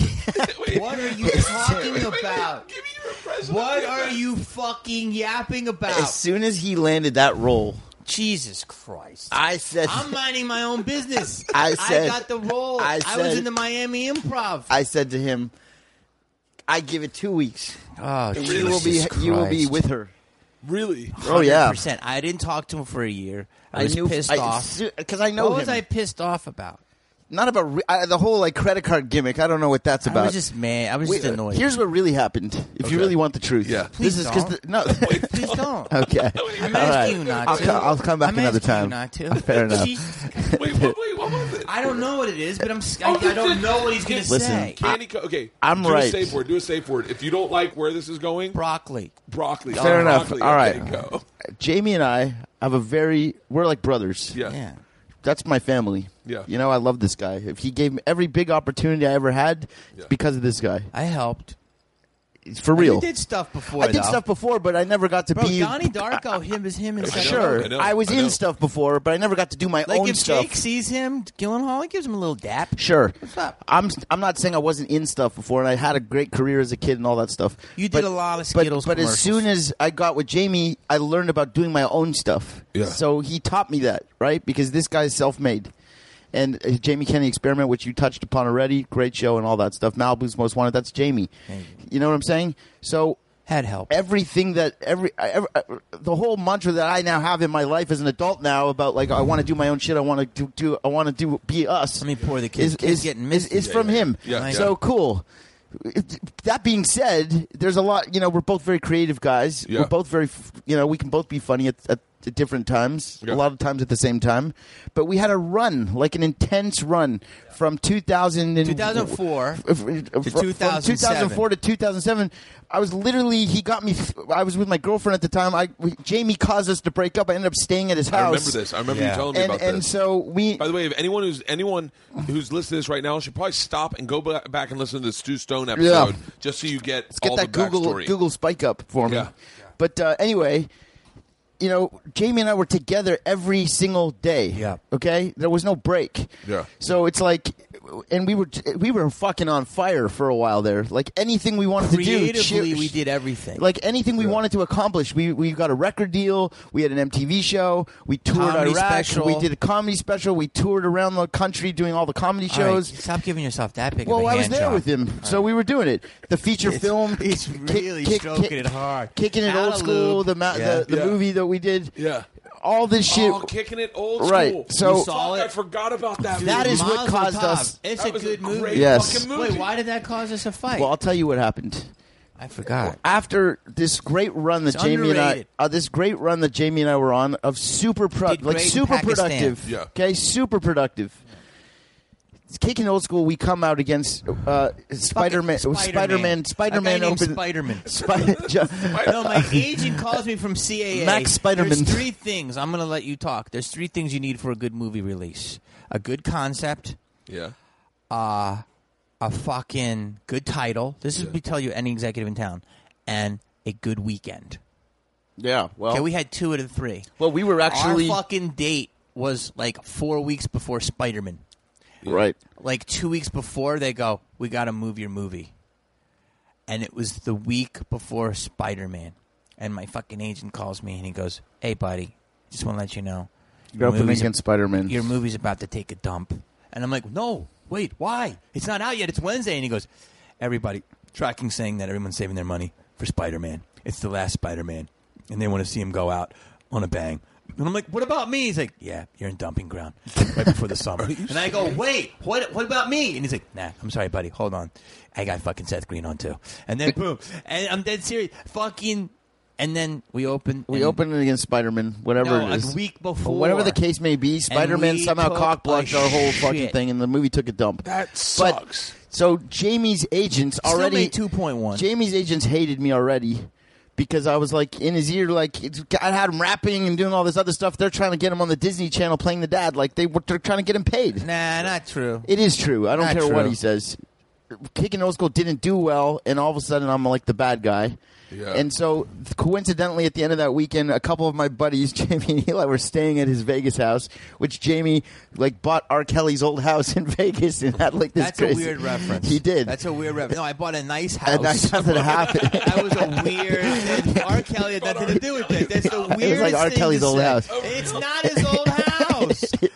[SPEAKER 5] What are you talking about?
[SPEAKER 1] Give me your impression.
[SPEAKER 5] What are you fucking yapping
[SPEAKER 4] as
[SPEAKER 5] about?
[SPEAKER 4] soon as he landed that roll,
[SPEAKER 5] Jesus Christ.
[SPEAKER 4] I said,
[SPEAKER 5] I'm minding my own business.
[SPEAKER 4] I said-
[SPEAKER 5] got the role.
[SPEAKER 4] I
[SPEAKER 5] I, was
[SPEAKER 4] said-
[SPEAKER 5] in the Miami Improv.
[SPEAKER 4] I said to him, I give it two weeks.
[SPEAKER 5] oh,
[SPEAKER 4] You will be, you will be with her.
[SPEAKER 1] Really?
[SPEAKER 4] Oh yeah,
[SPEAKER 5] Percent. I didn't talk to him for a year. I,
[SPEAKER 4] I
[SPEAKER 5] was
[SPEAKER 4] knew
[SPEAKER 5] pissed off.
[SPEAKER 4] because I know
[SPEAKER 5] What was
[SPEAKER 4] him.
[SPEAKER 5] I pissed off about?
[SPEAKER 4] Not about re- I, the whole like credit card gimmick. I don't know what that's about.
[SPEAKER 5] I was just mad. I was
[SPEAKER 4] Wait, uh,
[SPEAKER 5] just annoyed.
[SPEAKER 4] Here's what really happened. If
[SPEAKER 1] Okay.
[SPEAKER 4] you really want the truth,
[SPEAKER 1] Yeah.
[SPEAKER 5] Please
[SPEAKER 4] this is because
[SPEAKER 5] don't.
[SPEAKER 4] no.
[SPEAKER 5] Please don't.
[SPEAKER 4] okay,
[SPEAKER 5] I'm
[SPEAKER 4] All
[SPEAKER 5] asking
[SPEAKER 4] right.
[SPEAKER 5] you not
[SPEAKER 4] I'll,
[SPEAKER 5] to.
[SPEAKER 4] co- I'll come back
[SPEAKER 5] I'm
[SPEAKER 4] another
[SPEAKER 5] asking you
[SPEAKER 4] time.
[SPEAKER 5] not to.
[SPEAKER 4] Fair enough.
[SPEAKER 5] Jesus.
[SPEAKER 1] Wait, what, wait, what was it?
[SPEAKER 5] I don't know what it is, but I'm. s- I,
[SPEAKER 1] Oh,
[SPEAKER 5] I don't
[SPEAKER 1] this-
[SPEAKER 5] know what he's going to
[SPEAKER 4] Listen.
[SPEAKER 5] say.
[SPEAKER 1] Candy co- okay,
[SPEAKER 4] I'm
[SPEAKER 1] do
[SPEAKER 4] right.
[SPEAKER 1] a safe word. Do a safe word. If you don't like where this is going,
[SPEAKER 5] Broccoli.
[SPEAKER 1] broccoli.
[SPEAKER 4] Fair enough.
[SPEAKER 1] Broccoli.
[SPEAKER 4] All right.
[SPEAKER 1] Okay, go.
[SPEAKER 4] Jamie and I have a very we're like brothers.
[SPEAKER 1] Yeah.
[SPEAKER 5] Yeah.
[SPEAKER 4] That's my family.
[SPEAKER 1] Yeah.
[SPEAKER 4] You know, I love this guy. If he gave me every big opportunity I ever had,
[SPEAKER 1] Yeah.
[SPEAKER 4] it's because of this guy.
[SPEAKER 5] I helped.
[SPEAKER 4] It's for
[SPEAKER 5] You
[SPEAKER 4] real.
[SPEAKER 5] did stuff before.
[SPEAKER 4] I did
[SPEAKER 5] though.
[SPEAKER 4] stuff before, but I never got to
[SPEAKER 5] Bro,
[SPEAKER 4] be
[SPEAKER 5] Donnie Darko, him is him and
[SPEAKER 1] I know,
[SPEAKER 4] sure.
[SPEAKER 1] I know,
[SPEAKER 4] was
[SPEAKER 1] I know.
[SPEAKER 4] in stuff before, but I never got to do my
[SPEAKER 5] Like
[SPEAKER 4] own
[SPEAKER 5] if
[SPEAKER 4] stuff.
[SPEAKER 5] Jake sees him, Gyllenhaal, he gives him a little dap.
[SPEAKER 4] Sure.
[SPEAKER 5] up?
[SPEAKER 4] I'm I'm not saying I wasn't in stuff before, and I had a great career as a kid and all that stuff.
[SPEAKER 5] You did a lot of
[SPEAKER 4] but-
[SPEAKER 5] Skittles
[SPEAKER 4] But, as
[SPEAKER 5] commercials.
[SPEAKER 4] soon as I got with Jamie, I learned about doing my own stuff.
[SPEAKER 1] Yeah.
[SPEAKER 4] So he taught me that, right? Because this guy's self-made. And uh, Jamie Kennedy Experiment, which you touched upon already, great show and all that stuff. Malibu's Most Wanted, that's Jamie.
[SPEAKER 5] you.
[SPEAKER 4] You know what I'm saying? So
[SPEAKER 5] Had help.
[SPEAKER 4] everything that every, I- every I- the whole mantra that I now have in my life as an adult now about like I want to do my own shit. I want to do, do I want to do be us.
[SPEAKER 5] I mean, poor the kid.
[SPEAKER 4] is
[SPEAKER 5] Kid's
[SPEAKER 4] is
[SPEAKER 5] getting
[SPEAKER 4] is,
[SPEAKER 5] missed.
[SPEAKER 4] is from him.
[SPEAKER 1] Yeah,
[SPEAKER 4] so
[SPEAKER 1] yeah.
[SPEAKER 4] cool. It- That being said, there's a lot. You know, we're both very creative guys.
[SPEAKER 1] Yeah.
[SPEAKER 4] We're both very. f- You know, we can both be funny at, at, at different times.
[SPEAKER 1] Yeah.
[SPEAKER 4] A lot of times at the same time. But we had a run, like an intense run, from 2000 and
[SPEAKER 5] 2004.
[SPEAKER 4] if- if- fr- from
[SPEAKER 5] 2007.
[SPEAKER 4] 2004 to 2007 i was literally he got me th- i was with my girlfriend at the time i we- jamie caused us to break up i ended up staying at his
[SPEAKER 1] I
[SPEAKER 4] house
[SPEAKER 1] remember this. I remember you
[SPEAKER 5] Yeah.
[SPEAKER 1] telling me
[SPEAKER 4] and
[SPEAKER 1] about
[SPEAKER 4] and
[SPEAKER 1] this.
[SPEAKER 4] so we
[SPEAKER 1] By the way, if anyone who's anyone who's listening to this right now should probably stop and go ba- back and listen to the Stu Stone episode
[SPEAKER 4] Yeah.
[SPEAKER 1] just so you get
[SPEAKER 4] Let's get
[SPEAKER 1] all
[SPEAKER 4] that
[SPEAKER 1] the
[SPEAKER 4] Google
[SPEAKER 1] backstory.
[SPEAKER 4] Google spike up for me.
[SPEAKER 1] Yeah.
[SPEAKER 4] But uh, anyway, you know, Jamie and I were together every single day.
[SPEAKER 5] Yeah.
[SPEAKER 4] Okay. There was no break.
[SPEAKER 1] Yeah.
[SPEAKER 4] So it's like, and we were we were fucking on fire for a while there. Like anything we wanted to do,
[SPEAKER 5] Creatively,
[SPEAKER 4] shit-
[SPEAKER 5] we did everything.
[SPEAKER 4] Like anything we wanted to accomplish, we we got a record deal. We had an MTV show. We toured
[SPEAKER 5] Comedy
[SPEAKER 4] Iraq.
[SPEAKER 5] special.
[SPEAKER 4] We did a comedy special. We toured around the country doing all the comedy
[SPEAKER 5] All right,
[SPEAKER 4] shows.
[SPEAKER 5] stop giving yourself that big.
[SPEAKER 4] Well,
[SPEAKER 5] of a
[SPEAKER 4] I was
[SPEAKER 5] hand
[SPEAKER 4] there
[SPEAKER 5] job.
[SPEAKER 4] with him, so we were doing it. The feature
[SPEAKER 5] It's-
[SPEAKER 4] film,
[SPEAKER 5] it's really stroking it hard.
[SPEAKER 4] kicking it
[SPEAKER 5] Outta
[SPEAKER 4] old school.
[SPEAKER 5] loop.
[SPEAKER 4] The ma-
[SPEAKER 5] Yeah.
[SPEAKER 4] the, the
[SPEAKER 1] Yeah.
[SPEAKER 4] movie that we did,
[SPEAKER 1] Yeah.
[SPEAKER 4] all this shit.
[SPEAKER 1] Oh, kicking it old
[SPEAKER 4] Right,
[SPEAKER 1] school.
[SPEAKER 4] so-
[SPEAKER 1] You saw
[SPEAKER 5] Fuck,
[SPEAKER 1] it?
[SPEAKER 5] I
[SPEAKER 1] I forgot about that.
[SPEAKER 4] That is what
[SPEAKER 5] Mazel
[SPEAKER 4] caused
[SPEAKER 5] tov.
[SPEAKER 4] us-
[SPEAKER 5] It's
[SPEAKER 1] That
[SPEAKER 5] a
[SPEAKER 1] was
[SPEAKER 5] good
[SPEAKER 1] a
[SPEAKER 5] movie.
[SPEAKER 1] great
[SPEAKER 4] Yes.
[SPEAKER 1] fucking movie.
[SPEAKER 5] Wait, why did that cause us a fight?
[SPEAKER 4] well, I'll tell you what happened.
[SPEAKER 5] I forgot.
[SPEAKER 4] After this great run that
[SPEAKER 5] It's
[SPEAKER 4] Jamie
[SPEAKER 5] underrated.
[SPEAKER 4] and I, uh, this great run that Jamie and I were on of super pro-
[SPEAKER 5] Did
[SPEAKER 4] like
[SPEAKER 5] great in
[SPEAKER 4] super
[SPEAKER 5] Pakistan.
[SPEAKER 4] productive.
[SPEAKER 1] Yeah.
[SPEAKER 4] Okay, super productive. It's kicking old school. We come out against uh, Spider Man. Spider Man. Spider Man. Open.
[SPEAKER 5] Spider Man.
[SPEAKER 4] Spi- Ju-
[SPEAKER 5] No, my agent calls me from CAA.
[SPEAKER 4] Max Spiderman.
[SPEAKER 5] There's three things. I'm going to let you talk. There's three things you need for a good movie release: a good concept,
[SPEAKER 1] Yeah.
[SPEAKER 5] uh, a fucking good title. This is we tell you any executive in town, and a good weekend.
[SPEAKER 4] Yeah. Well,
[SPEAKER 5] Okay, we had two out of the three.
[SPEAKER 4] well, we were actually
[SPEAKER 5] Our fucking date was like four weeks before Spider Man.
[SPEAKER 4] right.
[SPEAKER 5] Like two weeks before, they go, "We got to move your movie," and it was the week before Spider Man. And my fucking agent calls me and he goes, "Hey, buddy, just want to let you know,
[SPEAKER 4] You're up
[SPEAKER 5] movie's-
[SPEAKER 4] against Spider Man.
[SPEAKER 5] your movie's about to take a dump. And I'm like, no, wait, why? It's not out yet. It's Wednesday. And he goes, everybody, tracking saying that everyone's saving their money for Spider Man. It's the last Spider Man. And they want to see him go out on a bang. And I'm like, what about me? He's like, yeah, you're in dumping ground right before the summer. and I go, wait, what What about me? And he's like, nah, I'm sorry, buddy. Hold on. I got fucking Seth Green on too. And then boom. And I'm dead serious. Fucking. And then we open.
[SPEAKER 4] We
[SPEAKER 5] and-
[SPEAKER 4] opened it against Spider Man, whatever
[SPEAKER 5] No,
[SPEAKER 4] it is.
[SPEAKER 5] a week
[SPEAKER 4] Or Whatever the
[SPEAKER 5] before.
[SPEAKER 4] case may be, Spider Man
[SPEAKER 5] we
[SPEAKER 4] somehow
[SPEAKER 5] took
[SPEAKER 4] cock blocked
[SPEAKER 5] a
[SPEAKER 4] our whole fucking
[SPEAKER 5] shit.
[SPEAKER 4] thing, and the movie took a dump.
[SPEAKER 1] That
[SPEAKER 4] But-
[SPEAKER 1] sucks.
[SPEAKER 4] so Jamie's agents
[SPEAKER 5] Still
[SPEAKER 4] already
[SPEAKER 5] made 2.1.
[SPEAKER 4] Jamie's agents hated me already because I was like in his ear, like it's, I had him rapping and doing all this other stuff. They're trying to get him on the Disney Channel playing the dad, like they were they're trying to get him paid.
[SPEAKER 5] Nah, not true.
[SPEAKER 4] It is true. I don't
[SPEAKER 5] Not
[SPEAKER 4] care what
[SPEAKER 5] true.
[SPEAKER 4] he says. Kicking old school didn't do well, and all of a sudden I'm like the bad guy.
[SPEAKER 1] Yeah.
[SPEAKER 4] And so coincidentally, at the end of that weekend, a couple of my buddies, Jamie and Eli, were staying at his Vegas house, which Jamie like bought R. Kelly's old house in Vegas and had like this.
[SPEAKER 5] That's
[SPEAKER 4] crazy-
[SPEAKER 5] a weird reference.
[SPEAKER 4] He did.
[SPEAKER 5] That's a weird reference. No, I bought a nice house.
[SPEAKER 4] and that's how that happened.
[SPEAKER 5] that was a weird. and R. Kelly had nothing to do with that. That's the weirdest.
[SPEAKER 4] like R.
[SPEAKER 5] thing
[SPEAKER 4] Kelly's
[SPEAKER 5] to
[SPEAKER 4] old
[SPEAKER 5] say.
[SPEAKER 4] house.
[SPEAKER 5] It's not his old house.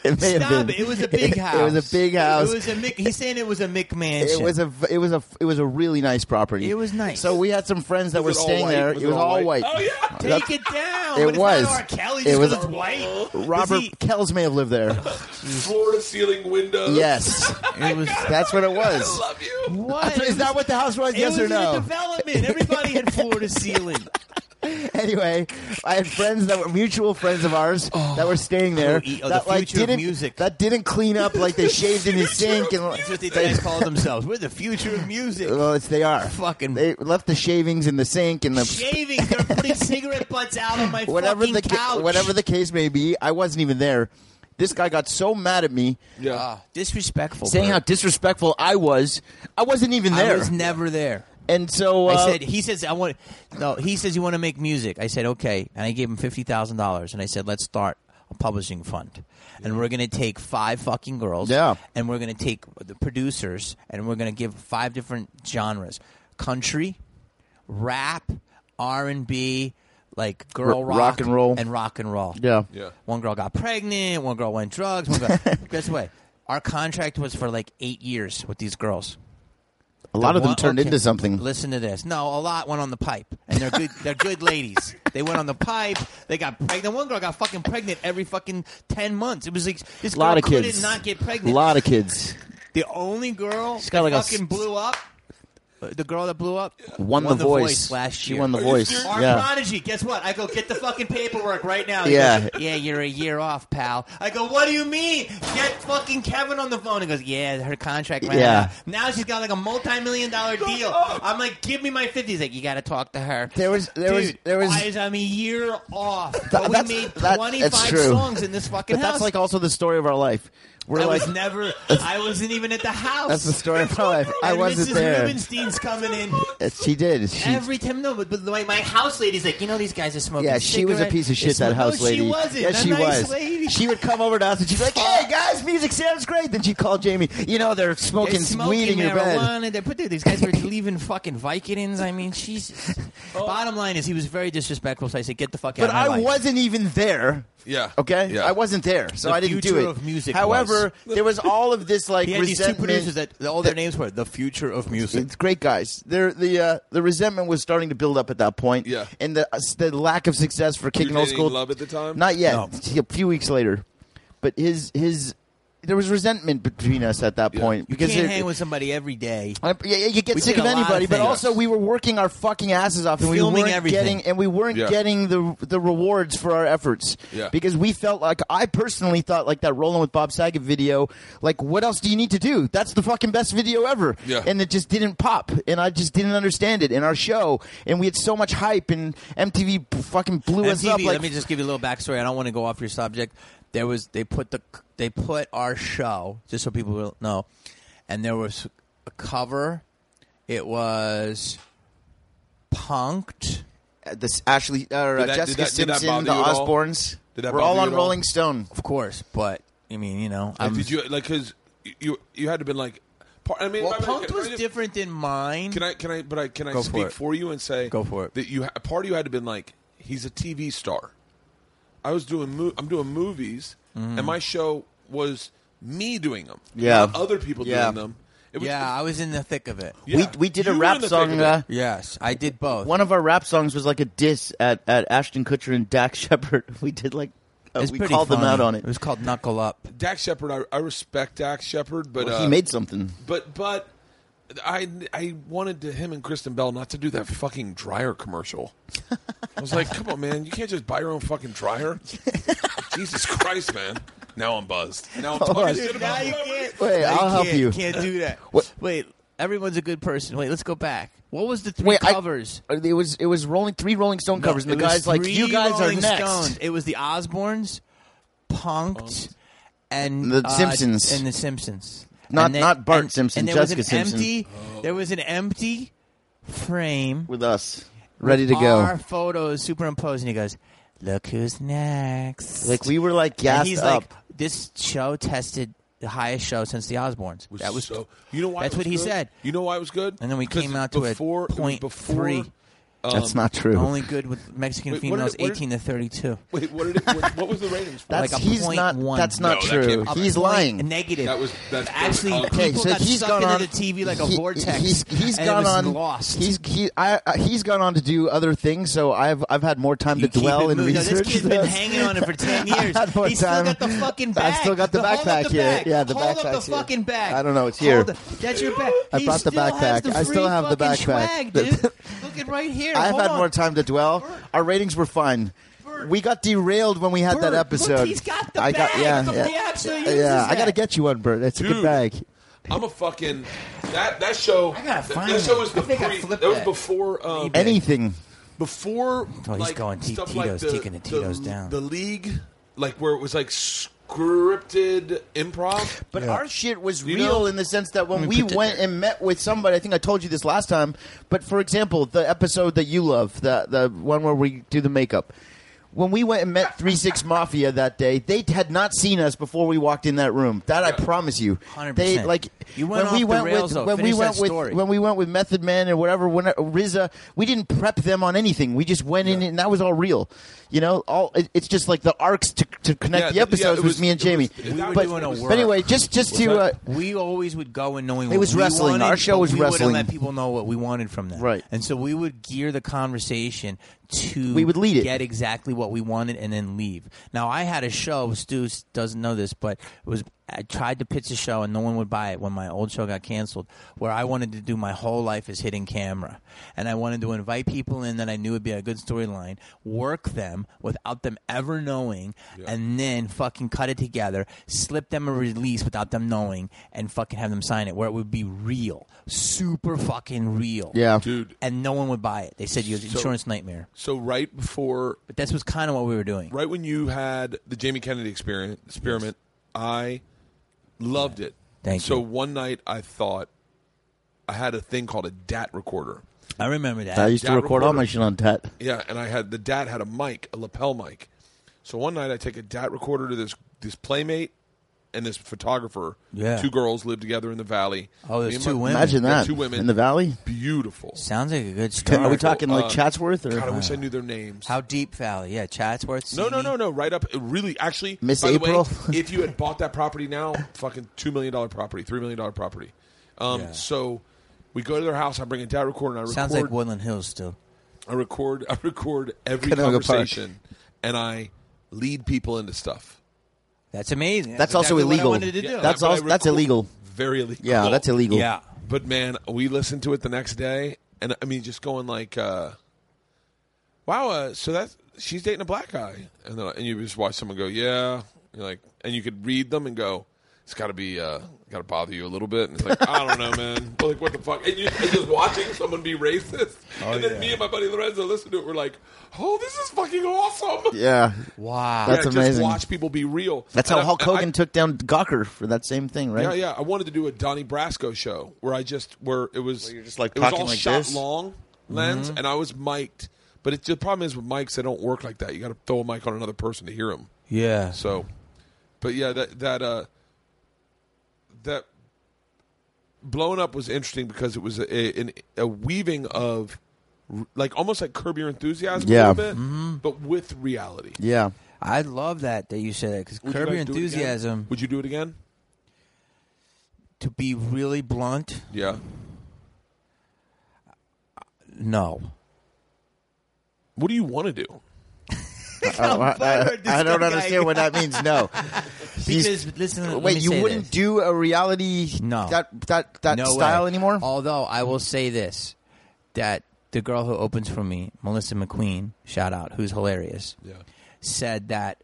[SPEAKER 4] It may have
[SPEAKER 5] Stop
[SPEAKER 4] been.
[SPEAKER 5] it. It was a big house.
[SPEAKER 4] It was a big house.
[SPEAKER 5] It was a Mick. He's saying it was a McMansion.
[SPEAKER 4] It was a it was a it was a really nice property.
[SPEAKER 5] It was nice.
[SPEAKER 4] So we had some friends that
[SPEAKER 1] Was it
[SPEAKER 4] were
[SPEAKER 1] all
[SPEAKER 4] staying
[SPEAKER 1] white?
[SPEAKER 4] there.
[SPEAKER 1] Was
[SPEAKER 4] it was all white.
[SPEAKER 1] Oh yeah.
[SPEAKER 5] Take it down.
[SPEAKER 4] It
[SPEAKER 5] but
[SPEAKER 4] was.
[SPEAKER 5] It's not R. Kelly.
[SPEAKER 4] It
[SPEAKER 5] Just
[SPEAKER 4] was-
[SPEAKER 5] 'cause it's white. Does
[SPEAKER 4] Robert
[SPEAKER 5] he-
[SPEAKER 4] Kells may have lived there.
[SPEAKER 1] Floor to ceiling windows.
[SPEAKER 4] yes,
[SPEAKER 5] It was.
[SPEAKER 4] that's what it
[SPEAKER 1] I
[SPEAKER 4] was.
[SPEAKER 1] love you.
[SPEAKER 5] What
[SPEAKER 4] Is that what the house was?
[SPEAKER 5] It
[SPEAKER 4] yes
[SPEAKER 5] was
[SPEAKER 4] or
[SPEAKER 5] in
[SPEAKER 4] no?
[SPEAKER 5] a development. Everybody had floor to ceiling.
[SPEAKER 4] anyway, I had friends that were mutual friends of ours that were staying there.
[SPEAKER 5] Oh, the
[SPEAKER 4] that like
[SPEAKER 5] future of
[SPEAKER 4] didn't
[SPEAKER 5] music.
[SPEAKER 4] that didn't clean up like they shaved in his sink and
[SPEAKER 5] That's what they guys call themselves. We're the future of music.
[SPEAKER 4] well, it's they are
[SPEAKER 5] Fucking-
[SPEAKER 4] They left the shavings in the sink and the
[SPEAKER 5] Shavings. They're putting cigarette butts out on my
[SPEAKER 4] whatever
[SPEAKER 5] fucking
[SPEAKER 4] the ca-
[SPEAKER 5] couch.
[SPEAKER 4] whatever the case may be. I wasn't even there. This guy got so mad at me,
[SPEAKER 1] Yeah.
[SPEAKER 5] Ah, disrespectful.
[SPEAKER 4] saying
[SPEAKER 5] Bert.
[SPEAKER 4] how disrespectful I was. I wasn't even there,
[SPEAKER 5] I was never there.
[SPEAKER 4] and so uh,
[SPEAKER 5] I said. He says I want. No, he says you want to make music. I said okay, and I gave him fifty thousand dollars, and I said let's start a publishing fund, and we're gonna take five fucking girls.
[SPEAKER 4] Yeah.
[SPEAKER 5] and we're gonna take the producers, and we're gonna give five different genres: country, rap, R and B, like girl
[SPEAKER 4] R-
[SPEAKER 5] rock,
[SPEAKER 4] rock and roll.
[SPEAKER 5] and rock and roll.
[SPEAKER 4] "Yeah,
[SPEAKER 1] Yeah.
[SPEAKER 5] One girl got pregnant. One girl went drugs. One girl. Guess what? Our contract was for like eight years with these girls.
[SPEAKER 4] a lot of them
[SPEAKER 5] One-
[SPEAKER 4] turned
[SPEAKER 5] okay,
[SPEAKER 4] into something."
[SPEAKER 5] Listen to this. No, a lot went on the pipe, and they're good. they're good ladies. They went on the pipe. They got pregnant. One girl got fucking pregnant every fucking ten months. It was like this
[SPEAKER 4] A
[SPEAKER 5] girl
[SPEAKER 4] lot of
[SPEAKER 5] couldn't
[SPEAKER 4] kids,
[SPEAKER 5] not get
[SPEAKER 4] A
[SPEAKER 5] pregnant.
[SPEAKER 4] lot of kids
[SPEAKER 5] The only girl
[SPEAKER 4] She's got
[SPEAKER 5] that
[SPEAKER 4] like a
[SPEAKER 5] fucking
[SPEAKER 4] s-
[SPEAKER 5] blew up. uh, The girl that blew up
[SPEAKER 4] won, the, voice.
[SPEAKER 5] last
[SPEAKER 4] she
[SPEAKER 5] year.
[SPEAKER 4] won the
[SPEAKER 1] Are you
[SPEAKER 4] voice.
[SPEAKER 1] serious?
[SPEAKER 5] Our
[SPEAKER 4] Yeah.
[SPEAKER 5] prodigy. Guess what? I go get the fucking paperwork right now. He
[SPEAKER 4] Yeah.
[SPEAKER 5] goes, yeah, you're a year off, pal. I go, what do you mean? Get fucking Kevin on the phone. He goes, yeah, her contract ran
[SPEAKER 4] Yeah.
[SPEAKER 5] out. Now she's got like a multi-million dollar deal. I'm like, give me my fifty. He's like, you got to talk to her.
[SPEAKER 4] There was- there was-
[SPEAKER 5] Dude,
[SPEAKER 4] there was-
[SPEAKER 5] I am a year off, but we
[SPEAKER 4] that's-
[SPEAKER 5] made
[SPEAKER 4] that- that's
[SPEAKER 5] 25
[SPEAKER 4] true.
[SPEAKER 5] songs in this fucking
[SPEAKER 4] But
[SPEAKER 5] house.
[SPEAKER 4] that's like also the story of our life. We're
[SPEAKER 5] I
[SPEAKER 4] like,
[SPEAKER 5] was never. I wasn't even at the house.
[SPEAKER 4] that's the story of our life. I
[SPEAKER 5] and
[SPEAKER 4] wasn't
[SPEAKER 5] Mrs.
[SPEAKER 4] there. Uh,
[SPEAKER 5] Rubenstein's coming in.
[SPEAKER 4] She did. She,
[SPEAKER 5] Every time, no, but, but my, my house lady's like, you know, these guys are smoking.
[SPEAKER 4] yeah, she was a
[SPEAKER 5] cigarettes.
[SPEAKER 4] piece of shit.
[SPEAKER 5] They
[SPEAKER 4] That
[SPEAKER 5] smoke-
[SPEAKER 4] house
[SPEAKER 5] no,
[SPEAKER 4] lady.
[SPEAKER 5] She wasn't.
[SPEAKER 4] Yeah,
[SPEAKER 5] a
[SPEAKER 4] she
[SPEAKER 5] nice
[SPEAKER 4] was.
[SPEAKER 5] Lady.
[SPEAKER 4] She would come over to us and she'd be like, "Hey guys, music sounds great." Then she'd call Jamie. You know, they're
[SPEAKER 5] They're
[SPEAKER 4] smoking,
[SPEAKER 5] smoking
[SPEAKER 4] weed in your bed.
[SPEAKER 5] marijuana. They're, but dude, these guys were leaving fucking Vicodins. I mean, she's. Bottom line is, he was very disrespectful. So I said, get the fuck
[SPEAKER 4] Oh.
[SPEAKER 5] out
[SPEAKER 4] But
[SPEAKER 5] of my
[SPEAKER 4] I
[SPEAKER 5] life.
[SPEAKER 4] wasn't even there.
[SPEAKER 1] Yeah.
[SPEAKER 4] Okay,
[SPEAKER 1] Yeah.
[SPEAKER 4] I wasn't there, so
[SPEAKER 5] The
[SPEAKER 4] I didn't do
[SPEAKER 5] future
[SPEAKER 4] it.
[SPEAKER 5] of music
[SPEAKER 4] However, there was all of this like
[SPEAKER 5] He had these two
[SPEAKER 4] resentment.
[SPEAKER 5] producers that that all their names were the future of music.
[SPEAKER 4] It's great guys. There, the uh, the resentment was starting to build up at that point.
[SPEAKER 1] Yeah.
[SPEAKER 4] and the the lack of success for kicking
[SPEAKER 1] You're
[SPEAKER 4] old
[SPEAKER 1] dating
[SPEAKER 4] school.
[SPEAKER 1] Love at the time?
[SPEAKER 4] Not yet.
[SPEAKER 5] No.
[SPEAKER 4] A few weeks later, but his his there was resentment between us at that point
[SPEAKER 5] You
[SPEAKER 4] because
[SPEAKER 5] can't
[SPEAKER 4] it-
[SPEAKER 5] hang with somebody every day.
[SPEAKER 4] I- yeah, yeah, you get
[SPEAKER 5] We
[SPEAKER 4] sick of
[SPEAKER 5] did a lot of
[SPEAKER 4] anybody, but
[SPEAKER 5] things.
[SPEAKER 4] also we were working our fucking asses off, and we
[SPEAKER 5] Filming
[SPEAKER 4] weren't
[SPEAKER 5] everything.
[SPEAKER 4] getting and we weren't
[SPEAKER 1] Yeah.
[SPEAKER 4] getting the the rewards for our efforts
[SPEAKER 1] Yeah.
[SPEAKER 4] because we felt like I personally thought like that Rolling with Bob Saget video, like what else do you need to do? That's the fucking best video ever,
[SPEAKER 1] Yeah.
[SPEAKER 4] and it just didn't pop, and I just didn't understand it. in our show, and we had so much hype, and MTV b- fucking blew us
[SPEAKER 5] MTV,
[SPEAKER 4] up. Like
[SPEAKER 5] let me just give you a little backstory. I don't want to go off your subject. There was they put the they put our show just so people will know and there was a cover. It was punked.
[SPEAKER 4] Uh, This Ashley, uh, uh,
[SPEAKER 1] that- did
[SPEAKER 4] Jessica
[SPEAKER 1] that- did that
[SPEAKER 4] Simpson, the
[SPEAKER 1] bother you at all?
[SPEAKER 4] Osbournes.
[SPEAKER 1] Did that
[SPEAKER 4] We're
[SPEAKER 1] bother
[SPEAKER 4] all
[SPEAKER 1] you
[SPEAKER 4] on
[SPEAKER 1] at all?
[SPEAKER 4] Rolling Stone.
[SPEAKER 5] Of course, but I mean, you know,
[SPEAKER 1] Like,
[SPEAKER 5] I'm-
[SPEAKER 1] did you like? Cause you you had to been like. Part, I mean,
[SPEAKER 5] well,
[SPEAKER 1] I mean,
[SPEAKER 5] punked
[SPEAKER 1] can-
[SPEAKER 5] was
[SPEAKER 1] can I just-
[SPEAKER 5] different than mine.
[SPEAKER 1] Can I? Can I? But I can I
[SPEAKER 5] Go for
[SPEAKER 1] speak for,
[SPEAKER 5] it.
[SPEAKER 1] you and say
[SPEAKER 5] Go for it.
[SPEAKER 1] That you ha- a part of you had to been like he's a TV star. I was doing mo- I'm doing movies,
[SPEAKER 5] Mm-hmm.
[SPEAKER 1] and my show was me doing them.
[SPEAKER 4] Yeah.
[SPEAKER 1] not other people
[SPEAKER 4] Yeah.
[SPEAKER 1] doing them. It was,
[SPEAKER 5] yeah, I was in the thick of it.
[SPEAKER 1] Yeah.
[SPEAKER 4] We we did
[SPEAKER 1] You
[SPEAKER 4] a
[SPEAKER 1] were
[SPEAKER 4] rap
[SPEAKER 1] in the thick
[SPEAKER 4] song.
[SPEAKER 1] of it.
[SPEAKER 4] Uh,
[SPEAKER 5] Yes, I did both.
[SPEAKER 4] one of our rap songs was like a diss at, at Ashton Kutcher and Dak Shepard. We did like uh,
[SPEAKER 5] It's
[SPEAKER 4] we
[SPEAKER 5] pretty
[SPEAKER 4] called them
[SPEAKER 5] funny.
[SPEAKER 4] out on it.
[SPEAKER 5] It was called Knuckle Up.
[SPEAKER 1] Dak Shepard. I, I respect Dak Shepard, but
[SPEAKER 4] Well,
[SPEAKER 1] uh,
[SPEAKER 4] he made something.
[SPEAKER 1] But but I I wanted to him and Kristen Bell not to do that fucking dryer commercial. I was like, come on, man, you can't just buy your own fucking dryer. Jesus Christ, man. Now I'm buzzed. Now I'm talking shit about celebrities.
[SPEAKER 4] Wait,
[SPEAKER 5] now Oh, you
[SPEAKER 4] I'll help
[SPEAKER 5] can't-
[SPEAKER 4] you.
[SPEAKER 5] Can't do that.
[SPEAKER 4] What-
[SPEAKER 5] Wait, everyone's a good person. Wait, let's go back. What was the three
[SPEAKER 4] Wait, I-
[SPEAKER 5] covers?
[SPEAKER 4] Uh, It was it was rolling three Rolling Stone covers,
[SPEAKER 5] No,
[SPEAKER 4] and the
[SPEAKER 5] it was
[SPEAKER 4] guys like
[SPEAKER 5] three
[SPEAKER 4] you guys are
[SPEAKER 5] Rolling
[SPEAKER 4] next.
[SPEAKER 5] Stones. It was the Osbournes, Punked, and
[SPEAKER 4] The
[SPEAKER 5] uh,
[SPEAKER 4] Simpsons.
[SPEAKER 5] and the Simpsons.
[SPEAKER 4] Not-
[SPEAKER 5] And
[SPEAKER 4] not Bart
[SPEAKER 5] and-
[SPEAKER 4] Simpson,
[SPEAKER 5] And there was an
[SPEAKER 4] Jessica Simpson.
[SPEAKER 5] empty. There was an empty frame
[SPEAKER 4] With us, ready to go.
[SPEAKER 5] Our photos superimposed, and he goes, "Look who's next."
[SPEAKER 4] like we were like gassed
[SPEAKER 5] and he's
[SPEAKER 4] up.
[SPEAKER 5] like, "This show tested the highest show since the Osbournes." that was
[SPEAKER 1] so. You know why?
[SPEAKER 5] That's
[SPEAKER 1] it was
[SPEAKER 5] what he
[SPEAKER 1] good?
[SPEAKER 5] said.
[SPEAKER 1] You know why it was good?
[SPEAKER 5] And then we
[SPEAKER 1] 'Cause
[SPEAKER 5] came out to a
[SPEAKER 1] before, it was
[SPEAKER 5] point
[SPEAKER 1] before,
[SPEAKER 5] three.
[SPEAKER 4] That's not true.
[SPEAKER 5] um, only good with Mexican
[SPEAKER 1] Wait, what did
[SPEAKER 5] females,
[SPEAKER 1] it- what did-
[SPEAKER 5] eighteen to thirty-two.
[SPEAKER 1] Wait, what did it? What, what was the ratings? For?
[SPEAKER 4] that's
[SPEAKER 5] like a
[SPEAKER 4] he's
[SPEAKER 5] point
[SPEAKER 4] not.
[SPEAKER 5] one.
[SPEAKER 4] That's not
[SPEAKER 1] No, that
[SPEAKER 4] true.
[SPEAKER 1] can't be
[SPEAKER 4] he's
[SPEAKER 5] Point
[SPEAKER 4] lying.
[SPEAKER 5] Negative.
[SPEAKER 1] That was- that's-
[SPEAKER 5] actually
[SPEAKER 1] that was-
[SPEAKER 5] people
[SPEAKER 1] Okay,
[SPEAKER 4] so
[SPEAKER 5] got
[SPEAKER 4] he's
[SPEAKER 5] sucked
[SPEAKER 4] gone
[SPEAKER 5] into
[SPEAKER 4] on
[SPEAKER 5] the TV like a
[SPEAKER 4] he-
[SPEAKER 5] vortex.
[SPEAKER 4] He's, he's
[SPEAKER 5] and it
[SPEAKER 4] gone
[SPEAKER 5] was
[SPEAKER 4] on.
[SPEAKER 5] lost.
[SPEAKER 4] He's he. I, I, he's gone on to do other things. So I've I've had more time
[SPEAKER 5] You
[SPEAKER 4] to
[SPEAKER 5] keep
[SPEAKER 4] dwell
[SPEAKER 5] it
[SPEAKER 4] and
[SPEAKER 5] moving. No,
[SPEAKER 4] research.
[SPEAKER 5] this kid's been
[SPEAKER 4] this.
[SPEAKER 5] hanging on it for ten years.
[SPEAKER 4] I had more
[SPEAKER 5] He's
[SPEAKER 4] time.
[SPEAKER 5] still got the fucking
[SPEAKER 4] I
[SPEAKER 5] bag.
[SPEAKER 4] still got the
[SPEAKER 5] Hold up
[SPEAKER 4] backpack
[SPEAKER 5] the
[SPEAKER 4] here.
[SPEAKER 5] bag.
[SPEAKER 4] Yeah, the
[SPEAKER 5] Hold up
[SPEAKER 4] backpack's
[SPEAKER 5] the
[SPEAKER 4] here.
[SPEAKER 5] fucking bag.
[SPEAKER 4] I don't know, it's
[SPEAKER 5] Hold
[SPEAKER 4] here.
[SPEAKER 5] the- that's your bag.
[SPEAKER 4] I
[SPEAKER 5] He
[SPEAKER 4] brought the
[SPEAKER 5] still has
[SPEAKER 4] backpack. I still
[SPEAKER 5] free
[SPEAKER 4] have the
[SPEAKER 5] fucking
[SPEAKER 4] backpack.
[SPEAKER 5] Swag,
[SPEAKER 4] The-
[SPEAKER 5] dude. Look at right here.
[SPEAKER 4] I've
[SPEAKER 5] Hold
[SPEAKER 4] had
[SPEAKER 5] on.
[SPEAKER 4] more time to dwell. Our ratings were fine. We got derailed when we had
[SPEAKER 5] Bert,
[SPEAKER 4] that
[SPEAKER 5] look,
[SPEAKER 4] episode.
[SPEAKER 5] he's got the
[SPEAKER 4] I
[SPEAKER 5] bag.
[SPEAKER 4] got yeah,
[SPEAKER 5] The-
[SPEAKER 4] yeah,
[SPEAKER 5] he actually
[SPEAKER 4] yeah.
[SPEAKER 5] uses
[SPEAKER 4] I gotta
[SPEAKER 5] that.
[SPEAKER 4] get you one, Bert. That's a
[SPEAKER 1] Dude.
[SPEAKER 4] good bag.
[SPEAKER 1] I'm a fucking that that show.
[SPEAKER 5] I gotta find
[SPEAKER 1] that
[SPEAKER 5] it.
[SPEAKER 1] show was
[SPEAKER 5] I
[SPEAKER 1] the
[SPEAKER 5] think I
[SPEAKER 1] pre,
[SPEAKER 5] flipped
[SPEAKER 1] that was
[SPEAKER 5] that.
[SPEAKER 1] before um,
[SPEAKER 4] Anything.
[SPEAKER 1] before
[SPEAKER 5] Oh, he's
[SPEAKER 1] like,
[SPEAKER 5] going T-
[SPEAKER 1] stuff
[SPEAKER 5] Tito's,
[SPEAKER 1] like the,
[SPEAKER 5] taking the Tito's down.
[SPEAKER 1] the league, like where it was like scripted improv.
[SPEAKER 4] But our shit was
[SPEAKER 1] You
[SPEAKER 4] real
[SPEAKER 1] know-
[SPEAKER 4] in the sense that when
[SPEAKER 5] Let me
[SPEAKER 4] we
[SPEAKER 5] put that
[SPEAKER 4] went
[SPEAKER 5] there.
[SPEAKER 4] and met with somebody, I think I told you this last time. But for example, the episode that you love, the the one where we do the makeup. When we went and met Three Six Mafia that day, they had not seen us before we walked in that room. That I promise you.
[SPEAKER 5] 100%.
[SPEAKER 4] They like
[SPEAKER 5] You went
[SPEAKER 4] when
[SPEAKER 5] off
[SPEAKER 4] we
[SPEAKER 5] the
[SPEAKER 4] went
[SPEAKER 5] rails,
[SPEAKER 4] with
[SPEAKER 5] though.
[SPEAKER 4] when we
[SPEAKER 5] Finish
[SPEAKER 4] went
[SPEAKER 5] that
[SPEAKER 4] with
[SPEAKER 5] story.
[SPEAKER 4] when we went with Method Man or whatever. When uh, RZA, we didn't prep them on anything. We just went in and that was all real. You know, all it, it's just like the arcs to, to connect
[SPEAKER 1] Yeah,
[SPEAKER 4] the
[SPEAKER 1] th- yeah,
[SPEAKER 4] episodes
[SPEAKER 1] it
[SPEAKER 4] was,
[SPEAKER 1] was-
[SPEAKER 4] me and
[SPEAKER 1] it was-
[SPEAKER 4] Jamie.
[SPEAKER 1] we were
[SPEAKER 4] but,
[SPEAKER 5] doing a
[SPEAKER 4] but
[SPEAKER 5] work.
[SPEAKER 4] anyway, just just to uh,
[SPEAKER 5] we always would go and knowing
[SPEAKER 4] It
[SPEAKER 5] what
[SPEAKER 4] was
[SPEAKER 5] we
[SPEAKER 4] wrestling.
[SPEAKER 5] wanted,
[SPEAKER 4] Our show
[SPEAKER 5] but
[SPEAKER 4] was
[SPEAKER 5] we wouldn't
[SPEAKER 4] wrestling.
[SPEAKER 5] Let people know what we wanted from them,
[SPEAKER 4] Right.
[SPEAKER 5] And so we would gear the conversation to
[SPEAKER 4] We would lead it.
[SPEAKER 5] get exactly what we wanted, and then leave. Now I had a show. Stu doesn't know this, but it was I tried to pitch a show, and no one would buy it when my old show got canceled. Where I wanted to do my whole life is hitting camera, and I wanted to invite people in that I knew would be a good storyline, work them without them ever knowing, and then fucking cut it together, slip them a release without them knowing, and fucking have them sign it where it would be real, super fucking real.
[SPEAKER 4] yeah,
[SPEAKER 1] Dude,
[SPEAKER 5] And no one would buy it. They said you was an
[SPEAKER 1] So-
[SPEAKER 5] insurance nightmare.
[SPEAKER 1] so right before,
[SPEAKER 5] But this was kind of what we were doing.
[SPEAKER 1] right when you had the Jamie Kennedy experiment, experiment, I loved it.
[SPEAKER 5] Thank
[SPEAKER 1] so
[SPEAKER 5] you.
[SPEAKER 1] one night I thought I had a thing called a DAT recorder.
[SPEAKER 5] I remember that.
[SPEAKER 4] I used to
[SPEAKER 1] Dad
[SPEAKER 4] record all
[SPEAKER 1] recorder.
[SPEAKER 4] my shit on that.
[SPEAKER 1] Yeah, and I had the DAT had a mic, a lapel mic. So one night I take a DAT recorder to this this playmate and this photographer.
[SPEAKER 5] Yeah.
[SPEAKER 1] Two girls live together in the valley.
[SPEAKER 5] Oh, there's
[SPEAKER 1] Me and
[SPEAKER 5] two
[SPEAKER 1] my-
[SPEAKER 5] women.
[SPEAKER 4] Imagine
[SPEAKER 1] Yeah,
[SPEAKER 4] that
[SPEAKER 1] two women.
[SPEAKER 4] in the valley.
[SPEAKER 1] Beautiful.
[SPEAKER 5] Sounds like a good
[SPEAKER 4] Are we
[SPEAKER 5] start.
[SPEAKER 4] talking like
[SPEAKER 1] uh,
[SPEAKER 4] Chatsworth or
[SPEAKER 1] God, I wish I knew their names.
[SPEAKER 5] How deep valley? Yeah, Chatsworth.
[SPEAKER 1] no, no,
[SPEAKER 5] Simi.
[SPEAKER 1] no, no. Right up. Really, actually,
[SPEAKER 4] Miss
[SPEAKER 1] by the
[SPEAKER 4] April?
[SPEAKER 1] way, if you had bought that property now, fucking two million dollar property, three million dollar property. Um,
[SPEAKER 5] Yeah.
[SPEAKER 1] So we go to their house. I bring a DAT recorder. and I record.
[SPEAKER 5] Sounds like Woodland Hills still.
[SPEAKER 1] I record I record every
[SPEAKER 4] Canoga Park.
[SPEAKER 1] conversation, and I lead people into stuff.
[SPEAKER 5] That's amazing.
[SPEAKER 4] That's also
[SPEAKER 5] exactly
[SPEAKER 4] illegal.
[SPEAKER 5] What I wanted to do.
[SPEAKER 1] Yeah,
[SPEAKER 4] That's
[SPEAKER 1] but I
[SPEAKER 4] also- that's
[SPEAKER 1] record-
[SPEAKER 4] illegal.
[SPEAKER 1] Very illegal.
[SPEAKER 4] Yeah, that's illegal.
[SPEAKER 5] yeah.
[SPEAKER 1] But man, we listened to it the next day, and I mean, just going like, uh, "Wow!" Uh, so that's she's dating a black guy, and then and you just watch someone go, "Yeah," you're like, and you could read them and go, it's got to be uh, got to bother you a little bit. And it's like, I don't know, man. Like, what the fuck? And, you, and just watching someone be racist, and then
[SPEAKER 5] yeah.
[SPEAKER 1] me and my buddy Lorenzo listen to it. We're like, oh, this is fucking awesome.
[SPEAKER 4] Yeah.
[SPEAKER 5] Wow.
[SPEAKER 4] That's
[SPEAKER 1] yeah, Just
[SPEAKER 4] amazing.
[SPEAKER 1] watch people be real.
[SPEAKER 4] That's how
[SPEAKER 1] And I-
[SPEAKER 4] Hulk
[SPEAKER 1] and I-
[SPEAKER 4] Hogan took down Gawker for that same thing, right?
[SPEAKER 1] Yeah, yeah. I wanted to do a Donnie Brasco show where I just where it was
[SPEAKER 4] you're just, like,
[SPEAKER 1] it was
[SPEAKER 4] talking
[SPEAKER 1] all
[SPEAKER 4] like
[SPEAKER 1] shot
[SPEAKER 4] this?
[SPEAKER 1] long lens,
[SPEAKER 5] Mm-hmm.
[SPEAKER 1] and I was mic'd. But it, the problem is with mics, they don't work like that. You got to throw a mic on another person to hear them.
[SPEAKER 5] Yeah.
[SPEAKER 1] So, but yeah, that that uh that blowing up was interesting because it was a, a, an- a weaving of r- like almost like Curb Your Enthusiasm a
[SPEAKER 4] Yeah.
[SPEAKER 1] little bit,
[SPEAKER 5] Mm-hmm.
[SPEAKER 1] but with reality.
[SPEAKER 4] Yeah.
[SPEAKER 5] I love that that you said that because
[SPEAKER 1] Would you
[SPEAKER 5] Curb Your
[SPEAKER 1] guys do it again?
[SPEAKER 5] Enthusiasm.
[SPEAKER 1] Would you do it again?
[SPEAKER 5] To be really blunt,
[SPEAKER 1] Yeah.
[SPEAKER 5] no.
[SPEAKER 1] What do you want to do?
[SPEAKER 4] Oh, I,
[SPEAKER 5] buttered
[SPEAKER 4] I- I
[SPEAKER 5] this
[SPEAKER 4] don't
[SPEAKER 5] guy
[SPEAKER 4] understand what that means. No. He's-
[SPEAKER 5] Because listen, let me
[SPEAKER 4] wait, you
[SPEAKER 5] say
[SPEAKER 4] wouldn't
[SPEAKER 5] this.
[SPEAKER 4] do a reality
[SPEAKER 5] No.
[SPEAKER 4] that that that
[SPEAKER 5] No
[SPEAKER 4] style
[SPEAKER 5] way.
[SPEAKER 4] anymore?
[SPEAKER 5] Although I will say this, that the girl who opens for me, Melissa McQueen, shout out, who's hilarious,
[SPEAKER 1] Yeah.
[SPEAKER 5] said that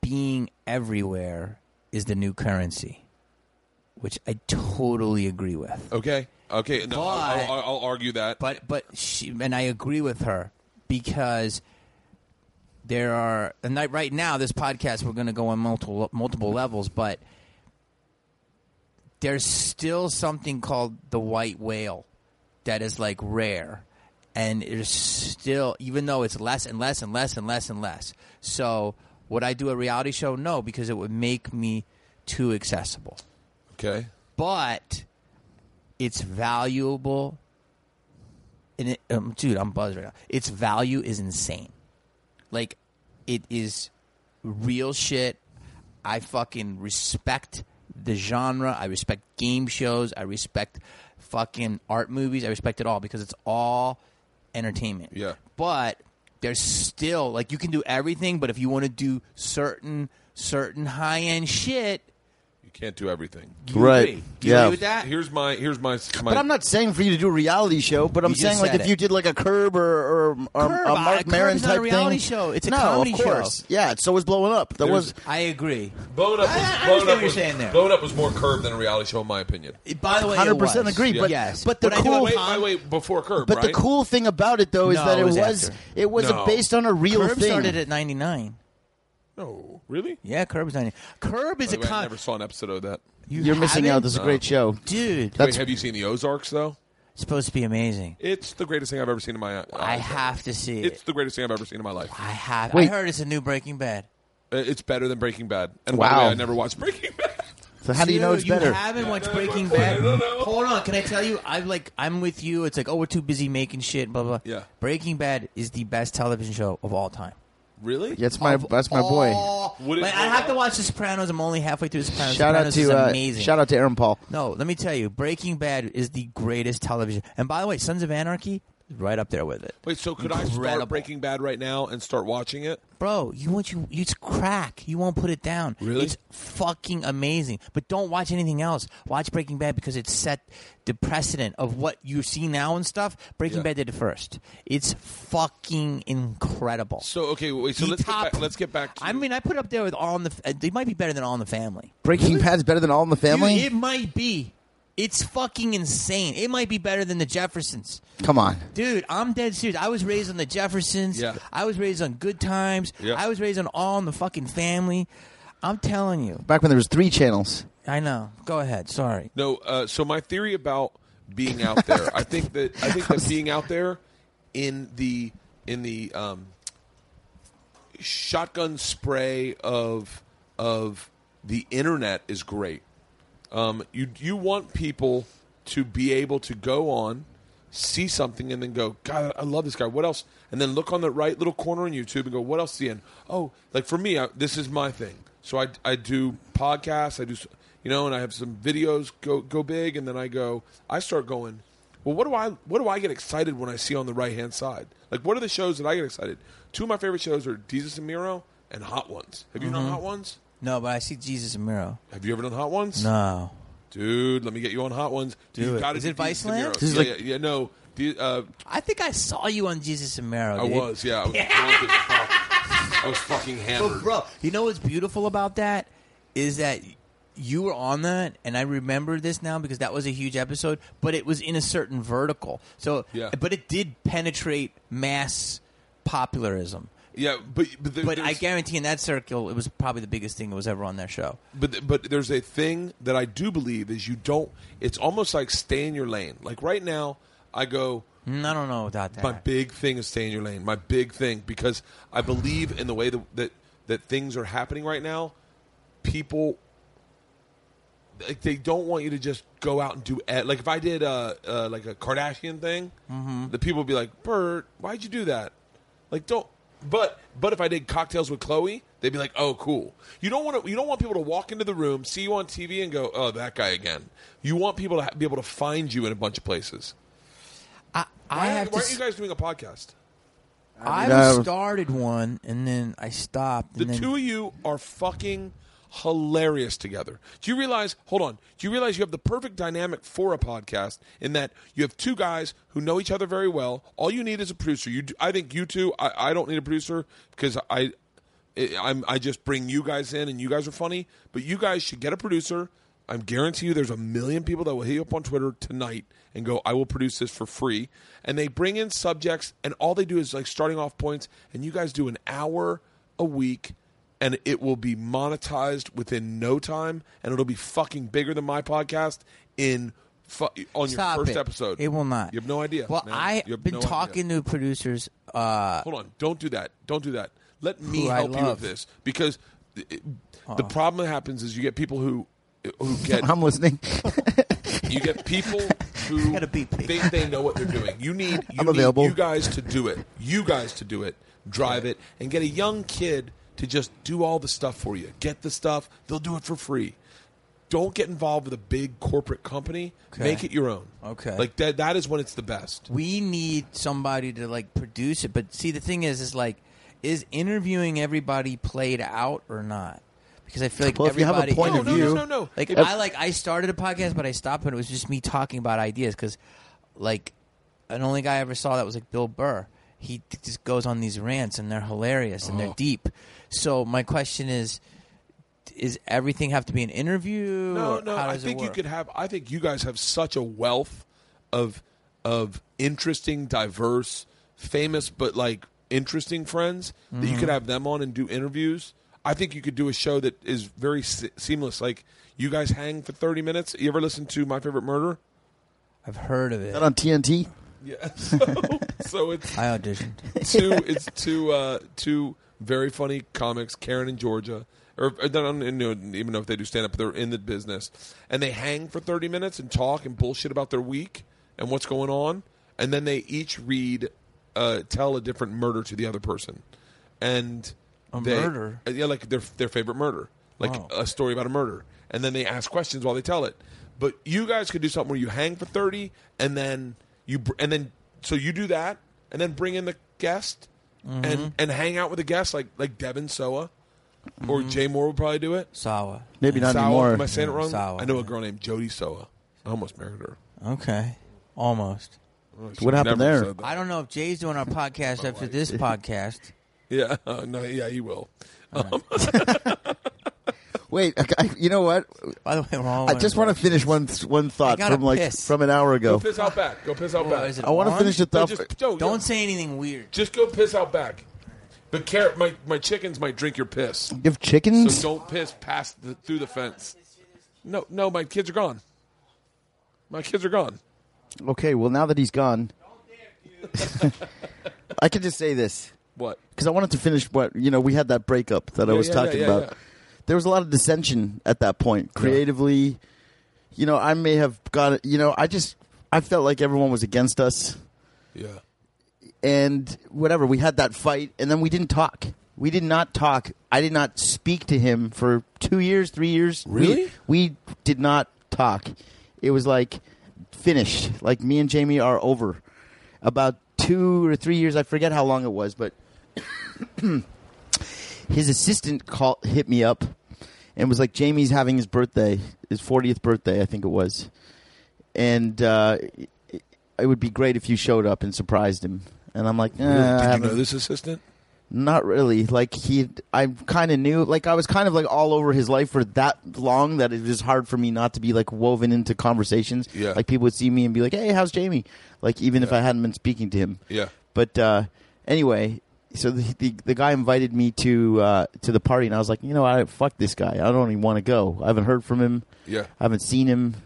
[SPEAKER 5] being everywhere is the new currency, which I totally agree with.
[SPEAKER 1] Okay. Okay. No, I'll,
[SPEAKER 5] But-
[SPEAKER 1] I'll, I'll argue that.
[SPEAKER 5] But but she and I agree with her because there are and like right now this podcast we're going to go on multiple multiple levels, but there's still something called the white whale that is like rare, and there's still even though it's less and less and less and less and less. So would I do a reality show? No, because it would make me too accessible
[SPEAKER 1] okay.
[SPEAKER 5] but it's valuable. And it, um, dude, I'm buzzed right now. Its value is insane. Like, it is real shit. I fucking respect the genre. I respect game shows. I respect fucking art movies. I respect it all because it's all entertainment.
[SPEAKER 1] Yeah.
[SPEAKER 5] But there's still like you can do everything, but if you want to do certain certain high end shit,
[SPEAKER 1] You can't do everything.
[SPEAKER 5] you
[SPEAKER 4] Right.
[SPEAKER 5] agree. Do you
[SPEAKER 4] Yeah.
[SPEAKER 5] agree with that?
[SPEAKER 1] Here's my. Here's my. my
[SPEAKER 4] But I'm not saying for you to do a reality show. But I'm
[SPEAKER 5] You just
[SPEAKER 4] saying like
[SPEAKER 5] said
[SPEAKER 4] if
[SPEAKER 5] it.
[SPEAKER 4] you did like a Curb or or, or
[SPEAKER 5] Curb,
[SPEAKER 4] a
[SPEAKER 5] I-
[SPEAKER 4] Mark
[SPEAKER 5] Curb
[SPEAKER 4] Maron
[SPEAKER 5] is not
[SPEAKER 4] type
[SPEAKER 5] a reality
[SPEAKER 4] thing.
[SPEAKER 5] show. It's a
[SPEAKER 4] no,
[SPEAKER 5] comedy
[SPEAKER 4] of course.
[SPEAKER 5] show.
[SPEAKER 4] Yeah, so was blowing up. That
[SPEAKER 1] There's-
[SPEAKER 4] was
[SPEAKER 5] I agree.
[SPEAKER 1] blown up.
[SPEAKER 5] I-
[SPEAKER 1] Was,
[SPEAKER 5] I understand
[SPEAKER 1] blown
[SPEAKER 5] what
[SPEAKER 1] up
[SPEAKER 5] you're
[SPEAKER 1] was,
[SPEAKER 5] saying there.
[SPEAKER 1] Blown up was more curb than a reality show, in my opinion.
[SPEAKER 5] By the way,
[SPEAKER 4] hundred percent
[SPEAKER 5] it was.
[SPEAKER 4] agree. But
[SPEAKER 5] yes,
[SPEAKER 4] but the
[SPEAKER 5] When I do
[SPEAKER 4] cool
[SPEAKER 5] it,
[SPEAKER 1] Wait, by the way, before curb,
[SPEAKER 4] but the
[SPEAKER 1] right?
[SPEAKER 4] cool thing about it though is
[SPEAKER 5] No,
[SPEAKER 4] that
[SPEAKER 5] it
[SPEAKER 4] it
[SPEAKER 5] was
[SPEAKER 4] was
[SPEAKER 5] after.
[SPEAKER 4] it was
[SPEAKER 1] No.
[SPEAKER 4] based on a real
[SPEAKER 5] Curb
[SPEAKER 4] thing.
[SPEAKER 5] started at ninety nine.
[SPEAKER 1] No, really?
[SPEAKER 5] Yeah, Curb is ninety. Curb is
[SPEAKER 1] By
[SPEAKER 5] a
[SPEAKER 1] the way, I
[SPEAKER 5] con.
[SPEAKER 1] never saw an episode of that.
[SPEAKER 5] You
[SPEAKER 4] You're missing out.
[SPEAKER 5] haven't?
[SPEAKER 4] This is a great show.
[SPEAKER 5] dude.
[SPEAKER 1] Wait,
[SPEAKER 4] That's-
[SPEAKER 1] have you seen the Ozarks though?
[SPEAKER 5] It's supposed to be amazing.
[SPEAKER 1] It's the greatest thing I've ever seen in my. Uh,
[SPEAKER 5] I have to see it.
[SPEAKER 1] It's the greatest thing I've ever seen in my life.
[SPEAKER 5] I have.
[SPEAKER 4] Wait.
[SPEAKER 5] I heard it's a new Breaking Bad.
[SPEAKER 1] Uh, It's better than Breaking Bad. And by the
[SPEAKER 4] Wow.
[SPEAKER 1] way, I never watched Breaking Bad.
[SPEAKER 4] So how do you know
[SPEAKER 5] Dude,
[SPEAKER 4] it's better?
[SPEAKER 5] You haven't watched
[SPEAKER 1] no,
[SPEAKER 5] Breaking
[SPEAKER 1] no,
[SPEAKER 5] Bad.
[SPEAKER 1] no, no.
[SPEAKER 5] Hold on, can I tell you? I'm like, I'm with you. It's like, oh, we're too busy making shit. Blah blah.
[SPEAKER 1] Yeah.
[SPEAKER 5] Breaking Bad is the best television show of all time.
[SPEAKER 1] really?
[SPEAKER 4] That's my that's my boy.
[SPEAKER 5] Oh,
[SPEAKER 1] Would it-
[SPEAKER 5] like, I have to watch The Sopranos. I'm only halfway through The Sopranos.
[SPEAKER 4] Shout out
[SPEAKER 5] Sopranos is
[SPEAKER 4] to uh,
[SPEAKER 5] amazing.
[SPEAKER 4] shout out to Aaron Paul.
[SPEAKER 5] No, let me tell you, Breaking Bad is the greatest television. And by the way, Sons of Anarchy, right up there with it,
[SPEAKER 1] Wait, so could I
[SPEAKER 5] Incredible.
[SPEAKER 1] start Breaking Bad right now and start watching it?
[SPEAKER 5] bro. You want you, it's crack. You won't put it down.
[SPEAKER 1] Really?
[SPEAKER 5] it's fucking amazing. But don't watch anything else. Watch Breaking Bad because it set the precedent of what you see now and stuff. Breaking
[SPEAKER 1] Yeah.
[SPEAKER 5] Bad did it first. It's fucking incredible.
[SPEAKER 1] So okay, wait. So
[SPEAKER 5] The
[SPEAKER 1] let's get
[SPEAKER 5] top-
[SPEAKER 1] back, let's get back. To
[SPEAKER 5] I mean, I put it up there with All in the. F- They might be better than All in the Family.
[SPEAKER 4] Breaking Bad's better than All in the Family.
[SPEAKER 5] Dude, it might be. It's fucking insane. It might be better than the Jeffersons.
[SPEAKER 4] Come on.
[SPEAKER 5] Dude, I'm dead serious. I was raised on the Jeffersons.
[SPEAKER 1] Yeah.
[SPEAKER 5] I was raised on Good Times.
[SPEAKER 1] Yeah.
[SPEAKER 5] I was raised on All in the fucking Family. I'm telling you.
[SPEAKER 4] Back when there was three channels.
[SPEAKER 5] I know. Go ahead. Sorry.
[SPEAKER 1] No, uh, so my theory about being out there, I think that I think that being out there in the in the um, shotgun spray of of the internet is great. Um, you you want people to be able to go on, see something, and then go, God, I love this guy. What else? And then look on the right little corner on YouTube and go, What else? is he in? oh, like for me, I, this is my thing. So I I do podcasts. I do s- you know, and I have some videos go go big, and then I go. I start going. Well, what do I what do I get excited when I see on the right hand side? Like, what are the shows that I get excited? Two of my favorite shows are Jesus and Miro and Hot Ones. Have you done
[SPEAKER 5] Mm-hmm.
[SPEAKER 1] Hot Ones?
[SPEAKER 5] No, but I see Jesus and Miro.
[SPEAKER 1] Have you ever done Hot Ones?
[SPEAKER 5] No.
[SPEAKER 1] Dude, let me get you on hot ones. you
[SPEAKER 5] it.
[SPEAKER 1] Gotta
[SPEAKER 5] Is
[SPEAKER 1] do
[SPEAKER 5] it
[SPEAKER 1] Beast and
[SPEAKER 5] Viceland?
[SPEAKER 1] Mero.
[SPEAKER 5] This
[SPEAKER 4] is
[SPEAKER 1] Yeah,
[SPEAKER 4] like-
[SPEAKER 1] yeah, yeah, no. The, uh,
[SPEAKER 5] I think I saw you on Jesus and Miro.
[SPEAKER 1] I
[SPEAKER 5] dude.
[SPEAKER 1] was, yeah. I was, drunk as fuck. I was fucking hammered.
[SPEAKER 5] But bro, you know what's beautiful about that is that you were on that, and I remember this now because that was a huge episode, but it was in a certain vertical. So,
[SPEAKER 1] Yeah.
[SPEAKER 5] but it did penetrate mass popularism.
[SPEAKER 1] Yeah, but but, there,
[SPEAKER 5] But I
[SPEAKER 1] there's-
[SPEAKER 5] guarantee in that circle, it was probably the biggest thing that was ever on that show.
[SPEAKER 1] but th- but there's a thing that I do believe is you don't. It's almost like stay in your lane. Like right now, I go.
[SPEAKER 5] Mm, I don't know about that.
[SPEAKER 1] My big thing is stay in your lane. My big thing because I believe in the way that that, that things are happening right now. People like they don't want you to just go out and do ad. like if I did uh, uh like a Kardashian thing,
[SPEAKER 5] Mm-hmm.
[SPEAKER 1] the people would be like, "Bert, why'd you do that?" Like don't. But but if I did cocktails with Chloe, they'd be like, "Oh, cool." You don't want to. You don't want people to walk into the room, see you on TV, and go, "Oh, that guy again." You want people to ha- be able to find you in a bunch of places.
[SPEAKER 5] I, I
[SPEAKER 1] Why,
[SPEAKER 5] have to
[SPEAKER 1] why aren't
[SPEAKER 5] s-
[SPEAKER 1] you guys doing a podcast?
[SPEAKER 5] I
[SPEAKER 4] No.
[SPEAKER 5] started one and then I stopped.
[SPEAKER 1] The
[SPEAKER 5] and then,
[SPEAKER 1] two of you are fucking hilarious together. Do you realize? Hold on. Do you realize you have the perfect dynamic for a podcast in that you have two guys who know each other very well. All you need is a producer. You, do, I think you two. I, I don't need a producer because I, I- I'm I just bring you guys in and you guys are funny. But you guys should get a producer. I'm guarantee you there's a million people that will hit you up on Twitter tonight and go, I will produce this for free. And they bring in subjects and all they do is like starting off points and you guys do an hour a week and it will be monetized within no time and it'll be fucking bigger than my podcast in fu- on
[SPEAKER 5] Stop
[SPEAKER 1] your first
[SPEAKER 5] it.
[SPEAKER 1] episode.
[SPEAKER 5] It will not.
[SPEAKER 1] You have no idea.
[SPEAKER 5] Well,
[SPEAKER 1] man.
[SPEAKER 5] I've
[SPEAKER 1] You have
[SPEAKER 5] been
[SPEAKER 1] no idea.
[SPEAKER 5] talking to producers. Uh,
[SPEAKER 1] Hold on. Don't do that. Don't do that. Let me
[SPEAKER 5] Who I
[SPEAKER 1] help you with
[SPEAKER 5] love.
[SPEAKER 1] this because it- it- the problem that happens is you get people who who get
[SPEAKER 4] I'm listening.
[SPEAKER 1] you get people who
[SPEAKER 5] Gotta beat me.
[SPEAKER 1] think they know what they're doing. You need you
[SPEAKER 4] I'm
[SPEAKER 1] need
[SPEAKER 4] available.
[SPEAKER 1] you guys to do it. You guys to do it. Drive it and get a young kid to just do all the stuff for you. Get the stuff. They'll do it for free. Don't get involved with a big corporate company.
[SPEAKER 5] Okay.
[SPEAKER 1] Make it your own.
[SPEAKER 5] Okay.
[SPEAKER 1] Like that that is when it's the best.
[SPEAKER 5] we need somebody to like produce it. But see, the thing is, is like, is interviewing everybody played out or not? Because I feel like
[SPEAKER 4] Well, if you have a
[SPEAKER 5] everybody.
[SPEAKER 4] point
[SPEAKER 1] No,
[SPEAKER 4] of
[SPEAKER 1] no,
[SPEAKER 4] view.
[SPEAKER 1] no, no, no.
[SPEAKER 5] Like
[SPEAKER 1] Oh, If-
[SPEAKER 5] I like I started a podcast, but I stopped when it was just me talking about ideas because, like, an only guy I ever saw that was like Bill Burr. He t- just goes on these rants and they're hilarious and
[SPEAKER 1] Oh.
[SPEAKER 5] they're deep. So my question is, is everything have to be an interview?
[SPEAKER 1] No,
[SPEAKER 5] or
[SPEAKER 1] no.
[SPEAKER 5] How
[SPEAKER 1] I
[SPEAKER 5] does it
[SPEAKER 1] think you
[SPEAKER 5] work?
[SPEAKER 1] could have. I think you guys have such a wealth of of interesting, diverse, famous, but like interesting friends that
[SPEAKER 5] Mm-hmm.
[SPEAKER 1] you could have them on and do interviews. I think you could do a show that is very se- seamless. Like you guys hang for thirty minutes. You ever listen to My Favorite Murder?
[SPEAKER 5] I've heard of it.
[SPEAKER 4] Not on TNT.
[SPEAKER 1] Yeah. So, so it's
[SPEAKER 5] I auditioned.
[SPEAKER 1] two. It's two. Uh, two very funny comics, Karen and Georgia. Or, or I don't even know- even know if they do stand up. but They're in the business, and they hang for thirty minutes and talk and bullshit about their week and what's going on, and then they each read, uh, tell a different murder to the other person, and
[SPEAKER 5] A
[SPEAKER 1] they-
[SPEAKER 5] murder?
[SPEAKER 1] uh, yeah, like their their favorite murder, like
[SPEAKER 5] Wow.
[SPEAKER 1] a story about a murder, and then they ask questions while they tell it. But you guys could do something where you hang for thirty, and then you br- and then so you do that, and then bring in the guest,
[SPEAKER 5] Mm-hmm.
[SPEAKER 1] and and hang out with the guest like like Devin Soa,
[SPEAKER 5] Mm-hmm.
[SPEAKER 1] or Jay Moore would probably do it.
[SPEAKER 5] Sawa.
[SPEAKER 4] Maybe not
[SPEAKER 1] Sowa,
[SPEAKER 4] anymore.
[SPEAKER 1] am I saying it
[SPEAKER 5] Yeah,
[SPEAKER 1] wrong?
[SPEAKER 5] Sowa.
[SPEAKER 1] I know a girl named Jody Soa. I almost married her.
[SPEAKER 5] Okay. Almost.
[SPEAKER 4] What
[SPEAKER 1] Never
[SPEAKER 4] happened there?
[SPEAKER 1] said that.
[SPEAKER 5] I don't know if Jay's doing our podcast after this podcast.
[SPEAKER 1] Yeah, uh, no, yeah, you will.
[SPEAKER 4] Wait, I, I- you know what?
[SPEAKER 5] By the way, we're all.
[SPEAKER 4] I just want to finish one one thought
[SPEAKER 5] gotta
[SPEAKER 4] from like
[SPEAKER 5] piss.
[SPEAKER 4] from an hour
[SPEAKER 1] Go
[SPEAKER 4] ago.
[SPEAKER 1] piss out back. Go piss out
[SPEAKER 5] Oh,
[SPEAKER 1] back.
[SPEAKER 5] is it
[SPEAKER 4] I want to
[SPEAKER 5] on?
[SPEAKER 4] finish the
[SPEAKER 1] No,
[SPEAKER 4] thought.
[SPEAKER 1] just, no,
[SPEAKER 5] Don't
[SPEAKER 1] yeah.
[SPEAKER 5] say anything weird.
[SPEAKER 1] Just go piss out back. But carrot, my, my chickens might drink your piss.
[SPEAKER 4] Give chickens.
[SPEAKER 1] So don't piss past the, through the fence. No, no, my kids are gone. My kids are gone.
[SPEAKER 4] okay, well now that he's gone, I can just say this
[SPEAKER 1] What?
[SPEAKER 4] because I wanted to finish what you know. We had that breakup that I
[SPEAKER 1] Yeah,
[SPEAKER 4] was
[SPEAKER 1] yeah,
[SPEAKER 4] talking
[SPEAKER 1] yeah, yeah,
[SPEAKER 4] about.
[SPEAKER 1] yeah.
[SPEAKER 4] There was a lot of dissension at that point, creatively. You know, I may have got it. You know, I just I felt like everyone was against us.
[SPEAKER 1] Yeah.
[SPEAKER 4] and whatever we had that fight and then we didn't talk we did not talk i did not speak to him for two years three years We-
[SPEAKER 1] Really?
[SPEAKER 4] we, did not talk it was like finished like me and jamie are over about two or three years i forget how long it was but his assistant called hit me up and was like jamie's having his birthday his 40th birthday i think it was and uh, it, it would be great if you showed up and surprised him and i'm like nah, Uh, I
[SPEAKER 1] Did you
[SPEAKER 4] haven't-
[SPEAKER 1] know this assistant?
[SPEAKER 4] Not really. Like he, I kind of knew. Like I was kind of like all over his life for that long that it was hard for me not to be like woven into conversations.
[SPEAKER 1] Yeah.
[SPEAKER 4] Like people would see me and be like, "Hey, how's Jamie?" Like even if I hadn't been speaking to him.
[SPEAKER 1] Yeah.
[SPEAKER 4] But uh, anyway, so the, the the guy invited me to uh, to the party, and I was like, you know, I fuck this guy. I don't even want to go. I haven't heard from him.
[SPEAKER 1] Yeah.
[SPEAKER 4] I haven't seen him.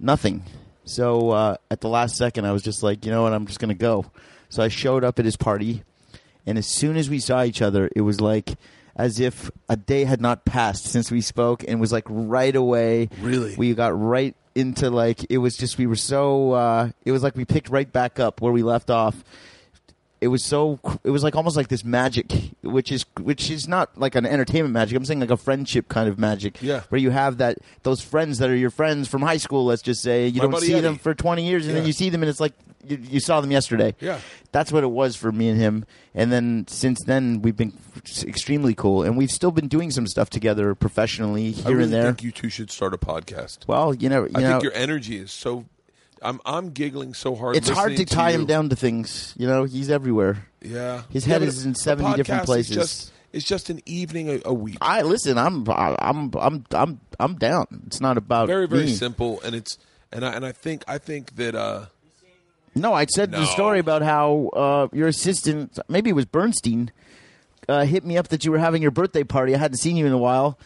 [SPEAKER 4] Nothing. So uh, at the last second, I was just like, you know what? I'm just gonna go. So I showed up at his party, and as soon as we saw each other, it was like as if a day had not passed since we spoke, and was like right away.
[SPEAKER 1] Really?
[SPEAKER 4] we got right into like it was just we were so uh, it was like we picked right back up where we left off it was so it was like almost like this magic which is which is not like an entertainment magic i'm saying like a friendship kind of magic
[SPEAKER 1] Yeah.
[SPEAKER 4] where you have that those friends that are your friends from high school let's just say you
[SPEAKER 1] My
[SPEAKER 4] don't
[SPEAKER 1] buddy
[SPEAKER 4] see
[SPEAKER 1] Eddie.
[SPEAKER 4] them for 20 years and then
[SPEAKER 1] Yeah.
[SPEAKER 4] you see them and it's like you, you saw them yesterday
[SPEAKER 1] Yeah.
[SPEAKER 4] that's what it was for me and him and then since then we've been extremely cool and we've still been doing some stuff together professionally here
[SPEAKER 1] I really
[SPEAKER 4] and there
[SPEAKER 1] think you two should start a podcast.
[SPEAKER 4] well you know you
[SPEAKER 1] I
[SPEAKER 4] know
[SPEAKER 1] think your energy is so. I'm I'm giggling so hard.
[SPEAKER 4] it's hard to
[SPEAKER 1] listening
[SPEAKER 4] tie
[SPEAKER 1] you.
[SPEAKER 4] him down to things you know he's everywhere
[SPEAKER 1] Yeah,
[SPEAKER 4] His
[SPEAKER 1] Yeah,
[SPEAKER 4] head
[SPEAKER 1] but
[SPEAKER 4] is in
[SPEAKER 1] a
[SPEAKER 4] 70 different
[SPEAKER 1] podcast is
[SPEAKER 4] places. Ah,
[SPEAKER 1] just- it's just an evening a, a week.
[SPEAKER 4] I listen. I'm I'm I'm I'm I'm down. It's not about
[SPEAKER 1] very very
[SPEAKER 4] me.
[SPEAKER 1] simple, and it's and I and I think I think that uh
[SPEAKER 4] No, I said
[SPEAKER 1] No.
[SPEAKER 4] the story about how uh, your assistant, maybe it was Bernstein, uh, hit me up that you were having your birthday party. I hadn't seen you in a while,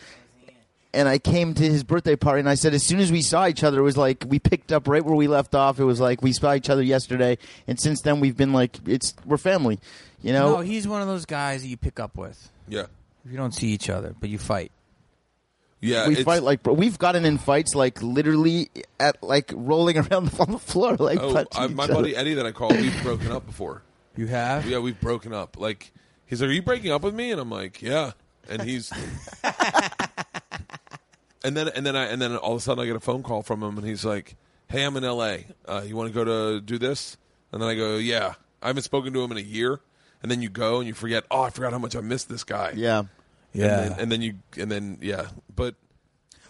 [SPEAKER 4] and I came to his birthday party, and I said as soon as we saw each other, it was like we picked up right where we left off. It was like we saw each other yesterday, and since then we've been like it's we're family, you know.
[SPEAKER 5] No, he's one of those guys that you pick up with.
[SPEAKER 1] yeah
[SPEAKER 5] You don't see each other, but you fight.
[SPEAKER 1] yeah
[SPEAKER 4] we
[SPEAKER 1] Uh, it's-
[SPEAKER 4] fight like bro, we've gotten in fights like literally at like rolling around on the floor like
[SPEAKER 1] oh
[SPEAKER 4] punching
[SPEAKER 1] I, my
[SPEAKER 4] each other.
[SPEAKER 1] buddy Eddie that I call we've broken up before.
[SPEAKER 5] You have?
[SPEAKER 1] Yeah, we've broken up. Like he's like, "Are you breaking up with me?" And I'm like, "Yeah." And he's and then and then I and then all of a sudden I get a phone call from him, and he's like, "Hey, I'm in L.A. Uh, you want to go to do this?" And then I go, "Yeah." I haven't spoken to him in a year, and then you go and you forget. Oh, I forgot how much I missed this guy.
[SPEAKER 4] Yeah.
[SPEAKER 5] Yeah.
[SPEAKER 1] And then, and then you and then yeah, but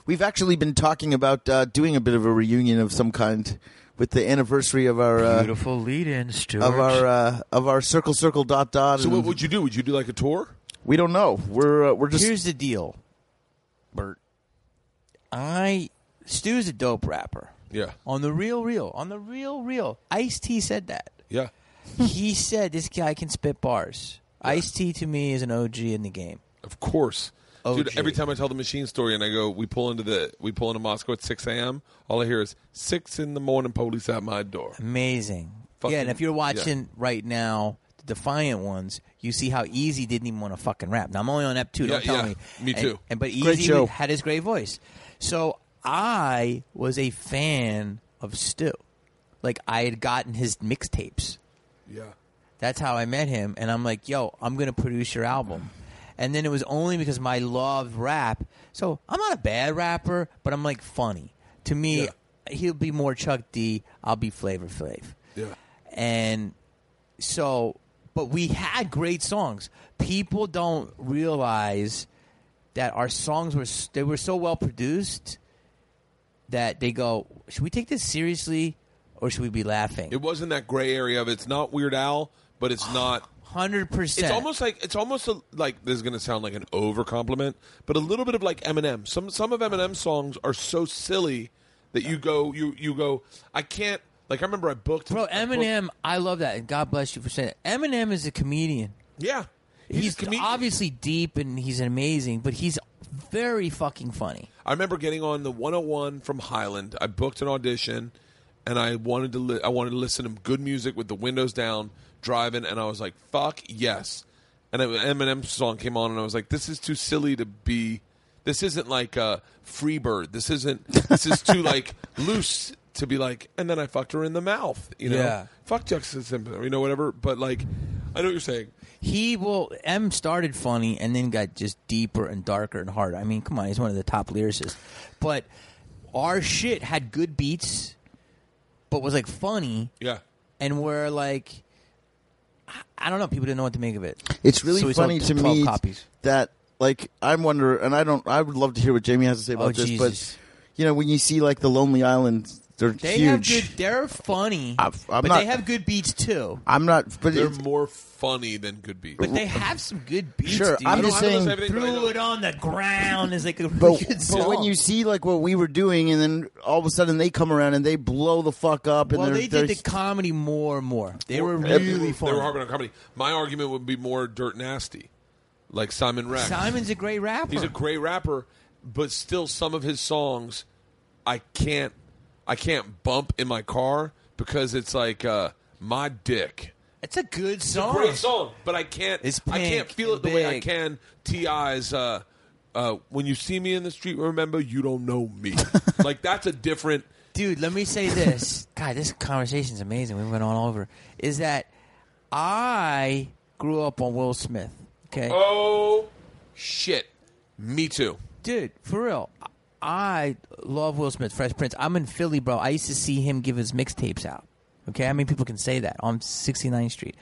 [SPEAKER 4] We've actually been talking about uh, doing a bit of a reunion of some kind with the anniversary of our uh,
[SPEAKER 5] Beautiful lead in, Stuart.
[SPEAKER 4] of our uh, of our circle circle dot dot.
[SPEAKER 1] so
[SPEAKER 4] and
[SPEAKER 1] what would you do? Would you do like a tour?
[SPEAKER 4] we don't know. We're uh, we're just
[SPEAKER 5] Here's the deal, Bert. I Stu's a dope rapper.
[SPEAKER 1] Yeah,
[SPEAKER 5] On the real, real, on the real, real. Ice T said that.
[SPEAKER 1] yeah,
[SPEAKER 5] he said this guy can spit bars. Ice T to me is an OG in the game.
[SPEAKER 1] of course. Dude,
[SPEAKER 5] OG.
[SPEAKER 1] every time I tell the machine story and I go, we pull into the we pull into Moscow at six a.m. All I hear is six in the morning. Police at my door.
[SPEAKER 5] Amazing.
[SPEAKER 1] Fucking-
[SPEAKER 5] yeah, and if you're
[SPEAKER 1] yeah.
[SPEAKER 5] watching right now, the Defiant ones, you see how Easy didn't even want to fucking rap. Now I'm only on Ep two. Don't
[SPEAKER 1] Yeah,
[SPEAKER 5] tell
[SPEAKER 1] yeah.
[SPEAKER 5] me.
[SPEAKER 1] Me
[SPEAKER 5] And-
[SPEAKER 1] too.
[SPEAKER 5] And, but
[SPEAKER 4] Great
[SPEAKER 5] Easy
[SPEAKER 4] show.
[SPEAKER 5] had his great voice. So I was a fan of Stu. Like I had gotten his mixtapes.
[SPEAKER 1] Yeah,
[SPEAKER 5] That's how I met him. And I'm like, yo, I'm going to produce your album. And then it was only because my love rap. So I'm not a bad rapper, but I'm like funny. To me,
[SPEAKER 1] Yeah.
[SPEAKER 5] he'll be more Chuck D. I'll be Flavor Flav.
[SPEAKER 1] yeah,
[SPEAKER 5] And so, but we had great songs. People don't realize that our songs were s- they were so well produced that they go, should we take this seriously or should we be laughing?
[SPEAKER 1] it wasn't that gray area of it's not Weird Al, but it's not.
[SPEAKER 5] Hundred percent.
[SPEAKER 1] It's almost like it's almost a, like this is going to sound like an over compliment, but a little bit of like Eminem. Some some of Eminem's songs are so silly that you go you you go I can't like I remember I booked
[SPEAKER 5] Bro,
[SPEAKER 1] I booked-
[SPEAKER 5] Eminem, I love that, and God bless you for saying that. Eminem is a comedian.
[SPEAKER 1] yeah
[SPEAKER 5] He's,
[SPEAKER 1] a comedian.
[SPEAKER 5] obviously deep and he's amazing, but he's very fucking funny.
[SPEAKER 1] I remember getting on the 101 from Highland. I booked an audition, and I wanted to li- I wanted to listen to good music with the windows down, driving, and I was like, "Fuck yes!" And I, Eminem's song came on, and I was like, "This is too silly to be. This isn't like uh, Freebird. This isn't. This is too like loose to be like." And then I fucked her in the mouth, you know.
[SPEAKER 5] Yeah.
[SPEAKER 1] Fuck Justice Simpson, you know, whatever. But like, I know what you're saying.
[SPEAKER 5] He will M started funny and then got just deeper and darker and harder. I mean, come on, he's one of the top lyricists. But our shit had good beats, but was like funny
[SPEAKER 1] Yeah.
[SPEAKER 5] and were like I- I don't know, people didn't know what to make of it.
[SPEAKER 4] It's really
[SPEAKER 5] So we sold
[SPEAKER 4] funny to
[SPEAKER 5] 12
[SPEAKER 4] me
[SPEAKER 5] copies.
[SPEAKER 4] that like I'm wonder and I don't I would love to hear what Jamie has to say about this,
[SPEAKER 5] Oh, Jesus.
[SPEAKER 4] but you know when you see like the Lonely Island They're
[SPEAKER 5] They
[SPEAKER 4] huge.
[SPEAKER 5] have good. They're funny,
[SPEAKER 4] I'm- I'm
[SPEAKER 5] but
[SPEAKER 4] not-
[SPEAKER 5] they have good beats too.
[SPEAKER 4] I'm not. But
[SPEAKER 1] They're
[SPEAKER 4] it's-
[SPEAKER 1] more funny than good beats.
[SPEAKER 5] But they have some good beats.
[SPEAKER 4] Sure,
[SPEAKER 5] dude.
[SPEAKER 4] I'm
[SPEAKER 1] I don't-
[SPEAKER 4] just
[SPEAKER 1] I don't
[SPEAKER 4] saying-
[SPEAKER 1] listen to everything, but I know-
[SPEAKER 5] threw it on the ground is like a really
[SPEAKER 4] But,
[SPEAKER 5] good
[SPEAKER 4] but
[SPEAKER 5] song.
[SPEAKER 4] when you see like what we were doing, and then all of a sudden they come around and they blow the fuck up, and
[SPEAKER 5] well,
[SPEAKER 4] they're,
[SPEAKER 5] they did
[SPEAKER 4] they're-
[SPEAKER 5] the comedy more and more. They were
[SPEAKER 1] They-
[SPEAKER 5] really fun.
[SPEAKER 1] They were harping on comedy. My argument would be more dirt nasty, like Simon Rex.
[SPEAKER 5] Simon's a great rapper.
[SPEAKER 1] He's a great rapper, but still, some of his songs, I can't, I can't bump in my car because it's like uh, my dick.
[SPEAKER 5] it's a good
[SPEAKER 1] It's a
[SPEAKER 5] song.
[SPEAKER 1] great song, but I can't.
[SPEAKER 5] It's
[SPEAKER 1] I can't
[SPEAKER 5] pink
[SPEAKER 1] feel it
[SPEAKER 5] and
[SPEAKER 1] the way I
[SPEAKER 5] big.
[SPEAKER 1] can. Ti's. Uh, uh, when you see me in the street, remember you don't know me. like that's a different.
[SPEAKER 5] Dude, let me say this. God, this conversation's amazing. We went on all over. Is that I grew up on Will Smith. Okay.
[SPEAKER 1] Oh shit! Me too.
[SPEAKER 5] Dude, for real. I love Will Smith, Fresh Prince. I'm in Philly, bro. I used to see him give his mixtapes out. Okay, I mean people can say that on 69th Street.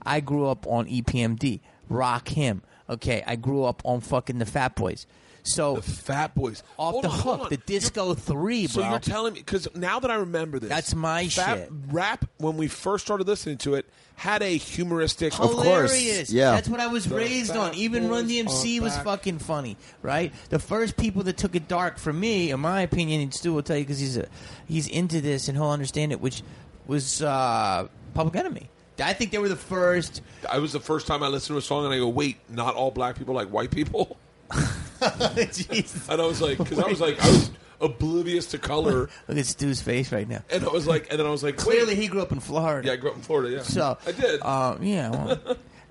[SPEAKER 5] I grew up on E EPMD, Rock Him. Okay, I grew up on fucking the Fat Boys. So
[SPEAKER 1] The Fat Boys
[SPEAKER 5] off
[SPEAKER 1] Hold
[SPEAKER 5] the
[SPEAKER 1] on, hold
[SPEAKER 5] hook,
[SPEAKER 1] on.
[SPEAKER 5] the Disco Three,
[SPEAKER 1] So
[SPEAKER 5] bro.
[SPEAKER 1] you're telling me because now that I remember this,
[SPEAKER 5] That's my
[SPEAKER 1] fat
[SPEAKER 5] shit.
[SPEAKER 1] Rap when we first started listening to it had a humoristic.
[SPEAKER 4] course,
[SPEAKER 5] Hilarious.
[SPEAKER 4] yeah.
[SPEAKER 5] That's what I was raised
[SPEAKER 1] Fat
[SPEAKER 5] on. Even Run
[SPEAKER 1] Boys
[SPEAKER 5] DMC
[SPEAKER 1] are
[SPEAKER 5] was
[SPEAKER 1] back.
[SPEAKER 5] fucking funny, right? The first people that took it dark for me, in my opinion, and Stu will tell you because he's a he's into this and he'll understand it, which was uh, Public Enemy. I think they were the first.
[SPEAKER 1] I was the first time I listened to a song and I go, wait, not all black people like white people.
[SPEAKER 5] Jeez.
[SPEAKER 1] And I was like, because I was like, I was oblivious to color,
[SPEAKER 5] Look at Stu's face right now.
[SPEAKER 1] and I was like, and then I was like,
[SPEAKER 5] Clearly,
[SPEAKER 1] wait.
[SPEAKER 5] he grew up in Florida.
[SPEAKER 1] yeah, I grew up in Florida. Yeah,
[SPEAKER 5] so
[SPEAKER 1] I did.
[SPEAKER 5] Um, yeah. Well,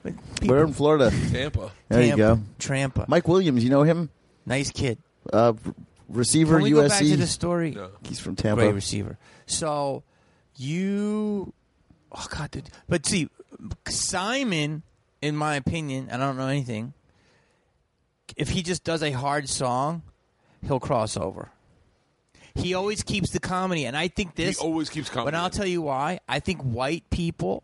[SPEAKER 5] but people,
[SPEAKER 4] we're in Florida.
[SPEAKER 1] Tampa.
[SPEAKER 4] There you go,
[SPEAKER 5] Trampa.
[SPEAKER 4] Mike Williams. You know him,
[SPEAKER 5] nice kid.
[SPEAKER 4] uh, r- receiver
[SPEAKER 5] Can we
[SPEAKER 4] USC.
[SPEAKER 5] go back to the story?
[SPEAKER 1] No.
[SPEAKER 4] He's from Tampa.
[SPEAKER 5] great receiver. So you, oh god, dude. But see, Simon, in my opinion, I don't know anything. If he just does a hard song, he'll cross over. He always keeps the comedy, and I think this.
[SPEAKER 1] He always keeps coming.
[SPEAKER 5] But I'll tell you why. I think white people,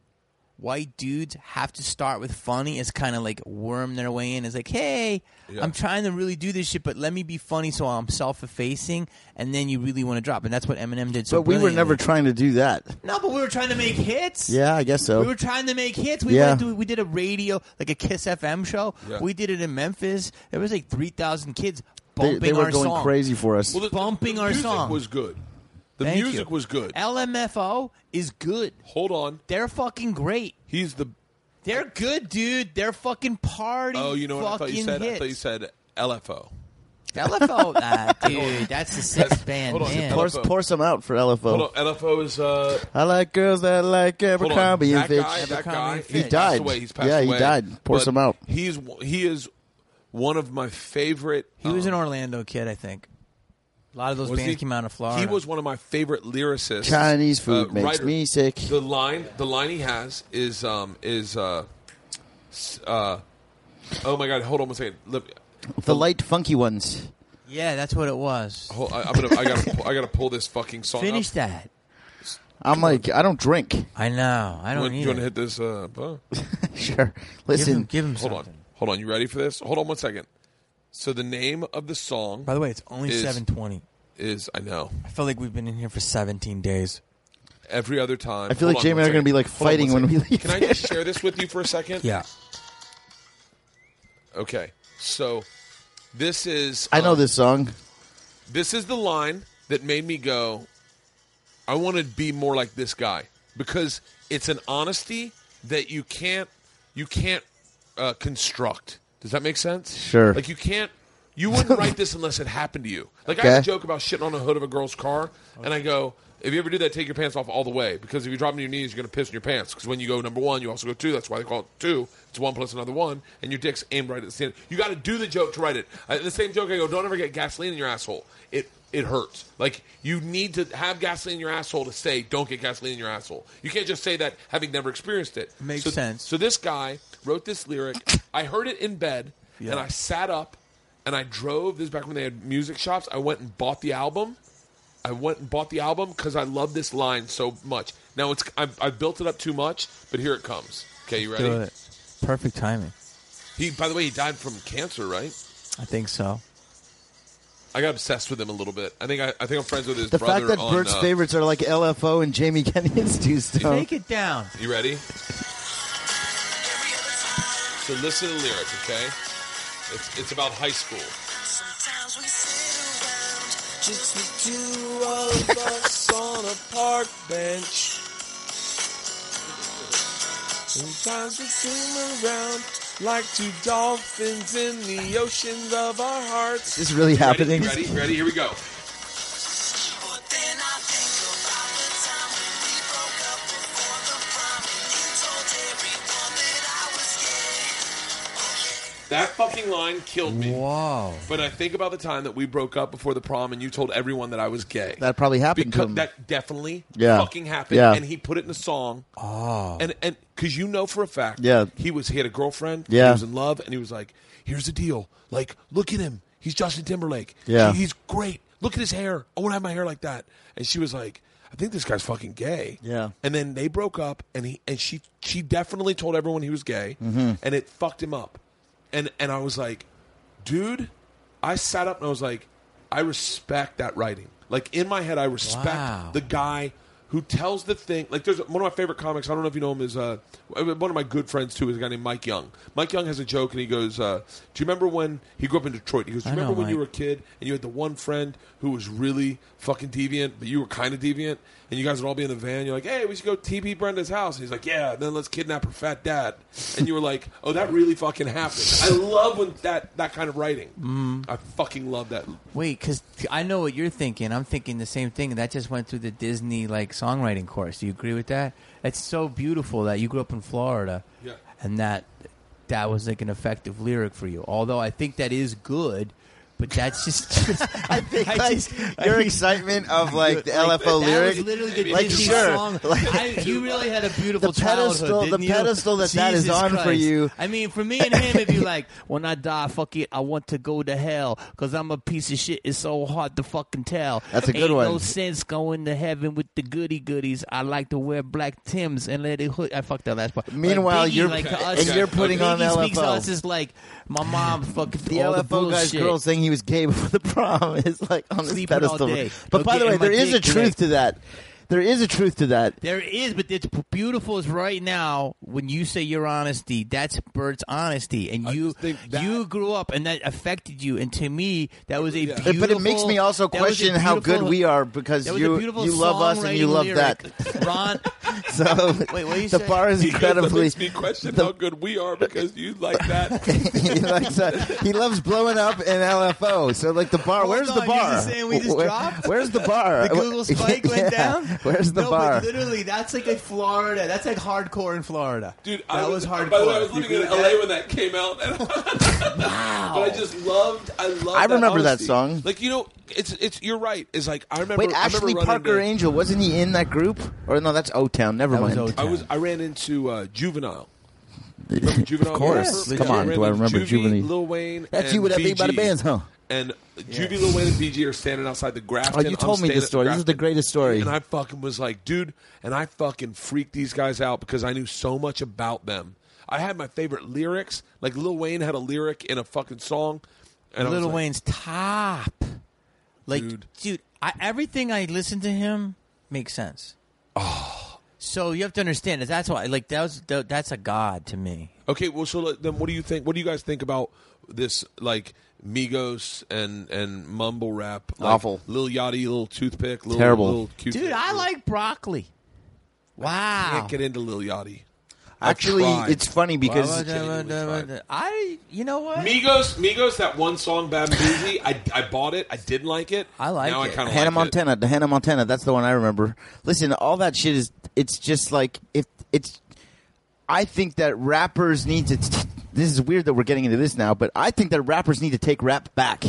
[SPEAKER 5] white dudes, have to start with funny. It's kind of like worm their way in. It's like, hey,
[SPEAKER 1] Yeah.
[SPEAKER 5] I'm trying to really do this shit, but let me be funny so I'm self-effacing, and then you really want to drop. And that's what Eminem did. So
[SPEAKER 4] But we were never
[SPEAKER 5] brilliantly.
[SPEAKER 4] trying to do that.
[SPEAKER 5] no, but we were trying to make hits.
[SPEAKER 4] Yeah, I guess so.
[SPEAKER 5] We were trying to make hits. We
[SPEAKER 4] Yeah.
[SPEAKER 5] went to, we did a radio like a Kiss FM show.
[SPEAKER 1] Yeah.
[SPEAKER 5] We did it in Memphis. There was like three thousand kids
[SPEAKER 4] they,
[SPEAKER 5] bumping
[SPEAKER 4] they were
[SPEAKER 5] our
[SPEAKER 4] going
[SPEAKER 5] song.
[SPEAKER 4] crazy for us.
[SPEAKER 1] Well, the-
[SPEAKER 5] bumping
[SPEAKER 1] the
[SPEAKER 5] our
[SPEAKER 1] music
[SPEAKER 5] song.
[SPEAKER 1] was good. The
[SPEAKER 5] Thank you.
[SPEAKER 1] music was good.
[SPEAKER 5] LMFO is good.
[SPEAKER 1] Hold on,
[SPEAKER 5] They're fucking great.
[SPEAKER 1] he's the.
[SPEAKER 5] They're good, dude. They're fucking party.
[SPEAKER 1] Oh, you know what I thought you
[SPEAKER 5] fucking
[SPEAKER 1] said? I
[SPEAKER 5] Hits.
[SPEAKER 1] thought you said LFO.
[SPEAKER 5] LFO, nah, dude. That's the sixth band.
[SPEAKER 1] hold on.
[SPEAKER 5] man.
[SPEAKER 1] Por-
[SPEAKER 4] pour, pour some out for LFO.
[SPEAKER 1] Hold on, LFO is uh,
[SPEAKER 4] I like girls that like
[SPEAKER 1] Hold on.
[SPEAKER 4] Abercrombie and
[SPEAKER 1] that
[SPEAKER 4] Fitch.
[SPEAKER 1] guy, that
[SPEAKER 5] Abercrombie
[SPEAKER 1] guy,
[SPEAKER 5] and Fitch.
[SPEAKER 1] passed
[SPEAKER 4] died.
[SPEAKER 1] Away. He's passed
[SPEAKER 4] Yeah, he
[SPEAKER 1] away.
[SPEAKER 4] died. Pour
[SPEAKER 1] But
[SPEAKER 4] some out.
[SPEAKER 1] He's he is one of my favorite.
[SPEAKER 5] He was
[SPEAKER 1] um,
[SPEAKER 5] an Orlando kid, I think. A lot of those
[SPEAKER 1] was
[SPEAKER 5] bands
[SPEAKER 1] he-
[SPEAKER 5] came out of Florida.
[SPEAKER 1] He was one of my favorite lyricists.
[SPEAKER 4] Chinese food
[SPEAKER 1] uh,
[SPEAKER 4] makes
[SPEAKER 1] writer.
[SPEAKER 4] me sick.
[SPEAKER 1] The line, the line he has is um is uh, s- uh oh my god, hold on one second. Let me,
[SPEAKER 4] The light, funky ones.
[SPEAKER 5] Yeah, that's what it was.
[SPEAKER 1] hold, I, I'm gonna I gotta pu- I gotta pull this fucking song.
[SPEAKER 5] Finish
[SPEAKER 1] up.
[SPEAKER 5] that.
[SPEAKER 4] I'm like, I don't drink.
[SPEAKER 5] I know. I
[SPEAKER 1] You
[SPEAKER 5] don't
[SPEAKER 1] wanna-
[SPEAKER 5] need
[SPEAKER 1] you want to
[SPEAKER 5] it.
[SPEAKER 1] hit this? Uh, bu-
[SPEAKER 4] Sure.
[SPEAKER 5] Give him,
[SPEAKER 4] Listen,
[SPEAKER 5] give him
[SPEAKER 1] hold
[SPEAKER 5] something.
[SPEAKER 1] on, hold on. You ready for this? Hold on one second. So the name of the song
[SPEAKER 5] By the way, it's only
[SPEAKER 1] Is-
[SPEAKER 5] 7:20.
[SPEAKER 1] is I know
[SPEAKER 5] I feel like we've been in here for 17 days.
[SPEAKER 1] every other time.
[SPEAKER 4] I feel
[SPEAKER 1] Hold
[SPEAKER 4] like
[SPEAKER 1] on
[SPEAKER 4] Jamie
[SPEAKER 1] one
[SPEAKER 4] and I are
[SPEAKER 1] second.
[SPEAKER 4] going to be like
[SPEAKER 1] Hold on
[SPEAKER 4] fighting
[SPEAKER 1] one
[SPEAKER 4] when we
[SPEAKER 1] second.
[SPEAKER 4] leave.
[SPEAKER 1] Can I just share this with you for a second?
[SPEAKER 5] Yeah.
[SPEAKER 1] Okay. So this is
[SPEAKER 4] I know
[SPEAKER 1] um,
[SPEAKER 4] this song.
[SPEAKER 1] This is the line that made me go I want to be more like this guy because it's an honesty that you can't you can't uh, construct. Does that make sense?
[SPEAKER 4] Sure.
[SPEAKER 1] Like you can't you wouldn't write this unless it happened to you. Like I
[SPEAKER 4] Okay.
[SPEAKER 1] have a joke about shitting on the hood of a girl's car and I go if you ever do that, take your pants off all the way because if you drop them to your knees, you're going to piss in your pants. Because when you go number one, you also go two. That's why they call it two. It's one plus another one, and your dick's aimed right at the center. You got to do the joke to write it. I, the same joke I go, don't ever get gasoline in your asshole. It it hurts. Like you need to have gasoline in your asshole to say, don't get gasoline in your asshole. You can't just say that having never experienced it.
[SPEAKER 5] Makes
[SPEAKER 1] So-
[SPEAKER 5] sense.
[SPEAKER 1] So this guy wrote this lyric. I heard it in bed, and I sat up, and I drove. This is back when they had music shops. I went and bought the album. I went and bought the album because I love this line so much. Now it's I've, I've built it up too much, but here it comes. Okay, you
[SPEAKER 5] Do
[SPEAKER 1] ready?
[SPEAKER 5] it. Perfect timing.
[SPEAKER 1] He, by the way, he died from cancer, right?
[SPEAKER 5] I think so.
[SPEAKER 1] I got obsessed with him a little bit. I think I, I think I'm friends with his
[SPEAKER 4] The
[SPEAKER 1] brother.
[SPEAKER 4] fact that
[SPEAKER 1] on,
[SPEAKER 4] Bert's
[SPEAKER 1] uh,
[SPEAKER 4] favorites are like LFO and Jamie Kennedy and Stu Stone.
[SPEAKER 5] Take it down.
[SPEAKER 1] You ready? So listen to the lyrics, okay? It's it's about high school.
[SPEAKER 6] Sometimes we sit around, just the two of us on a park bench. Sometimes we swim around like two dolphins in the oceans of our hearts.
[SPEAKER 4] Is this really
[SPEAKER 1] Ready?
[SPEAKER 4] happening?
[SPEAKER 1] Ready? Ready? Here we go.
[SPEAKER 6] But then I think about the time when we broke up before the prom, and you told everyone that I was gay.
[SPEAKER 1] That fucking line killed me.
[SPEAKER 5] Whoa.
[SPEAKER 1] But I think about the time that we broke up before the prom, and you told everyone that I was gay.
[SPEAKER 4] That probably happened to
[SPEAKER 1] because
[SPEAKER 4] him.
[SPEAKER 1] that definitely
[SPEAKER 4] Yeah.
[SPEAKER 1] fucking happened,
[SPEAKER 4] Yeah.
[SPEAKER 1] and he put it in a song. Oh, and and because you know for a fact,
[SPEAKER 4] Yeah.
[SPEAKER 1] he was he had a girlfriend,
[SPEAKER 4] Yeah.
[SPEAKER 1] he was in love, and he was like, "Here's the deal, like look at him, he's Justin Timberlake,
[SPEAKER 4] Yeah.
[SPEAKER 1] He- he's great. Look at his hair. I want to have my hair like that." And she was like, "I think this guy's fucking gay."
[SPEAKER 4] Yeah.
[SPEAKER 1] And then they broke up, and he and she she definitely told everyone he was gay, and it fucked him up, and and I was like, dude, I sat up and I was like, I respect that writing. Like in my head, I respect
[SPEAKER 5] Wow.
[SPEAKER 1] the guy who tells the thing. Like there's one of my favorite comics. I don't know if you know him. Is uh, one of my good friends too. Is a guy named Mike Young. Mike Young has a joke, and he goes, uh, "Do you remember when he grew up in Detroit? He goes, Do you
[SPEAKER 5] I know
[SPEAKER 1] remember when you
[SPEAKER 5] Mike.
[SPEAKER 1] were a kid and you had the one friend who was really fucking deviant, but you were kind of deviant, and you guys would all be in the van. You're like, hey, we should go TP Brenda's house. And he's like, yeah, then let's kidnap her fat dad. And you were like, oh, that really fucking happened. I love when that that kind of writing.
[SPEAKER 5] Mm.
[SPEAKER 1] I fucking love that.
[SPEAKER 5] Wait, because I know what you're thinking. I'm thinking the same thing. That just went through the Disney like songwriting course. Do you agree with that? It's so beautiful that you grew up in Florida,
[SPEAKER 1] Yeah.
[SPEAKER 5] and that that was like an effective lyric for you. Although I think that is good, but that's just. I think
[SPEAKER 4] Like,
[SPEAKER 5] just- I
[SPEAKER 4] your
[SPEAKER 5] think-
[SPEAKER 4] excitement of like the
[SPEAKER 5] like,
[SPEAKER 4] LFO
[SPEAKER 5] that
[SPEAKER 4] lyric,
[SPEAKER 5] was literally the
[SPEAKER 4] like
[SPEAKER 5] Disney
[SPEAKER 4] sure,
[SPEAKER 5] song.
[SPEAKER 4] like,
[SPEAKER 5] I, you really had a beautiful
[SPEAKER 4] The pedestal-
[SPEAKER 5] childhood, didn't
[SPEAKER 4] the
[SPEAKER 5] you?
[SPEAKER 4] pedestal that that is
[SPEAKER 5] Jesus
[SPEAKER 4] on for
[SPEAKER 5] Christ.
[SPEAKER 4] you.
[SPEAKER 5] I mean, for me and him, it'd be like, when I die, fuck it, I want to go to hell because I'm a piece of shit. It's so hard to fucking tell.
[SPEAKER 4] That's a good
[SPEAKER 5] Ain't No
[SPEAKER 4] one.
[SPEAKER 5] sense going to heaven with the goody goodies. I like to wear black tims and let it. Hood. I fucked that last part. Like,
[SPEAKER 4] Meanwhile,
[SPEAKER 5] Biggie,
[SPEAKER 4] you're-
[SPEAKER 5] like to
[SPEAKER 1] okay,
[SPEAKER 5] us,
[SPEAKER 1] and
[SPEAKER 5] like,
[SPEAKER 1] you're
[SPEAKER 4] putting on
[SPEAKER 5] Biggie Speaks to
[SPEAKER 4] LFO.
[SPEAKER 5] us is like my mom fucking
[SPEAKER 4] the
[SPEAKER 5] all the
[SPEAKER 4] LFO guy's
[SPEAKER 5] bullshit.
[SPEAKER 4] girl saying he was gay before the prom is like on this
[SPEAKER 5] Sleeping all
[SPEAKER 4] pedestal.
[SPEAKER 5] day.
[SPEAKER 4] But by
[SPEAKER 5] Okay,
[SPEAKER 4] the way,
[SPEAKER 5] and my
[SPEAKER 4] there is a
[SPEAKER 5] dick
[SPEAKER 4] truth
[SPEAKER 5] direct.
[SPEAKER 4] to that. There is a truth to that.
[SPEAKER 5] There is, but it's beautiful is right now when you say your honesty. That's Bert's honesty, and
[SPEAKER 1] I
[SPEAKER 5] you
[SPEAKER 1] just think that-
[SPEAKER 5] you grew up, and that affected you. And to me, that was a
[SPEAKER 1] Yeah. But-
[SPEAKER 5] beautiful.
[SPEAKER 4] But it makes me also
[SPEAKER 5] that was a
[SPEAKER 4] question how good
[SPEAKER 5] beautiful-
[SPEAKER 4] we are because
[SPEAKER 5] That was
[SPEAKER 4] you
[SPEAKER 5] a beautiful
[SPEAKER 4] you love us and you love
[SPEAKER 5] songwriting
[SPEAKER 4] that.
[SPEAKER 5] lyric. Ron.
[SPEAKER 4] So
[SPEAKER 5] Wait, what you
[SPEAKER 4] the
[SPEAKER 5] say?
[SPEAKER 4] bar is
[SPEAKER 1] That
[SPEAKER 4] incredibly.
[SPEAKER 1] makes me question
[SPEAKER 4] the-
[SPEAKER 1] how good we are because you like that.
[SPEAKER 4] he, likes, uh, he loves blowing up in LFO. So like the bar,
[SPEAKER 5] Hold
[SPEAKER 4] where's the
[SPEAKER 5] on, you're
[SPEAKER 4] bar?
[SPEAKER 5] just saying we just dropped?
[SPEAKER 4] Where's the bar?
[SPEAKER 5] The Google spike
[SPEAKER 4] Yeah.
[SPEAKER 5] went down.
[SPEAKER 4] Where's the
[SPEAKER 5] no,
[SPEAKER 4] bar?
[SPEAKER 5] But literally, that's like a Florida. That's like hardcore in Florida.
[SPEAKER 1] Dude,
[SPEAKER 5] that
[SPEAKER 1] I
[SPEAKER 5] was, hardcore.
[SPEAKER 1] By the way, I was
[SPEAKER 5] You
[SPEAKER 1] living in
[SPEAKER 5] agree with
[SPEAKER 1] LA
[SPEAKER 5] that?
[SPEAKER 1] when that came out. And But I just loved. I loved.
[SPEAKER 4] I remember that
[SPEAKER 1] honesty.
[SPEAKER 4] song.
[SPEAKER 1] Like you know, it's it's. You're right. It's like I remember.
[SPEAKER 4] Wait,
[SPEAKER 1] I remember
[SPEAKER 4] Ashley
[SPEAKER 1] running
[SPEAKER 4] Parker
[SPEAKER 1] into-
[SPEAKER 4] Angel wasn't he in that group? Or no, that's O Town. Never
[SPEAKER 5] That was
[SPEAKER 4] mind.
[SPEAKER 5] O-Town.
[SPEAKER 1] I was I ran into uh, Juvenile. Remember Juvenile?
[SPEAKER 4] Of course.
[SPEAKER 1] Rapper?
[SPEAKER 4] Come
[SPEAKER 1] Yeah,
[SPEAKER 4] on,
[SPEAKER 1] ran
[SPEAKER 4] do I
[SPEAKER 1] into
[SPEAKER 4] remember
[SPEAKER 1] Juvie,
[SPEAKER 4] Juvie?
[SPEAKER 1] Lil Wayne.
[SPEAKER 4] That's
[SPEAKER 1] and
[SPEAKER 4] you with that
[SPEAKER 1] BG.
[SPEAKER 4] Big Bada Bands, huh?
[SPEAKER 1] And Juvie, Lil Wayne, and BG are standing outside the Grafton.
[SPEAKER 4] Oh, you told
[SPEAKER 1] I'm
[SPEAKER 4] me
[SPEAKER 1] standing
[SPEAKER 4] this
[SPEAKER 1] at
[SPEAKER 4] story. This is the
[SPEAKER 1] Grafton.
[SPEAKER 4] greatest story.
[SPEAKER 1] And I fucking was like, dude, and I fucking freaked these guys out because I knew so much about them. I had my favorite lyrics. Like Lil Wayne had a lyric in a fucking song. And I was
[SPEAKER 5] Little
[SPEAKER 1] like,
[SPEAKER 5] Wayne's top. Like,
[SPEAKER 1] Dude.
[SPEAKER 5] dude, I, everything I listen to him makes sense. Oh. So you have to understand that that's why, like, that was, that, that's a god to me.
[SPEAKER 1] Okay, well, so let- then what do you think? What do you guys think about this, like Migos and and mumble rap? Like,
[SPEAKER 4] Awful.
[SPEAKER 1] Lil Yachty, Lil Toothpick, Lil,
[SPEAKER 4] Terrible.
[SPEAKER 1] Lil Q-
[SPEAKER 5] Dude, I like broccoli. Wow.
[SPEAKER 1] Can't get into Lil Yachty. I've
[SPEAKER 4] Actually,
[SPEAKER 1] tried.
[SPEAKER 4] it's funny because
[SPEAKER 5] I, you know what?
[SPEAKER 1] Migos, Migos, that one song, Bad and Bougie. I, I bought it. I didn't like it.
[SPEAKER 5] I like
[SPEAKER 1] now I
[SPEAKER 5] it.
[SPEAKER 1] kind of
[SPEAKER 4] Hannah
[SPEAKER 1] like
[SPEAKER 4] Montana, the Hannah Montana, that's the one I remember. Listen, all that shit is it's just like if it's I think that rappers need to this is weird that we're getting into this now, but I think that rappers need to take rap back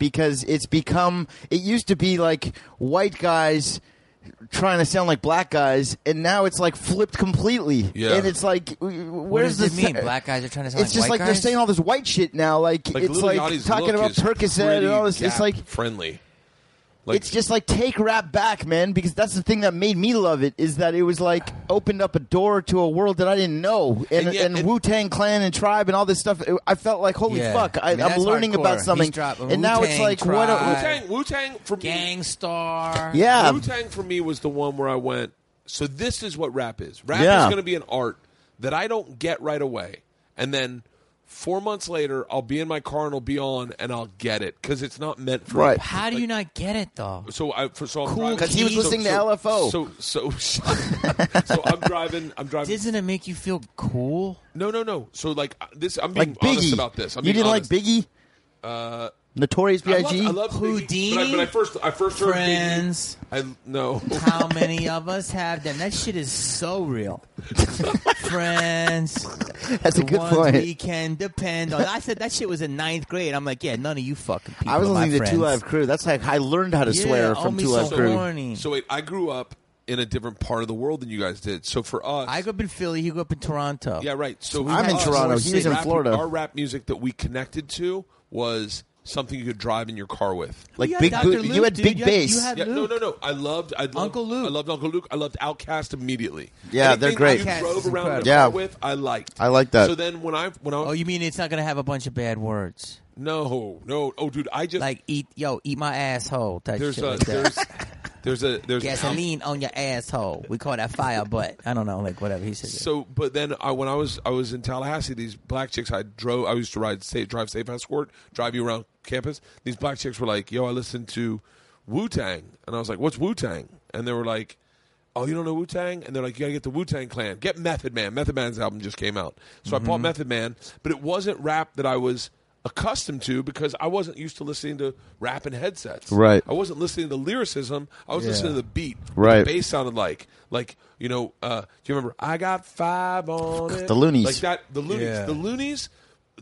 [SPEAKER 4] because it's become it used to be like white guys trying to sound like black guys and now it's like flipped completely
[SPEAKER 1] Yeah.
[SPEAKER 4] and it's like w- where's
[SPEAKER 5] does
[SPEAKER 4] the
[SPEAKER 5] it mean? Black guys are trying to sound
[SPEAKER 4] it's
[SPEAKER 5] like
[SPEAKER 4] just
[SPEAKER 5] white
[SPEAKER 4] like they're
[SPEAKER 5] guys?
[SPEAKER 4] saying all this white shit now like,
[SPEAKER 1] Like
[SPEAKER 4] it's
[SPEAKER 1] Lil
[SPEAKER 4] like
[SPEAKER 1] Yachty's
[SPEAKER 4] talking
[SPEAKER 1] look
[SPEAKER 4] about
[SPEAKER 1] is
[SPEAKER 4] Percocet and all
[SPEAKER 1] pretty
[SPEAKER 4] this it's
[SPEAKER 1] Gap
[SPEAKER 4] like
[SPEAKER 1] friendly. Like,
[SPEAKER 4] it's just like take rap back, man, because that's the thing that made me love it is that it was like opened up a door to a world that I didn't know, and,
[SPEAKER 5] And
[SPEAKER 4] and,
[SPEAKER 5] yet- and-
[SPEAKER 4] Wu Tang Clan and Tribe and all this stuff. it- I felt like holy
[SPEAKER 5] Yeah.
[SPEAKER 4] fuck, I,
[SPEAKER 5] I
[SPEAKER 4] I
[SPEAKER 5] mean,
[SPEAKER 4] am
[SPEAKER 5] that's
[SPEAKER 4] learning
[SPEAKER 5] hardcore.
[SPEAKER 4] about
[SPEAKER 5] He's
[SPEAKER 4] something,
[SPEAKER 5] dropping
[SPEAKER 4] and now it's
[SPEAKER 5] Wu-Tang,
[SPEAKER 4] like what?
[SPEAKER 5] Tribe.
[SPEAKER 4] A,
[SPEAKER 1] Wu Tang, Wu Tang for me.
[SPEAKER 5] Gangstar.
[SPEAKER 4] yeah,
[SPEAKER 1] Wu Tang for me was the one where I went. So this is what rap is. Rap
[SPEAKER 4] Yeah.
[SPEAKER 1] is going to be an art that I don't get right away, and then four months later, I'll be in my car and it'll be on, and I'll get it because it's not meant for
[SPEAKER 4] right.
[SPEAKER 5] How do you not get it though?
[SPEAKER 1] So I for so I'm
[SPEAKER 5] Cool
[SPEAKER 1] driving-
[SPEAKER 5] 'Cause he was
[SPEAKER 1] so-
[SPEAKER 4] listening to
[SPEAKER 1] so-
[SPEAKER 4] LFO.
[SPEAKER 1] So so so I'm driving. I'm driving.
[SPEAKER 5] Doesn't it make you feel cool?
[SPEAKER 1] no no no. So like uh, this, I'm being
[SPEAKER 4] Like Biggie,
[SPEAKER 1] honest about this. I'm
[SPEAKER 4] you
[SPEAKER 1] being
[SPEAKER 4] didn't
[SPEAKER 1] honest.
[SPEAKER 4] like Biggie, uh, Notorious
[SPEAKER 1] I
[SPEAKER 4] B.I.G.
[SPEAKER 1] love, I love Biggie, but I,
[SPEAKER 5] Houdini?
[SPEAKER 1] but I first I first heard Biggie.
[SPEAKER 5] Friends.
[SPEAKER 1] I no.
[SPEAKER 5] How many of us have them? That shit is so real. Friends.
[SPEAKER 4] That's a
[SPEAKER 5] the
[SPEAKER 4] good
[SPEAKER 5] ones
[SPEAKER 4] point.
[SPEAKER 5] we can depend on. I said that shit was in ninth grade. I'm like, yeah, none of you fucking people.
[SPEAKER 4] I was
[SPEAKER 5] are my
[SPEAKER 4] listening to
[SPEAKER 5] friends.
[SPEAKER 4] Two Live Crew. That's like I learned how to
[SPEAKER 5] Yeah,
[SPEAKER 4] swear
[SPEAKER 5] oh,
[SPEAKER 4] from
[SPEAKER 5] me
[SPEAKER 4] Two
[SPEAKER 5] so
[SPEAKER 4] Live Crew.
[SPEAKER 5] horny. morning.
[SPEAKER 1] So wait, I grew up in a different part of the world than you guys did. So for us,
[SPEAKER 5] I grew up in Philly. You grew up in Toronto.
[SPEAKER 1] yeah, right. So
[SPEAKER 4] I'm
[SPEAKER 1] for
[SPEAKER 4] in
[SPEAKER 1] us,
[SPEAKER 4] Toronto. He was in
[SPEAKER 1] rap-
[SPEAKER 4] Florida.
[SPEAKER 1] Our rap music that we connected to was something you could drive in your car with.
[SPEAKER 4] Like
[SPEAKER 5] You had
[SPEAKER 4] big,
[SPEAKER 5] Dr.
[SPEAKER 4] boot,
[SPEAKER 5] Luke,
[SPEAKER 4] you had
[SPEAKER 5] dude.
[SPEAKER 4] big
[SPEAKER 5] You had- you
[SPEAKER 4] bass.
[SPEAKER 5] had-
[SPEAKER 1] Yeah, no,
[SPEAKER 5] Luke.
[SPEAKER 1] no, no. I loved I loved,
[SPEAKER 5] Uncle Luke.
[SPEAKER 1] I loved Uncle Luke. I loved Outcast immediately.
[SPEAKER 4] Yeah, they're
[SPEAKER 1] Anything
[SPEAKER 4] great.
[SPEAKER 1] that You
[SPEAKER 5] Outkast
[SPEAKER 1] drove
[SPEAKER 5] is
[SPEAKER 1] around in a
[SPEAKER 5] incredible.
[SPEAKER 1] car
[SPEAKER 4] Yeah.
[SPEAKER 1] with. I liked.
[SPEAKER 4] I like that.
[SPEAKER 1] So then when I when I
[SPEAKER 5] Oh, you mean it's not gonna have a bunch of bad words
[SPEAKER 1] no no oh dude I just
[SPEAKER 5] like eat yo eat my asshole type
[SPEAKER 1] there's
[SPEAKER 5] shit
[SPEAKER 1] a
[SPEAKER 5] like that.
[SPEAKER 1] there's there's a there's
[SPEAKER 5] Gasoline on your asshole. We call that fire butt. I don't know, like whatever he said.
[SPEAKER 1] So, but then I, when I was I was in Tallahassee, these black chicks I drove. I used to ride safe, drive safe escort, drive you around campus. These black chicks were like, "Yo, I listened to Wu Tang," and I was like, "What's Wu Tang?" And they were like, "Oh, you don't know Wu Tang?" And they're like, "You gotta get the Wu Tang Clan. Get Method Man. Method Man's album just came out." So I bought Method Man, but it wasn't rap that I was accustomed to because I wasn't used to listening to rap in headsets.
[SPEAKER 4] Right.
[SPEAKER 1] I wasn't listening to lyricism. I was listening to the beat. what
[SPEAKER 4] Right.
[SPEAKER 1] The bass sounded like like you know. Uh, do you remember? I got five on it.
[SPEAKER 4] The Loonies.
[SPEAKER 1] Like that. The Loonies.
[SPEAKER 5] Yeah.
[SPEAKER 1] The Loonies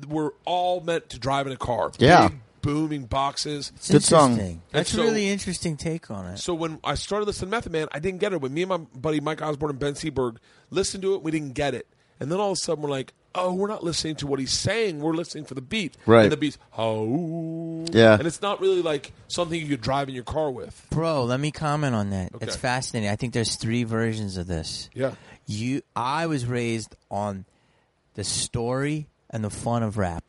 [SPEAKER 1] were all meant to drive in a car.
[SPEAKER 4] Yeah.
[SPEAKER 1] Big, booming boxes.
[SPEAKER 5] It's
[SPEAKER 4] Good song.
[SPEAKER 5] interesting. That's
[SPEAKER 1] so-
[SPEAKER 5] a really interesting take on it.
[SPEAKER 1] So when I started listening to Method Man, I didn't get it. When me and my buddy Mike Osborne and Ben Seberg listened to it, we didn't get it. And then all of a sudden we're like, oh, we're not listening to what he's saying. We're listening for the beat.
[SPEAKER 4] Right.
[SPEAKER 1] And the beat's, oh.
[SPEAKER 4] Yeah.
[SPEAKER 1] And it's not really like something you could drive in your car with.
[SPEAKER 5] Bro, let me comment on that.
[SPEAKER 1] Okay.
[SPEAKER 5] It's fascinating. I think there's three versions of this.
[SPEAKER 1] Yeah.
[SPEAKER 5] You I was raised on the story and the fun of rap.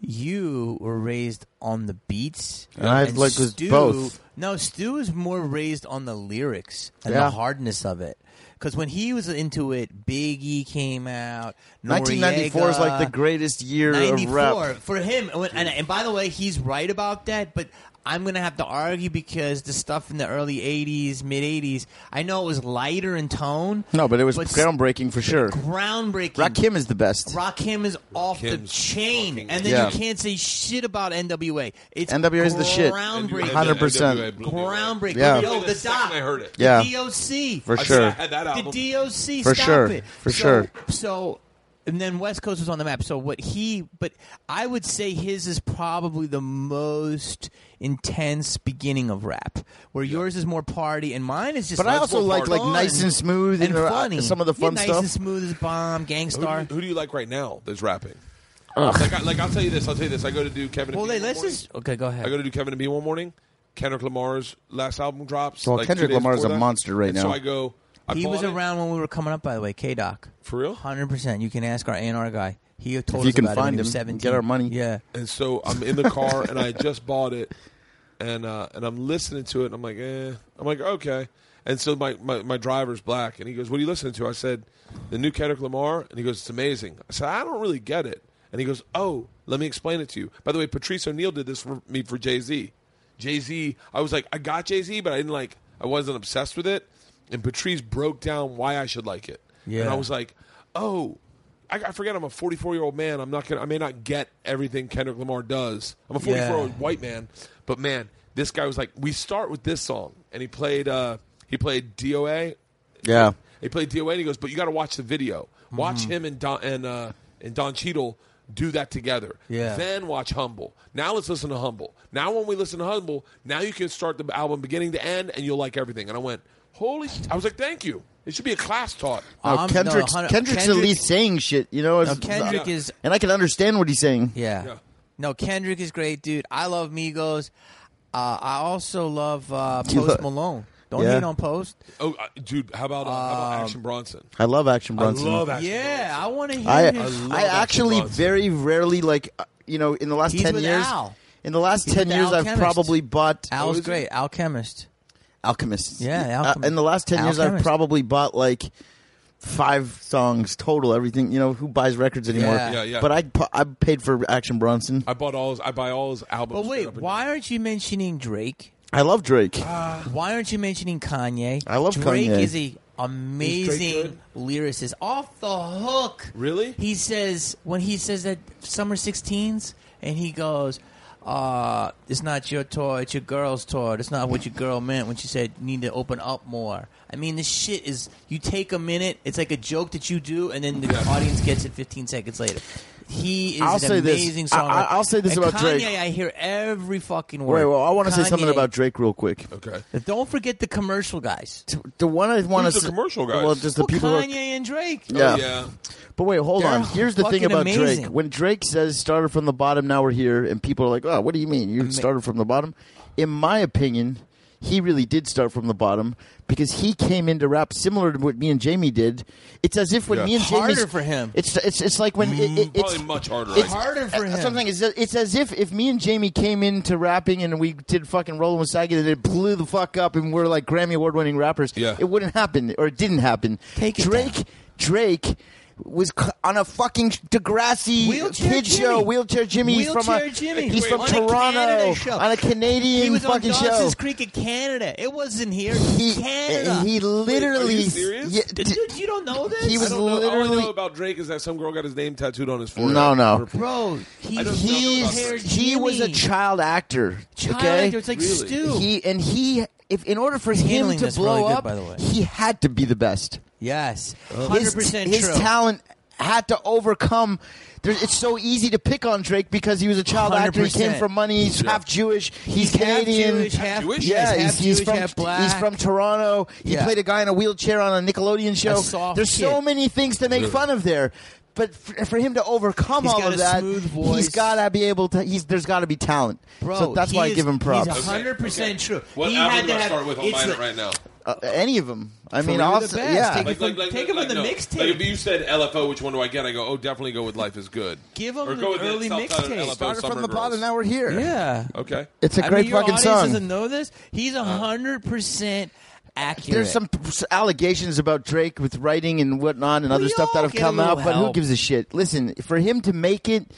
[SPEAKER 5] You were raised on the beats.
[SPEAKER 4] And I like was both.
[SPEAKER 5] No, Stu is more raised on the lyrics and
[SPEAKER 4] Yeah.
[SPEAKER 5] the hardness of it. Because when he was into it, Biggie came out.
[SPEAKER 4] 1994 is like the
[SPEAKER 5] Noriega.
[SPEAKER 4] greatest year of
[SPEAKER 5] 94
[SPEAKER 4] rap.
[SPEAKER 5] for him. And, and, and by the way, he's right about that, but I'm going to have to argue because the stuff in the early 80s, mid 80s, I know it was lighter in tone.
[SPEAKER 4] No, but it was
[SPEAKER 5] But s-
[SPEAKER 4] groundbreaking for sure.
[SPEAKER 5] Groundbreaking.
[SPEAKER 4] Rakim is the best.
[SPEAKER 5] Rakim is off the
[SPEAKER 1] Rakim's
[SPEAKER 5] chain,
[SPEAKER 1] fucking-
[SPEAKER 5] and then
[SPEAKER 4] Yeah.
[SPEAKER 5] you can't say shit about NWA. It's
[SPEAKER 4] NWA is the shit.
[SPEAKER 5] Groundbreaking.
[SPEAKER 4] 100%.
[SPEAKER 5] Groundbreaking.
[SPEAKER 4] Yeah.
[SPEAKER 5] Yo, the
[SPEAKER 1] The second
[SPEAKER 5] doc.
[SPEAKER 1] I heard it.
[SPEAKER 5] The
[SPEAKER 4] Yeah.
[SPEAKER 5] DOC.
[SPEAKER 4] For
[SPEAKER 1] I
[SPEAKER 4] sure.
[SPEAKER 1] said I had that album.
[SPEAKER 5] The DOC
[SPEAKER 4] For
[SPEAKER 5] stop
[SPEAKER 4] sure.
[SPEAKER 5] it.
[SPEAKER 4] For
[SPEAKER 5] So-
[SPEAKER 4] sure.
[SPEAKER 5] So and then West Coast was on the map. So what he but I would say his is probably the most intense beginning of rap. Where yours is more party and mine is just
[SPEAKER 4] But I
[SPEAKER 5] like
[SPEAKER 4] also
[SPEAKER 5] more
[SPEAKER 4] like like
[SPEAKER 5] fun
[SPEAKER 4] nice and smooth and, uh,
[SPEAKER 5] funny.
[SPEAKER 4] some of the
[SPEAKER 5] Yeah,
[SPEAKER 4] fun
[SPEAKER 5] nice
[SPEAKER 4] stuff.
[SPEAKER 5] and smooth as bomb,
[SPEAKER 1] Who do, you,
[SPEAKER 5] gangstar.
[SPEAKER 1] who do you like right now that's rapping? Like, I, like I'll tell you this. I'll tell you this. I go to do Kevin.
[SPEAKER 5] Well,
[SPEAKER 1] and
[SPEAKER 5] they
[SPEAKER 1] B one
[SPEAKER 5] let's
[SPEAKER 1] morning.
[SPEAKER 5] just okay. Go ahead.
[SPEAKER 1] I go to do Kevin and B one morning. Kendrick Lamar's last album drops.
[SPEAKER 4] Well,
[SPEAKER 1] like, two
[SPEAKER 4] Kendrick
[SPEAKER 1] days
[SPEAKER 4] Lamar's
[SPEAKER 1] before
[SPEAKER 4] a
[SPEAKER 1] that.
[SPEAKER 4] monster right
[SPEAKER 1] And
[SPEAKER 4] now.
[SPEAKER 1] So I go. I
[SPEAKER 5] he
[SPEAKER 1] bought
[SPEAKER 5] was
[SPEAKER 1] it.
[SPEAKER 5] around when we were coming up, by the way. K Doc,
[SPEAKER 1] for real.
[SPEAKER 5] hundred percent. You can ask our A&R guy. He told
[SPEAKER 4] If you
[SPEAKER 5] us
[SPEAKER 4] can
[SPEAKER 5] about it when
[SPEAKER 4] find
[SPEAKER 5] he was
[SPEAKER 4] him,
[SPEAKER 5] 17.
[SPEAKER 4] get our money.
[SPEAKER 5] Yeah.
[SPEAKER 1] And so I'm in the car and I just bought it, and uh, and I'm listening to it. and I'm like, eh. I'm like, okay. And so my, my, my driver's black, and he goes, "What are you listening to?" I said, "The new Kendrick Lamar," and he goes, "It's amazing." I said, "I don't really get it," and he goes, "Oh, let me explain it to you." By the way, Patrice O'Neill did this for me for Jay Z. Jay Z, I was like, I got Jay Z, but I didn't like, I wasn't obsessed with it. And Patrice broke down why I should like it, and
[SPEAKER 5] Yeah.
[SPEAKER 1] I was like, oh. I, I forget I'm a 44 year old man. I'm not gonna. I may not get everything Kendrick Lamar does. I'm a 44 year old
[SPEAKER 5] Yeah.
[SPEAKER 1] white man, but man, this guy was like, we start with this song, and he played. Uh, he played DOA.
[SPEAKER 4] Yeah.
[SPEAKER 1] He played DOA, and he goes, but you got to watch the video. Watch
[SPEAKER 5] Mm-hmm.
[SPEAKER 1] him and Don and uh, and Don Cheadle do that together.
[SPEAKER 5] Yeah.
[SPEAKER 1] Then watch Humble. Now let's listen to Humble. Now when we listen to Humble, now you can start the album beginning to end, and you'll like everything. And I went, holy! sh-" I was like, thank you. It should be a class taught.
[SPEAKER 4] Oh,
[SPEAKER 5] Um, no,
[SPEAKER 4] Kendrick's,
[SPEAKER 5] hun-
[SPEAKER 4] Kendrick's at
[SPEAKER 5] Kendrick-
[SPEAKER 4] least saying shit, you know.
[SPEAKER 5] No,
[SPEAKER 4] it's-
[SPEAKER 5] Kendrick is
[SPEAKER 4] and I can understand what he's saying.
[SPEAKER 5] Yeah.
[SPEAKER 1] Yeah.
[SPEAKER 5] No, Kendrick is great, dude. I love Migos. Uh, I also love uh,
[SPEAKER 4] You
[SPEAKER 5] Post
[SPEAKER 4] love-
[SPEAKER 5] Malone. Don't
[SPEAKER 4] Yeah.
[SPEAKER 5] hate on Post.
[SPEAKER 1] Oh, uh, dude, how about, uh, how
[SPEAKER 5] Um,
[SPEAKER 1] about Action Bronson?
[SPEAKER 4] I love Action Bronson.
[SPEAKER 1] I
[SPEAKER 5] Oh,
[SPEAKER 1] love Action
[SPEAKER 5] Yeah, I want to hear
[SPEAKER 4] I
[SPEAKER 5] his.
[SPEAKER 1] love
[SPEAKER 4] I
[SPEAKER 1] Action
[SPEAKER 4] actually
[SPEAKER 1] Bronson.
[SPEAKER 4] very rarely like uh, you know in the last
[SPEAKER 5] He's
[SPEAKER 4] ten
[SPEAKER 5] with
[SPEAKER 4] years.
[SPEAKER 5] Al.
[SPEAKER 4] In the last
[SPEAKER 5] He's
[SPEAKER 4] ten
[SPEAKER 5] with
[SPEAKER 4] years,
[SPEAKER 5] Al
[SPEAKER 4] I've
[SPEAKER 5] Chemist.
[SPEAKER 4] probably bought
[SPEAKER 5] Al's
[SPEAKER 4] what was it?
[SPEAKER 5] great. Al Chemist.
[SPEAKER 4] Alchemists.
[SPEAKER 5] Yeah,
[SPEAKER 4] Uh,
[SPEAKER 5] Alchemist.
[SPEAKER 4] in the last ten years, I've
[SPEAKER 5] Alchemist.
[SPEAKER 4] probably bought like five songs total. Everything you know, who buys records anymore?
[SPEAKER 5] Yeah.
[SPEAKER 1] Yeah, yeah.
[SPEAKER 4] But I pu- I paid for Action Bronson.
[SPEAKER 1] I bought all his, I buy all his albums.
[SPEAKER 5] But wait,
[SPEAKER 1] straight up and
[SPEAKER 5] why aren't you mentioning Drake?
[SPEAKER 4] I love Drake.
[SPEAKER 5] Why aren't you mentioning Kanye?
[SPEAKER 4] I love
[SPEAKER 5] Drake
[SPEAKER 4] Kanye.
[SPEAKER 5] is a amazing lyricist. Off the hook.
[SPEAKER 1] Really?
[SPEAKER 5] He says when he says that summer 16s and he goes uh, it's not your toy, it's your girl's toy. It's not what your girl meant when she said you need to open up more. I mean, this shit is. You take a minute, it's like a joke that you do, and then the audience gets it 15 seconds later. He is
[SPEAKER 4] I'll
[SPEAKER 5] an
[SPEAKER 4] say this.
[SPEAKER 5] amazing
[SPEAKER 4] I-
[SPEAKER 5] songwriter.
[SPEAKER 4] I- I'll say this
[SPEAKER 5] And
[SPEAKER 4] about Drake.
[SPEAKER 5] Kanye, I hear every fucking word.
[SPEAKER 4] Wait, well, I want to say
[SPEAKER 5] Kanye-
[SPEAKER 4] something about Drake real quick.
[SPEAKER 1] down. Okay.
[SPEAKER 5] but Don't forget the commercial guys.
[SPEAKER 4] T- The one I want
[SPEAKER 1] Who's
[SPEAKER 4] to
[SPEAKER 1] the commercial guys?
[SPEAKER 4] Well, just the
[SPEAKER 5] Well,
[SPEAKER 4] people. who are-
[SPEAKER 5] Kanye and Drake.
[SPEAKER 4] yeah.
[SPEAKER 1] Oh, yeah.
[SPEAKER 4] But wait, hold
[SPEAKER 5] They're
[SPEAKER 4] on. Here's the thing
[SPEAKER 5] fucking
[SPEAKER 4] about
[SPEAKER 5] amazing.
[SPEAKER 4] Drake. When Drake says started from the bottom, now we're here, and people are like, oh, what do you mean? You started from the bottom? In my opinion, he really did start from the bottom because he came into rap similar to what me and Jamie did. It's as if when
[SPEAKER 1] Yeah.
[SPEAKER 4] me and Jamie.
[SPEAKER 5] Harder for him.
[SPEAKER 4] It's, it's, it's like when. It, it,
[SPEAKER 1] Mm, Probably
[SPEAKER 4] it's,
[SPEAKER 1] much harder.
[SPEAKER 4] it's
[SPEAKER 1] I-
[SPEAKER 5] harder for him.
[SPEAKER 4] Something is it's as if if me and Jamie came into rapping and we did fucking Rolling with Sagan and it blew the fuck up and we're like Grammy award winning rappers.
[SPEAKER 1] Yeah.
[SPEAKER 4] it wouldn't happen or it didn't happen.
[SPEAKER 5] Take it
[SPEAKER 4] Drake. Drake was c- on a fucking Degrassi
[SPEAKER 5] Wheelchair
[SPEAKER 4] kid
[SPEAKER 5] Jimmy.
[SPEAKER 4] show. Wheelchair Jimmy. He's from a,
[SPEAKER 5] Wheelchair Jimmy.
[SPEAKER 4] He's
[SPEAKER 5] Wait,
[SPEAKER 4] from
[SPEAKER 5] on a
[SPEAKER 4] Toronto
[SPEAKER 5] Canada show.
[SPEAKER 4] on a Canadian
[SPEAKER 5] He was
[SPEAKER 4] fucking
[SPEAKER 5] on
[SPEAKER 4] show.
[SPEAKER 5] Dawson's Creek in Canada. It wasn't here. Canada.
[SPEAKER 4] he literally.
[SPEAKER 1] serious?
[SPEAKER 4] Yeah,
[SPEAKER 5] Dude,
[SPEAKER 4] d-
[SPEAKER 5] you don't know this?
[SPEAKER 4] he
[SPEAKER 1] I
[SPEAKER 4] was
[SPEAKER 1] don't know. All I
[SPEAKER 4] literally-
[SPEAKER 1] know about Drake is that some girl got his name tattooed on his forehead.
[SPEAKER 4] No, no.
[SPEAKER 5] bro. He,
[SPEAKER 1] I don't know
[SPEAKER 5] he's,
[SPEAKER 1] about
[SPEAKER 4] he's, he was a child actor.
[SPEAKER 5] Child
[SPEAKER 4] okay?
[SPEAKER 5] actor. It's like
[SPEAKER 1] Really?
[SPEAKER 5] Stu.
[SPEAKER 4] He and he, if in order for him
[SPEAKER 5] handling
[SPEAKER 4] to
[SPEAKER 5] this
[SPEAKER 4] blow
[SPEAKER 5] really good,
[SPEAKER 4] up,
[SPEAKER 5] by the way.
[SPEAKER 4] he had to be the best.
[SPEAKER 5] yes,
[SPEAKER 4] Oh. His-
[SPEAKER 5] hundred percent true.
[SPEAKER 4] His talent had to overcome. There, it's so easy to pick on Drake because he was a child actor. He came
[SPEAKER 5] 100%.
[SPEAKER 4] from money. He's half Jewish. He's, Canadian.
[SPEAKER 5] half Jewish, half
[SPEAKER 1] Jewish?
[SPEAKER 4] yeah,
[SPEAKER 5] half
[SPEAKER 4] he's, he's
[SPEAKER 5] Jewish,
[SPEAKER 4] from
[SPEAKER 5] half black.
[SPEAKER 4] he's from Toronto. He
[SPEAKER 5] Yeah.
[SPEAKER 4] played a guy in a wheelchair on a Nickelodeon show.
[SPEAKER 5] A soft
[SPEAKER 4] There's so
[SPEAKER 5] kid.
[SPEAKER 4] many things to make
[SPEAKER 1] Really?
[SPEAKER 4] fun of there. But for, for him to overcome
[SPEAKER 5] He's
[SPEAKER 4] all
[SPEAKER 5] got
[SPEAKER 4] of
[SPEAKER 5] a
[SPEAKER 4] that,
[SPEAKER 5] smooth
[SPEAKER 4] he's
[SPEAKER 5] voice.
[SPEAKER 4] got to be able to. He's there's got to be talent.
[SPEAKER 5] Bro,
[SPEAKER 4] so that's
[SPEAKER 5] he
[SPEAKER 4] why
[SPEAKER 5] is-
[SPEAKER 4] I give him
[SPEAKER 5] He's
[SPEAKER 4] props.
[SPEAKER 5] hundred percent true.
[SPEAKER 1] What
[SPEAKER 5] he
[SPEAKER 1] album
[SPEAKER 5] had
[SPEAKER 1] do
[SPEAKER 5] to
[SPEAKER 1] I
[SPEAKER 5] have,
[SPEAKER 1] start with on
[SPEAKER 5] it's
[SPEAKER 1] mine
[SPEAKER 5] like-
[SPEAKER 1] right now?
[SPEAKER 4] Uh, any of them. I mean,
[SPEAKER 5] the
[SPEAKER 4] also
[SPEAKER 5] best.
[SPEAKER 4] yeah.
[SPEAKER 5] Take it from- take 'em in the mixtape.
[SPEAKER 1] Like if you said LFO, which one do I get? I go, oh, definitely go with Life is Good.
[SPEAKER 5] Give 'em
[SPEAKER 1] Or
[SPEAKER 5] the
[SPEAKER 1] go with
[SPEAKER 5] early
[SPEAKER 1] self-titled
[SPEAKER 5] mixtape.
[SPEAKER 1] LFO
[SPEAKER 4] Started
[SPEAKER 1] Summer
[SPEAKER 4] from the
[SPEAKER 1] Girls.
[SPEAKER 4] bottom. Now we're here.
[SPEAKER 5] Yeah,
[SPEAKER 1] Okay.
[SPEAKER 4] It's a
[SPEAKER 5] I
[SPEAKER 4] great
[SPEAKER 5] mean, your
[SPEAKER 4] fucking
[SPEAKER 5] audience
[SPEAKER 4] song.
[SPEAKER 5] Doesn't know this. He's
[SPEAKER 1] Uh-huh.
[SPEAKER 5] hundred percent accurate.
[SPEAKER 4] There's some p- s- allegations about Drake with writing and whatnot and other
[SPEAKER 5] We
[SPEAKER 4] stuff that
[SPEAKER 5] all
[SPEAKER 4] have
[SPEAKER 5] get
[SPEAKER 4] come
[SPEAKER 5] a
[SPEAKER 4] out,
[SPEAKER 5] little
[SPEAKER 4] but who
[SPEAKER 5] help.
[SPEAKER 4] gives a shit? Listen, for him to make it,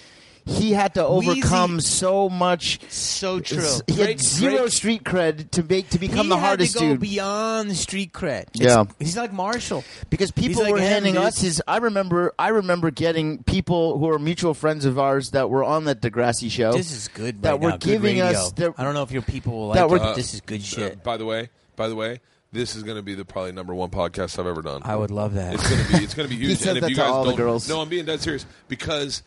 [SPEAKER 4] he had to
[SPEAKER 5] Wheezy-
[SPEAKER 4] overcome so much.
[SPEAKER 5] so true.
[SPEAKER 4] s- He
[SPEAKER 1] Drake-
[SPEAKER 4] had zero
[SPEAKER 1] Drake-
[SPEAKER 4] street cred to make to become
[SPEAKER 5] he
[SPEAKER 4] the
[SPEAKER 5] had
[SPEAKER 4] hardest
[SPEAKER 5] to go
[SPEAKER 4] dude
[SPEAKER 5] beyond the street cred. It's-
[SPEAKER 4] Yeah.
[SPEAKER 5] he's like Marshall.
[SPEAKER 4] because
[SPEAKER 5] He's
[SPEAKER 4] people
[SPEAKER 5] like
[SPEAKER 4] were
[SPEAKER 5] him,
[SPEAKER 4] handing
[SPEAKER 5] dude.
[SPEAKER 4] us his. I remember, I remember getting people who are mutual friends of ours that were on that Degrassi show.
[SPEAKER 5] This is good.
[SPEAKER 4] that
[SPEAKER 5] right
[SPEAKER 4] were
[SPEAKER 5] now. Good
[SPEAKER 4] giving
[SPEAKER 5] radio.
[SPEAKER 4] us. Their,
[SPEAKER 5] I don't know if your people will
[SPEAKER 4] That
[SPEAKER 5] like it.
[SPEAKER 4] were-
[SPEAKER 5] but This is good
[SPEAKER 1] Uh,
[SPEAKER 5] shit.
[SPEAKER 1] by the way, by the way, this is going to be the probably number one podcast I've ever done.
[SPEAKER 5] I would love that.
[SPEAKER 1] It's gonna be it's gonna be huge.
[SPEAKER 4] says
[SPEAKER 1] and if
[SPEAKER 4] that
[SPEAKER 1] you
[SPEAKER 4] to
[SPEAKER 1] guys
[SPEAKER 4] all the
[SPEAKER 1] don't,
[SPEAKER 4] girls.
[SPEAKER 1] no, I'm being dead serious because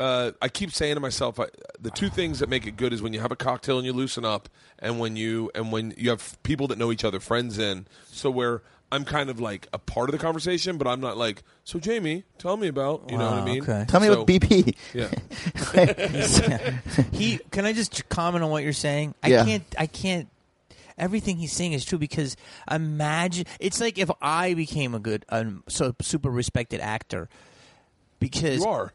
[SPEAKER 1] uh, I keep saying to myself, I, the two things that make it good is when you have a cocktail and you loosen up, and when you and when you have people that know each other, friends in. So where I'm kind of like a part of the conversation, but I'm not like, so Jamie, tell me about you know what I
[SPEAKER 5] Wow,
[SPEAKER 1] mean.
[SPEAKER 5] okay.
[SPEAKER 4] Tell me
[SPEAKER 1] so,
[SPEAKER 4] about BP.
[SPEAKER 1] Yeah,
[SPEAKER 5] he can I just comment on what you're saying? I
[SPEAKER 4] Yeah.
[SPEAKER 5] can't I can't everything he's saying is true because imagine it's like if I became a good um, so super respected actor because
[SPEAKER 1] you are.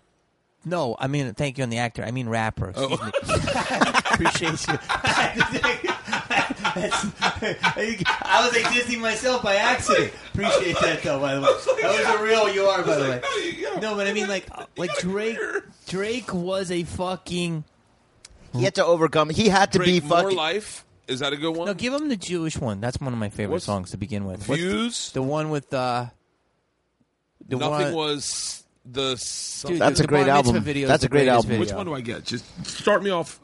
[SPEAKER 5] no, I mean thank you on the actor. I mean rapper.
[SPEAKER 1] Oh.
[SPEAKER 5] Excuse me. Appreciate you. I was existing myself by accident. Appreciate that though. By the way, that was a real you are. By the way, no, but I mean like like Drake. Drake was a fucking
[SPEAKER 4] He had to overcome. He had to
[SPEAKER 1] Drake,
[SPEAKER 4] be
[SPEAKER 1] more
[SPEAKER 4] fucking.
[SPEAKER 1] life. Is that a good one?
[SPEAKER 5] No, give him the Jewish one. That's one of my favorite
[SPEAKER 1] What's-
[SPEAKER 5] songs to begin with. What's
[SPEAKER 1] Views.
[SPEAKER 5] the one with uh, the
[SPEAKER 1] Nothing
[SPEAKER 5] one,
[SPEAKER 1] was the.
[SPEAKER 5] Dude,
[SPEAKER 4] That's
[SPEAKER 5] the
[SPEAKER 4] a great
[SPEAKER 5] Bar Mitzvah
[SPEAKER 4] album.
[SPEAKER 5] Video is
[SPEAKER 4] That's
[SPEAKER 5] the
[SPEAKER 4] a great
[SPEAKER 5] greatest
[SPEAKER 4] album.
[SPEAKER 5] video.
[SPEAKER 1] which one do I get? Just start me off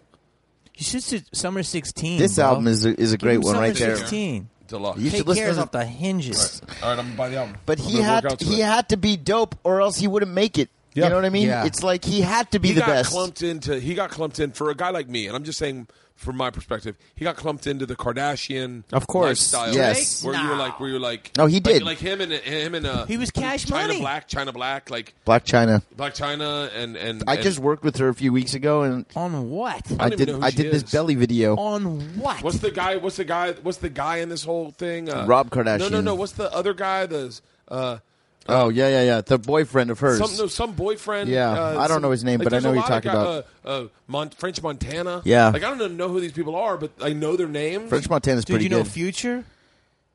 [SPEAKER 5] You should say Summer Sixteen.
[SPEAKER 4] This
[SPEAKER 5] bro.
[SPEAKER 4] album is a, is a
[SPEAKER 5] Give him
[SPEAKER 4] great one
[SPEAKER 5] Summer
[SPEAKER 4] right there.
[SPEAKER 5] 16.
[SPEAKER 1] deluxe.
[SPEAKER 4] You
[SPEAKER 5] Take
[SPEAKER 4] should listen
[SPEAKER 5] cares
[SPEAKER 4] to-
[SPEAKER 5] off the hinges.
[SPEAKER 1] All right, I'm gonna buy the album.
[SPEAKER 4] But
[SPEAKER 1] I'm
[SPEAKER 4] he
[SPEAKER 1] gonna work
[SPEAKER 4] had
[SPEAKER 1] out to
[SPEAKER 4] he
[SPEAKER 1] it.
[SPEAKER 4] had to be dope, or else he wouldn't make it.
[SPEAKER 1] Yeah.
[SPEAKER 4] You know what I mean?
[SPEAKER 5] Yeah.
[SPEAKER 4] It's like he had to be
[SPEAKER 1] he
[SPEAKER 4] the
[SPEAKER 1] got
[SPEAKER 4] best.
[SPEAKER 1] clumped into he got clumped in for a guy like me, and I'm just saying from my perspective, he got clumped into the Kardashian
[SPEAKER 5] Of course.
[SPEAKER 1] lifestyle.
[SPEAKER 4] Yes.
[SPEAKER 1] where you were
[SPEAKER 5] No.
[SPEAKER 1] like where you were like
[SPEAKER 4] No, he
[SPEAKER 1] like-
[SPEAKER 4] did.
[SPEAKER 1] like, him and him and uh,
[SPEAKER 5] He was cash
[SPEAKER 1] China
[SPEAKER 5] money.
[SPEAKER 1] Black, China Black, like
[SPEAKER 4] Black China.
[SPEAKER 1] Black China, and and
[SPEAKER 4] I
[SPEAKER 1] and-
[SPEAKER 4] just worked with her a few weeks ago, and
[SPEAKER 5] On what?
[SPEAKER 1] don't
[SPEAKER 4] I
[SPEAKER 1] even
[SPEAKER 4] did
[SPEAKER 1] know who
[SPEAKER 4] I
[SPEAKER 1] she
[SPEAKER 4] did this
[SPEAKER 1] is.
[SPEAKER 4] belly video.
[SPEAKER 5] On what?
[SPEAKER 1] What's the guy? What's the guy? What's the guy in this whole thing? Uh,
[SPEAKER 4] Rob
[SPEAKER 1] No, no,
[SPEAKER 4] Kardashian.
[SPEAKER 1] no. What's the other guy? The uh,
[SPEAKER 4] Oh yeah, yeah, yeah. The boyfriend of hers.
[SPEAKER 1] some no, some boyfriend.
[SPEAKER 4] Yeah,
[SPEAKER 1] uh,
[SPEAKER 4] I don't
[SPEAKER 1] some-
[SPEAKER 4] know his name,
[SPEAKER 1] like,
[SPEAKER 4] but I
[SPEAKER 1] there's
[SPEAKER 4] know
[SPEAKER 1] a
[SPEAKER 4] who you're
[SPEAKER 1] lot of
[SPEAKER 4] talking
[SPEAKER 1] guy-
[SPEAKER 4] about.
[SPEAKER 1] Uh, uh, Mon- French Montana.
[SPEAKER 4] Yeah.
[SPEAKER 1] like I don't know who these people are, but I know their names.
[SPEAKER 4] French Montana's
[SPEAKER 5] Dude,
[SPEAKER 4] pretty
[SPEAKER 5] you know
[SPEAKER 4] good.
[SPEAKER 5] Future?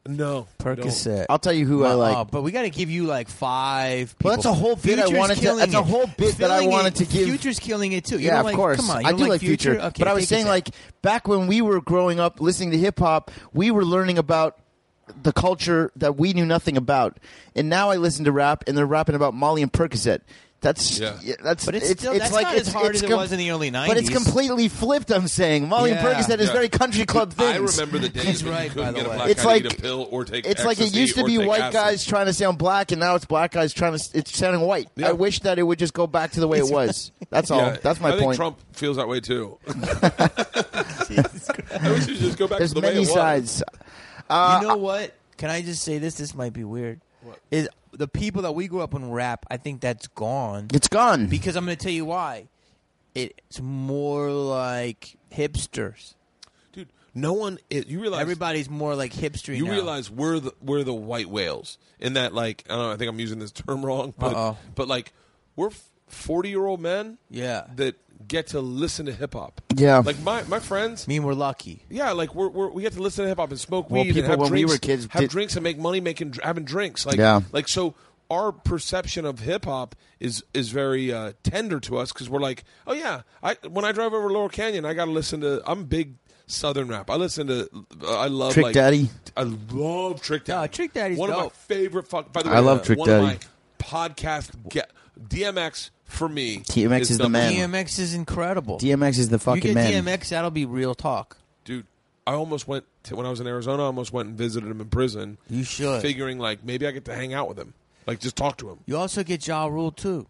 [SPEAKER 1] No, don't.
[SPEAKER 5] Percocet.
[SPEAKER 4] I'll tell you who I like.
[SPEAKER 5] but we got to give you like five. People.
[SPEAKER 4] Well, that's a whole bit I
[SPEAKER 5] Future's
[SPEAKER 4] wanted to-
[SPEAKER 5] killing
[SPEAKER 4] that's a
[SPEAKER 5] it.
[SPEAKER 4] whole bit that I
[SPEAKER 5] Filling
[SPEAKER 4] wanted
[SPEAKER 5] it.
[SPEAKER 4] to give-
[SPEAKER 5] Future's killing it too. You
[SPEAKER 4] yeah,
[SPEAKER 5] don't
[SPEAKER 4] of
[SPEAKER 5] like-
[SPEAKER 4] course.
[SPEAKER 5] Come on, you
[SPEAKER 4] I
[SPEAKER 5] don't
[SPEAKER 4] do like, Future,
[SPEAKER 5] Okay,
[SPEAKER 4] but I was
[SPEAKER 5] take
[SPEAKER 4] saying
[SPEAKER 5] it back.
[SPEAKER 4] like back when we were growing up, listening to hip hop, we were learning about the culture that we knew nothing about, and now I listen to rap, and they're rapping about Molly and Percocet. That's
[SPEAKER 1] Yeah.
[SPEAKER 4] yeah, that's
[SPEAKER 5] But it's still-
[SPEAKER 4] it's
[SPEAKER 5] that's
[SPEAKER 4] like
[SPEAKER 5] not
[SPEAKER 4] it's,
[SPEAKER 5] as hard
[SPEAKER 4] it's
[SPEAKER 5] as it was in the early
[SPEAKER 4] But it's
[SPEAKER 5] 90s.
[SPEAKER 4] completely flipped. I'm saying Molly and
[SPEAKER 5] Yeah.
[SPEAKER 4] Percocet is
[SPEAKER 1] Yeah.
[SPEAKER 4] very country club things.
[SPEAKER 1] I remember the days
[SPEAKER 5] He's
[SPEAKER 1] when
[SPEAKER 5] right,
[SPEAKER 1] you couldn't
[SPEAKER 5] by the
[SPEAKER 1] get a
[SPEAKER 5] way.
[SPEAKER 1] black
[SPEAKER 4] It's
[SPEAKER 1] guy to
[SPEAKER 4] like-
[SPEAKER 1] eat a pill or take.
[SPEAKER 4] it's like it
[SPEAKER 1] ecstasy
[SPEAKER 4] used to
[SPEAKER 1] or
[SPEAKER 4] be
[SPEAKER 1] take
[SPEAKER 4] white
[SPEAKER 1] acid.
[SPEAKER 4] guys trying to sound black, and now it's black guys trying to. It's sounding white.
[SPEAKER 1] Yeah.
[SPEAKER 4] I wish that it would just go back to the way it was. That's all.
[SPEAKER 1] Yeah,
[SPEAKER 4] That's my
[SPEAKER 1] I think
[SPEAKER 4] point.
[SPEAKER 1] Trump feels that way too. I wish you just go back
[SPEAKER 4] There's
[SPEAKER 1] to the way
[SPEAKER 4] many
[SPEAKER 1] it was.
[SPEAKER 4] sides. uh,
[SPEAKER 5] you know what? Can I just say this? This might be weird. Is the people that we grew up in rap? I think that's gone
[SPEAKER 4] It's gone.
[SPEAKER 5] because I'm going to tell you why. It's more like hipsters.
[SPEAKER 1] dude. No one. It, you realize
[SPEAKER 5] Everybody's more like hipstery.
[SPEAKER 1] You
[SPEAKER 5] now.
[SPEAKER 1] realize we're the we're the white whales in that like I don't know I think I'm using this term wrong but
[SPEAKER 5] Uh-oh.
[SPEAKER 1] but like we're 40 year old men
[SPEAKER 5] Yeah.
[SPEAKER 1] that get to listen to hip hop
[SPEAKER 4] Yeah.
[SPEAKER 1] like my my friends
[SPEAKER 5] I mean, we're lucky.
[SPEAKER 1] yeah like we're, we're we get to listen to hip hop and smoke
[SPEAKER 4] Well,
[SPEAKER 1] weed and
[SPEAKER 4] people
[SPEAKER 1] have
[SPEAKER 4] when we
[SPEAKER 1] drinks,
[SPEAKER 4] were kids
[SPEAKER 1] have
[SPEAKER 4] did-
[SPEAKER 1] drinks and make money making dr- having drinks like
[SPEAKER 4] Yeah.
[SPEAKER 1] like so our perception of hip hop is is very uh, tender to us because we're like oh yeah I when I drive over Laurel Canyon I got to listen to I'm a big Southern rap. I listen to. uh, I love
[SPEAKER 4] Trick
[SPEAKER 1] like,
[SPEAKER 4] Daddy.
[SPEAKER 1] I love Trick Daddy.
[SPEAKER 5] No, Trick Daddy's
[SPEAKER 1] one of my
[SPEAKER 5] dope.
[SPEAKER 1] favorite. Fuck, by the way, uh,
[SPEAKER 4] I love Trick
[SPEAKER 1] one Of my
[SPEAKER 4] Daddy.
[SPEAKER 1] podcast get, DMX for me.
[SPEAKER 4] DMX is the man.
[SPEAKER 5] DMX is incredible.
[SPEAKER 4] DMX is the
[SPEAKER 5] you
[SPEAKER 4] fucking
[SPEAKER 5] get
[SPEAKER 4] man.
[SPEAKER 5] DMX, that'll be real talk.
[SPEAKER 1] dude. I almost went to, when I was in Arizona. I almost went and visited him in prison.
[SPEAKER 5] You should.
[SPEAKER 1] figuring like maybe I get to hang out with him, like just talk to him.
[SPEAKER 5] You also get Ja Rule too.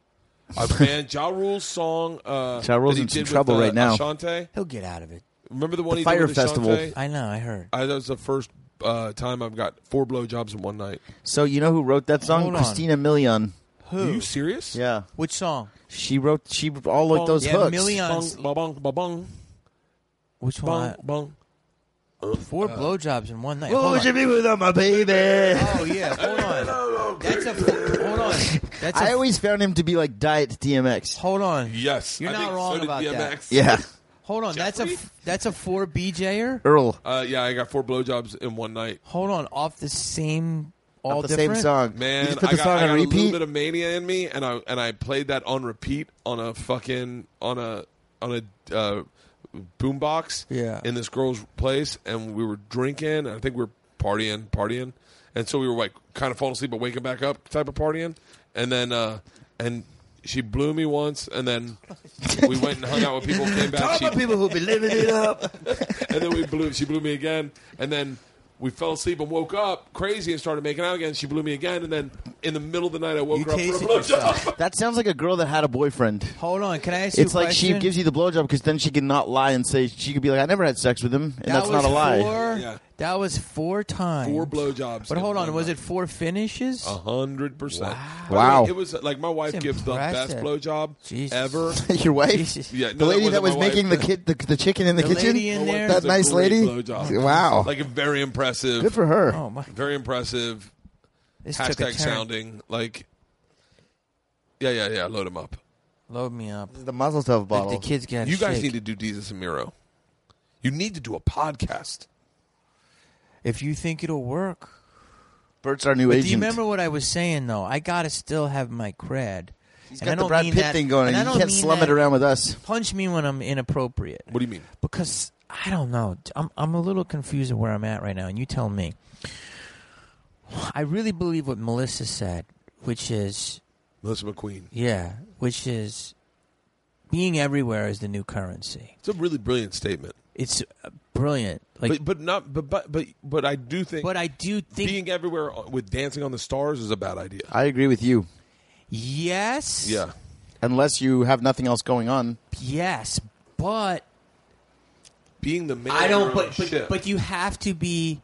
[SPEAKER 1] Uh, man, Ja Rule's song. Uh,
[SPEAKER 4] Ja
[SPEAKER 1] that
[SPEAKER 4] Rule's
[SPEAKER 1] he
[SPEAKER 4] in some
[SPEAKER 1] did
[SPEAKER 4] trouble
[SPEAKER 1] with, uh,
[SPEAKER 4] right now.
[SPEAKER 1] Ashante.
[SPEAKER 5] He'll get out of it.
[SPEAKER 1] Remember the one
[SPEAKER 4] The
[SPEAKER 1] he
[SPEAKER 4] Fire
[SPEAKER 1] did with
[SPEAKER 4] Festival.
[SPEAKER 1] Ashante?
[SPEAKER 5] I know. I heard.
[SPEAKER 1] I, that was the first uh, time I've got four blowjobs in one night.
[SPEAKER 4] So you know who wrote that song?
[SPEAKER 5] Hold on.
[SPEAKER 4] Christina Milian.
[SPEAKER 1] Are you
[SPEAKER 5] Who?
[SPEAKER 1] serious?
[SPEAKER 4] Yeah,
[SPEAKER 5] Which song?
[SPEAKER 4] she wrote. She all like those
[SPEAKER 5] yeah,
[SPEAKER 4] hooks.
[SPEAKER 1] Bong,
[SPEAKER 5] Millions.
[SPEAKER 1] ba bong, ba bong,
[SPEAKER 5] Which
[SPEAKER 1] bong,
[SPEAKER 5] one?
[SPEAKER 1] bong.
[SPEAKER 5] Four
[SPEAKER 4] Uh,
[SPEAKER 5] blowjobs in one night.
[SPEAKER 4] What
[SPEAKER 5] Hold
[SPEAKER 4] would
[SPEAKER 5] on.
[SPEAKER 4] you be without my baby?
[SPEAKER 5] Oh yeah, hold on. That's a hold on. That's a
[SPEAKER 4] I always found him to be like Diet DMX.
[SPEAKER 5] hold on.
[SPEAKER 1] Yes,
[SPEAKER 5] you're
[SPEAKER 1] I
[SPEAKER 5] not
[SPEAKER 1] think
[SPEAKER 5] wrong
[SPEAKER 1] so did
[SPEAKER 5] about that.
[SPEAKER 1] DMX.
[SPEAKER 4] Yeah,
[SPEAKER 5] Hold on, that's
[SPEAKER 1] Jeffrey?
[SPEAKER 5] a that's a four BJer.
[SPEAKER 4] Earl.
[SPEAKER 1] Uh, yeah, I got four blowjobs in one night.
[SPEAKER 5] Hold on, off the same, all
[SPEAKER 4] All the
[SPEAKER 5] different
[SPEAKER 4] same song.
[SPEAKER 1] Man,
[SPEAKER 4] you just put
[SPEAKER 1] I
[SPEAKER 4] the
[SPEAKER 1] got,
[SPEAKER 4] song
[SPEAKER 1] I got
[SPEAKER 4] on
[SPEAKER 1] a little
[SPEAKER 4] repeat.
[SPEAKER 1] bit of mania in me, and I and I played that on repeat on a fucking on a on a uh, boombox.
[SPEAKER 5] Yeah.
[SPEAKER 1] in this girl's place, and we were drinking. And I think we were partying, partying, and so we were like kind of falling asleep but waking back up type of partying. And then uh and she blew me once, and then we went and hung out with people. Came back, she
[SPEAKER 4] people who be living it up.
[SPEAKER 1] and then we blew. She blew me again, and then we fell asleep and woke up crazy and started making out again. She blew me again, and then in the middle of the night, I woke
[SPEAKER 5] You
[SPEAKER 1] her up for a
[SPEAKER 5] tasted
[SPEAKER 1] blowjob.
[SPEAKER 5] yourself.
[SPEAKER 4] That sounds like a girl that had a boyfriend.
[SPEAKER 5] Hold on, can I ask you?
[SPEAKER 4] It's like she gives you the blowjob because then she can not lie and say she could be like, "I never had sex with him," and that's not a lie.
[SPEAKER 5] Four,
[SPEAKER 1] Yeah.
[SPEAKER 5] That was four times.
[SPEAKER 1] Four blowjobs.
[SPEAKER 5] But hold on, was it four finishes?
[SPEAKER 1] a hundred percent? By the
[SPEAKER 4] Wow.
[SPEAKER 1] way, It was like my wife
[SPEAKER 5] That's
[SPEAKER 1] gives the best
[SPEAKER 5] impressive.
[SPEAKER 4] blowjob
[SPEAKER 5] Jesus.
[SPEAKER 1] ever.
[SPEAKER 4] Your wife,
[SPEAKER 5] Jesus.
[SPEAKER 1] Yeah, no,
[SPEAKER 4] the lady
[SPEAKER 1] wasn't
[SPEAKER 4] that was
[SPEAKER 1] my wife.
[SPEAKER 4] making the kid, the, the chicken in the,
[SPEAKER 5] The
[SPEAKER 4] kitchen.
[SPEAKER 5] lady in
[SPEAKER 1] My wife
[SPEAKER 5] there.
[SPEAKER 4] That
[SPEAKER 1] does a
[SPEAKER 4] nice
[SPEAKER 1] great
[SPEAKER 4] lady?
[SPEAKER 1] blowjob.
[SPEAKER 4] Wow.
[SPEAKER 1] like a very impressive,
[SPEAKER 4] Good for her.
[SPEAKER 5] Oh my!
[SPEAKER 1] very impressive
[SPEAKER 5] This took a
[SPEAKER 1] hashtag
[SPEAKER 5] turn.
[SPEAKER 1] sounding. Like, yeah, yeah, yeah. Load them up.
[SPEAKER 5] Load me up.
[SPEAKER 4] The muzzle stuff
[SPEAKER 5] Like
[SPEAKER 4] bottle.
[SPEAKER 5] the kids got.
[SPEAKER 1] you guys
[SPEAKER 5] shake.
[SPEAKER 1] need to do Jesus and Miro. You need to do a podcast.
[SPEAKER 5] If you think it'll work.
[SPEAKER 4] Bert's our new
[SPEAKER 5] But
[SPEAKER 4] agent.
[SPEAKER 5] do you remember what I was saying though? I gotta still have my cred. He's
[SPEAKER 4] Got the Brad Pitt thing going. on.
[SPEAKER 5] I
[SPEAKER 4] You
[SPEAKER 5] don't
[SPEAKER 4] can't
[SPEAKER 5] mean
[SPEAKER 4] slum
[SPEAKER 5] that-
[SPEAKER 4] it around with us.
[SPEAKER 5] Punch me when I'm inappropriate
[SPEAKER 1] What do you mean?
[SPEAKER 5] because I don't know. I'm I'm a little confused at where I'm at right now, and you tell me. I really believe what Melissa said, which is
[SPEAKER 1] Melissa McQueen.
[SPEAKER 5] yeah, which is being everywhere is the new currency.
[SPEAKER 1] It's a really brilliant statement,
[SPEAKER 5] It's uh, brilliant. Like,
[SPEAKER 1] but but not but but but, but I do think,
[SPEAKER 5] but I do think
[SPEAKER 1] being everywhere with Dancing on the Stars is a bad idea.
[SPEAKER 4] I agree with you.
[SPEAKER 5] yes.
[SPEAKER 1] Yeah,
[SPEAKER 4] unless you have nothing else going on.
[SPEAKER 5] Yes, but
[SPEAKER 1] Being the man,
[SPEAKER 5] I don't.
[SPEAKER 1] of
[SPEAKER 5] But
[SPEAKER 1] your own
[SPEAKER 5] but,
[SPEAKER 1] ship.
[SPEAKER 5] but you have to be.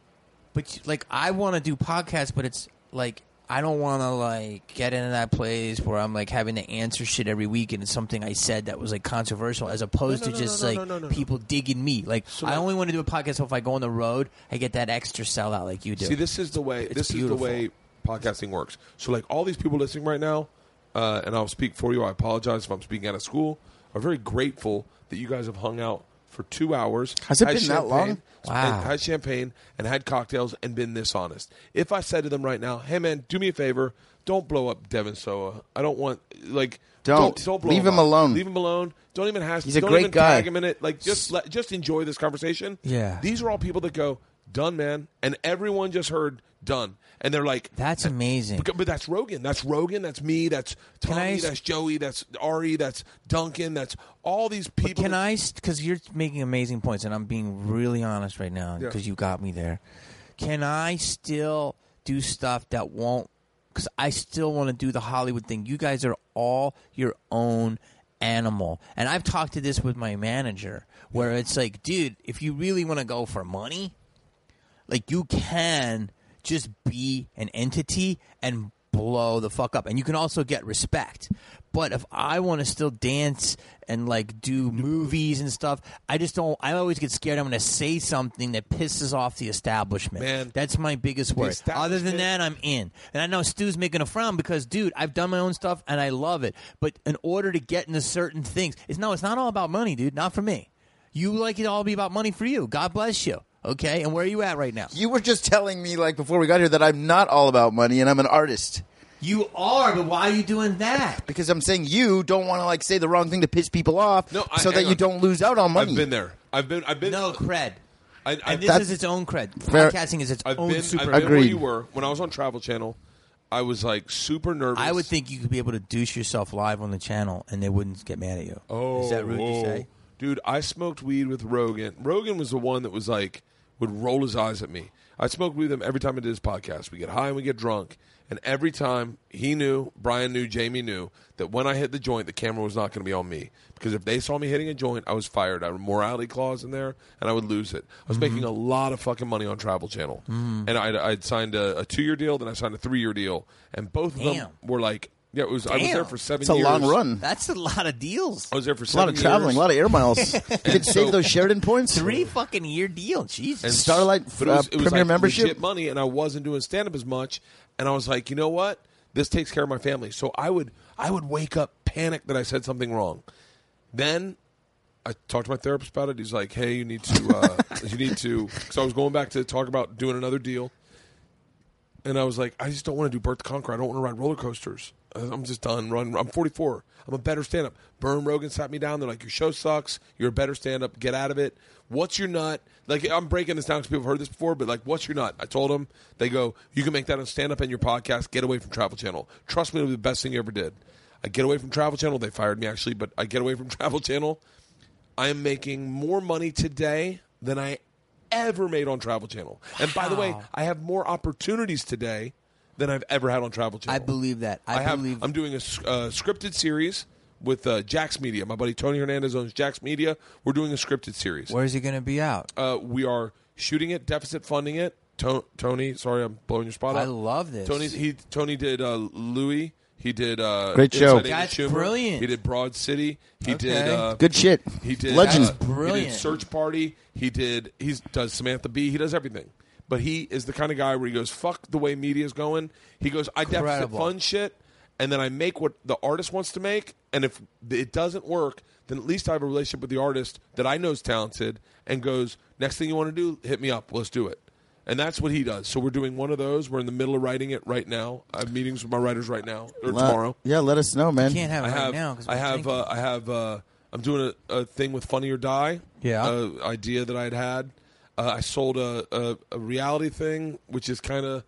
[SPEAKER 5] But you- like I want to do podcasts, but it's like I don't want to like get into that place where I'm like having to answer shit every week, and it's something I said that was like controversial, as opposed
[SPEAKER 1] No, no,
[SPEAKER 5] to
[SPEAKER 1] no, no,
[SPEAKER 5] just
[SPEAKER 1] no,
[SPEAKER 5] like
[SPEAKER 1] no, no, no.
[SPEAKER 5] people digging me. Like I
[SPEAKER 1] like-
[SPEAKER 5] only want to do a podcast so if I go on the road, I get that extra sellout like you do.
[SPEAKER 1] See, this is the way.
[SPEAKER 5] It's
[SPEAKER 1] this
[SPEAKER 5] beautiful.
[SPEAKER 1] is the way podcasting works. So, like all these people listening right now, uh, and I'll speak for you. I apologize if I'm speaking out of school. Are very grateful that you guys have hung out for two hours.
[SPEAKER 4] Has it
[SPEAKER 1] had
[SPEAKER 4] been that long?
[SPEAKER 1] champagne,
[SPEAKER 5] Wow.
[SPEAKER 1] and Had champagne and had cocktails and been this honest. If I said to them right now, "Hey, man, do me a favor." Don't blow up Devin Soa. I don't want like
[SPEAKER 4] Don't.
[SPEAKER 1] don't, blow
[SPEAKER 4] Leave him
[SPEAKER 1] up.
[SPEAKER 4] alone.
[SPEAKER 1] Leave him alone. Don't even hash.
[SPEAKER 4] He's a
[SPEAKER 1] don't
[SPEAKER 4] great
[SPEAKER 1] even
[SPEAKER 4] guy.
[SPEAKER 1] Tag him in it. Like just let, just enjoy this conversation.
[SPEAKER 5] Yeah.
[SPEAKER 1] These are all people that go, done, man. And everyone just heard, done. And they're like,
[SPEAKER 5] That's amazing.
[SPEAKER 1] but but that's Rogan. That's Rogan. That's me. That's
[SPEAKER 5] I
[SPEAKER 1] Tommy.
[SPEAKER 5] s-
[SPEAKER 1] That's Joey. That's Ari. That's Duncan. That's all these people.
[SPEAKER 5] Can
[SPEAKER 1] that-
[SPEAKER 5] I? Because you're making amazing points, and I'm being really honest right now
[SPEAKER 1] Yeah.
[SPEAKER 5] because you got me there. Can I still do stuff that won't? Because I still want to do the Hollywood thing. You guys are all your own animal, and I've talked to this with my manager, where it's like, dude, if you really want to go for money, like you can just be an entity and blow the fuck up and you can also get respect but if i want to still dance and like do movies and stuff i just don't i always get scared i'm going to say something that pisses off the establishment
[SPEAKER 1] Man.
[SPEAKER 5] that's my biggest worry other than
[SPEAKER 1] establishment-
[SPEAKER 5] that i'm in and i know stu's making a frown because dude i've done my own stuff and i love it but in order to get into certain things it's no it's not all about money dude not for me you like it all be about money for you god bless you okay and where are you at right now
[SPEAKER 4] You were just telling me like before we got here that I'm not all about money and I'm an artist
[SPEAKER 5] You are, but why are you doing that?
[SPEAKER 4] because I'm saying you don't want to like say the wrong thing to piss people off
[SPEAKER 1] No, I-
[SPEAKER 4] so that
[SPEAKER 1] hang
[SPEAKER 4] you
[SPEAKER 1] on.
[SPEAKER 4] don't lose out on money.
[SPEAKER 1] I've been there. I've been. I've been.
[SPEAKER 5] No cred.
[SPEAKER 1] I, I,
[SPEAKER 5] And this
[SPEAKER 4] That's-
[SPEAKER 5] is its own cred.
[SPEAKER 4] Fair-
[SPEAKER 5] Podcasting is its
[SPEAKER 1] I've
[SPEAKER 5] own
[SPEAKER 1] been.
[SPEAKER 5] super.
[SPEAKER 1] I've been where
[SPEAKER 4] Agreed.
[SPEAKER 1] you were when I was on Travel Channel. I was like super nervous.
[SPEAKER 5] I would think you could be able to douche yourself live on the channel, and they wouldn't get mad at you.
[SPEAKER 1] Oh,
[SPEAKER 5] is that rude
[SPEAKER 1] oh.
[SPEAKER 5] to say?
[SPEAKER 1] Dude, I smoked weed with Rogan. Rogan was the one that was like would roll his eyes at me. I smoked weed with him every time I did his podcast. We get high and we get drunk, and every time he knew, Brian knew, Jamie knew that when I hit the joint, the camera was not going to be on me because if they saw me hitting a joint, I was fired. I had a morality clause in there, and I would lose it. I was
[SPEAKER 4] Mm-hmm.
[SPEAKER 1] making a lot of fucking money on Travel Channel, and I'd, I'd signed a, a two year deal, then I signed a three year deal, and both of them
[SPEAKER 5] Damn.
[SPEAKER 1] were like, yeah, it was. I was
[SPEAKER 5] Damn.
[SPEAKER 1] there for seven.
[SPEAKER 4] it's a
[SPEAKER 1] years.
[SPEAKER 4] long run.
[SPEAKER 5] That's a lot of deals.
[SPEAKER 1] I was there for
[SPEAKER 4] It's a lot of traveling, a lot of air miles. you could
[SPEAKER 1] so-
[SPEAKER 4] save those Sheridan points.
[SPEAKER 5] Three fucking year deal. Jesus.
[SPEAKER 4] Starlight,
[SPEAKER 1] but
[SPEAKER 4] uh,
[SPEAKER 1] it was
[SPEAKER 4] Premier
[SPEAKER 1] like
[SPEAKER 4] membership?
[SPEAKER 1] legit money, and I wasn't doing stand up as much. And I was like, you know what? This takes care of my family. So I would I would wake up panic that I said something wrong. Then I talked to my therapist about it. He's like, hey, you need to uh, you need to. So I was going back to talk about doing another deal, and I was like, I just don't want to do Bert the Conqueror. I don't want to ride roller coasters. I- I'm just done. Run. I'm 44. I'm a better stand up. Burn Rogan sat me down. They're like, your show sucks. You're a better stand up. Get out of it. What's your nut? Like, I'm breaking this down because people have heard this before, but like, what's your nut? I told them. They go, you can make that on stand up and your podcast. Get away from Travel Channel. Trust me, it'll be the best thing you ever did. I get away from Travel Channel. They fired me actually, but I get away from Travel Channel. I am making more money today than I ever made on Travel Channel. And by the way, I have more opportunities today than I've ever had on Travel
[SPEAKER 5] I
[SPEAKER 1] Channel.
[SPEAKER 5] believe that. I,
[SPEAKER 1] I have.
[SPEAKER 5] believe.
[SPEAKER 1] I'm doing a s- uh, scripted series with uh, Jax Media. My buddy Tony Hernandez owns Jax Media. We're doing a scripted series.
[SPEAKER 5] Where's it going to be out?
[SPEAKER 1] Uh, we are shooting it, deficit funding it. To- Tony, sorry, I'm blowing your spot
[SPEAKER 5] I
[SPEAKER 1] up.
[SPEAKER 5] love this.
[SPEAKER 1] Tony, he Tony did uh, Louis. He did uh,
[SPEAKER 4] Great show.
[SPEAKER 1] Inside Amy
[SPEAKER 5] That's
[SPEAKER 1] Schumer.
[SPEAKER 5] brilliant.
[SPEAKER 1] He did Broad City. He did
[SPEAKER 5] Okay.
[SPEAKER 1] uh,
[SPEAKER 4] Good shit.
[SPEAKER 1] he did
[SPEAKER 4] Legend.
[SPEAKER 1] uh, He
[SPEAKER 5] Brilliant.
[SPEAKER 1] did Search Party. He did. He does Samantha Bee. He does everything. But he is the kind of guy where he goes, "Fuck the way media's going." He goes, "I deficit
[SPEAKER 5] Incredible.
[SPEAKER 1] fund shit, and then I make what the artist wants to make. And if it doesn't work, then at least I have a relationship with the artist that I know is talented, and goes, "Next thing you want to do, hit me up. Let's do it." And that's what he does. So we're doing one of those. We're in the middle of writing it right now. I have meetings with my writers right now or
[SPEAKER 4] Let-
[SPEAKER 1] tomorrow.
[SPEAKER 4] Yeah, let us know, man.
[SPEAKER 5] Can't have it
[SPEAKER 1] I
[SPEAKER 5] right
[SPEAKER 1] have,
[SPEAKER 5] now. 'cause
[SPEAKER 1] I
[SPEAKER 5] we're
[SPEAKER 1] have,
[SPEAKER 5] thinking.
[SPEAKER 1] uh, I have. Uh, I'm doing a, a thing with Funny or Die.
[SPEAKER 5] Yeah.
[SPEAKER 1] uh, idea that I'd had. Uh, I sold a, a, a reality thing, which is kind of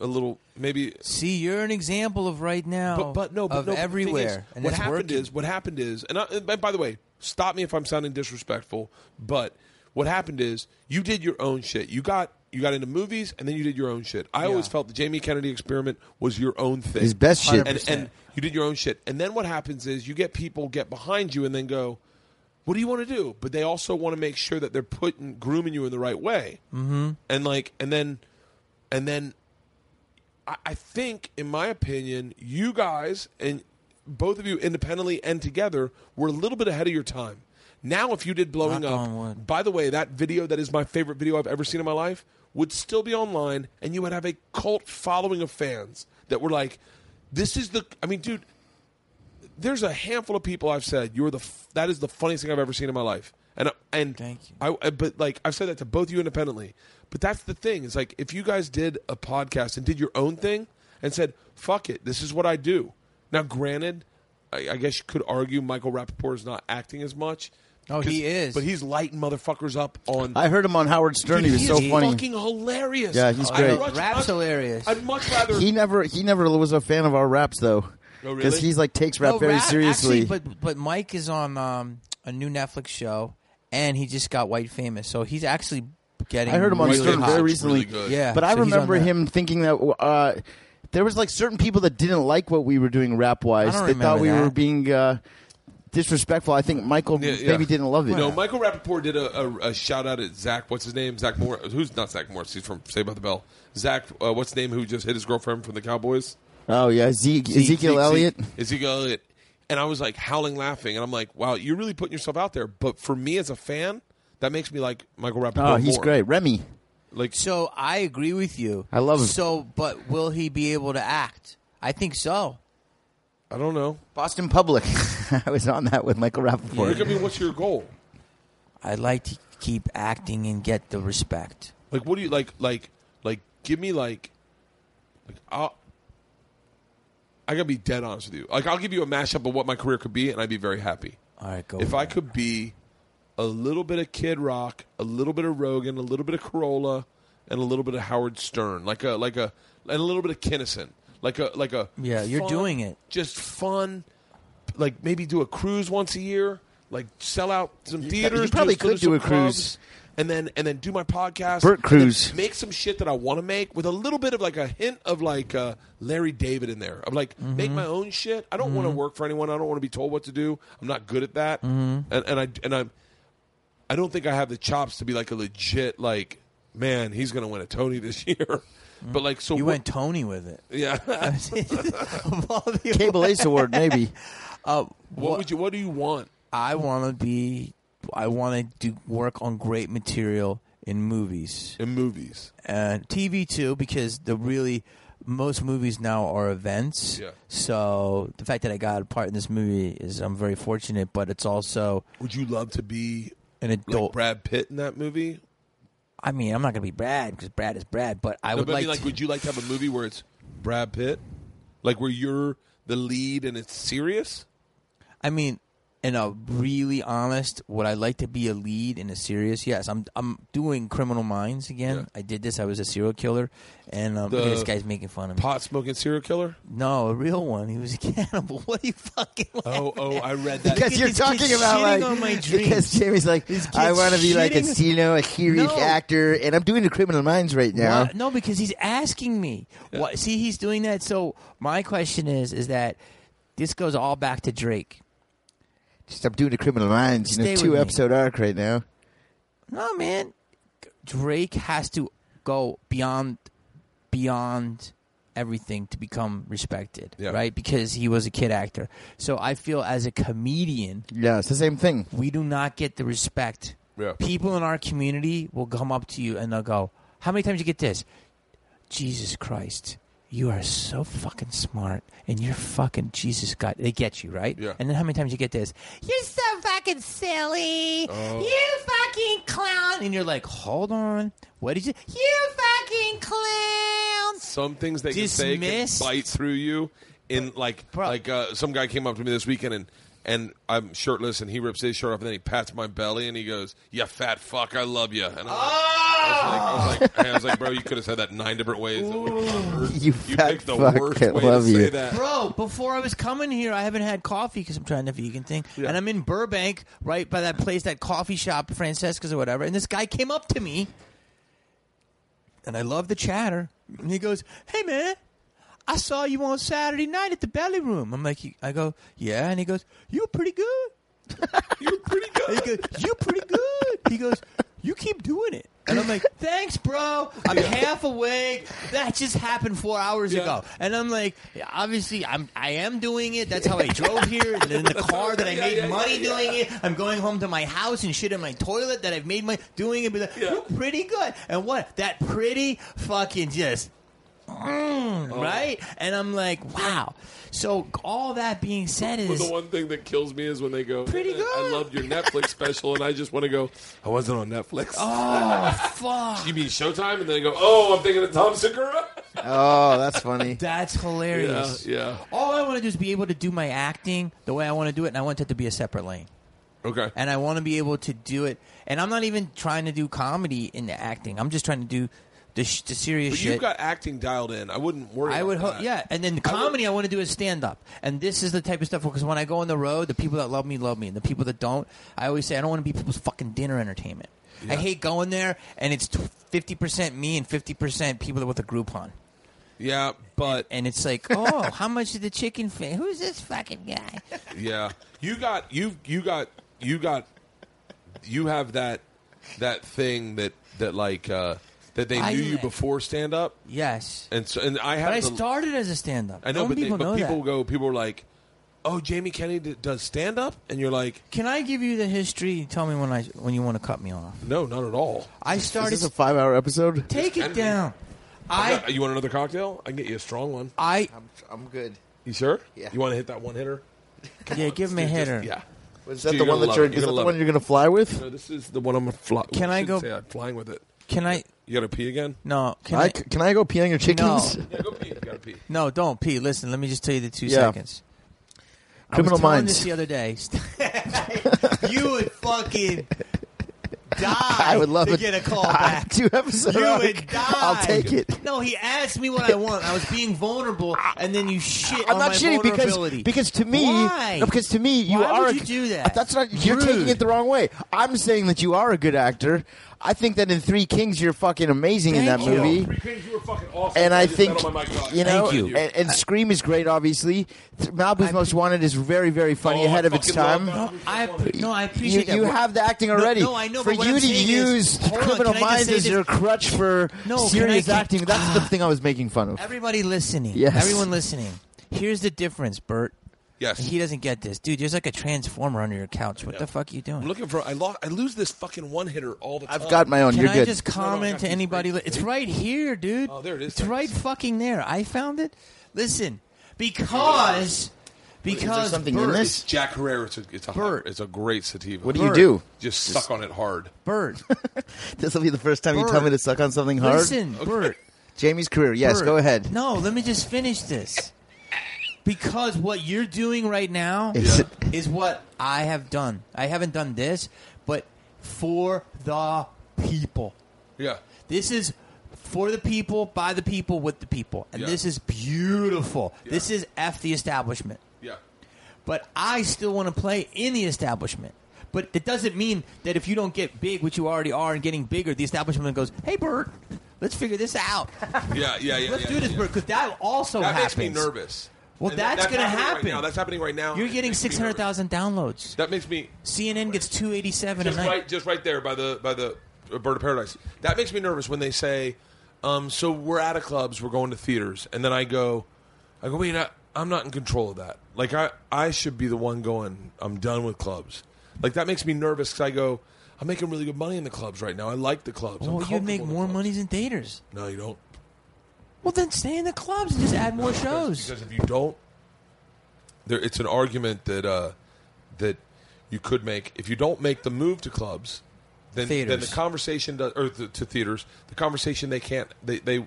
[SPEAKER 1] a little maybe.
[SPEAKER 5] See, you're an example of right now.
[SPEAKER 1] But but no, but
[SPEAKER 5] of
[SPEAKER 1] no, but the thing is,
[SPEAKER 5] everywhere. and
[SPEAKER 1] what
[SPEAKER 5] it's
[SPEAKER 1] happened
[SPEAKER 5] working.
[SPEAKER 1] is what happened is, and, I, and by the way, stop me if I'm sounding disrespectful. But what happened is, you did your own shit. You got you got into movies, and then you did your own shit. I always felt the Jamie Kennedy experiment was your own thing.
[SPEAKER 4] His best shit.
[SPEAKER 1] And, and you did your own shit. And then what happens is you get people get behind you and then go, what do you want to do? But they also want to make sure that they're putting grooming you in the right way. Mm-hmm. And like, and then, and then, I, I think, in my opinion, you guys and both of you independently and together were a little bit ahead of your time. Now, if you did blowing
[SPEAKER 5] Knock
[SPEAKER 1] up,
[SPEAKER 5] on wood.
[SPEAKER 1] by the way, that video that is my favorite video I've ever seen in my life would still be online, and you would have a cult following of fans that were like, "This is the." I mean, dude, there's a handful of people I've said you're the f- that is the funniest thing I've ever seen in my life, and and
[SPEAKER 5] Thank you.
[SPEAKER 1] I, I- but like I've said that to both of you independently, but that's the thing is like if you guys did a podcast and did your own thing and said fuck it, this is what I do. Now, granted, I, I guess you could argue Michael Rappaport is not acting as much.
[SPEAKER 5] Oh, he
[SPEAKER 1] because-
[SPEAKER 5] is.
[SPEAKER 1] but he's lighting motherfuckers up on.
[SPEAKER 4] I heard him on Howard Stern.
[SPEAKER 1] Dude,
[SPEAKER 4] he was so
[SPEAKER 1] is
[SPEAKER 4] funny.
[SPEAKER 1] fucking hilarious.
[SPEAKER 4] Yeah, he's
[SPEAKER 1] I'd
[SPEAKER 4] great.
[SPEAKER 1] much-
[SPEAKER 5] Rap's
[SPEAKER 1] I'd-
[SPEAKER 5] hilarious.
[SPEAKER 1] I'd much rather
[SPEAKER 4] He never he never was a fan of our raps though.
[SPEAKER 1] Oh, really?
[SPEAKER 4] Because he's like takes rap
[SPEAKER 5] No,
[SPEAKER 4] very
[SPEAKER 5] Rap-
[SPEAKER 4] seriously.
[SPEAKER 5] Actually, but but Mike is on um, a new Netflix show, and he just got white famous, so he's actually getting.
[SPEAKER 4] I heard him on
[SPEAKER 1] Mike
[SPEAKER 5] really
[SPEAKER 4] Stern
[SPEAKER 5] hot.
[SPEAKER 4] very
[SPEAKER 1] Lynch
[SPEAKER 4] recently.
[SPEAKER 1] really good.
[SPEAKER 5] Yeah,
[SPEAKER 4] But I
[SPEAKER 5] so he's on
[SPEAKER 4] remember
[SPEAKER 5] that.
[SPEAKER 4] him thinking that uh, there was like certain people that didn't like what we were doing rap wise.
[SPEAKER 5] I don't
[SPEAKER 4] They thought
[SPEAKER 5] remember
[SPEAKER 4] we
[SPEAKER 5] that.
[SPEAKER 4] were being uh, disrespectful. I think Michael
[SPEAKER 1] Yeah, yeah.
[SPEAKER 4] maybe didn't love it.
[SPEAKER 1] No, Michael Rappaport did a, a, a shout out at Zach. What's his name? Zach Moore. Who's not Zach Morris? He's from Saved by the Bell. Zach, uh, what's his name? Who just hit his girlfriend from the Cowboys?
[SPEAKER 4] oh yeah, Zeke, Ezekiel
[SPEAKER 1] Zeke,
[SPEAKER 4] Elliott.
[SPEAKER 1] Zeke, Ezekiel Elliott. And I was like howling, laughing, and I'm like, "Wow, you're really putting yourself out there." But for me as a fan, that makes me like Michael Rappaport.
[SPEAKER 4] Oh, he's
[SPEAKER 1] more.
[SPEAKER 4] great. Remy.
[SPEAKER 1] Like,
[SPEAKER 5] So I agree with you.
[SPEAKER 4] I love him.
[SPEAKER 5] So, but will he be able to act? I think so.
[SPEAKER 1] I don't know.
[SPEAKER 4] Boston Public. I was on that with Michael Rappaport.
[SPEAKER 1] Look at me. What's your goal?
[SPEAKER 5] I'd like to keep acting and get the respect.
[SPEAKER 1] Like, what do you like? Like, like, give me like, like I'll. I gotta be dead honest with you. Like, I'll give you a mashup of what my career could be, and I'd be very happy.
[SPEAKER 5] All right, go.
[SPEAKER 1] if I could be a little bit of Kid Rock, a little bit of Rogan, a little bit of Corolla, and a little bit of Howard Stern, like a like a and a little bit of Kinnison, like a like a
[SPEAKER 5] Yeah, you're
[SPEAKER 1] fun-
[SPEAKER 5] doing it.
[SPEAKER 1] just fun, like maybe do a cruise once a year, like sell out some theaters,
[SPEAKER 4] you probably
[SPEAKER 1] go to
[SPEAKER 4] could do
[SPEAKER 1] some
[SPEAKER 4] a cruise.
[SPEAKER 1] clubs, and then and then do my podcast,
[SPEAKER 4] Bert
[SPEAKER 1] and then
[SPEAKER 4] Cruise.
[SPEAKER 1] make some shit that I want to make with a little bit of like a hint of like uh, Larry David in there. Of like
[SPEAKER 5] Mm-hmm.
[SPEAKER 1] make my own shit. I don't want to work for anyone. I don't want to be told what to do. I'm not good at that.
[SPEAKER 5] Mm-hmm.
[SPEAKER 1] And, and I and I'm I don't think I have the chops to be like a legit like man. He's gonna win a Tony this year. But like so
[SPEAKER 5] Mm-hmm. you
[SPEAKER 1] what-
[SPEAKER 5] went Tony with it.
[SPEAKER 1] yeah.
[SPEAKER 5] Of all the-
[SPEAKER 4] Cable Ace Award, maybe.
[SPEAKER 5] Uh,
[SPEAKER 1] what would you? What do you want?
[SPEAKER 5] I want to be. I want to do work on great material in movies
[SPEAKER 1] in movies.
[SPEAKER 5] and TV too, because the really most movies now are events.
[SPEAKER 1] Yeah.
[SPEAKER 5] So the fact that I got a part in this movie is I'm very fortunate, but it's also
[SPEAKER 1] Would you love to be
[SPEAKER 5] an
[SPEAKER 1] like
[SPEAKER 5] adult.
[SPEAKER 1] Brad Pitt in that movie?
[SPEAKER 5] I mean, I'm not gonna be Brad because Brad is Brad, but I
[SPEAKER 1] No,
[SPEAKER 5] would
[SPEAKER 1] but I
[SPEAKER 5] like.
[SPEAKER 1] mean, like,
[SPEAKER 5] to-
[SPEAKER 1] would you like to have a movie where it's Brad Pitt, like where you're the lead and it's serious?
[SPEAKER 5] I mean, in a really honest, would I like to be a lead in a series? Yes, I'm. I'm doing Criminal Minds again.
[SPEAKER 1] Yeah.
[SPEAKER 5] I did this. I was a serial killer, and um, look at
[SPEAKER 1] The
[SPEAKER 5] this guy's making fun of me.
[SPEAKER 1] Pot smoking serial killer.
[SPEAKER 5] no, a real one. He was a cannibal. What are you fucking? laughing
[SPEAKER 1] Oh, oh,
[SPEAKER 5] at?
[SPEAKER 1] I read that.
[SPEAKER 4] Because
[SPEAKER 5] Look at
[SPEAKER 4] you're
[SPEAKER 5] this
[SPEAKER 4] talking
[SPEAKER 5] kid
[SPEAKER 4] about
[SPEAKER 5] shitting
[SPEAKER 4] like
[SPEAKER 5] on my
[SPEAKER 4] because
[SPEAKER 5] dreams.
[SPEAKER 4] Jamie's like
[SPEAKER 5] This kid's
[SPEAKER 4] I want to be like a
[SPEAKER 5] shitting-
[SPEAKER 4] casino, a serious
[SPEAKER 5] No.
[SPEAKER 4] actor, and I'm doing the Criminal Minds right now.
[SPEAKER 5] Why- No, because he's asking me. What? See, he's doing that. So my question is, is that this goes all back to Drake?
[SPEAKER 4] Just I'm doing the Criminal Minds in
[SPEAKER 5] Stay
[SPEAKER 4] a
[SPEAKER 5] with
[SPEAKER 4] two
[SPEAKER 5] me.
[SPEAKER 4] episode arc right now.
[SPEAKER 5] No, man. Drake has to go beyond beyond everything to become respected,
[SPEAKER 1] Yeah.
[SPEAKER 5] right? Because he was a kid actor. So I feel as a comedian,
[SPEAKER 4] Yeah, it's the same thing.
[SPEAKER 5] we do not get the respect.
[SPEAKER 1] Yeah.
[SPEAKER 5] People in our community will come up to you and they'll go, "How many times you get this?" Jesus Christ, you are so fucking smart, and you're fucking Jesus God. They get you right.
[SPEAKER 1] Yeah.
[SPEAKER 5] And then how many times you get this? You're so fucking silly.
[SPEAKER 1] Oh.
[SPEAKER 5] You fucking clown. And you're like, hold on, what did you? You fucking clown.
[SPEAKER 1] Some things they can say can
[SPEAKER 5] Dismissed.
[SPEAKER 1] bite through you. In like,
[SPEAKER 5] Bro.
[SPEAKER 1] like uh, some guy came up to me this weekend and. And I'm shirtless, and he rips his shirt off, and then he pats my belly, and he goes, "You fat fuck, I love you." And I'm like, I, was like, I was like, I was like, bro, you could have said that nine different ways. That would've gone worse.
[SPEAKER 4] You
[SPEAKER 1] you
[SPEAKER 4] fat
[SPEAKER 1] picked the
[SPEAKER 4] fuck,
[SPEAKER 1] worst
[SPEAKER 4] I
[SPEAKER 1] way
[SPEAKER 4] love
[SPEAKER 1] to
[SPEAKER 4] you.
[SPEAKER 1] say that.
[SPEAKER 5] Bro, before I was coming here, I haven't had coffee because I'm trying the vegan thing. And I'm in Burbank, right by that place, that coffee shop, Francesca's or whatever. And this guy came up to me and I love the chatter. And he goes, "Hey man, I saw you on Saturday night at the Belly Room." I'm like, I go, "Yeah," and he goes, "You were pretty good. You were pretty good." he goes, "You pretty good." He goes, "You keep doing it." And I'm like, thanks, bro. I'm half awake. That just happened four hours
[SPEAKER 1] Yeah.
[SPEAKER 5] ago. And I'm like, yeah, obviously, I'm I am doing it. That's how I drove here and in the car that I
[SPEAKER 1] Yeah,
[SPEAKER 5] made
[SPEAKER 1] yeah,
[SPEAKER 5] money
[SPEAKER 1] yeah,
[SPEAKER 5] doing it. I'm going home to my house and shit in my toilet that I've made my doing it. But like,
[SPEAKER 1] Yeah.
[SPEAKER 5] "You're pretty good. And what that pretty fucking just. mm,
[SPEAKER 1] Oh.
[SPEAKER 5] Right, and I'm like, wow. So all that being said
[SPEAKER 1] Well,
[SPEAKER 5] is,
[SPEAKER 1] the one thing that kills me is when they go,
[SPEAKER 5] Pretty
[SPEAKER 1] "Man, I
[SPEAKER 5] good."
[SPEAKER 1] loved your Netflix special, and I just want to go. I wasn't on Netflix.
[SPEAKER 5] oh fuck,
[SPEAKER 1] You mean Showtime? And then they go, oh, I'm thinking of Tom Segura.
[SPEAKER 4] Oh, that's funny.
[SPEAKER 5] that's
[SPEAKER 1] Yeah,
[SPEAKER 5] hilarious.
[SPEAKER 1] yeah.
[SPEAKER 5] All I want to do is be able to do my acting the way I want to do it, and I want that to be a separate lane.
[SPEAKER 1] Okay.
[SPEAKER 5] and I want to be able to do it. And I'm not even trying to do comedy in the acting. I'm just trying to do the, sh- the serious
[SPEAKER 1] But
[SPEAKER 5] shit.
[SPEAKER 1] you've got acting dialed in. I wouldn't worry.
[SPEAKER 5] I
[SPEAKER 1] about
[SPEAKER 5] would hope,
[SPEAKER 1] that.
[SPEAKER 5] yeah. And then the comedy, I, want to do is stand up. And this is the type of stuff because when I go on the road, the people that love me love me, and the people that don't, I always say I don't want to be people's fucking dinner entertainment. I hate going there, and it's fifty percent me and fifty percent people with a Groupon.
[SPEAKER 1] yeah, but
[SPEAKER 5] And it's like, oh, how much did the chicken? Fa- Who's this fucking guy?
[SPEAKER 1] yeah, you got you you got you got you have that that thing that that like uh that they
[SPEAKER 5] I-
[SPEAKER 1] knew you before stand up,
[SPEAKER 5] Yes,
[SPEAKER 1] and so and I had
[SPEAKER 5] but I
[SPEAKER 1] the-
[SPEAKER 5] started as a stand-up.
[SPEAKER 1] I know,
[SPEAKER 5] Some
[SPEAKER 1] but,
[SPEAKER 5] people
[SPEAKER 1] they, but
[SPEAKER 5] know
[SPEAKER 1] people
[SPEAKER 5] that.
[SPEAKER 1] go, people are like, oh, Jamie Kennedy d- does stand up, and you're like,
[SPEAKER 5] Can I give you the history? and Tell me when I when you want to cut me off.
[SPEAKER 1] no, not at all.
[SPEAKER 5] I
[SPEAKER 4] Is
[SPEAKER 5] started.
[SPEAKER 4] this a five-hour episode?
[SPEAKER 5] take it
[SPEAKER 1] Envy.
[SPEAKER 5] down.
[SPEAKER 1] Yeah,
[SPEAKER 5] I
[SPEAKER 1] you want another cocktail? I can get you a strong one.
[SPEAKER 5] I
[SPEAKER 4] I'm, I'm good.
[SPEAKER 1] You sure?
[SPEAKER 4] Yeah.
[SPEAKER 1] You want to hit that one hitter?
[SPEAKER 5] yeah. Give him a
[SPEAKER 1] Just-
[SPEAKER 5] hitter.
[SPEAKER 1] yeah.
[SPEAKER 4] Was that
[SPEAKER 1] Dude,
[SPEAKER 4] the
[SPEAKER 1] you're gonna
[SPEAKER 4] one that
[SPEAKER 1] love
[SPEAKER 4] you're?
[SPEAKER 1] it.
[SPEAKER 4] Is
[SPEAKER 1] You're gonna
[SPEAKER 4] that the
[SPEAKER 1] love
[SPEAKER 4] one
[SPEAKER 1] it.
[SPEAKER 4] you're gonna fly with?
[SPEAKER 1] No, this is the one I'm a fly.
[SPEAKER 5] Can I
[SPEAKER 1] shouldn't
[SPEAKER 5] go-
[SPEAKER 1] Say I'm flying with it.
[SPEAKER 5] Can I?
[SPEAKER 1] You gotta pee again?
[SPEAKER 5] No. Can I,
[SPEAKER 4] I, c- can I go pee on your chickens?
[SPEAKER 5] No.
[SPEAKER 1] Yeah, go pee. You gotta pee.
[SPEAKER 5] No. Don't pee. Listen. Let me just tell you the two
[SPEAKER 4] Yeah.
[SPEAKER 5] seconds. I
[SPEAKER 4] Criminal
[SPEAKER 5] was telling
[SPEAKER 4] Minds.
[SPEAKER 5] This the other day. you would fucking die.
[SPEAKER 4] I would love
[SPEAKER 5] to
[SPEAKER 4] it.
[SPEAKER 5] get a call
[SPEAKER 4] I-
[SPEAKER 5] back.
[SPEAKER 4] Two episodes.
[SPEAKER 5] You
[SPEAKER 4] I'll-
[SPEAKER 5] would die.
[SPEAKER 4] I'll take it.
[SPEAKER 5] No, he asked me what I want. I was being vulnerable, and then you shit.
[SPEAKER 4] I'm
[SPEAKER 5] on
[SPEAKER 4] not
[SPEAKER 5] my
[SPEAKER 4] shitty because
[SPEAKER 5] vulnerability.
[SPEAKER 4] because to me,
[SPEAKER 5] Why?
[SPEAKER 4] no, because to me, you
[SPEAKER 5] Why
[SPEAKER 4] are.
[SPEAKER 5] would
[SPEAKER 4] a-
[SPEAKER 5] you do that?
[SPEAKER 4] That's not. You're
[SPEAKER 5] Rude.
[SPEAKER 4] taking it the wrong way. I'm saying that you are a good actor. I think that in Three Kings, you're fucking amazing in that
[SPEAKER 5] Thank you.
[SPEAKER 4] movie.
[SPEAKER 1] Three Kings, you were fucking awesome.
[SPEAKER 4] And I
[SPEAKER 1] just said
[SPEAKER 4] think
[SPEAKER 1] on my mic, God.
[SPEAKER 4] you know,
[SPEAKER 5] Thank you.
[SPEAKER 4] And, and Scream is great. Obviously, Th- Malibu's Most Wanted is very, very funny
[SPEAKER 1] Oh, I
[SPEAKER 4] ahead of its
[SPEAKER 1] fucking love
[SPEAKER 4] time.
[SPEAKER 1] that.
[SPEAKER 5] I appre- no, I
[SPEAKER 4] You,
[SPEAKER 5] appreciate that.
[SPEAKER 4] you
[SPEAKER 5] We're-
[SPEAKER 4] have the acting
[SPEAKER 5] No,
[SPEAKER 4] already.
[SPEAKER 5] no, I know,
[SPEAKER 4] For
[SPEAKER 5] but what
[SPEAKER 4] you
[SPEAKER 5] I'm
[SPEAKER 4] to
[SPEAKER 5] saying
[SPEAKER 4] use
[SPEAKER 5] is- hold on,
[SPEAKER 4] Criminal
[SPEAKER 5] can I just
[SPEAKER 4] Minds
[SPEAKER 5] say
[SPEAKER 4] as
[SPEAKER 5] this?
[SPEAKER 4] your crutch for
[SPEAKER 5] No, can I
[SPEAKER 4] serious
[SPEAKER 5] get- Ah.
[SPEAKER 4] acting. That's the thing I was making fun of.
[SPEAKER 5] Everybody listening.
[SPEAKER 4] Yes.
[SPEAKER 5] Everyone listening. Here's the difference, Bert.
[SPEAKER 1] Yes.
[SPEAKER 5] He doesn't get this. Dude, there's like a transformer under your couch. What the fuck are you doing?
[SPEAKER 1] I'm looking for. I lost. I lose this fucking one hitter all the time.
[SPEAKER 4] I've got my own.
[SPEAKER 5] Can
[SPEAKER 4] you're
[SPEAKER 5] I
[SPEAKER 4] good.
[SPEAKER 5] just
[SPEAKER 1] No, no, I got
[SPEAKER 5] comment to
[SPEAKER 1] these
[SPEAKER 5] anybody?
[SPEAKER 1] great-
[SPEAKER 5] li- It's right here, dude.
[SPEAKER 1] Oh, there it is.
[SPEAKER 5] It's right fucking there. I found it. Listen, because because
[SPEAKER 4] something
[SPEAKER 5] Bert,
[SPEAKER 4] in this?
[SPEAKER 1] It's Jack Herrera. It's a, it's a, hot,
[SPEAKER 5] Bert.
[SPEAKER 1] it's a great sativa.
[SPEAKER 4] What do you do?
[SPEAKER 1] Just suck on it hard.
[SPEAKER 5] Bert,
[SPEAKER 4] This will be the first time you
[SPEAKER 5] Bird.
[SPEAKER 4] tell me to suck on something hard.
[SPEAKER 5] listen, Bert.
[SPEAKER 4] Jamie's career. Yes,
[SPEAKER 5] Bert.
[SPEAKER 4] go ahead.
[SPEAKER 5] No, let me just finish this. Because what you're doing right now
[SPEAKER 4] Is it-
[SPEAKER 5] is what I have done. I haven't done this, but for the people.
[SPEAKER 1] Yeah.
[SPEAKER 5] This is for the people, by the people, with the people. And
[SPEAKER 1] Yeah.
[SPEAKER 5] this is beautiful. This
[SPEAKER 1] Yeah.
[SPEAKER 5] is F the establishment.
[SPEAKER 1] Yeah.
[SPEAKER 5] But I still want to play in the establishment. But that doesn't mean that if you don't get big, which you already are, and getting bigger, the establishment goes, hey, Bert, let's figure this out.
[SPEAKER 1] Yeah. Yeah. Yeah.
[SPEAKER 5] Let's
[SPEAKER 1] yeah,
[SPEAKER 5] do this,
[SPEAKER 1] yeah.
[SPEAKER 5] Bert, because that also
[SPEAKER 1] That
[SPEAKER 5] happens.
[SPEAKER 1] makes me nervous.
[SPEAKER 5] Well,
[SPEAKER 1] that-
[SPEAKER 5] that's gonna
[SPEAKER 1] happening
[SPEAKER 5] happen.
[SPEAKER 1] Right now. That's happening right now.
[SPEAKER 5] You're
[SPEAKER 1] It
[SPEAKER 5] getting
[SPEAKER 1] makes me nervous.
[SPEAKER 5] 600,000 downloads.
[SPEAKER 1] That makes me
[SPEAKER 5] CNN gets 287 a
[SPEAKER 1] just
[SPEAKER 5] night.
[SPEAKER 1] right, just right there by the by the uh, Bird of Paradise. That makes me nervous when they say, um, "So we're out of clubs, we're going to theaters," and then I go, "I go, wait, I, I'm not in control of that. Like I, I should be the one going. I'm done with clubs. Like that makes me nervous because I go, I'm making really good money in the clubs right now. I like the clubs. I'm
[SPEAKER 5] Well, you'd
[SPEAKER 1] comfortable
[SPEAKER 5] make
[SPEAKER 1] in the
[SPEAKER 5] more
[SPEAKER 1] clubs."
[SPEAKER 5] money than theaters.
[SPEAKER 1] No, you don't.
[SPEAKER 5] Well, then stay in the clubs and just add more shows.
[SPEAKER 1] Because if you don't, there, it's an argument that uh, that you could make. If you don't make the move to clubs, then then
[SPEAKER 5] Theaters.
[SPEAKER 1] the conversation does, or the, to theaters, the conversation they can't they they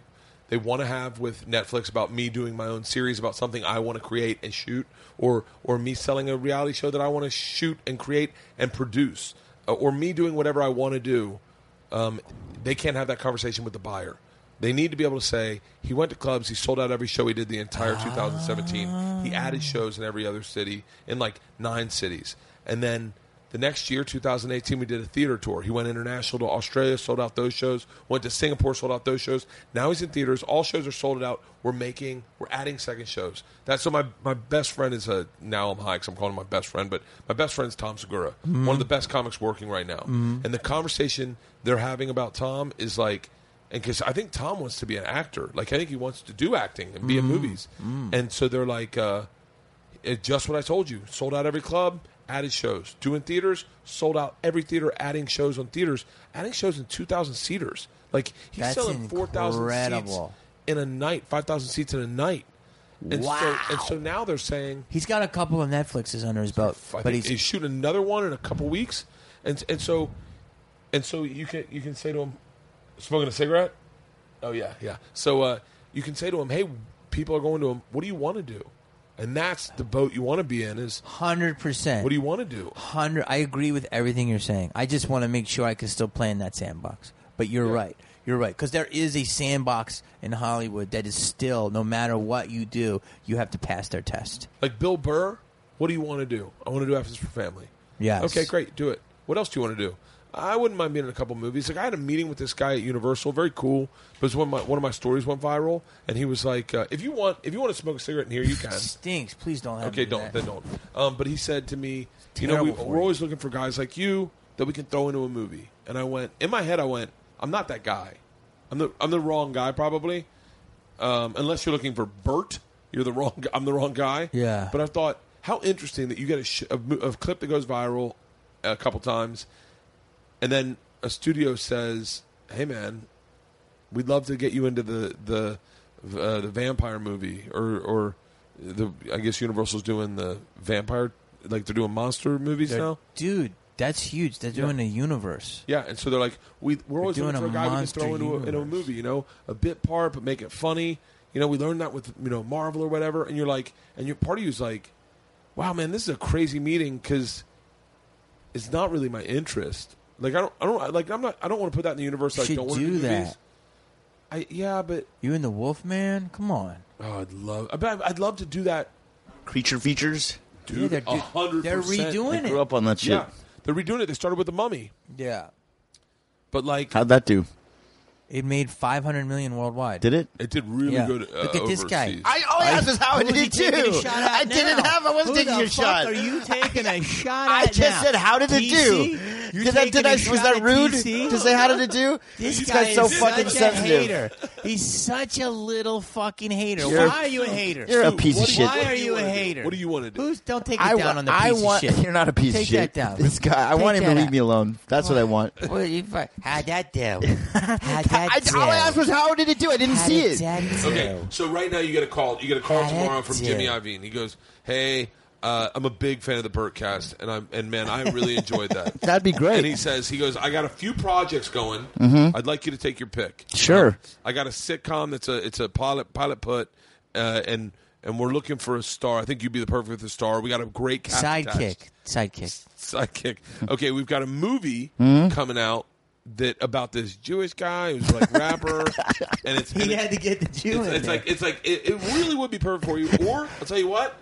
[SPEAKER 1] they want to have with Netflix about me doing my own series about something I want to create and shoot, or or me selling a reality show that I want to shoot and create and produce, uh, or me doing whatever I want to do. Um, they can't have that conversation with the buyer. They need to be able to say he went to clubs, he sold out every show he did the entire 2017. He added shows in every other city in like nine cities, and then The next year, 2018, we did a theater tour. He went international to Australia, sold out those shows. Went to Singapore, sold out those shows. Now he's in theaters. All shows are sold out. We're making, we're adding second shows. That's so my my best friend is a now I'm high because I'm calling him my best friend, but my best friend's Tom Segura,
[SPEAKER 5] Mm-hmm.
[SPEAKER 1] one of the best comics working right now. And the conversation they're having about Tom is like, and because I think Tom wants to be an actor. Like I think he wants to do acting and
[SPEAKER 5] Mm-hmm.
[SPEAKER 1] be in movies. And so they're like. uh it, just what I told you. Sold out every club, added shows. Doing theaters, sold out every theater, adding shows on theaters, adding shows in 2,000 seaters. Like, he's
[SPEAKER 5] That's
[SPEAKER 1] selling 4,000 seats
[SPEAKER 5] incredible.
[SPEAKER 1] in a night, 5,000 seats in a night. And
[SPEAKER 5] Wow.
[SPEAKER 1] So, and so now they're saying,
[SPEAKER 5] He's got a couple of Netflixes under his belt,
[SPEAKER 1] I
[SPEAKER 5] but
[SPEAKER 1] think
[SPEAKER 5] he's
[SPEAKER 1] he's shooting another one in a couple weeks. And, and so and so you can you can say to him, smoking a cigarette? Oh yeah, yeah. So uh, you can say to him, hey, people are going to him, what do you want to do? And that's the boat you want to be in is
[SPEAKER 5] hundred percent.
[SPEAKER 1] what do you want to do?
[SPEAKER 5] hundred. I agree with everything you're saying. I just want to make sure I can still play in that sandbox. But you're right. You're right because there is a sandbox in Hollywood that is still, no matter what you do, you have to pass their test.
[SPEAKER 1] Like Bill Burr, what do you want to do? I want to do Afternoons for Family.
[SPEAKER 5] Yes.
[SPEAKER 1] Okay, great. Do it. What else do you want to do? I wouldn't mind being in a couple movies. Like I had a meeting with this guy at Universal, very cool. Because one of my one of my stories went viral, and he was like, uh, "If you want, if you want to smoke a cigarette in here, you can."
[SPEAKER 5] Stinks. Please don't. Have
[SPEAKER 1] Okay,
[SPEAKER 5] me do
[SPEAKER 1] don't
[SPEAKER 5] that.
[SPEAKER 1] then don't. Um, but he said to me, you know, we,
[SPEAKER 5] terrible for
[SPEAKER 1] we're
[SPEAKER 5] you.
[SPEAKER 1] always looking for guys like you that we can throw into a movie. And I went in my head, I went, I'm not that guy. I'm the I'm the wrong guy probably. Um, unless you're looking for Bert, you're the wrong. gu- I'm the wrong guy.
[SPEAKER 5] Yeah.
[SPEAKER 1] But I thought how interesting that you get a, sh- a, mo- a clip that goes viral a couple times, and then a studio says, "Hey, man, we'd love to get you into the the uh, the vampire movie or or the I guess Universal's doing the vampire like they're doing monster movies
[SPEAKER 5] They're-
[SPEAKER 1] now.
[SPEAKER 5] dude. That's huge. They're doing a universe.
[SPEAKER 1] Yeah, and so they're like, we we're always
[SPEAKER 5] doing
[SPEAKER 1] looking for
[SPEAKER 5] a
[SPEAKER 1] a guy we can
[SPEAKER 5] monster
[SPEAKER 1] throw into a, into a
[SPEAKER 5] universe.
[SPEAKER 1] movie, you know, a bit part but make it funny. You know, we learned that with you know Marvel or whatever, and you're like, and your part of you's like, wow, man, this is a crazy meeting because it's not really my interest. Like I don't, I don't like I'm not, I don't want to put that in the universe. That I
[SPEAKER 5] Should
[SPEAKER 1] don't want to
[SPEAKER 5] do
[SPEAKER 1] do movies.
[SPEAKER 5] that.
[SPEAKER 1] I yeah, but
[SPEAKER 5] You and the Wolf Man. Come on.
[SPEAKER 1] oh, I'd love, I- but I'd love to do that
[SPEAKER 4] Creature features.
[SPEAKER 5] Yeah,
[SPEAKER 1] dude,
[SPEAKER 5] they're,
[SPEAKER 1] a hundred
[SPEAKER 5] they're
[SPEAKER 1] percent.
[SPEAKER 5] redoing
[SPEAKER 4] Grew
[SPEAKER 5] it.
[SPEAKER 4] up on that shit.
[SPEAKER 1] Yeah, they're redoing it. They started with the Mummy,
[SPEAKER 5] Yeah,
[SPEAKER 1] but like
[SPEAKER 4] How'd that do?
[SPEAKER 5] it made 500 million worldwide.
[SPEAKER 4] Did it?
[SPEAKER 1] it did really
[SPEAKER 5] Yeah.
[SPEAKER 1] good. Uh,
[SPEAKER 5] Look at this guy.
[SPEAKER 1] overseas.
[SPEAKER 4] I oh yeah, that's how I
[SPEAKER 5] Who
[SPEAKER 4] did
[SPEAKER 5] is
[SPEAKER 4] it
[SPEAKER 5] he taking a
[SPEAKER 4] too.
[SPEAKER 5] shot at
[SPEAKER 4] I didn't
[SPEAKER 5] now?
[SPEAKER 4] have. I
[SPEAKER 5] Who
[SPEAKER 4] wasn't taking
[SPEAKER 5] the
[SPEAKER 4] a
[SPEAKER 5] fuck
[SPEAKER 4] shot.
[SPEAKER 5] Are you taking a shot?
[SPEAKER 4] I
[SPEAKER 5] at
[SPEAKER 4] just
[SPEAKER 5] now?
[SPEAKER 4] said, how did it
[SPEAKER 5] TC?
[SPEAKER 4] do?
[SPEAKER 5] You
[SPEAKER 4] Did I,
[SPEAKER 5] taking
[SPEAKER 4] did
[SPEAKER 5] a
[SPEAKER 4] I,
[SPEAKER 5] shot
[SPEAKER 4] was that
[SPEAKER 5] at
[SPEAKER 4] rude
[SPEAKER 5] TC?
[SPEAKER 4] to say how did it do?
[SPEAKER 5] This,
[SPEAKER 4] this
[SPEAKER 5] guy
[SPEAKER 4] guy's so
[SPEAKER 5] is
[SPEAKER 4] fucking
[SPEAKER 5] such
[SPEAKER 4] sensitive.
[SPEAKER 5] A hater. He's such a little fucking hater.
[SPEAKER 4] You're-
[SPEAKER 5] Why are you a hater?
[SPEAKER 4] You're a
[SPEAKER 1] Dude,
[SPEAKER 4] piece of
[SPEAKER 1] what do
[SPEAKER 4] shit.
[SPEAKER 5] Why
[SPEAKER 1] what
[SPEAKER 5] are
[SPEAKER 1] do
[SPEAKER 5] you a
[SPEAKER 1] wanna do?
[SPEAKER 5] hater?
[SPEAKER 1] What do you want to do?
[SPEAKER 5] Who's don't take it
[SPEAKER 4] I,
[SPEAKER 5] down
[SPEAKER 4] wa-
[SPEAKER 5] on the piece
[SPEAKER 4] I want.
[SPEAKER 5] of shit.
[SPEAKER 4] You're not a piece of
[SPEAKER 5] Take
[SPEAKER 4] shit.
[SPEAKER 5] that down.
[SPEAKER 4] This guy. I
[SPEAKER 5] Take
[SPEAKER 4] want him to
[SPEAKER 5] that
[SPEAKER 4] leave
[SPEAKER 5] out.
[SPEAKER 4] me alone. That's what I want.
[SPEAKER 5] What you fi- How'd that do? How'd that
[SPEAKER 4] I,
[SPEAKER 5] do?
[SPEAKER 4] all I asked was how did it do? I didn't
[SPEAKER 5] How'd
[SPEAKER 4] see it.
[SPEAKER 5] that do?
[SPEAKER 1] Okay, so right now you get a call. You get a call
[SPEAKER 5] That's
[SPEAKER 1] tomorrow from
[SPEAKER 5] it.
[SPEAKER 1] Jimmy Iovine. He goes, "Hey, uh, I'm a big fan of the Burtcast, and I'm and man, I really enjoyed that."
[SPEAKER 4] That'd be great.
[SPEAKER 1] And he says, "He goes, I got a few projects going. I'd like you to take your pick.
[SPEAKER 4] Sure.
[SPEAKER 1] Um, I got a sitcom that's a it's a pilot pilot put, uh, and and we're looking for a star. I think you'd be the perfect the star. We got a great cast
[SPEAKER 5] Sidekick.
[SPEAKER 1] attached."
[SPEAKER 5] Sidekick.
[SPEAKER 1] sidekick. Okay, we've got a movie
[SPEAKER 5] Hmm?
[SPEAKER 1] coming out that about this Jewish guy who's like rapper, and it's and
[SPEAKER 5] He
[SPEAKER 1] it's-
[SPEAKER 5] had to get the Jew
[SPEAKER 1] it's,
[SPEAKER 5] in
[SPEAKER 1] it's
[SPEAKER 5] there.
[SPEAKER 1] like it's like it, it really would be perfect for you. Or I'll tell you what,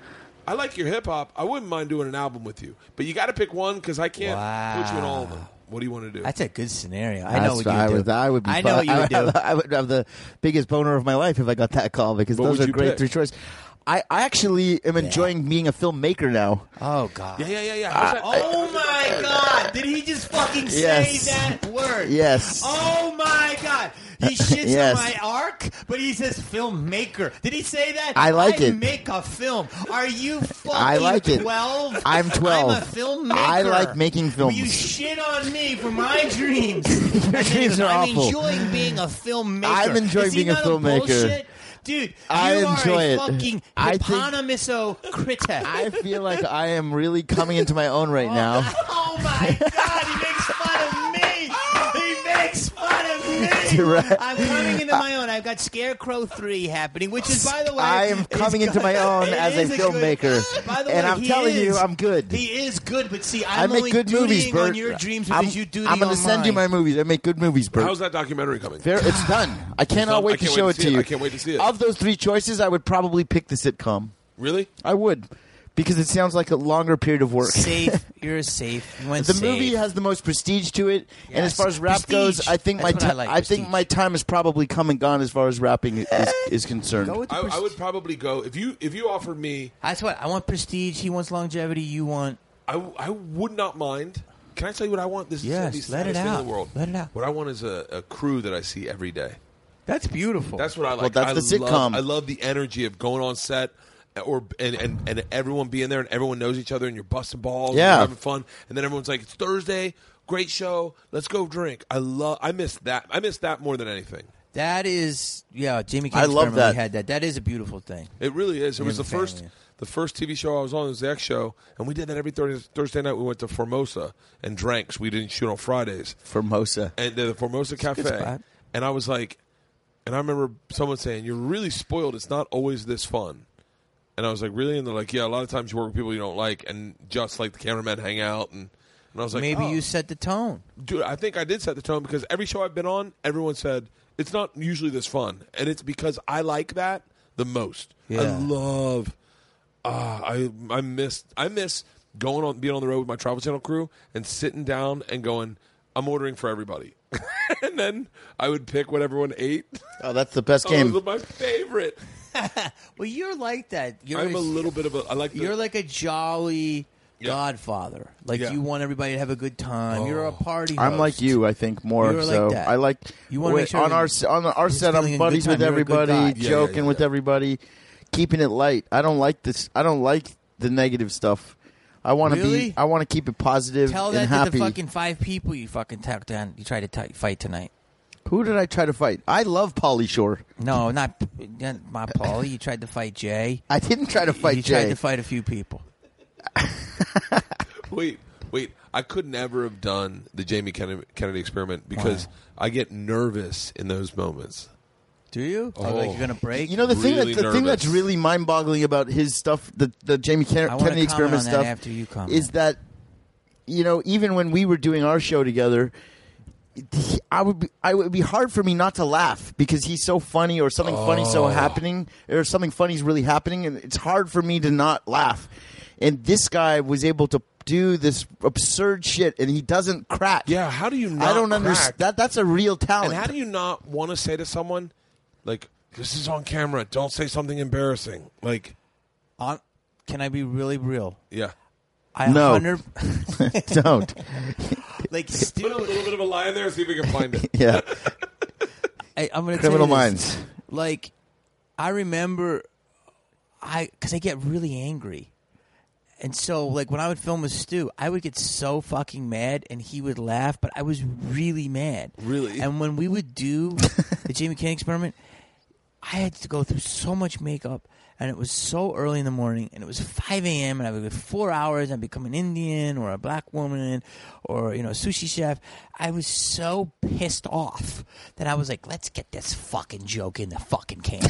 [SPEAKER 1] I like your hip hop. I wouldn't mind doing an album with you, but you got to pick one because I can't put you in all of them. What do you want to do?
[SPEAKER 5] That's a good scenario. I know
[SPEAKER 4] That's
[SPEAKER 5] what
[SPEAKER 4] I
[SPEAKER 5] you would
[SPEAKER 4] would,
[SPEAKER 5] do.
[SPEAKER 4] I would be.
[SPEAKER 5] I know
[SPEAKER 4] fine.
[SPEAKER 5] what you would
[SPEAKER 4] I,
[SPEAKER 5] do.
[SPEAKER 4] I would have the biggest boner of my life if I got that call because
[SPEAKER 1] What
[SPEAKER 4] those
[SPEAKER 1] would
[SPEAKER 4] are
[SPEAKER 1] you
[SPEAKER 4] great
[SPEAKER 1] pick?
[SPEAKER 4] three choices. I, I actually am enjoying being a filmmaker now.
[SPEAKER 5] Oh God.
[SPEAKER 1] yeah, yeah, yeah, yeah. How's that?
[SPEAKER 5] Oh my God! Did he just fucking say
[SPEAKER 4] Yes.
[SPEAKER 5] that word?
[SPEAKER 4] Yes.
[SPEAKER 5] Oh my God! He shits
[SPEAKER 4] Yes.
[SPEAKER 5] on my arc, but he says filmmaker. Did he say that?
[SPEAKER 4] I like it.
[SPEAKER 5] Make a film. Are you fucking
[SPEAKER 4] I like it.
[SPEAKER 5] twelve?
[SPEAKER 4] I'm 12.
[SPEAKER 5] I'm a filmmaker.
[SPEAKER 4] I like making films.
[SPEAKER 5] You shit on me for my dreams. And then he
[SPEAKER 4] dreams
[SPEAKER 5] goes,
[SPEAKER 4] are
[SPEAKER 5] I'm
[SPEAKER 4] awful.
[SPEAKER 5] enjoying being a filmmaker.
[SPEAKER 4] I'm enjoying
[SPEAKER 5] Is he
[SPEAKER 4] being a
[SPEAKER 5] not
[SPEAKER 4] filmmaker.
[SPEAKER 5] bullshit? Dude,
[SPEAKER 4] I
[SPEAKER 5] you
[SPEAKER 4] enjoy
[SPEAKER 5] are a
[SPEAKER 4] it.
[SPEAKER 5] fucking
[SPEAKER 4] I think-
[SPEAKER 5] hyponymousocrita.
[SPEAKER 4] I feel like I am really coming into my own right now.
[SPEAKER 5] Oh my God! He makes fun of me. He makes fun of me.
[SPEAKER 4] You're right.
[SPEAKER 5] I'm coming into my own. I've got Scarecrow three happening, which is, by the way,
[SPEAKER 4] I am
[SPEAKER 5] is
[SPEAKER 4] coming into
[SPEAKER 5] good.
[SPEAKER 4] my own
[SPEAKER 5] It
[SPEAKER 4] as
[SPEAKER 5] is
[SPEAKER 4] a
[SPEAKER 5] good-
[SPEAKER 4] filmmaker.
[SPEAKER 5] by the
[SPEAKER 4] And
[SPEAKER 5] way,
[SPEAKER 4] I'm
[SPEAKER 5] he
[SPEAKER 4] telling you,
[SPEAKER 5] is-
[SPEAKER 4] I'm good.
[SPEAKER 5] He is good, but see,
[SPEAKER 4] I
[SPEAKER 5] I'm
[SPEAKER 4] make
[SPEAKER 5] only
[SPEAKER 4] good movies,
[SPEAKER 5] dutying
[SPEAKER 4] Bert.
[SPEAKER 5] on your dreams
[SPEAKER 4] I'm,
[SPEAKER 5] because you do.
[SPEAKER 4] I'm
[SPEAKER 5] going to
[SPEAKER 4] send you my movies. I make good movies, Bert.
[SPEAKER 1] How's that documentary coming?
[SPEAKER 4] Fair- it's done. I cannot
[SPEAKER 1] done?
[SPEAKER 4] wait
[SPEAKER 1] I
[SPEAKER 4] to
[SPEAKER 1] can't
[SPEAKER 4] show
[SPEAKER 1] wait to
[SPEAKER 4] it
[SPEAKER 1] see
[SPEAKER 4] to
[SPEAKER 1] it.
[SPEAKER 4] you.
[SPEAKER 1] I can't wait to see it.
[SPEAKER 4] Of those three choices, I would probably pick the sitcom.
[SPEAKER 1] Really?
[SPEAKER 4] I would. because it sounds like a longer period of work.
[SPEAKER 5] safe. You're safe. You went
[SPEAKER 4] The
[SPEAKER 5] safe.
[SPEAKER 4] movie has the most prestige to it, and as
[SPEAKER 5] Yes.
[SPEAKER 4] far as rap
[SPEAKER 5] Prestige.
[SPEAKER 4] goes, I think
[SPEAKER 5] That's
[SPEAKER 4] my
[SPEAKER 5] what I
[SPEAKER 4] ti-
[SPEAKER 5] like,
[SPEAKER 4] I think
[SPEAKER 5] prestige.
[SPEAKER 4] my time is probably come and gone as far as rapping is, is concerned.
[SPEAKER 5] Go with the
[SPEAKER 1] I, I
[SPEAKER 5] pres-
[SPEAKER 1] would probably go if you if you offered me.
[SPEAKER 5] That's what I want. Prestige. He wants longevity. You want.
[SPEAKER 1] I, I would not mind. Can I tell you what I want? This is
[SPEAKER 5] Yes,
[SPEAKER 1] the least
[SPEAKER 5] let it
[SPEAKER 1] thing in
[SPEAKER 5] out.
[SPEAKER 1] the world.
[SPEAKER 5] Let it out.
[SPEAKER 1] What I want is a, a crew that I see every day.
[SPEAKER 5] That's beautiful.
[SPEAKER 1] That's what I like.
[SPEAKER 4] that's
[SPEAKER 1] I
[SPEAKER 4] the
[SPEAKER 1] Love,
[SPEAKER 4] sitcom.
[SPEAKER 1] I love the energy of going on set. Or and, and and everyone being there and everyone knows each other and you're busting balls and
[SPEAKER 4] Yeah.
[SPEAKER 1] you're having fun and then everyone's like it's Thursday great show let's go drink I love I miss that I miss that more than anything
[SPEAKER 5] That is, yeah, Jamie.
[SPEAKER 4] I love
[SPEAKER 5] Experiment,
[SPEAKER 4] that.
[SPEAKER 5] We had that. That is a beautiful thing.
[SPEAKER 1] It really is. It was the
[SPEAKER 5] have a
[SPEAKER 1] first
[SPEAKER 5] family.
[SPEAKER 1] the first TV show I was on was the X Show, and we did that every Thursday, Thursday night. We went to Formosa and drank. So we didn't shoot on Fridays,
[SPEAKER 4] Formosa.
[SPEAKER 1] and the Formosa Cafe.
[SPEAKER 5] spot.
[SPEAKER 1] And I was like, and I remember someone saying, "You're really spoiled. It's not always this fun." And I was like, "Really?" And they're like, "Yeah, a lot of times you work with people you don't like, and just like the cameramen hang out." And, and I was like,
[SPEAKER 5] Maybe
[SPEAKER 1] "Oh."
[SPEAKER 5] you set the tone.
[SPEAKER 1] dude, I think I did set the tone because every show I've been on, everyone said it's not usually this fun, and it's because I like that the most. I
[SPEAKER 5] Yeah.
[SPEAKER 1] love. Ah, I I miss I miss going on being on the road with my Travel Channel crew and sitting down and going. I'm ordering for everybody, and then I would pick what everyone ate.
[SPEAKER 4] Oh, that's the best
[SPEAKER 1] Oh,
[SPEAKER 4] game.
[SPEAKER 1] those are my favorite.
[SPEAKER 5] Well, you're like that. You're
[SPEAKER 1] I'm a little bit of a. I like. The,
[SPEAKER 5] You're like a jolly
[SPEAKER 1] Yeah.
[SPEAKER 5] Godfather. Like
[SPEAKER 1] Yeah. Oh.
[SPEAKER 5] you want everybody to have a good time. You're a party.
[SPEAKER 4] I'm
[SPEAKER 5] host.
[SPEAKER 4] like you, I think more.
[SPEAKER 5] You're like
[SPEAKER 4] so
[SPEAKER 5] that.
[SPEAKER 4] I like
[SPEAKER 5] You wanna
[SPEAKER 4] wait,
[SPEAKER 5] make sure
[SPEAKER 4] on our
[SPEAKER 5] everything-
[SPEAKER 4] on our
[SPEAKER 5] it's
[SPEAKER 4] set. I'm
[SPEAKER 5] feeling a
[SPEAKER 4] buddies
[SPEAKER 5] good time.
[SPEAKER 4] with
[SPEAKER 5] You're a good
[SPEAKER 4] everybody,
[SPEAKER 5] guy.
[SPEAKER 1] Yeah, yeah,
[SPEAKER 4] joking
[SPEAKER 1] yeah,
[SPEAKER 4] with
[SPEAKER 1] yeah.
[SPEAKER 4] everybody, keeping it light. I don't like this. I don't like the negative stuff. I want to
[SPEAKER 5] Really?
[SPEAKER 4] be. I want to keep it positive
[SPEAKER 5] Tell
[SPEAKER 4] and
[SPEAKER 5] that
[SPEAKER 4] happy.
[SPEAKER 5] to the fucking five people you fucking talk down. You try to t- fight tonight.
[SPEAKER 4] Who did I try to fight? I love Polly Shore.
[SPEAKER 5] No, not, not my Paulie. You tried to fight Jay.
[SPEAKER 4] I didn't try to fight
[SPEAKER 5] you
[SPEAKER 4] Jay.
[SPEAKER 5] tried to fight a few people.
[SPEAKER 1] wait, wait. I could never have done the Jamie Kennedy, Kennedy experiment because I get nervous in those moments.
[SPEAKER 5] Do you? Oh. Like you're gonna break?
[SPEAKER 4] you know the thing
[SPEAKER 1] really
[SPEAKER 4] that, the thing that's
[SPEAKER 1] nervous.
[SPEAKER 4] really mind-boggling about his stuff, the the Jamie Ken-
[SPEAKER 5] I wanna
[SPEAKER 4] Kennedy
[SPEAKER 5] comment
[SPEAKER 4] experiment
[SPEAKER 5] on that
[SPEAKER 4] stuff,
[SPEAKER 5] after you comment.
[SPEAKER 4] is that you know even when we were doing our show together, he- I would be, I would be hard for me not to laugh because he's so funny or something funny
[SPEAKER 1] Oh.
[SPEAKER 4] so happening or something funny is really happening and it's hard for me to not laugh. And this guy was able to do this absurd shit and he doesn't crack.
[SPEAKER 1] Yeah, how do you not
[SPEAKER 4] I don't
[SPEAKER 1] crack?
[SPEAKER 4] understand. That that's a real talent.
[SPEAKER 1] And how do you not want to say to someone, like, this is on camera, don't say something embarrassing? Like,
[SPEAKER 5] On, can I be really real?
[SPEAKER 1] yeah.
[SPEAKER 5] I
[SPEAKER 4] No.
[SPEAKER 5] 100
[SPEAKER 4] don't.
[SPEAKER 5] like still.
[SPEAKER 1] little bit of a lie in there, see if we can find it.
[SPEAKER 4] Yeah.
[SPEAKER 5] I, I'm gonna tell
[SPEAKER 4] Criminal
[SPEAKER 5] you
[SPEAKER 4] Minds.
[SPEAKER 5] this. Like, I remember, I because I get really angry, and so like when I would film with Stu, I would get so fucking mad, and he would laugh, but I was really mad,
[SPEAKER 1] Really?
[SPEAKER 5] And when we would do the Jamie Kennedy experiment, I had to go through so much makeup, and it was so early in the morning, and it was 5 a.m., and I would be four hours, and I'd become an Indian or a black woman or, you know, a sushi chef. I was so pissed off that I was like, let's get this fucking joke in the fucking can.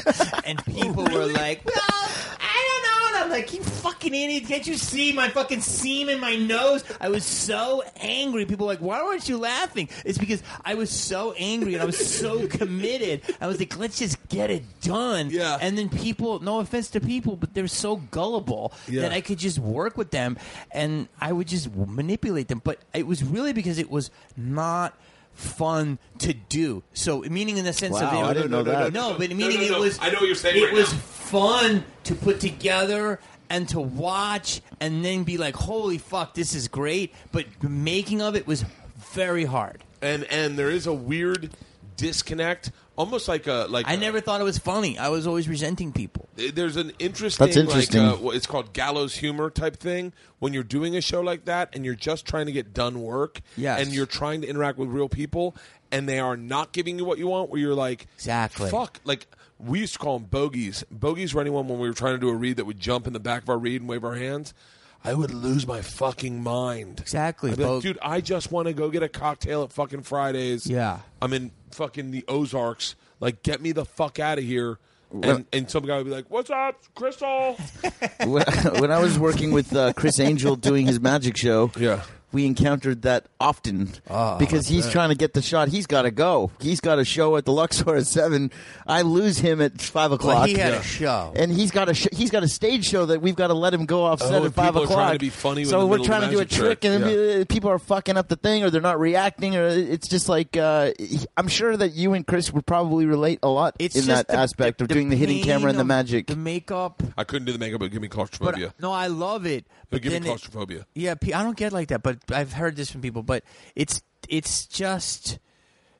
[SPEAKER 5] and people were like, well, I don't know. And I'm like, you fucking idiot. Can't you see my fucking seam in my nose? I was so angry. People were like, why weren't you laughing? It's because I was so angry and I was so committed. I was like, let's just get it done.
[SPEAKER 1] Yeah.
[SPEAKER 5] And then people, no offense to people, but they're so gullible
[SPEAKER 1] Yeah.
[SPEAKER 5] that I could just work with them and I would just w- manipulate them. But it was really because it was not fun to do. So, meaning in the sense
[SPEAKER 4] Wow,
[SPEAKER 5] of.
[SPEAKER 4] I didn't know that.
[SPEAKER 5] No, but
[SPEAKER 1] No,
[SPEAKER 5] meaning
[SPEAKER 1] no, no.
[SPEAKER 5] it was.
[SPEAKER 1] I know what you're saying
[SPEAKER 5] It
[SPEAKER 1] right
[SPEAKER 5] was
[SPEAKER 1] now.
[SPEAKER 5] fun to put together and to watch, and then be like, "Holy fuck, this is great!" But the making of it was very hard.
[SPEAKER 1] And and there is a weird disconnect, almost like a like
[SPEAKER 5] I
[SPEAKER 1] a-
[SPEAKER 5] never thought it was funny. I was always resenting people.
[SPEAKER 1] there's an interesting,
[SPEAKER 4] That's interesting.
[SPEAKER 1] Like, uh, well, it's called gallows humor type thing when you're doing a show like that and you're just trying to get done work
[SPEAKER 5] Yes.
[SPEAKER 1] and you're trying to interact with real people and they are not giving you what you want where you're like
[SPEAKER 5] Exactly.
[SPEAKER 1] fuck like we used to call them bogeys bogeys were anyone when we were trying to do a read that would jump in the back of our read and wave our hands I would lose my fucking mind.
[SPEAKER 5] Exactly,
[SPEAKER 1] I'd be like,
[SPEAKER 5] bog-
[SPEAKER 1] dude, I just want to go get a cocktail at fucking Fridays.
[SPEAKER 5] Yeah.
[SPEAKER 1] I'm in fucking the Ozarks. Like, get me the fuck out of here. And, and some guy would be like, "What's up, Crystal?"
[SPEAKER 4] when, when I was working with uh, Chris Angel doing his magic show,
[SPEAKER 1] Yeah. Ah,
[SPEAKER 4] we encountered that often because he's trying to get the shot. He's got to go. He's got a show at the Luxor at seven. I lose him at five o'clock.
[SPEAKER 5] he had a Yeah. show.
[SPEAKER 4] and he's got a sh- he's got a stage show that we've got to let him go off set
[SPEAKER 1] Oh,
[SPEAKER 4] at five
[SPEAKER 1] people are
[SPEAKER 4] o'clock.
[SPEAKER 1] trying to be funny
[SPEAKER 4] so
[SPEAKER 1] in the
[SPEAKER 4] we're
[SPEAKER 1] middle of
[SPEAKER 4] trying
[SPEAKER 1] the
[SPEAKER 4] to do a
[SPEAKER 1] magic
[SPEAKER 4] trick,
[SPEAKER 1] trick.
[SPEAKER 4] and
[SPEAKER 1] Yeah.
[SPEAKER 4] uh, people are fucking up the thing, or they're not reacting, or it's just like uh, I'm sure that you and Chris would probably relate a lot
[SPEAKER 5] It's
[SPEAKER 4] in
[SPEAKER 5] just
[SPEAKER 4] that aspect of doing the hidden
[SPEAKER 5] pain
[SPEAKER 4] camera and the
[SPEAKER 5] of
[SPEAKER 4] magic.
[SPEAKER 5] the makeup.
[SPEAKER 1] I couldn't do the makeup, but give me
[SPEAKER 5] But uh,
[SPEAKER 1] claustrophobia.
[SPEAKER 5] no, I love it.
[SPEAKER 1] But
[SPEAKER 5] But
[SPEAKER 1] give me
[SPEAKER 5] then it-
[SPEAKER 1] claustrophobia.
[SPEAKER 5] Yeah, pe- I don't get like that, but I've heard this from people. But it's it's just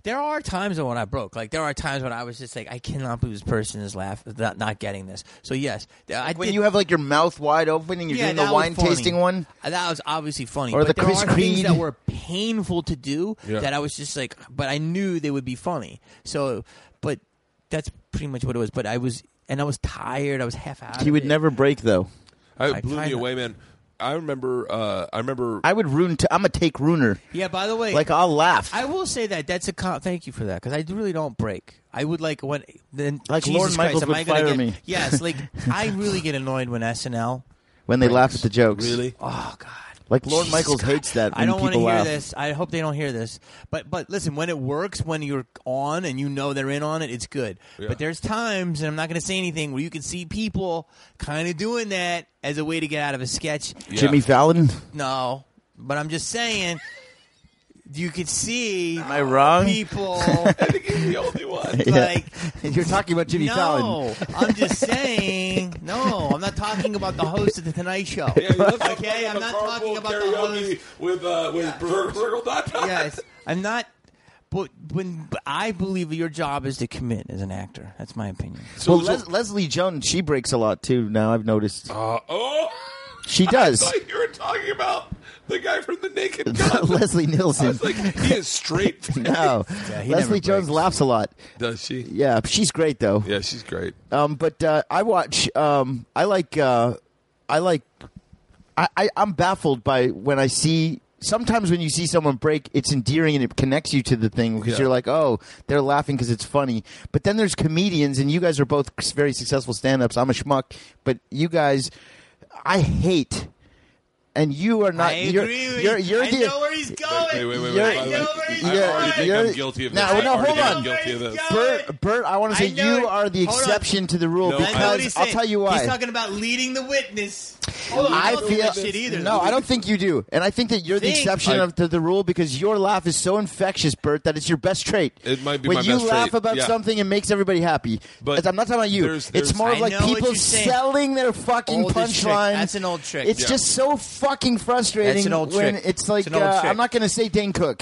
[SPEAKER 5] there are times when I broke. Like there are times when I was just like, I cannot believe this person is laughing, not, not getting this. So yes, th- I
[SPEAKER 4] when
[SPEAKER 5] did,
[SPEAKER 4] you have like your mouth wide open and you're
[SPEAKER 5] yeah,
[SPEAKER 4] doing the
[SPEAKER 5] that was
[SPEAKER 4] wine
[SPEAKER 5] funny.
[SPEAKER 4] tasting one.
[SPEAKER 5] Uh, That was obviously funny.
[SPEAKER 4] Or
[SPEAKER 5] but
[SPEAKER 4] the
[SPEAKER 5] there
[SPEAKER 4] Chris
[SPEAKER 5] are
[SPEAKER 4] Creed.
[SPEAKER 5] things that were painful to do
[SPEAKER 1] Yeah.
[SPEAKER 5] that I was just like, but I knew they would be funny. So, but that's pretty much what it was. But I was, and I was tired. I was half out.
[SPEAKER 4] He
[SPEAKER 5] of
[SPEAKER 4] would
[SPEAKER 5] it.
[SPEAKER 4] never break though.
[SPEAKER 1] I
[SPEAKER 5] I
[SPEAKER 1] blew me
[SPEAKER 5] kinda-
[SPEAKER 1] away, man. I remember. Uh, I remember.
[SPEAKER 4] I would ruin. T- I'm a take ruiner.
[SPEAKER 5] Yeah. By the way,
[SPEAKER 4] Like I'll laugh.
[SPEAKER 5] I will say that that's a com- thank you for that because I really don't break. I would like when then
[SPEAKER 4] Like
[SPEAKER 5] Jesus
[SPEAKER 4] Lorne Michaels
[SPEAKER 5] Christ, am
[SPEAKER 4] would
[SPEAKER 5] I gonna
[SPEAKER 4] fire
[SPEAKER 5] get-
[SPEAKER 4] me.
[SPEAKER 5] Yes, like I really get annoyed when SNL.
[SPEAKER 4] when they laugh
[SPEAKER 5] breaks.
[SPEAKER 4] at the jokes.
[SPEAKER 1] really?
[SPEAKER 5] Oh God.
[SPEAKER 4] Like Lorne
[SPEAKER 5] Jesus
[SPEAKER 4] Michaels
[SPEAKER 5] God.
[SPEAKER 4] hates that when
[SPEAKER 5] I don't wanna
[SPEAKER 4] people
[SPEAKER 5] hear
[SPEAKER 4] laugh.
[SPEAKER 5] this. I hope they don't hear this. But but listen, when it works, when you're on and you know they're in on it, it's good.
[SPEAKER 1] Yeah.
[SPEAKER 5] But there's times, and I'm not going to say anything, where you can see people kind of doing that as a way to get out of a sketch.
[SPEAKER 1] Yeah.
[SPEAKER 4] Jimmy Fallon.
[SPEAKER 5] No, but I'm just saying, you could see
[SPEAKER 4] I wrong?
[SPEAKER 5] people.
[SPEAKER 1] the only one.
[SPEAKER 4] Yeah.
[SPEAKER 5] Like
[SPEAKER 4] You're talking about Jimmy
[SPEAKER 5] no,
[SPEAKER 4] Fallon.
[SPEAKER 5] I'm just saying. No, I'm not talking about the host of the Tonight Show. okay, I'm not talking about the host.
[SPEAKER 1] with uh, with Virgil Dot.
[SPEAKER 5] Yes, I'm not. But when but I believe your job is to commit as an actor. That's my opinion.
[SPEAKER 4] well, Les- Leslie Jones, she breaks a lot too. Now I've noticed
[SPEAKER 1] Uh, oh,
[SPEAKER 4] she does.
[SPEAKER 1] you were talking about the guy from the Naked
[SPEAKER 4] Leslie Nielsen.
[SPEAKER 1] he is straight.
[SPEAKER 4] no,
[SPEAKER 5] he never
[SPEAKER 4] Leslie Jones
[SPEAKER 5] breaks.
[SPEAKER 4] laughs a lot.
[SPEAKER 1] Does she?
[SPEAKER 4] Yeah, she's great though.
[SPEAKER 1] Yeah, she's great.
[SPEAKER 4] Um, but uh, I watch. Um, I like. Uh, I like. I, I I'm baffled by when I see. Sometimes when you see someone break, it's endearing and it connects you to the thing because
[SPEAKER 1] Yeah.
[SPEAKER 4] you're like, oh, they're laughing because it's funny. But then there's comedians, and you guys are both very successful stand-ups. I'm a schmuck, but you guys, I hate, and you are not.
[SPEAKER 5] I
[SPEAKER 4] you're,
[SPEAKER 5] agree with
[SPEAKER 4] you're,
[SPEAKER 5] you.
[SPEAKER 4] you're
[SPEAKER 5] I
[SPEAKER 4] the-
[SPEAKER 5] know where he's going.
[SPEAKER 1] Wait, wait, wait, wait.
[SPEAKER 4] You're-
[SPEAKER 1] by the
[SPEAKER 5] I
[SPEAKER 1] way,
[SPEAKER 5] know where he's
[SPEAKER 1] I already
[SPEAKER 5] going.
[SPEAKER 1] think
[SPEAKER 4] You're-
[SPEAKER 1] I'm guilty of this.
[SPEAKER 4] Now,
[SPEAKER 1] I
[SPEAKER 4] no,
[SPEAKER 1] already
[SPEAKER 4] hold
[SPEAKER 1] think
[SPEAKER 4] on.
[SPEAKER 1] I'm guilty of this.
[SPEAKER 4] Bert, Bert, I want to
[SPEAKER 5] I
[SPEAKER 4] say
[SPEAKER 5] know
[SPEAKER 4] you
[SPEAKER 5] it.
[SPEAKER 4] are the
[SPEAKER 5] Hold on.
[SPEAKER 4] exception to the rule
[SPEAKER 1] No, I-
[SPEAKER 5] I know what
[SPEAKER 4] because
[SPEAKER 5] he's
[SPEAKER 4] I'll
[SPEAKER 5] saying.
[SPEAKER 4] tell you why.
[SPEAKER 5] He's talking about leading the witness. Hold on, you
[SPEAKER 4] I
[SPEAKER 5] don't do
[SPEAKER 4] feel
[SPEAKER 5] that shit either.
[SPEAKER 4] no. I don't think you do, and I think that you're the
[SPEAKER 5] Think.
[SPEAKER 4] exception
[SPEAKER 1] I-
[SPEAKER 4] of to the rule because your laugh is so infectious, Bert, that it's your best trait.
[SPEAKER 1] It might be
[SPEAKER 4] when
[SPEAKER 1] my
[SPEAKER 4] you
[SPEAKER 1] best
[SPEAKER 4] laugh
[SPEAKER 1] trait,
[SPEAKER 4] about
[SPEAKER 1] yeah.
[SPEAKER 4] something, it makes everybody happy.
[SPEAKER 1] But
[SPEAKER 4] I'm not talking about you.
[SPEAKER 1] there's- there's-
[SPEAKER 4] it's more of
[SPEAKER 5] I
[SPEAKER 4] like
[SPEAKER 5] know what
[SPEAKER 4] people
[SPEAKER 5] you're saying.
[SPEAKER 4] selling their fucking
[SPEAKER 5] Old is trick.
[SPEAKER 4] punchline.
[SPEAKER 5] That's an old trick.
[SPEAKER 4] It's
[SPEAKER 1] Yeah.
[SPEAKER 4] just so fucking frustrating.
[SPEAKER 5] That's an old
[SPEAKER 4] when
[SPEAKER 5] trick.
[SPEAKER 4] It's like
[SPEAKER 5] It's an old
[SPEAKER 4] uh,
[SPEAKER 5] trick.
[SPEAKER 4] I'm not going to say Dane Cook,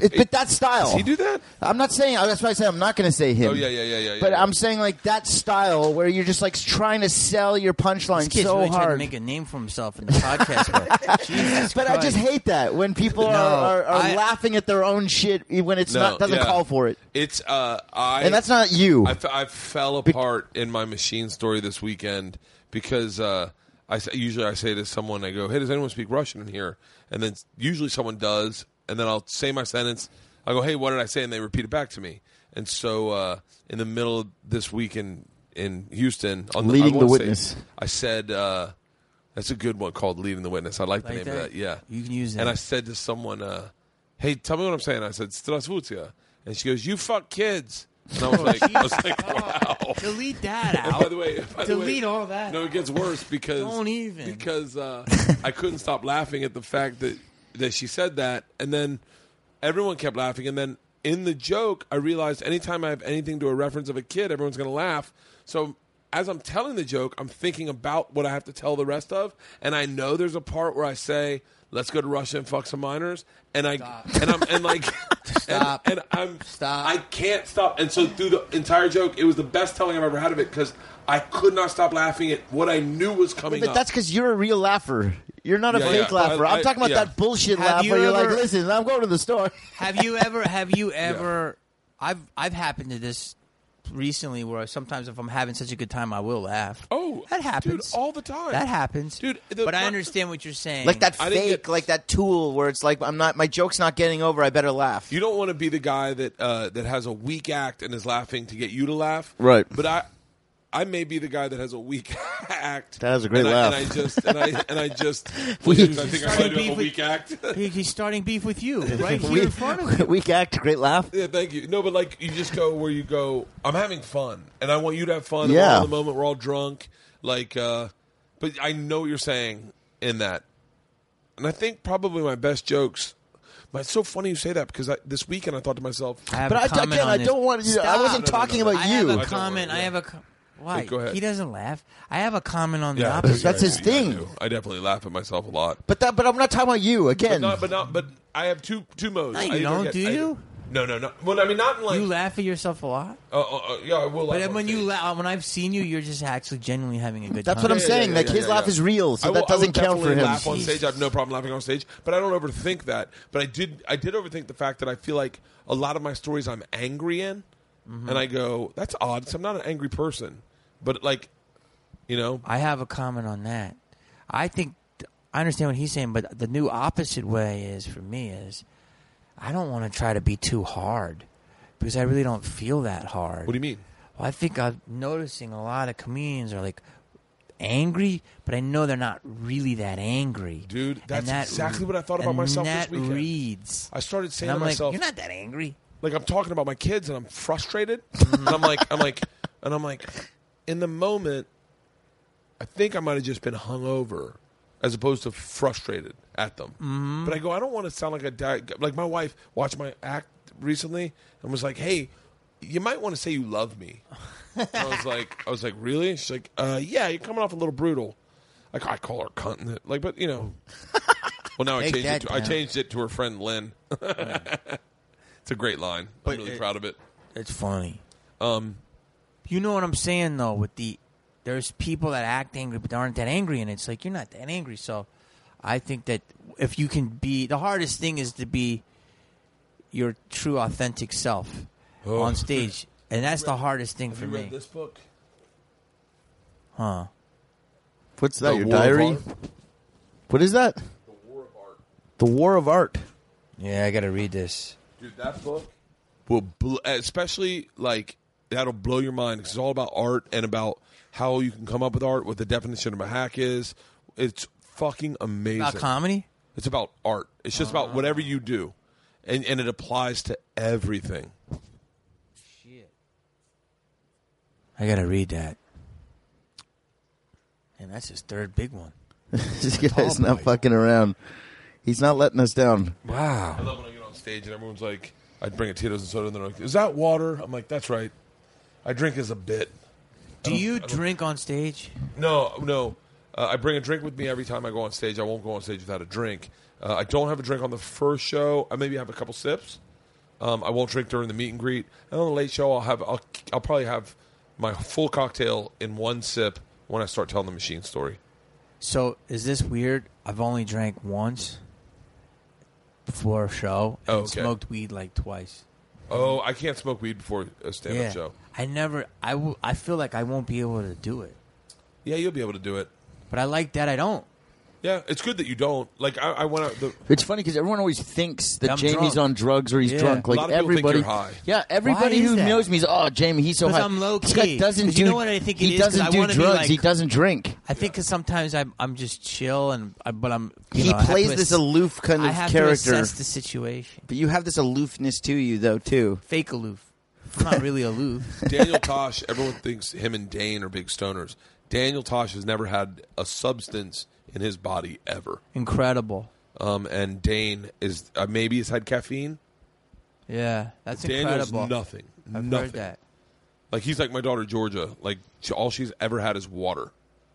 [SPEAKER 4] but, but that style.
[SPEAKER 1] Does he do that?
[SPEAKER 4] I'm not saying. That's why I said I'm not going to say him.
[SPEAKER 1] Oh, yeah, yeah, yeah, yeah,
[SPEAKER 4] But
[SPEAKER 1] yeah.
[SPEAKER 4] I'm saying like that style where you're just like trying to sell your punchline
[SPEAKER 5] This kid's
[SPEAKER 4] so
[SPEAKER 5] really trying to
[SPEAKER 4] hard.
[SPEAKER 5] make a name for himself in the podcast world. Jesus
[SPEAKER 4] But I just
[SPEAKER 5] Christ.
[SPEAKER 4] hate that when people are, are, are
[SPEAKER 5] I-
[SPEAKER 4] laughing at their own shit when it's
[SPEAKER 1] No,
[SPEAKER 4] not doesn't
[SPEAKER 1] yeah.
[SPEAKER 4] call for it,
[SPEAKER 1] It's uh, I
[SPEAKER 4] and that's not you.
[SPEAKER 1] I, f- I fell apart in my machine story this weekend because uh, I s- usually I say to someone I go, "Hey, does anyone speak Russian in here?" And then s- usually someone does, and then I'll say my sentence. I go, "Hey, what did I say?" And they repeat it back to me. And so uh, in the middle of this week in in Houston, on I
[SPEAKER 4] Leading the
[SPEAKER 1] wanna say-
[SPEAKER 4] witness.
[SPEAKER 1] I said. Uh, that's a good one called "Leading the Witness." I like the
[SPEAKER 5] Like
[SPEAKER 1] name of
[SPEAKER 5] that?
[SPEAKER 1] that. Yeah,
[SPEAKER 5] You can use
[SPEAKER 1] And
[SPEAKER 5] that.
[SPEAKER 1] I said to someone, uh, "Hey, tell me what I'm saying." I said, "Strasvutia," and she goes, "You fuck kids." And I
[SPEAKER 5] Oh,
[SPEAKER 1] was like, I was like, "Wow."
[SPEAKER 5] Delete that
[SPEAKER 1] And
[SPEAKER 5] out.
[SPEAKER 1] by the way, by the way-
[SPEAKER 5] Delete all that.
[SPEAKER 1] No, it gets worse because
[SPEAKER 5] Don't even.
[SPEAKER 1] because uh, I couldn't stop laughing at the fact that that she said that, and then everyone kept laughing, and then in the joke, I realized anytime I have anything to a reference of a kid, everyone's going to laugh. So. As I'm telling the joke, I'm thinking about what I have to tell the rest of, and I know there's a part where I say, "Let's go to Russia and fuck some minors," and I and I'm and like,
[SPEAKER 5] Stop.
[SPEAKER 1] and, and I'm
[SPEAKER 5] Stop.
[SPEAKER 1] I can't stop. And so through the entire joke, it was the best telling I've ever had of it because I could not stop laughing at what I knew was coming
[SPEAKER 4] but
[SPEAKER 1] up.
[SPEAKER 4] that's because you're a real laugher. You're not a
[SPEAKER 1] Yeah,
[SPEAKER 4] fake
[SPEAKER 1] yeah.
[SPEAKER 4] laugher. I,
[SPEAKER 1] I-
[SPEAKER 4] am talking about
[SPEAKER 1] yeah.
[SPEAKER 4] that bullshit
[SPEAKER 5] Have
[SPEAKER 4] laugh
[SPEAKER 5] you
[SPEAKER 4] where you're like,
[SPEAKER 5] ever-
[SPEAKER 4] "Listen, I'm going to the store."
[SPEAKER 5] Have you ever? Have you ever? I've I've happened to this recently where sometimes if I'm having such a good time, I will laugh.
[SPEAKER 1] Oh,
[SPEAKER 5] that happens
[SPEAKER 1] dude, all the time.
[SPEAKER 5] That happens,
[SPEAKER 1] Dude, the-
[SPEAKER 5] But I understand what you're saying.
[SPEAKER 4] Like that
[SPEAKER 1] I didn't
[SPEAKER 4] fake,
[SPEAKER 1] get-
[SPEAKER 4] like that tool where it's like, "I'm not, my joke's not getting over. I better laugh."
[SPEAKER 1] you don't want to be the guy that uh, that has a weak act and is laughing to get you to laugh,
[SPEAKER 4] Right.
[SPEAKER 1] But I. I may be the guy that has a weak act.
[SPEAKER 4] That was a great
[SPEAKER 1] and I, and
[SPEAKER 4] laugh.
[SPEAKER 1] I just and I and I just which is, I think I might have a
[SPEAKER 5] Beef with-
[SPEAKER 1] weak act.
[SPEAKER 5] He, he's starting beef with you right here
[SPEAKER 4] Weak-
[SPEAKER 5] in front of you.
[SPEAKER 4] Weak act, great laugh.
[SPEAKER 1] Yeah, thank you. No, but like you just go where you go. I'm having fun, and I want you to have fun.
[SPEAKER 4] Yeah.
[SPEAKER 1] We're all in the moment. We're all drunk. Like, uh but I know what you're saying in that, and I think probably my best jokes. But it's so funny you say that because I, this weekend I thought to myself,
[SPEAKER 5] I have
[SPEAKER 4] But
[SPEAKER 5] a
[SPEAKER 4] I,
[SPEAKER 5] comment
[SPEAKER 4] again,
[SPEAKER 5] on
[SPEAKER 4] I
[SPEAKER 5] this.
[SPEAKER 4] don't want to. I wasn't
[SPEAKER 1] No, no, no,
[SPEAKER 4] talking
[SPEAKER 1] no.
[SPEAKER 4] about
[SPEAKER 5] I
[SPEAKER 4] you.
[SPEAKER 5] have a
[SPEAKER 1] don't
[SPEAKER 5] comment.
[SPEAKER 1] want it,
[SPEAKER 5] I
[SPEAKER 1] yeah.
[SPEAKER 5] have a. co- Why?
[SPEAKER 1] Hey, go ahead.
[SPEAKER 5] He doesn't laugh. I have a comment on the
[SPEAKER 1] yeah,
[SPEAKER 5] opposite.
[SPEAKER 4] That's his
[SPEAKER 1] I do,
[SPEAKER 4] thing.
[SPEAKER 1] I, do. I definitely laugh at myself a lot.
[SPEAKER 4] But that. But I'm not talking about you
[SPEAKER 1] But
[SPEAKER 4] again.
[SPEAKER 1] not, but not, but I have two two modes.
[SPEAKER 5] No, you
[SPEAKER 1] I either
[SPEAKER 5] don't, do
[SPEAKER 1] I-
[SPEAKER 5] you?
[SPEAKER 1] no, no, no. Well, I mean, not in like.
[SPEAKER 5] You laugh at yourself a lot,
[SPEAKER 1] Uh, uh, uh, yeah, I will. laugh
[SPEAKER 5] but then
[SPEAKER 1] on
[SPEAKER 5] when you
[SPEAKER 1] stage.
[SPEAKER 5] laugh, when I've seen you, you're just actually genuinely having a good
[SPEAKER 4] That's
[SPEAKER 5] time.
[SPEAKER 4] what I'm
[SPEAKER 1] Yeah,
[SPEAKER 4] saying.
[SPEAKER 1] yeah,
[SPEAKER 4] like
[SPEAKER 1] yeah,
[SPEAKER 4] his
[SPEAKER 1] yeah,
[SPEAKER 4] laugh
[SPEAKER 1] yeah.
[SPEAKER 4] is real, so
[SPEAKER 1] I will-
[SPEAKER 4] that doesn't
[SPEAKER 1] I will
[SPEAKER 4] count for
[SPEAKER 1] definitely
[SPEAKER 4] him.
[SPEAKER 1] Laugh on
[SPEAKER 5] Jeez.
[SPEAKER 1] stage. I have no problem laughing on stage, but I don't overthink that. But I did. I did overthink the fact that I feel like a lot of my stories I'm angry in,
[SPEAKER 4] Mm-hmm.
[SPEAKER 1] and I go, "That's odd." 'cause I'm not an angry person, but like, you know,
[SPEAKER 5] I have a comment on that. I think I understand what he's saying, but the new opposite way is for me is I don't want to try to be too hard because I really don't feel that hard.
[SPEAKER 1] what do you mean?
[SPEAKER 5] Well, I think I'm noticing a lot of comedians are like angry, but I know they're not really that angry,
[SPEAKER 1] Dude,
[SPEAKER 5] And
[SPEAKER 1] that's
[SPEAKER 5] that-
[SPEAKER 1] exactly what I thought about
[SPEAKER 5] and
[SPEAKER 1] myself this
[SPEAKER 5] That
[SPEAKER 1] weekend.
[SPEAKER 5] reads.
[SPEAKER 1] I started saying
[SPEAKER 5] And I'm
[SPEAKER 1] to
[SPEAKER 5] like,
[SPEAKER 1] myself,
[SPEAKER 5] you're not that angry.
[SPEAKER 1] like I'm talking about my kids and I'm frustrated and I'm like I'm like and I'm like in the moment I think I might have just been hungover as opposed to frustrated at them.
[SPEAKER 5] Mm-hmm.
[SPEAKER 1] But I go I don't want to sound like a di- like my wife watched my act recently and was like, "Hey, you might want to say you love me." And I was like I was like, "Really?" She's like, "Uh yeah, you're coming off a little brutal." Like I call her cunt and it- like but you know Well, now I
[SPEAKER 5] Take
[SPEAKER 1] changed it
[SPEAKER 5] that
[SPEAKER 1] to, I
[SPEAKER 5] down.
[SPEAKER 1] changed it to her friend Lynn. It's a great line.
[SPEAKER 5] But
[SPEAKER 1] I'm really
[SPEAKER 5] it-
[SPEAKER 1] proud of it.
[SPEAKER 5] It's funny.
[SPEAKER 1] Um,
[SPEAKER 5] You know what I'm saying though? With the there's people that act angry but they aren't that angry, and it's like you're not that angry. So I think that if you can be the hardest thing is to be your true authentic self
[SPEAKER 1] Oh.
[SPEAKER 5] on stage, and that's the hardest thing for
[SPEAKER 1] you
[SPEAKER 5] me.
[SPEAKER 1] read this book?
[SPEAKER 5] Huh?
[SPEAKER 4] What's that?
[SPEAKER 1] The
[SPEAKER 4] your
[SPEAKER 1] War of
[SPEAKER 4] diary?
[SPEAKER 1] Art?
[SPEAKER 4] What is that?
[SPEAKER 1] The War of Art.
[SPEAKER 4] The War of Art.
[SPEAKER 5] Yeah, I got to read this.
[SPEAKER 1] Dude, that book will, bl- especially like that'll blow your mind because it's all about art and about how you can come up with art, what the definition of a hack is. It's fucking amazing.
[SPEAKER 5] About comedy?
[SPEAKER 1] It's about art. It's just about whatever you do, and and it applies to everything.
[SPEAKER 5] Shit. I got to read that. And that's his third big one.
[SPEAKER 4] This guy's
[SPEAKER 5] Paul
[SPEAKER 4] not
[SPEAKER 5] Boy.
[SPEAKER 4] fucking around. He's not letting us down.
[SPEAKER 1] I
[SPEAKER 5] Wow.
[SPEAKER 1] love when I get on stage and everyone's like, I'd bring a Tito's and soda, and they're like, "Is that water?" I'm like, "That's right. I drink as a bit."
[SPEAKER 5] Do you drink on stage?
[SPEAKER 1] No, no. Uh, I bring a drink with me every time I go on stage. I won't go on stage without a drink. Uh, I don't have a drink on the first show. I maybe have a couple sips. Um, I won't drink during the meet and greet. And on the late show, I'll have I'll, I'll probably have my full cocktail in one sip when I start telling the machine story.
[SPEAKER 5] So is this weird? I've only drank once before a show and
[SPEAKER 1] Oh, okay.
[SPEAKER 5] smoked weed like twice.
[SPEAKER 1] Oh, I can't smoke weed before a stand-up
[SPEAKER 5] yeah,
[SPEAKER 1] show.
[SPEAKER 5] I never. I will- I feel like I won't be able to do it,
[SPEAKER 1] Yeah, you'll be able to do it.
[SPEAKER 5] but I like that I don't.
[SPEAKER 1] Yeah, it's good that you don't. Like I, I went out. The,
[SPEAKER 4] It's funny because everyone always thinks that
[SPEAKER 5] I'm
[SPEAKER 4] Jamie's
[SPEAKER 5] drunk.
[SPEAKER 4] on drugs or he's
[SPEAKER 5] Yeah.
[SPEAKER 4] drunk.
[SPEAKER 5] A
[SPEAKER 4] Like
[SPEAKER 1] lot of people think
[SPEAKER 4] everybody,
[SPEAKER 1] you're high.
[SPEAKER 4] yeah, everybody
[SPEAKER 5] is
[SPEAKER 4] who
[SPEAKER 5] that?
[SPEAKER 4] knows me is oh, Jamie, he's so
[SPEAKER 5] 'Cause
[SPEAKER 4] high.
[SPEAKER 5] I'm low
[SPEAKER 4] This guy
[SPEAKER 5] key.
[SPEAKER 4] doesn't
[SPEAKER 5] 'Cause
[SPEAKER 4] do.
[SPEAKER 5] you know what I think it
[SPEAKER 4] he
[SPEAKER 5] is? 'Cause
[SPEAKER 4] doesn't
[SPEAKER 5] I
[SPEAKER 4] do
[SPEAKER 5] wanna be
[SPEAKER 4] drugs.
[SPEAKER 5] like-
[SPEAKER 4] he doesn't drink.
[SPEAKER 5] I think because sometimes I'm I'm just chill and I, but I'm. you
[SPEAKER 4] He
[SPEAKER 5] know, I have
[SPEAKER 4] plays
[SPEAKER 5] to
[SPEAKER 4] this
[SPEAKER 5] ass-
[SPEAKER 4] aloof kind
[SPEAKER 5] I
[SPEAKER 4] of
[SPEAKER 5] have
[SPEAKER 4] character.
[SPEAKER 5] to assess the situation.
[SPEAKER 4] But you have this aloofness to you, though, too.
[SPEAKER 5] Fake aloof. I'm not really aloof.
[SPEAKER 1] Daniel Tosh, everyone thinks him and Dane are big stoners. Daniel Tosh has never had a substance in his body ever.
[SPEAKER 5] Incredible.
[SPEAKER 1] Um, and Dane is uh, maybe he's had caffeine.
[SPEAKER 5] Yeah, that's
[SPEAKER 1] Daniel's
[SPEAKER 5] incredible.
[SPEAKER 1] nothing,
[SPEAKER 5] I've
[SPEAKER 1] nothing.
[SPEAKER 5] heard that.
[SPEAKER 1] Like he's like my daughter Georgia. Like she, all she's ever had is water.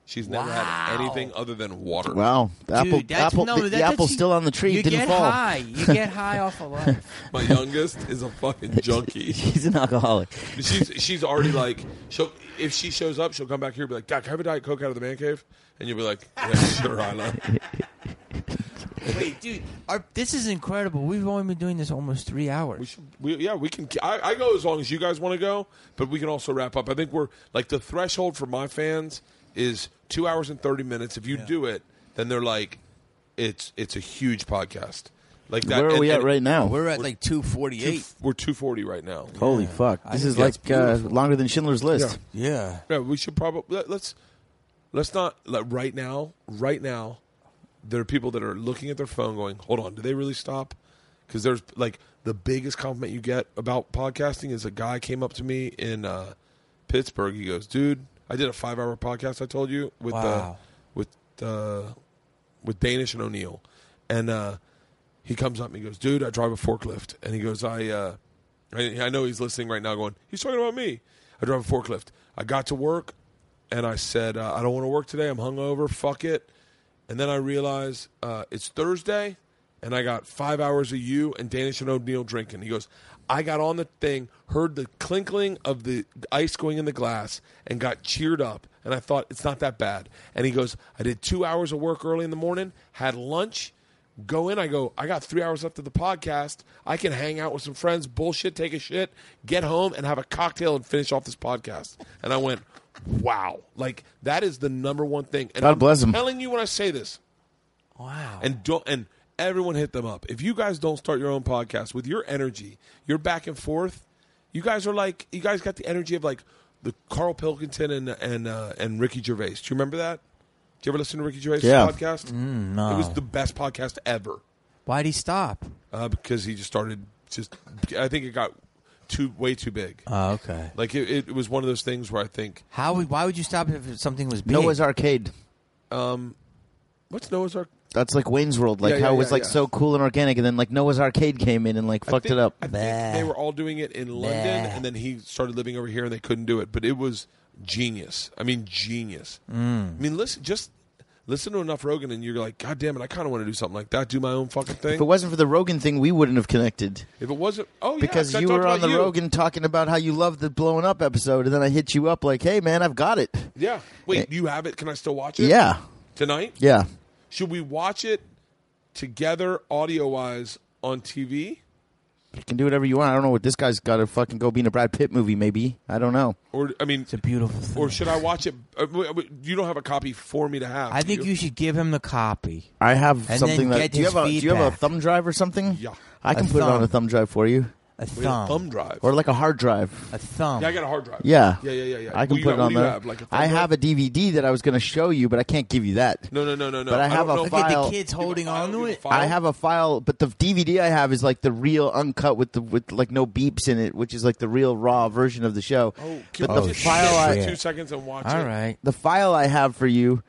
[SPEAKER 1] She's never had
[SPEAKER 5] Wow.
[SPEAKER 1] anything other than water.
[SPEAKER 4] Wow, the apple,
[SPEAKER 5] Dude,
[SPEAKER 4] the
[SPEAKER 5] that's,
[SPEAKER 4] apple,
[SPEAKER 5] no,
[SPEAKER 4] the, the
[SPEAKER 5] that- that's-
[SPEAKER 4] apple's still on the tree.
[SPEAKER 5] You
[SPEAKER 4] It didn't
[SPEAKER 5] get
[SPEAKER 4] fall.
[SPEAKER 5] high. You get high off of life.
[SPEAKER 1] My youngest is a fucking junkie.
[SPEAKER 4] He's an alcoholic.
[SPEAKER 1] She's she's already like she'll if she shows up she'll come back here and be like, "Doc, can I have a diet coke out of the man cave?" And you'll be like, "Yeah, sure, I love."
[SPEAKER 5] Wait, dude, our, this is incredible. We've only been doing this almost three hours.
[SPEAKER 1] We should, we, yeah, we can. I, I go as long as you guys want to go, but we can also wrap up. I think we're like the threshold for my fans is two hours and thirty minutes. If you do it, then they're like, it's it's a huge podcast. Like that.
[SPEAKER 4] Where are
[SPEAKER 1] and-
[SPEAKER 4] we at
[SPEAKER 1] and
[SPEAKER 4] right now?
[SPEAKER 5] We're at like two forty
[SPEAKER 1] two-
[SPEAKER 5] eight.
[SPEAKER 1] We're two forty right now.
[SPEAKER 4] Holy fuck!
[SPEAKER 5] I
[SPEAKER 4] This
[SPEAKER 5] think
[SPEAKER 4] is
[SPEAKER 5] that's
[SPEAKER 4] like uh,
[SPEAKER 5] beautiful.
[SPEAKER 4] longer than Schindler's List.
[SPEAKER 5] Yeah.
[SPEAKER 1] Yeah, we should probably let, let's let's not let right now. Right now, there are people that are looking at their phone, going, "Hold on, did they really stop?" Because there's like the biggest compliment you get about podcasting is a guy came up to me in uh, Pittsburgh. He goes, "Dude, I did a five hour podcast. I told you with uh,
[SPEAKER 5] Wow.
[SPEAKER 1] with uh, with Danish and O'Neill, and uh, he comes up and he goes, "Dude, I drive a forklift." And he goes, "I, uh, I, I know he's listening right now, going, he's talking about me. I drive a forklift. I got to work, and I said, uh, I don't want to work today. I'm hungover. Fuck it." And then I realized uh, it's Thursday, and I got five hours of you and Danish and O'Neill drinking. He goes, I got on the thing, heard the clinkling of the ice going in the glass, and got cheered up. And I thought, it's not that bad. And he goes, I did two hours of work early in the morning, had lunch, go in. I go, I got three hours left of the podcast. I can hang out with some friends, bullshit, take a shit, get home, and have a cocktail and finish off this podcast. And I went, wow. Like, that is the number one thing. And
[SPEAKER 4] God
[SPEAKER 1] I'm
[SPEAKER 4] bless him.
[SPEAKER 1] telling you when I say this,
[SPEAKER 5] Wow.
[SPEAKER 1] and don't and everyone hit them up. If you guys don't start your own podcast with your energy, your back and forth, you guys are like you guys got the energy of like the Carl Pilkington and and uh, and Ricky Gervais. Do you remember that? Did you ever listen to Ricky Gervais'
[SPEAKER 4] Yeah.
[SPEAKER 1] podcast? no, it was the best podcast ever
[SPEAKER 5] Why'd he stop?
[SPEAKER 1] uh, because he just started. Just I think it got too way too big.
[SPEAKER 5] Oh, okay.
[SPEAKER 1] Like it, it was one of those things where I think
[SPEAKER 5] How? Would, why would you stop if something was big?
[SPEAKER 4] Noah's Arcade.
[SPEAKER 1] what's Noah's Ark?
[SPEAKER 4] That's like Wayne's World. Like
[SPEAKER 1] Yeah, yeah,
[SPEAKER 4] how it was
[SPEAKER 1] yeah,
[SPEAKER 4] like
[SPEAKER 1] yeah.
[SPEAKER 4] so cool and organic, and then like Noah's Arcade came in and like
[SPEAKER 1] I
[SPEAKER 4] fucked
[SPEAKER 1] think-
[SPEAKER 4] it up.
[SPEAKER 1] I think they were all doing it in London,
[SPEAKER 5] Bah.
[SPEAKER 1] and then he started living over here, and they couldn't do it. But it was genius. I mean, genius.
[SPEAKER 4] Mm.
[SPEAKER 1] I mean, listen, just listen to enough Rogan, and you're like, God damn it, I kind of want to do something like that. Do my own fucking thing.
[SPEAKER 4] if it wasn't for the Rogan thing, we wouldn't have connected
[SPEAKER 1] if it wasn't, oh yeah,
[SPEAKER 4] because
[SPEAKER 1] 'cause I
[SPEAKER 4] you
[SPEAKER 1] talked
[SPEAKER 4] were on
[SPEAKER 1] about
[SPEAKER 4] the
[SPEAKER 1] you.
[SPEAKER 4] Rogan talking about how you loved the blowing up episode, and then I hit you up like, "Hey man, I've got it."
[SPEAKER 1] Yeah. Wait, do you have it? Can I still watch it?
[SPEAKER 4] Yeah,
[SPEAKER 1] Tonight?
[SPEAKER 4] yeah.
[SPEAKER 1] Should we watch it together, audio wise, on TV,
[SPEAKER 4] You can do whatever you want. I don't know what this guy's got to fucking go be in a Brad Pitt movie. Maybe I don't know.
[SPEAKER 1] or I mean,
[SPEAKER 5] It's a beautiful thing.
[SPEAKER 1] or should I watch it? uh, w- w- You don't have a copy for me to have.
[SPEAKER 5] I
[SPEAKER 1] do
[SPEAKER 5] think you should give him the copy.
[SPEAKER 4] I have
[SPEAKER 5] then
[SPEAKER 4] something
[SPEAKER 5] get
[SPEAKER 4] that do you
[SPEAKER 5] his
[SPEAKER 4] have a do you have a
[SPEAKER 5] feedback.
[SPEAKER 4] thumb drive or something?
[SPEAKER 1] Yeah.
[SPEAKER 4] I can
[SPEAKER 5] A
[SPEAKER 4] put it on
[SPEAKER 5] thumb.
[SPEAKER 4] a thumb drive for you,
[SPEAKER 5] A
[SPEAKER 1] We have a
[SPEAKER 5] thumb.
[SPEAKER 1] thumb drive.
[SPEAKER 4] or like a hard drive.
[SPEAKER 5] A thumb.
[SPEAKER 1] Yeah, I got a hard drive.
[SPEAKER 4] Yeah,
[SPEAKER 1] Yeah, yeah, yeah, yeah.
[SPEAKER 4] I
[SPEAKER 1] What
[SPEAKER 4] can
[SPEAKER 1] do you
[SPEAKER 4] put
[SPEAKER 1] got-
[SPEAKER 4] it
[SPEAKER 1] what
[SPEAKER 4] on
[SPEAKER 1] do you
[SPEAKER 4] there.
[SPEAKER 1] have, like a thumb
[SPEAKER 4] I
[SPEAKER 1] drive?
[SPEAKER 4] have a DVD that I was going to show you, but I can't give you that.
[SPEAKER 1] No, no, no, no, no.
[SPEAKER 4] But I have
[SPEAKER 1] don't
[SPEAKER 4] a
[SPEAKER 1] know if
[SPEAKER 5] Look at
[SPEAKER 4] file.
[SPEAKER 5] the kids
[SPEAKER 1] You have a
[SPEAKER 5] holding
[SPEAKER 1] file,
[SPEAKER 5] on
[SPEAKER 1] you
[SPEAKER 5] to
[SPEAKER 1] have a
[SPEAKER 5] it.
[SPEAKER 1] file.
[SPEAKER 4] I have a file, but the DVD I have is like the real uncut with the with like no beeps in it, which is like the real raw version of the show.
[SPEAKER 1] Oh, can
[SPEAKER 4] but
[SPEAKER 1] we
[SPEAKER 4] the
[SPEAKER 1] just
[SPEAKER 4] file
[SPEAKER 1] sit
[SPEAKER 4] I,
[SPEAKER 1] for two seconds and watch
[SPEAKER 5] All
[SPEAKER 1] it?
[SPEAKER 5] right.
[SPEAKER 4] the file I have for you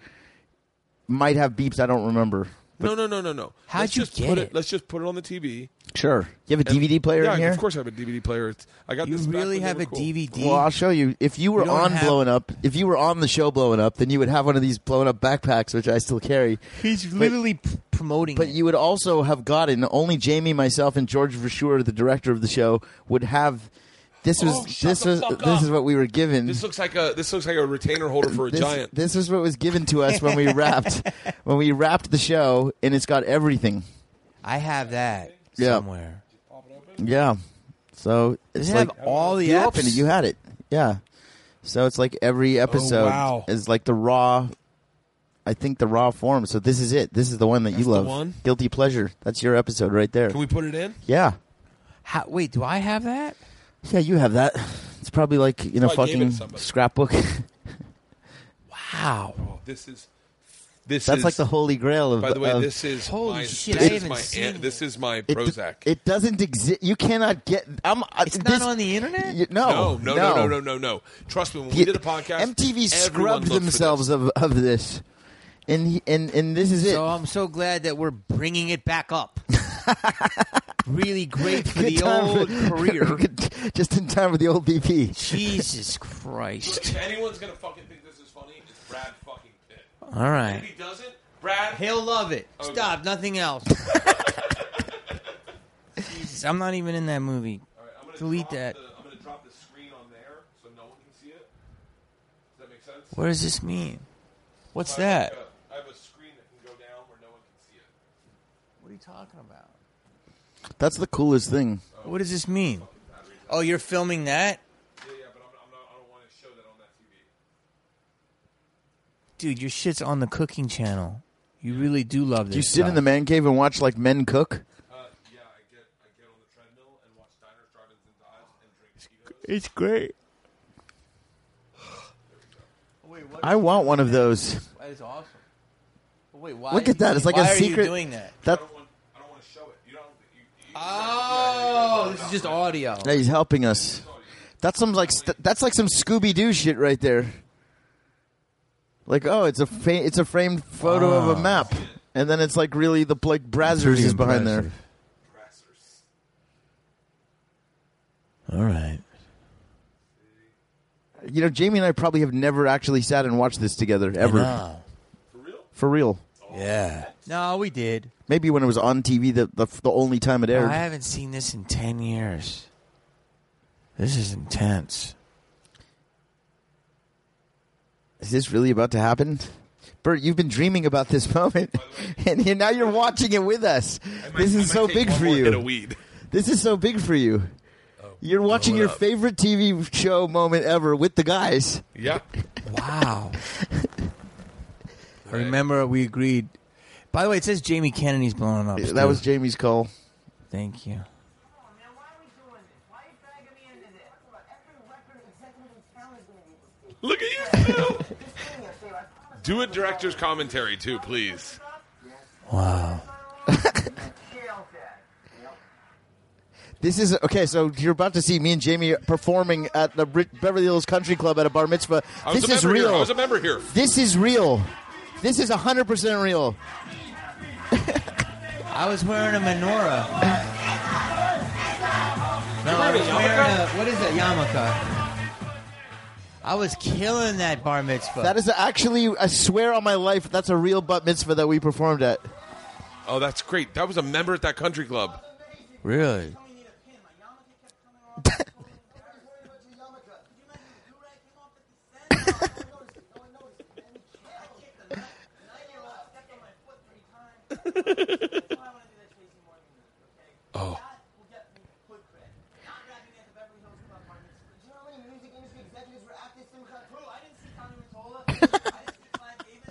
[SPEAKER 4] might have beeps I don't remember.
[SPEAKER 1] No, no, no, no, no.
[SPEAKER 5] How'd
[SPEAKER 1] Let's
[SPEAKER 5] you
[SPEAKER 1] just
[SPEAKER 5] get
[SPEAKER 1] put
[SPEAKER 5] it?
[SPEAKER 1] Let's just put it on the TV.
[SPEAKER 4] Sure. You have a DVD player
[SPEAKER 1] yeah,
[SPEAKER 4] in here?
[SPEAKER 1] of course I have a DVD player. It's, I got
[SPEAKER 5] You
[SPEAKER 1] this. back
[SPEAKER 5] really
[SPEAKER 1] when they
[SPEAKER 5] have
[SPEAKER 1] were
[SPEAKER 5] a
[SPEAKER 1] cool.
[SPEAKER 5] DVD?
[SPEAKER 4] Well, I'll show you. If you were
[SPEAKER 5] You don't
[SPEAKER 4] on
[SPEAKER 5] have-
[SPEAKER 4] blowing up, if you were on the show blowing up, then you would have one of these blowing up backpacks, which I still carry.
[SPEAKER 5] He's literally p- promoting.
[SPEAKER 4] But
[SPEAKER 5] it.
[SPEAKER 4] you would also have gotten only Jamie, myself, and George Vashure, the director of the show, would have. This was
[SPEAKER 1] Oh, shut
[SPEAKER 4] this
[SPEAKER 1] the
[SPEAKER 4] was
[SPEAKER 1] fuck
[SPEAKER 4] this
[SPEAKER 1] up.
[SPEAKER 4] is what we were given.
[SPEAKER 1] This looks like a this looks like a retainer holder for a
[SPEAKER 4] this,
[SPEAKER 1] giant.
[SPEAKER 4] This was what was given to us when we wrapped when we wrapped the show, and it's got everything.
[SPEAKER 5] I have that
[SPEAKER 4] Yeah.
[SPEAKER 5] somewhere.
[SPEAKER 4] Yeah. So it's
[SPEAKER 5] Does it
[SPEAKER 4] like
[SPEAKER 5] have all the
[SPEAKER 4] you
[SPEAKER 5] apps?
[SPEAKER 4] opened it, you had it. Yeah. So it's like every episode
[SPEAKER 1] Oh, wow.
[SPEAKER 4] is like the raw. I think the raw form. So this is it. This is the one that you
[SPEAKER 1] the
[SPEAKER 4] love.
[SPEAKER 1] one?
[SPEAKER 4] Guilty pleasure. That's your episode right there.
[SPEAKER 1] Can we put it in?
[SPEAKER 4] yeah.
[SPEAKER 5] How, wait, do I have that?
[SPEAKER 4] Yeah, you have that. It's probably like in a
[SPEAKER 1] Probably Oh, gave it to
[SPEAKER 4] fucking
[SPEAKER 1] somebody.
[SPEAKER 4] scrapbook.
[SPEAKER 5] Wow.
[SPEAKER 1] Oh, this is this.
[SPEAKER 4] That's
[SPEAKER 1] is,
[SPEAKER 4] like the holy grail of.
[SPEAKER 1] By the way,
[SPEAKER 4] of-
[SPEAKER 1] this is
[SPEAKER 5] Holy
[SPEAKER 1] my,
[SPEAKER 5] shit,
[SPEAKER 1] This
[SPEAKER 5] I
[SPEAKER 1] is
[SPEAKER 5] haven't
[SPEAKER 1] my
[SPEAKER 5] seen
[SPEAKER 1] an-
[SPEAKER 5] it.
[SPEAKER 1] this is my
[SPEAKER 4] it,
[SPEAKER 1] Prozac.
[SPEAKER 4] It doesn't exist. You cannot get. I'm. uh,
[SPEAKER 5] It's
[SPEAKER 4] this-
[SPEAKER 5] not on the internet.
[SPEAKER 4] You- no,
[SPEAKER 1] no, no, no, no, no, no, no. Trust me, when we
[SPEAKER 4] Yeah,
[SPEAKER 1] did a podcast,
[SPEAKER 4] MTV
[SPEAKER 1] everyone
[SPEAKER 4] scrubbed
[SPEAKER 1] looked for
[SPEAKER 4] themselves
[SPEAKER 1] this.
[SPEAKER 4] of, of this, and he, and and this is it.
[SPEAKER 5] So um, I'm so glad that we're bringing it back up. really great for
[SPEAKER 4] Good
[SPEAKER 5] the
[SPEAKER 4] time
[SPEAKER 5] old
[SPEAKER 4] for-
[SPEAKER 5] career.
[SPEAKER 4] good- just in time for the old VP.
[SPEAKER 5] Jesus Christ.
[SPEAKER 1] If anyone's gonna fucking think this is funny, it's Brad fucking Pitt.
[SPEAKER 5] All
[SPEAKER 1] If
[SPEAKER 5] right.
[SPEAKER 1] he doesn't, Brad
[SPEAKER 5] He'll love it.
[SPEAKER 1] Okay.
[SPEAKER 5] Stop. Nothing else. Jesus, I'm not even in that movie.
[SPEAKER 1] All right, I'm gonna
[SPEAKER 5] Delete
[SPEAKER 1] drop
[SPEAKER 5] that.
[SPEAKER 1] The, I'm going to drop the screen on there so no one can see it. Does that make sense?
[SPEAKER 5] What does this mean? What's
[SPEAKER 1] I have
[SPEAKER 5] that?
[SPEAKER 1] like a- I have a screen that can go down where no one can see it.
[SPEAKER 5] What are you talking about?
[SPEAKER 4] That's the coolest thing.
[SPEAKER 5] What does this mean? Oh, you're filming that?
[SPEAKER 1] Yeah, yeah, but I'm, I'm not, I don't want to show that on that TV.
[SPEAKER 5] Dude, your shit's on the cooking channel. You really do love this.
[SPEAKER 4] Do you sit in the
[SPEAKER 5] stuff.
[SPEAKER 4] man cave and watch like men cook?
[SPEAKER 1] Uh,
[SPEAKER 5] It's great.
[SPEAKER 4] I want one of those.
[SPEAKER 5] That is awesome. But wait, why?
[SPEAKER 4] Look at that. It's like
[SPEAKER 5] why
[SPEAKER 4] a
[SPEAKER 5] are you
[SPEAKER 4] secret-
[SPEAKER 5] doing that?
[SPEAKER 4] That
[SPEAKER 5] Oh, this is just audio.
[SPEAKER 4] that he's helping us. That's some like st- that's like some Scooby Doo shit right there. Like oh, it's a fa- it's a framed photo of
[SPEAKER 5] Ah.
[SPEAKER 4] a map, and then it's like really the like Brazzers
[SPEAKER 5] Pretty
[SPEAKER 4] is behind there.
[SPEAKER 5] impressive. All right.
[SPEAKER 4] You know, Jamie and I probably have never actually sat and watched this together ever
[SPEAKER 5] No.
[SPEAKER 4] for real.
[SPEAKER 5] Yeah. No, we did.
[SPEAKER 4] Maybe when it was on TV, the the, the only time it aired.
[SPEAKER 5] I haven't seen this in 10 years. This is intense.
[SPEAKER 4] Is this really about to happen? Bert, you've been dreaming about this moment, and you- now you're watching it with us. this is so big for you.
[SPEAKER 1] weed.
[SPEAKER 4] This is so big for you. You're watching
[SPEAKER 1] Oh. blow it
[SPEAKER 4] your
[SPEAKER 1] up.
[SPEAKER 4] favorite TV show moment ever with the guys.
[SPEAKER 1] Yeah.
[SPEAKER 5] Wow. I remember we agreed. By the way, it says Jamie Kennedy's blowing up.
[SPEAKER 4] That
[SPEAKER 5] too.
[SPEAKER 4] was Jamie's call.
[SPEAKER 5] Thank you.
[SPEAKER 1] Look at you, Phil. Do a director's commentary too, please.
[SPEAKER 5] Wow.
[SPEAKER 4] This is okay. So you're about to see me and Jamie performing at the Ri- Beverly Hills Country Club at a bar mitzvah.
[SPEAKER 1] I was
[SPEAKER 4] This
[SPEAKER 1] a
[SPEAKER 4] is
[SPEAKER 1] member
[SPEAKER 4] real.
[SPEAKER 1] Here. I was a member here.
[SPEAKER 4] this is real. This is 100% real.
[SPEAKER 5] I was wearing a menorah. No, I was wearing a, what is that yarmulke? I was killing that bar mitzvah.
[SPEAKER 4] That is actually, I swear on my life, that's a real bat mitzvah that we performed at.
[SPEAKER 1] Oh, that's great. That was a member at that country club.
[SPEAKER 5] really.
[SPEAKER 7] Oh,
[SPEAKER 1] Oh.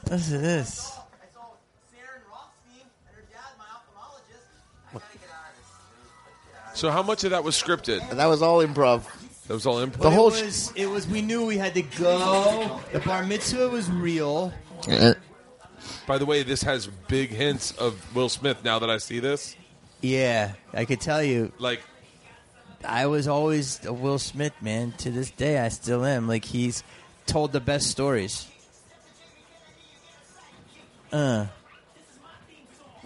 [SPEAKER 5] This is this.
[SPEAKER 1] So how much of that was scripted?
[SPEAKER 4] That was all improv.
[SPEAKER 1] That was all improv.
[SPEAKER 4] The whole
[SPEAKER 5] it
[SPEAKER 4] sh-
[SPEAKER 5] was, it was. We knew we had to go. The bar mitzvah was real.
[SPEAKER 1] By the way, this has big hints of Will Smith. Now that I see this,
[SPEAKER 5] Yeah, I could tell you.
[SPEAKER 1] like
[SPEAKER 5] I was always a Will Smith man. To this day, I still am. Like he's told the best stories. Uh,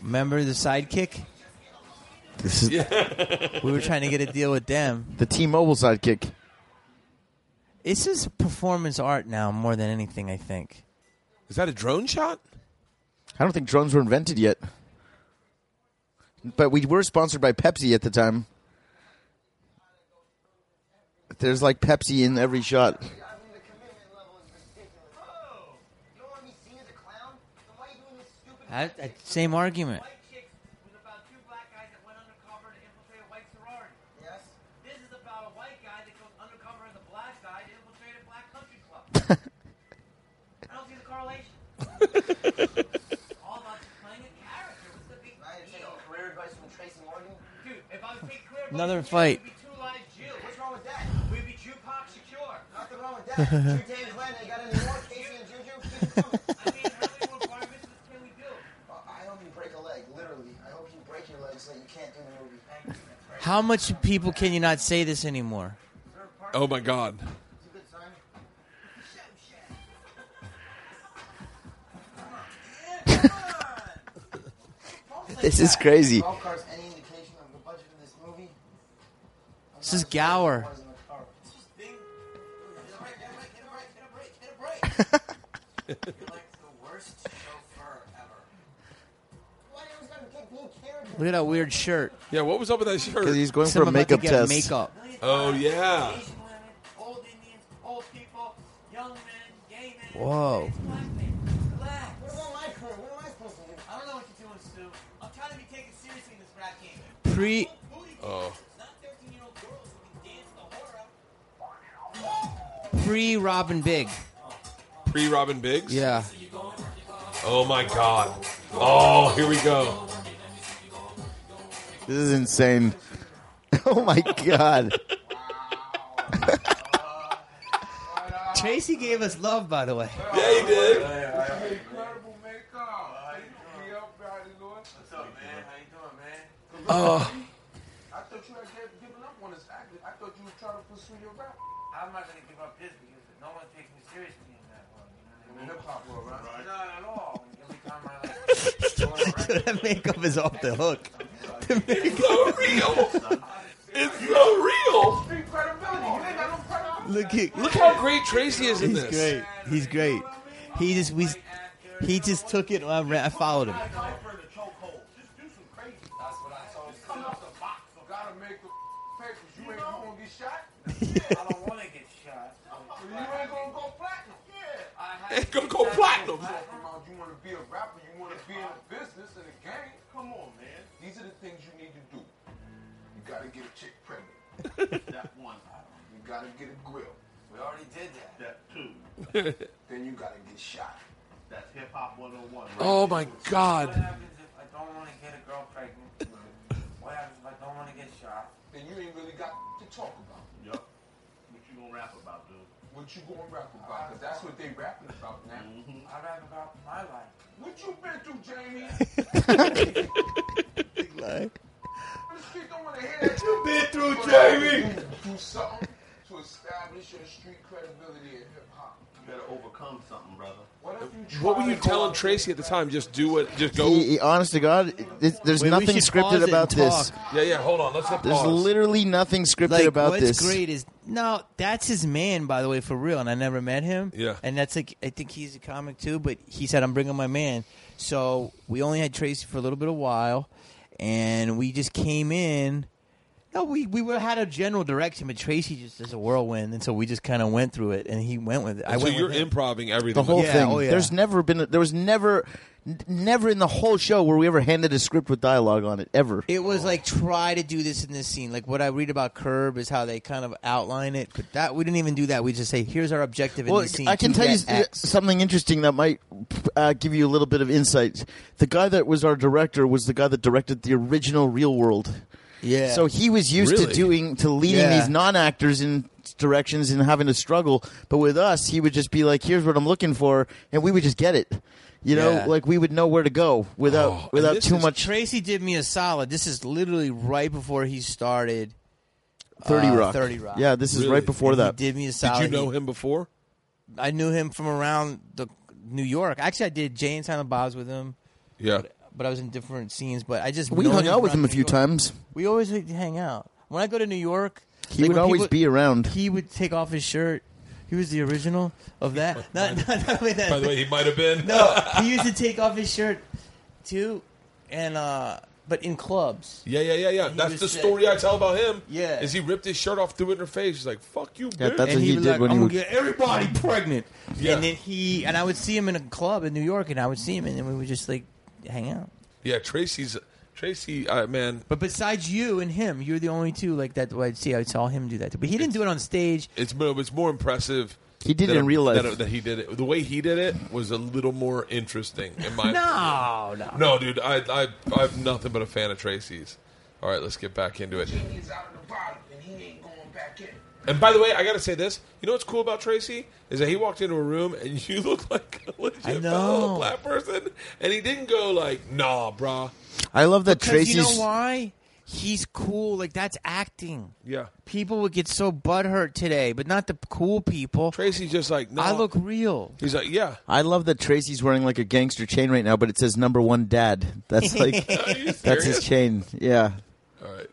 [SPEAKER 5] remember the sidekick?
[SPEAKER 4] This is
[SPEAKER 5] We were trying to get a deal with them.
[SPEAKER 4] the T-Mobile sidekick.
[SPEAKER 5] This is performance art now more than anything. I think.
[SPEAKER 1] is that a drone shot?
[SPEAKER 4] I don't think drones were invented yet. But we were sponsored by Pepsi at the time. There's like Pepsi in every shot.
[SPEAKER 5] I, I, same argument. Another fight.
[SPEAKER 8] What's wrong with that? We'd be Tupac secure. Nothing wrong with that. You're James Glenn. They got any more? Casey and Juju? Keep it coming. I mean, how many more bar mitzvahs can we do? I hope you break a leg, literally. I hope you break your leg so you can't do the movie. Thank you. That's right.
[SPEAKER 5] How much people can you not say this anymore?
[SPEAKER 1] Oh my God!
[SPEAKER 8] It's a good sign.
[SPEAKER 4] This is crazy.
[SPEAKER 8] Golf carts, any indication of the budget of this movie?
[SPEAKER 5] This is Gower.
[SPEAKER 8] Wasn't a car. It's just thing. Get a break, get a break, get a break, get a break, get a break. You're like the worst chauffeur ever. Why do you always gotta get me carried?
[SPEAKER 5] Look at that weird shirt.
[SPEAKER 1] Yeah, what was up with that shirt?
[SPEAKER 4] Because he's going
[SPEAKER 5] Some
[SPEAKER 4] for a
[SPEAKER 5] about to
[SPEAKER 4] makeup
[SPEAKER 5] get
[SPEAKER 4] test.
[SPEAKER 5] Makeup.
[SPEAKER 1] Oh yeah,
[SPEAKER 8] Asian women, old Indians, old people, young men, gay men.
[SPEAKER 5] Whoa.
[SPEAKER 8] Black men. Black. What about my career? What am I supposed to do? I don't know what you're doing, Stu. I'm trying to be taken seriously in this rap game.
[SPEAKER 5] Pre.
[SPEAKER 1] Oh.
[SPEAKER 8] Not 13 year old girls who can dance the horror.
[SPEAKER 5] Pre Robin Big.
[SPEAKER 1] pre Robin Biggs.
[SPEAKER 5] Yeah.
[SPEAKER 1] Oh my God! Oh, here we go.
[SPEAKER 4] This is insane. Oh my god.
[SPEAKER 5] Tracy gave us love, by the way.
[SPEAKER 1] Yeah, he did.
[SPEAKER 9] Incredible makeup. Thank you, Gail, everybody, Lord. What's up, man? How you doing, man?
[SPEAKER 1] Uh,
[SPEAKER 9] I thought you had gave- given up on this acting. I thought you were trying to pursue your rap. I'm not gonna give up this because no one takes me seriously in that world. You know, in the hip hop world, right? Not at all. Every time I like, go on a record,
[SPEAKER 5] that makeup is off the hook.
[SPEAKER 1] so real. It's so real.
[SPEAKER 9] street credibility. You ain't got no credibility.
[SPEAKER 5] Look, at,
[SPEAKER 1] Look how great Tracy is in
[SPEAKER 5] He's
[SPEAKER 1] this.
[SPEAKER 5] great. He's great. He just we, he just took it. I, ran, I followed him.
[SPEAKER 9] Piper in the chokehold. Just do some crazy. That's what I saw. Just come out the box. You gotta make the papers. You ain't gonna get shot. I don't wanna get shot. You ain't gonna go platinum. Yeah. I had
[SPEAKER 1] Ain't
[SPEAKER 9] to
[SPEAKER 1] gonna
[SPEAKER 9] get
[SPEAKER 1] go
[SPEAKER 9] that
[SPEAKER 1] platinum.
[SPEAKER 9] shit talking about You wanna be a rapper, you wanna be in a business, in a game. Come on, man. These are the things you need to do. You gotta get a chick pregnant. that one. You gotta get a grill. We already did that. That two. then you gotta get shot. That's hip hop 101. Right?
[SPEAKER 1] Oh my
[SPEAKER 9] What
[SPEAKER 1] God.
[SPEAKER 9] happens if I don't want to get a girl pregnant? what happens if I don't want to get shot? Then you ain't really got to talk about. Yup. What you gonna rap about, dude? What you gonna rap about? Cause that's what they rapping about now. I rap about my life. What you been through, Jamie? the street don't want to hear that. You been through, Jamie. Do something to establish your street credibility in hip hop. You better overcome something, brother. What if you?
[SPEAKER 1] What were
[SPEAKER 9] try
[SPEAKER 1] you
[SPEAKER 9] to go
[SPEAKER 1] telling
[SPEAKER 9] out
[SPEAKER 1] Tracy at the time? Just do what. Just go.
[SPEAKER 4] He, he- honest to God, this, there's
[SPEAKER 5] Wait, we
[SPEAKER 4] nothing
[SPEAKER 5] should pause
[SPEAKER 4] scripted
[SPEAKER 5] it
[SPEAKER 4] about
[SPEAKER 5] and
[SPEAKER 4] this.
[SPEAKER 5] talk.
[SPEAKER 1] Yeah, yeah. Hold on. Let's not
[SPEAKER 4] There's
[SPEAKER 1] pause.
[SPEAKER 4] literally nothing scripted
[SPEAKER 5] Like
[SPEAKER 4] about
[SPEAKER 5] what's
[SPEAKER 4] this.
[SPEAKER 5] great is no, that's his man, by the way, for real. And I never met him.
[SPEAKER 1] Yeah.
[SPEAKER 5] and that's like I think he's a comic too. But he said I'm bringing my man. So we only had Tracy for a little bit of while, and we just came in. No, we we were, had a general direction, but Tracy just is a whirlwind, and so we just kind of went through it, and he went with it. I
[SPEAKER 1] so
[SPEAKER 5] went
[SPEAKER 1] you're
[SPEAKER 5] with him.
[SPEAKER 1] improving everything.
[SPEAKER 4] The whole
[SPEAKER 5] Yeah,
[SPEAKER 4] thing.
[SPEAKER 5] oh, yeah.
[SPEAKER 4] There's never been. There was never, n- never in the whole show where we ever handed a script with dialogue on it ever.
[SPEAKER 5] It was like try to do this in this scene. Like what I read about Curb is how they kind of outline it, but that we didn't even do that. We just say here's our objective in
[SPEAKER 4] well,
[SPEAKER 5] this scene.
[SPEAKER 4] I can
[SPEAKER 5] to
[SPEAKER 4] tell you
[SPEAKER 5] get X.
[SPEAKER 4] s- something interesting that might uh, give you a little bit of insight. The guy that was our director was the guy that directed the original Real World.
[SPEAKER 5] yeah.
[SPEAKER 4] So he was used
[SPEAKER 1] Really?
[SPEAKER 4] to doing to leading
[SPEAKER 5] Yeah.
[SPEAKER 4] these non actors in directions and having to struggle. But with us, he would just be like, "Here's what I'm looking for," and we would just get it. You know,
[SPEAKER 5] Yeah.
[SPEAKER 4] like we would know where to go without
[SPEAKER 1] Oh, and
[SPEAKER 4] without
[SPEAKER 1] this
[SPEAKER 4] too
[SPEAKER 1] is
[SPEAKER 4] much
[SPEAKER 5] Tracy did me a solid. This is literally right before he started.
[SPEAKER 4] Thirty
[SPEAKER 5] uh,
[SPEAKER 4] Rock.
[SPEAKER 5] 30 Rock.
[SPEAKER 4] Yeah, this is
[SPEAKER 1] Really?
[SPEAKER 4] right before
[SPEAKER 5] and he
[SPEAKER 4] that.
[SPEAKER 5] did me a
[SPEAKER 1] Did
[SPEAKER 5] solid.
[SPEAKER 1] you know
[SPEAKER 5] He-
[SPEAKER 1] him before?
[SPEAKER 5] I knew him from around the New York. Actually, I did Jay and Silent Bob's with him,
[SPEAKER 1] Yeah.
[SPEAKER 5] but I was in different scenes. But I just
[SPEAKER 4] we
[SPEAKER 5] know
[SPEAKER 4] hung out with
[SPEAKER 5] from
[SPEAKER 4] him a few
[SPEAKER 5] New York.
[SPEAKER 4] times.
[SPEAKER 5] We always would hang out. When I go to New York,
[SPEAKER 4] He
[SPEAKER 5] like,
[SPEAKER 4] would
[SPEAKER 5] when
[SPEAKER 4] always
[SPEAKER 5] people-
[SPEAKER 4] be around.
[SPEAKER 5] He would take off his shirt. He was the original of that. not, not, not only that.
[SPEAKER 1] By the way, he might have been.
[SPEAKER 5] no, he used to take off his shirt too, and uh, but in clubs.
[SPEAKER 1] Yeah, yeah, yeah, yeah. That's
[SPEAKER 5] was
[SPEAKER 1] the
[SPEAKER 5] sick.
[SPEAKER 1] story I tell about him.
[SPEAKER 5] Yeah.
[SPEAKER 1] Is he ripped his shirt off, threw it in her face. He's like, fuck you,
[SPEAKER 4] Yeah,
[SPEAKER 1] bitch.
[SPEAKER 4] that's- what
[SPEAKER 5] and he
[SPEAKER 4] he
[SPEAKER 5] was
[SPEAKER 4] did
[SPEAKER 5] like,
[SPEAKER 4] when
[SPEAKER 5] I'm
[SPEAKER 4] he
[SPEAKER 5] gonna
[SPEAKER 4] was-
[SPEAKER 5] get everybody pregnant.
[SPEAKER 1] Yeah.
[SPEAKER 5] And then he and I would see him in a club in New York, and I would see him, and then we would just like hang out.
[SPEAKER 1] yeah, Tracy's. Tracy, uh, man,
[SPEAKER 5] But besides you and him, you're the only two like that. I'd see. I saw him do that, too. but he didn't do it on stage.
[SPEAKER 1] it's more, it's more impressive.
[SPEAKER 4] He did
[SPEAKER 1] that
[SPEAKER 4] it in
[SPEAKER 1] a-
[SPEAKER 4] real life.
[SPEAKER 1] That, that he did it. The way he did it was a little more interesting, in my
[SPEAKER 5] No, no.
[SPEAKER 1] No, dude, I, I, I'm nothing but a fan of Tracy's. All right, let's get back into it.
[SPEAKER 9] Genie's out of the bottle and he ain't going back in.
[SPEAKER 1] And by the way, I gotta say this. You know what's cool about Tracy is that he walked into a room and you look like a
[SPEAKER 5] I
[SPEAKER 1] legit
[SPEAKER 5] know.
[SPEAKER 1] fellow black person, and he didn't go like, "Nah, brah."
[SPEAKER 4] I love that
[SPEAKER 5] Because
[SPEAKER 4] Tracy's.
[SPEAKER 5] you know why? He's cool. Like that's acting.
[SPEAKER 1] Yeah,
[SPEAKER 5] People would get so butthurt today, but not the cool people.
[SPEAKER 1] Tracy's just like, "Nah."
[SPEAKER 5] I look real.
[SPEAKER 1] He's like, "Yeah."
[SPEAKER 4] I love that Tracy's wearing like a gangster chain right now, but it says number one dad. That's like
[SPEAKER 1] Are you
[SPEAKER 4] that's
[SPEAKER 1] serious?
[SPEAKER 4] his chain. Yeah.
[SPEAKER 1] All right.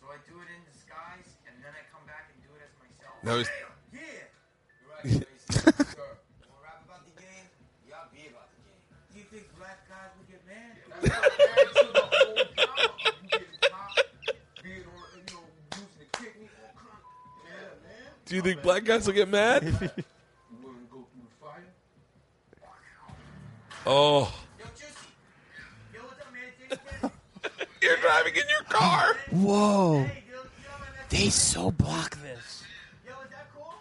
[SPEAKER 9] So I do it in disguise and then I come back and do it as myself.
[SPEAKER 1] That was-
[SPEAKER 9] Yeah. You're right, Tracy. Sure. You wanna rap about the game? Y'all be about the game. You think black guys would get mad? That's married to the whole drama of you getting popped, being on, you know, using the kidney, all kind of- Yeah, man.
[SPEAKER 1] Do you think black guys will get mad?
[SPEAKER 9] You wanna go through the fire?
[SPEAKER 1] oh,
[SPEAKER 9] Yo, Juicy. Yo, what's up, man? It's James
[SPEAKER 1] you're driving in your car.
[SPEAKER 5] Whoa!
[SPEAKER 9] Hey, dude. You know, man, that's-
[SPEAKER 5] They so block this.
[SPEAKER 9] Yo, is that cool?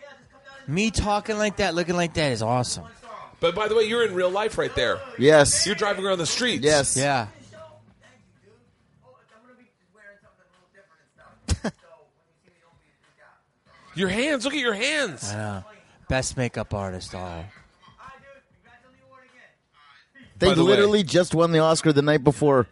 [SPEAKER 9] Yeah, just come down and
[SPEAKER 1] Hmm?
[SPEAKER 5] Me talking like that, looking like that is awesome.
[SPEAKER 1] But by the way, you're in real life right there.
[SPEAKER 4] Yes.
[SPEAKER 1] You're driving around the streets.
[SPEAKER 4] Yes.
[SPEAKER 5] Yeah.
[SPEAKER 1] Your hands. Look at your hands.
[SPEAKER 5] I know. Best makeup artist, all.
[SPEAKER 4] They
[SPEAKER 1] By the way-
[SPEAKER 4] literally just won the Oscar the night before.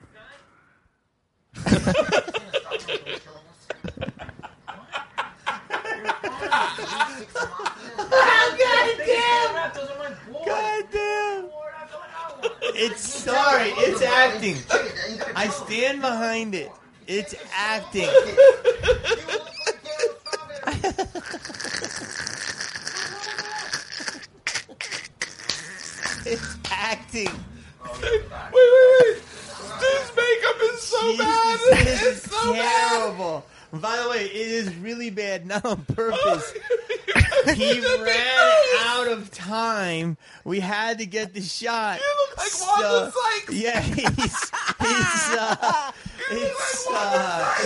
[SPEAKER 5] God damn! It's sorry, it's acting. I stand behind it. It's acting. It's acting.
[SPEAKER 1] Wait, wait, wait. This makeup is so bad.
[SPEAKER 5] Jesus, this
[SPEAKER 1] Oh, it's
[SPEAKER 5] is
[SPEAKER 1] so bad.
[SPEAKER 5] terrible. By the way, it is really bad, not on purpose. he
[SPEAKER 1] That'd be
[SPEAKER 5] ran
[SPEAKER 1] nice.
[SPEAKER 5] out of time. We had to get the shot.
[SPEAKER 1] You look like Wanda Sykes.
[SPEAKER 5] Yeah, he's he's uh, he's uh,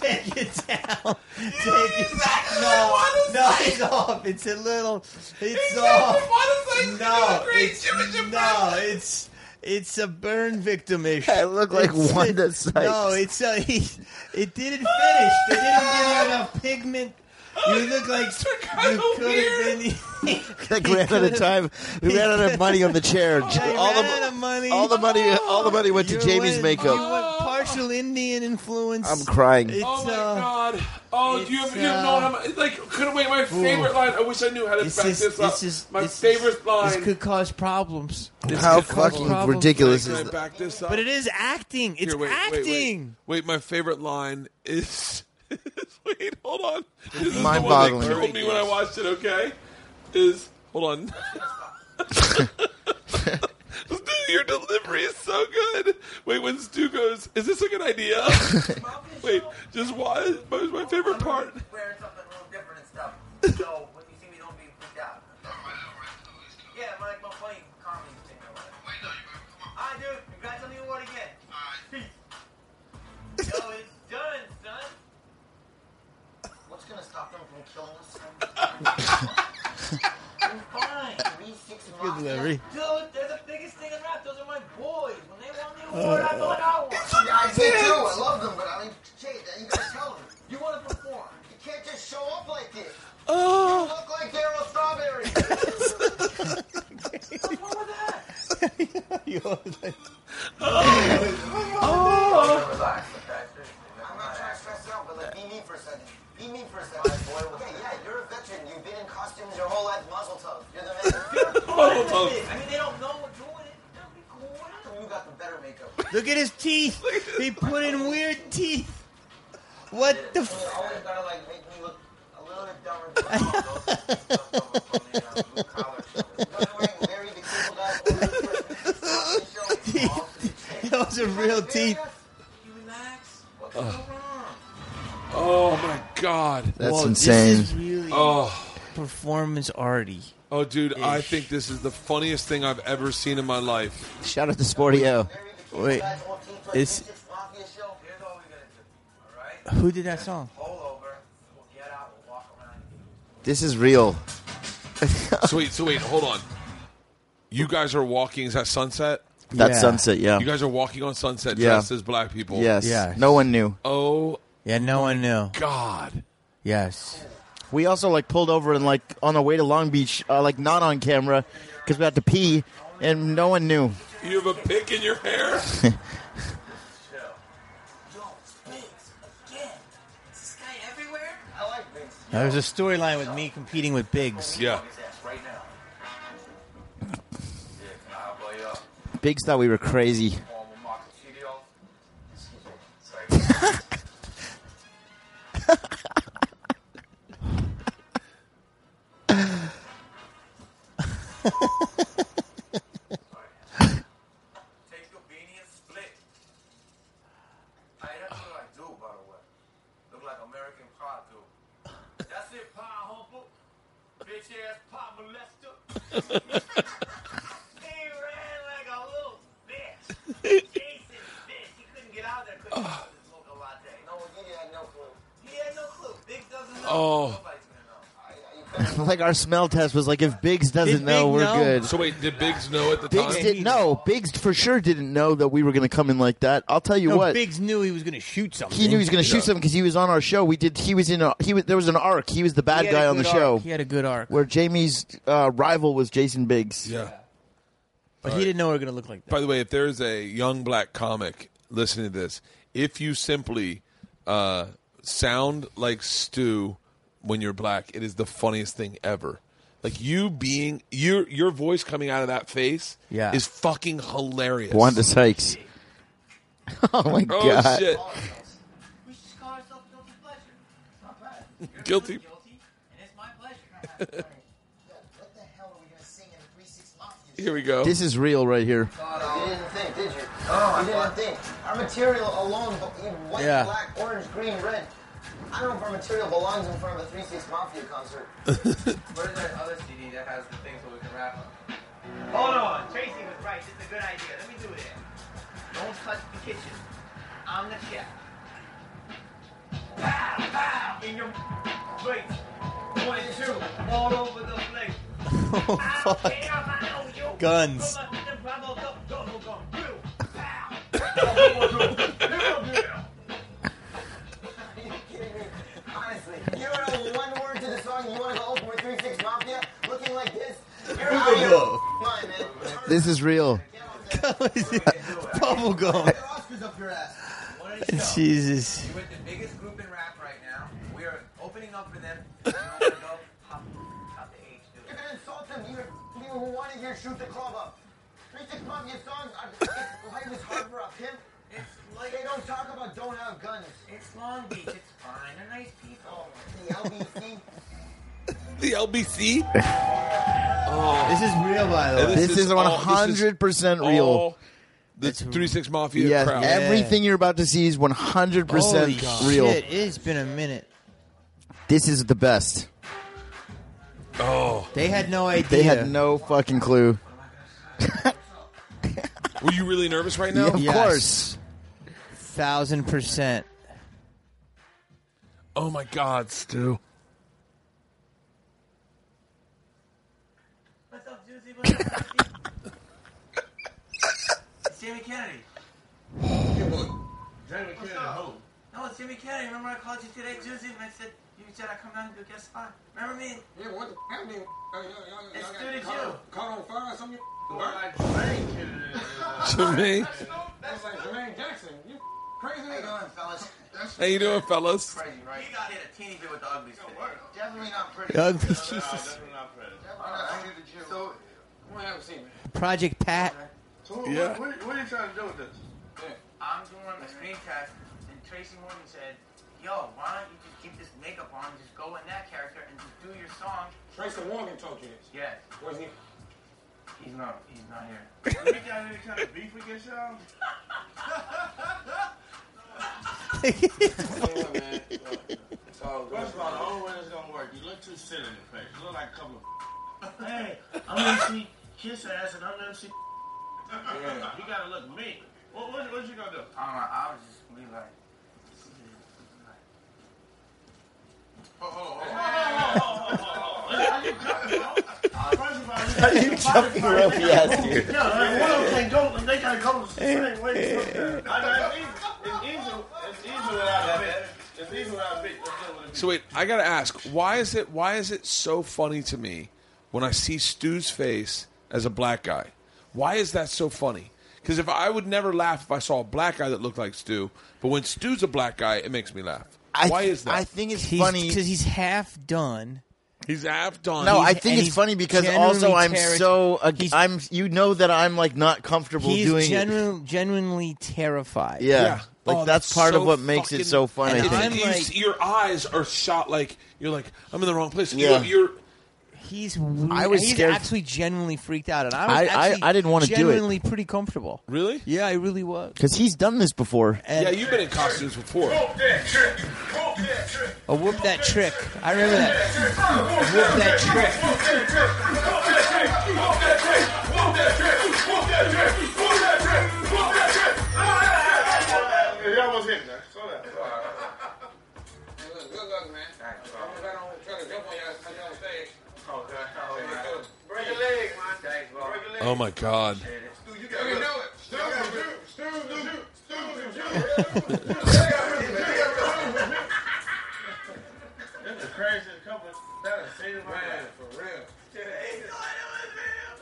[SPEAKER 5] take it down. take it
[SPEAKER 1] exactly
[SPEAKER 5] down.
[SPEAKER 1] Wanda
[SPEAKER 5] No, no, it's off. It's a little. It's
[SPEAKER 1] Exactly.
[SPEAKER 5] off.
[SPEAKER 1] Wanda Sykes is
[SPEAKER 5] No,
[SPEAKER 1] a great
[SPEAKER 5] it's
[SPEAKER 1] Jewish
[SPEAKER 5] no,
[SPEAKER 1] impression.
[SPEAKER 5] it's it's a burn victim issue.
[SPEAKER 4] I look like
[SPEAKER 5] It's-
[SPEAKER 4] Wanda Sykes.
[SPEAKER 5] No, it's uh, he, it didn't finish. They didn't give you enough pigment. You look like
[SPEAKER 1] are kinda
[SPEAKER 5] you could
[SPEAKER 1] weird.
[SPEAKER 5] have been.
[SPEAKER 4] Like we ran out of time. We ran out of money on the chair. All
[SPEAKER 5] They ran out
[SPEAKER 4] the
[SPEAKER 5] of money. Oh,
[SPEAKER 4] all the money all the money went to
[SPEAKER 5] You
[SPEAKER 4] Jamie's
[SPEAKER 5] went- You
[SPEAKER 4] makeup.
[SPEAKER 5] went partial Indian influence.
[SPEAKER 4] I'm crying.
[SPEAKER 5] It's,
[SPEAKER 1] Oh my
[SPEAKER 5] uh,
[SPEAKER 1] god! Oh, do you have,
[SPEAKER 5] it's,
[SPEAKER 1] you have
[SPEAKER 5] uh,
[SPEAKER 1] no idea. I'm- Like, couldn't wait. My favorite line. I wish I knew how to back
[SPEAKER 5] This
[SPEAKER 1] this,
[SPEAKER 5] is
[SPEAKER 1] up.
[SPEAKER 5] this is
[SPEAKER 1] my
[SPEAKER 5] this is-
[SPEAKER 1] favorite line.
[SPEAKER 5] This could cause problems,
[SPEAKER 1] This
[SPEAKER 4] How
[SPEAKER 1] could cause
[SPEAKER 4] fucking
[SPEAKER 1] problems.
[SPEAKER 4] ridiculous
[SPEAKER 1] Can
[SPEAKER 4] is
[SPEAKER 1] I
[SPEAKER 4] that?
[SPEAKER 1] back this up?
[SPEAKER 5] but it is acting. It's
[SPEAKER 1] Here, wait,
[SPEAKER 5] acting.
[SPEAKER 1] Wait, wait, wait, my favorite line is. wait, hold on. This is the one that
[SPEAKER 4] mind-boggling.
[SPEAKER 1] killed me when I watched it. Okay, is hold on. Dude, your delivery is so good. Wait, when Stu goes, is this a good idea? wait, just why? What was my favorite part?
[SPEAKER 9] wearing something a little different and stuff. So when you see me, don't be freaked out. Yeah, I'm like my funny comedy thing. or whatever. Alright, dude, congrats on the award again. Peace. Yo, it's done, son.
[SPEAKER 10] What's gonna stop them from killing us? I'm fine. Three, six
[SPEAKER 5] Good
[SPEAKER 10] months.
[SPEAKER 5] delivery.
[SPEAKER 9] Dude, they're the biggest thing in rap. Those are my boys. When they won the award, I thought I won.
[SPEAKER 10] Yeah, I do too. I love them, but I mean, Jay, you gotta tell them.
[SPEAKER 9] You want to perform?
[SPEAKER 10] You can't just show up like this.
[SPEAKER 1] Oh,
[SPEAKER 10] You look like Daryl Strawberry.
[SPEAKER 9] What's wrong with that?
[SPEAKER 10] Relax, okay? I'm not trying to stress you out, but like, be mean for a second. Be mean for a second. Okay, yeah, you're a veteran. You've been in costumes your whole life. Muzzle tug. You're the man.
[SPEAKER 1] oh,
[SPEAKER 9] I
[SPEAKER 1] oh.
[SPEAKER 9] mean, they don't know we're doing it. That'd be cool.
[SPEAKER 10] You got the better makeup.
[SPEAKER 5] Look at his teeth. he put in weird teeth. What the?
[SPEAKER 10] You
[SPEAKER 5] F-
[SPEAKER 10] always gotta like make me look a little bit dumber. but I'm wearing Larry the Cable Guy for the first time. Show me.
[SPEAKER 5] those are real teeth.
[SPEAKER 9] You relax. What's going wrong?
[SPEAKER 1] Oh my god.
[SPEAKER 4] That's
[SPEAKER 5] Whoa,
[SPEAKER 4] insane.
[SPEAKER 5] This is really
[SPEAKER 1] Oh.
[SPEAKER 5] performance arty.
[SPEAKER 1] Oh, dude, I think this is the funniest thing I've ever seen in my life.
[SPEAKER 4] Shout out to Sportio.
[SPEAKER 5] Wait, it's
[SPEAKER 9] Here's all we gotta do. All right?
[SPEAKER 5] who did that song?
[SPEAKER 9] Pull over. We'll get out. We'll walk around.
[SPEAKER 4] This is real.
[SPEAKER 1] So wait, so wait, hold on. You guys are walking. Is that sunset?
[SPEAKER 4] That's
[SPEAKER 5] Yeah.
[SPEAKER 4] sunset. Yeah.
[SPEAKER 1] You guys are walking on sunset
[SPEAKER 4] Yeah.
[SPEAKER 1] dressed as black people.
[SPEAKER 4] yes.
[SPEAKER 5] Yes.
[SPEAKER 4] No one knew.
[SPEAKER 1] Oh
[SPEAKER 5] Yeah, no one knew.
[SPEAKER 1] God.
[SPEAKER 5] Yes.
[SPEAKER 4] We also like pulled over and like on our way to Long Beach, uh, like not on camera, because we had to pee, and no one knew.
[SPEAKER 1] You have a pick in your hair.
[SPEAKER 9] Yo, Vince, again. Is this guy everywhere?
[SPEAKER 10] I like Vince.
[SPEAKER 5] Now, there's a storyline with me competing with Biggs.
[SPEAKER 1] Yeah.
[SPEAKER 9] His ass right now.
[SPEAKER 11] Yeah, can I blow you up?
[SPEAKER 4] Biggs thought we were crazy.
[SPEAKER 11] Formal market studio.
[SPEAKER 9] Take your beanie and split. Hey, that's what I do, by the way. Look like American Pie do. That's it, Pie Humble. Bitch ass Pie Molester. he ran like a little bitch. Jason, bitch. He couldn't get out of there. Couldn't get out of this local latte. No,
[SPEAKER 10] Oh, yeah, yeah, no clue.
[SPEAKER 9] he had no clue. Big doesn't know.
[SPEAKER 1] Oh.
[SPEAKER 9] Nobody's gonna know.
[SPEAKER 10] I, I, you couldn't
[SPEAKER 4] like our smell test was like if Biggs doesn't
[SPEAKER 5] Did
[SPEAKER 4] know
[SPEAKER 5] Big
[SPEAKER 4] we're
[SPEAKER 5] know?
[SPEAKER 4] good.
[SPEAKER 1] So wait, did Biggs know at the
[SPEAKER 4] Biggs
[SPEAKER 1] time?
[SPEAKER 4] didn't know. Biggs for sure didn't know that we were going to come in like that. I'll tell you
[SPEAKER 5] No,
[SPEAKER 4] what.
[SPEAKER 5] Biggs knew he was going to shoot something.
[SPEAKER 4] he knew he was going to
[SPEAKER 1] Yeah.
[SPEAKER 4] shoot something because he was on our show. We did. He was in. A, he was, there was an arc. He was the
[SPEAKER 5] He
[SPEAKER 4] bad
[SPEAKER 5] had a
[SPEAKER 4] guy on the
[SPEAKER 5] good
[SPEAKER 4] show
[SPEAKER 5] arc. He had a good arc,
[SPEAKER 4] where Jamie's uh, rival was Jason Biggs.
[SPEAKER 1] Yeah.
[SPEAKER 5] but he didn't know we were going to look like that.
[SPEAKER 1] By the way, if there's a young black comic listening to this, if you simply uh, sound like Stu when you're black, it is the funniest thing ever. Like you being your your voice coming out of that face
[SPEAKER 5] Yeah.
[SPEAKER 1] is fucking hilarious.
[SPEAKER 4] Wanda Sykes. oh my
[SPEAKER 1] oh
[SPEAKER 4] god!
[SPEAKER 1] shit,
[SPEAKER 7] We should just call ourselves guilty pleasure. It's not bad. You're
[SPEAKER 1] Guilty.
[SPEAKER 7] feeling guilty, and it's my pleasure.
[SPEAKER 8] What the hell are we gonna sing in three six mafia?
[SPEAKER 1] here we go.
[SPEAKER 4] This is real right here.
[SPEAKER 8] You didn't think, did you? Oh, you didn't think. Our material alone, but in white,
[SPEAKER 5] Yeah.
[SPEAKER 8] black, orange, green, red. I don't know if our material belongs in front of a three six mafia concert.
[SPEAKER 7] What is that other CD that has the things that we can rap on? Hold on, Tracy was right. This is a good idea. Let me do it. Don't touch the kitchen. I'm the chef. Pow, pow, in your face. One, two, all over the place. Oh, fuck.
[SPEAKER 5] Guns.
[SPEAKER 8] Are you kidding me? Honestly, you don't know one word to the song. You want to go open with three six mafia, looking like this? You're out of your mind, man.
[SPEAKER 4] This is real.
[SPEAKER 8] Get out there.
[SPEAKER 5] Bubblegum.
[SPEAKER 8] Your Oscar's up your ass.
[SPEAKER 5] Jesus.
[SPEAKER 7] We're with the biggest group in rap right now. We are opening up for them. We want to go top, top the age, dude.
[SPEAKER 8] You're gonna insult them. You people who want to hear shoot the club up. Three six mafia songs are it's- life is hard for us, Kim.
[SPEAKER 7] It's like
[SPEAKER 8] They don't talk about don't have guns.
[SPEAKER 7] it's Long Beach. It's fine. They're nice people.
[SPEAKER 8] The LBC.
[SPEAKER 1] the LBC.
[SPEAKER 5] This is real, by the
[SPEAKER 1] And
[SPEAKER 5] way.
[SPEAKER 4] This, is one
[SPEAKER 1] all- this is
[SPEAKER 4] hundred percent real.
[SPEAKER 1] all The three six mafia
[SPEAKER 4] Yes,
[SPEAKER 1] crowd.
[SPEAKER 4] everything you're about to see is one hundred
[SPEAKER 5] Holy
[SPEAKER 4] percent real.
[SPEAKER 5] shit! It's been a minute.
[SPEAKER 4] This is the best.
[SPEAKER 1] Oh,
[SPEAKER 5] They had no idea.
[SPEAKER 4] They had no fucking clue.
[SPEAKER 1] were you really nervous right
[SPEAKER 4] Yeah,
[SPEAKER 1] now?
[SPEAKER 4] of
[SPEAKER 5] Yes.
[SPEAKER 4] course.
[SPEAKER 5] thousand percent.
[SPEAKER 1] Oh my God, Stu.
[SPEAKER 7] What's up, Juicy? What's up, Juicy? It's Jamie Kennedy.
[SPEAKER 9] Jamie Kennedy, home.
[SPEAKER 7] No, it's Jamie Kennedy. Remember I called you today, Juicy, and I said you said I come down and do guest spot. Remember me?
[SPEAKER 9] Yeah, what the f- happened? Y'all, y'all, y'all,
[SPEAKER 7] It's
[SPEAKER 9] y'all
[SPEAKER 7] good
[SPEAKER 9] got
[SPEAKER 7] as
[SPEAKER 9] caught,
[SPEAKER 7] you.
[SPEAKER 9] on- caught on fire or something? You burnt?
[SPEAKER 1] To me.
[SPEAKER 9] I was like, Jermaine Jackson, you crazy nigga.
[SPEAKER 8] fellas?
[SPEAKER 1] How you doing, fellas?
[SPEAKER 7] He got hit a teeny bit with the ugly stick.
[SPEAKER 8] Definitely not pretty.
[SPEAKER 5] Jesus.
[SPEAKER 9] So, what happened to you, man?
[SPEAKER 5] Project Pat.
[SPEAKER 9] So what,
[SPEAKER 1] Yeah.
[SPEAKER 9] what, what, what are you trying to do with this?
[SPEAKER 7] I'm doing a screen test, and Tracy Morgan said, "Yo, why don't you just keep this makeup on, just go in that character, and just do your song?"
[SPEAKER 9] Tracy Morgan told you this.
[SPEAKER 7] Yes.
[SPEAKER 9] Was he?
[SPEAKER 7] He's not. He's not here.
[SPEAKER 9] Did you got any kind of beef against y'all? First of all, the whole way it's gonna work, you look too silly in the face. You look like a couple of. hey, I'm gonna see kiss ass and I'm gonna see. You gotta look mean. What, what, what you gonna do?
[SPEAKER 7] I don't know. I was just be like,
[SPEAKER 9] First of all, you gotta get
[SPEAKER 4] Jumping rope, yes, dude.
[SPEAKER 9] Yeah, like, one of them can go, they gotta go the same way. It's easy, it's easy without a bit. It's easy without a bit. Let's deal with it.
[SPEAKER 1] So wait, I gotta ask, why is it why is it so funny to me when I see Stu's face as a black guy? Why is that so funny? Because if I would never laugh if I saw a black guy that looked like Stu, but when Stu's a black guy, it makes me laugh.
[SPEAKER 4] I
[SPEAKER 1] why
[SPEAKER 4] th-
[SPEAKER 1] is that?
[SPEAKER 4] I think it's
[SPEAKER 5] He's,
[SPEAKER 4] funny.
[SPEAKER 5] because he's half done.
[SPEAKER 1] he's half done.
[SPEAKER 4] No, I
[SPEAKER 5] He's-
[SPEAKER 4] think
[SPEAKER 5] and
[SPEAKER 4] it's
[SPEAKER 5] he's
[SPEAKER 4] funny because
[SPEAKER 5] generally
[SPEAKER 4] also I'm
[SPEAKER 5] terri-
[SPEAKER 4] so ag-
[SPEAKER 5] he's-
[SPEAKER 4] I'm you know that I'm like not comfortable
[SPEAKER 5] He's
[SPEAKER 4] doing it.
[SPEAKER 5] genu- genuinely terrified.
[SPEAKER 4] Yeah,
[SPEAKER 1] Yeah.
[SPEAKER 4] like
[SPEAKER 1] Oh,
[SPEAKER 4] that's,
[SPEAKER 1] that's
[SPEAKER 4] part
[SPEAKER 1] so
[SPEAKER 4] of what makes it
[SPEAKER 1] fucking-
[SPEAKER 4] so fun. I
[SPEAKER 5] And
[SPEAKER 1] It's-
[SPEAKER 4] think.
[SPEAKER 5] I'm
[SPEAKER 1] you
[SPEAKER 5] like-
[SPEAKER 1] s- your eyes are shot like you're like I'm in the wrong place. You're,
[SPEAKER 4] Yeah.
[SPEAKER 1] you're
[SPEAKER 5] He's. Weird.
[SPEAKER 4] I was
[SPEAKER 5] he's
[SPEAKER 4] scared.
[SPEAKER 5] actually genuinely freaked out, and I was
[SPEAKER 4] I- I-
[SPEAKER 5] actually
[SPEAKER 4] I didn't wanna do it.
[SPEAKER 5] genuinely pretty comfortable.
[SPEAKER 1] really
[SPEAKER 5] Yeah, I really was.
[SPEAKER 4] Because he's done this before.
[SPEAKER 5] And
[SPEAKER 1] yeah. You've been in costumes before.
[SPEAKER 9] Whoop that trick. Whoop that trick.
[SPEAKER 5] a whoop that trick. I remember that.
[SPEAKER 9] Whoop
[SPEAKER 5] that trick.
[SPEAKER 9] Whoop that trick. Whoop that trick. Whoop that trick. Whoop that trick. Whoop that trick. Whoop that trick. Whoop that trick. Ah! You almost hit that. Slow down. Good luck, man. Try to jump on y'all, on stage.
[SPEAKER 1] Oh my god.
[SPEAKER 9] You gotta know it.
[SPEAKER 7] This is crazy. Couple that is saved my life.
[SPEAKER 9] For real.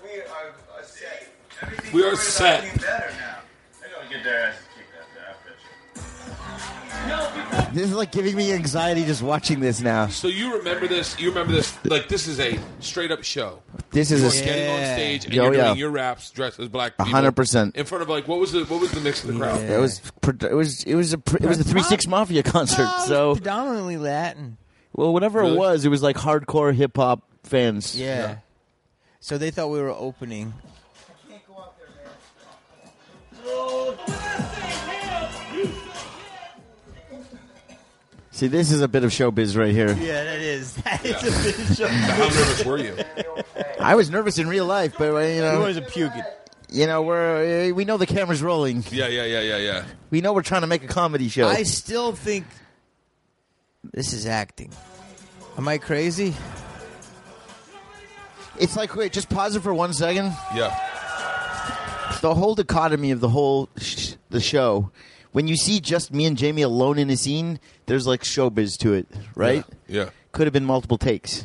[SPEAKER 7] We are a set. Everything
[SPEAKER 1] We are
[SPEAKER 7] worried about
[SPEAKER 1] set.
[SPEAKER 7] getting better now. They're gonna get their asses kicked out there. I bet you.
[SPEAKER 4] This is like giving me anxiety just watching this now.
[SPEAKER 1] So you remember this? You remember this? Like this is a straight up show.
[SPEAKER 4] This is
[SPEAKER 1] You're
[SPEAKER 4] a
[SPEAKER 1] getting on
[SPEAKER 5] Yeah.
[SPEAKER 1] stage and
[SPEAKER 4] Yo,
[SPEAKER 1] you're
[SPEAKER 4] yeah.
[SPEAKER 1] doing your raps dressed as black.
[SPEAKER 4] A
[SPEAKER 1] people
[SPEAKER 4] hundred percent.
[SPEAKER 1] in front of like what was the what was the mix of the crowd?
[SPEAKER 5] Yeah.
[SPEAKER 4] It was pred- it was it was a pr- it was a three six mafia concert.
[SPEAKER 5] Oh, it was
[SPEAKER 4] so
[SPEAKER 5] predominantly Latin.
[SPEAKER 4] well, whatever
[SPEAKER 1] Really?
[SPEAKER 4] it was, it was like hardcore hip hop fans.
[SPEAKER 5] Yeah. So they thought we were opening.
[SPEAKER 4] See, this is a bit of showbiz right here.
[SPEAKER 5] Yeah, that is. That is a big show.
[SPEAKER 1] How nervous were you?
[SPEAKER 4] I was nervous in real life, but uh, you know,
[SPEAKER 5] a puking.
[SPEAKER 4] you know, we're uh, we know the camera's rolling.
[SPEAKER 1] Yeah, yeah, yeah, yeah, yeah.
[SPEAKER 4] We know we're trying to make a comedy show.
[SPEAKER 5] I still think this is acting. Am I crazy?
[SPEAKER 4] It's like wait, just pause it for one second.
[SPEAKER 1] Yeah.
[SPEAKER 4] The whole dichotomy of the whole sh- the show. When you see just me and Jamie alone in a scene, there's like showbiz to it, right?
[SPEAKER 1] Yeah.
[SPEAKER 4] could have been multiple takes.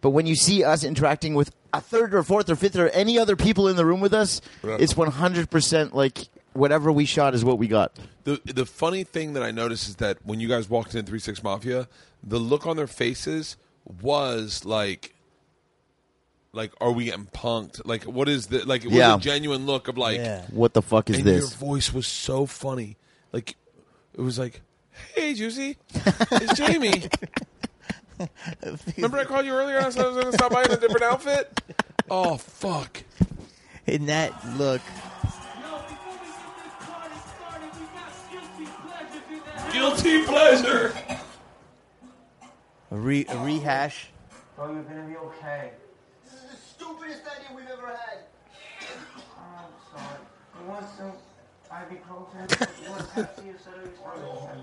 [SPEAKER 4] But when you see us interacting with a third or fourth or fifth or any other people in the room with us,
[SPEAKER 1] Yeah.
[SPEAKER 4] it's 100% like whatever we shot is what we got.
[SPEAKER 1] The the funny thing that I noticed is that when you guys walked in Three Six Mafia, the look on their faces was like, like, are we getting punked? Like, what is the like? It was
[SPEAKER 4] Yeah.
[SPEAKER 1] a genuine look of like,
[SPEAKER 5] Yeah.
[SPEAKER 4] What the fuck is
[SPEAKER 1] and
[SPEAKER 4] this?
[SPEAKER 1] your voice was so funny, like, it was like, hey, Juicy, it's Jamie. Remember I called you earlier? and I said I was going to stop by in a different outfit. Oh fuck!
[SPEAKER 5] In that look,
[SPEAKER 1] Guilty pleasure.
[SPEAKER 5] a, re- a rehash.
[SPEAKER 7] Bro, you're gonna be okay.
[SPEAKER 8] This is the stupidest idea we've ever had.
[SPEAKER 7] Oh, I'm sorry. You want some ibuprofen? you want Pepsi or soda?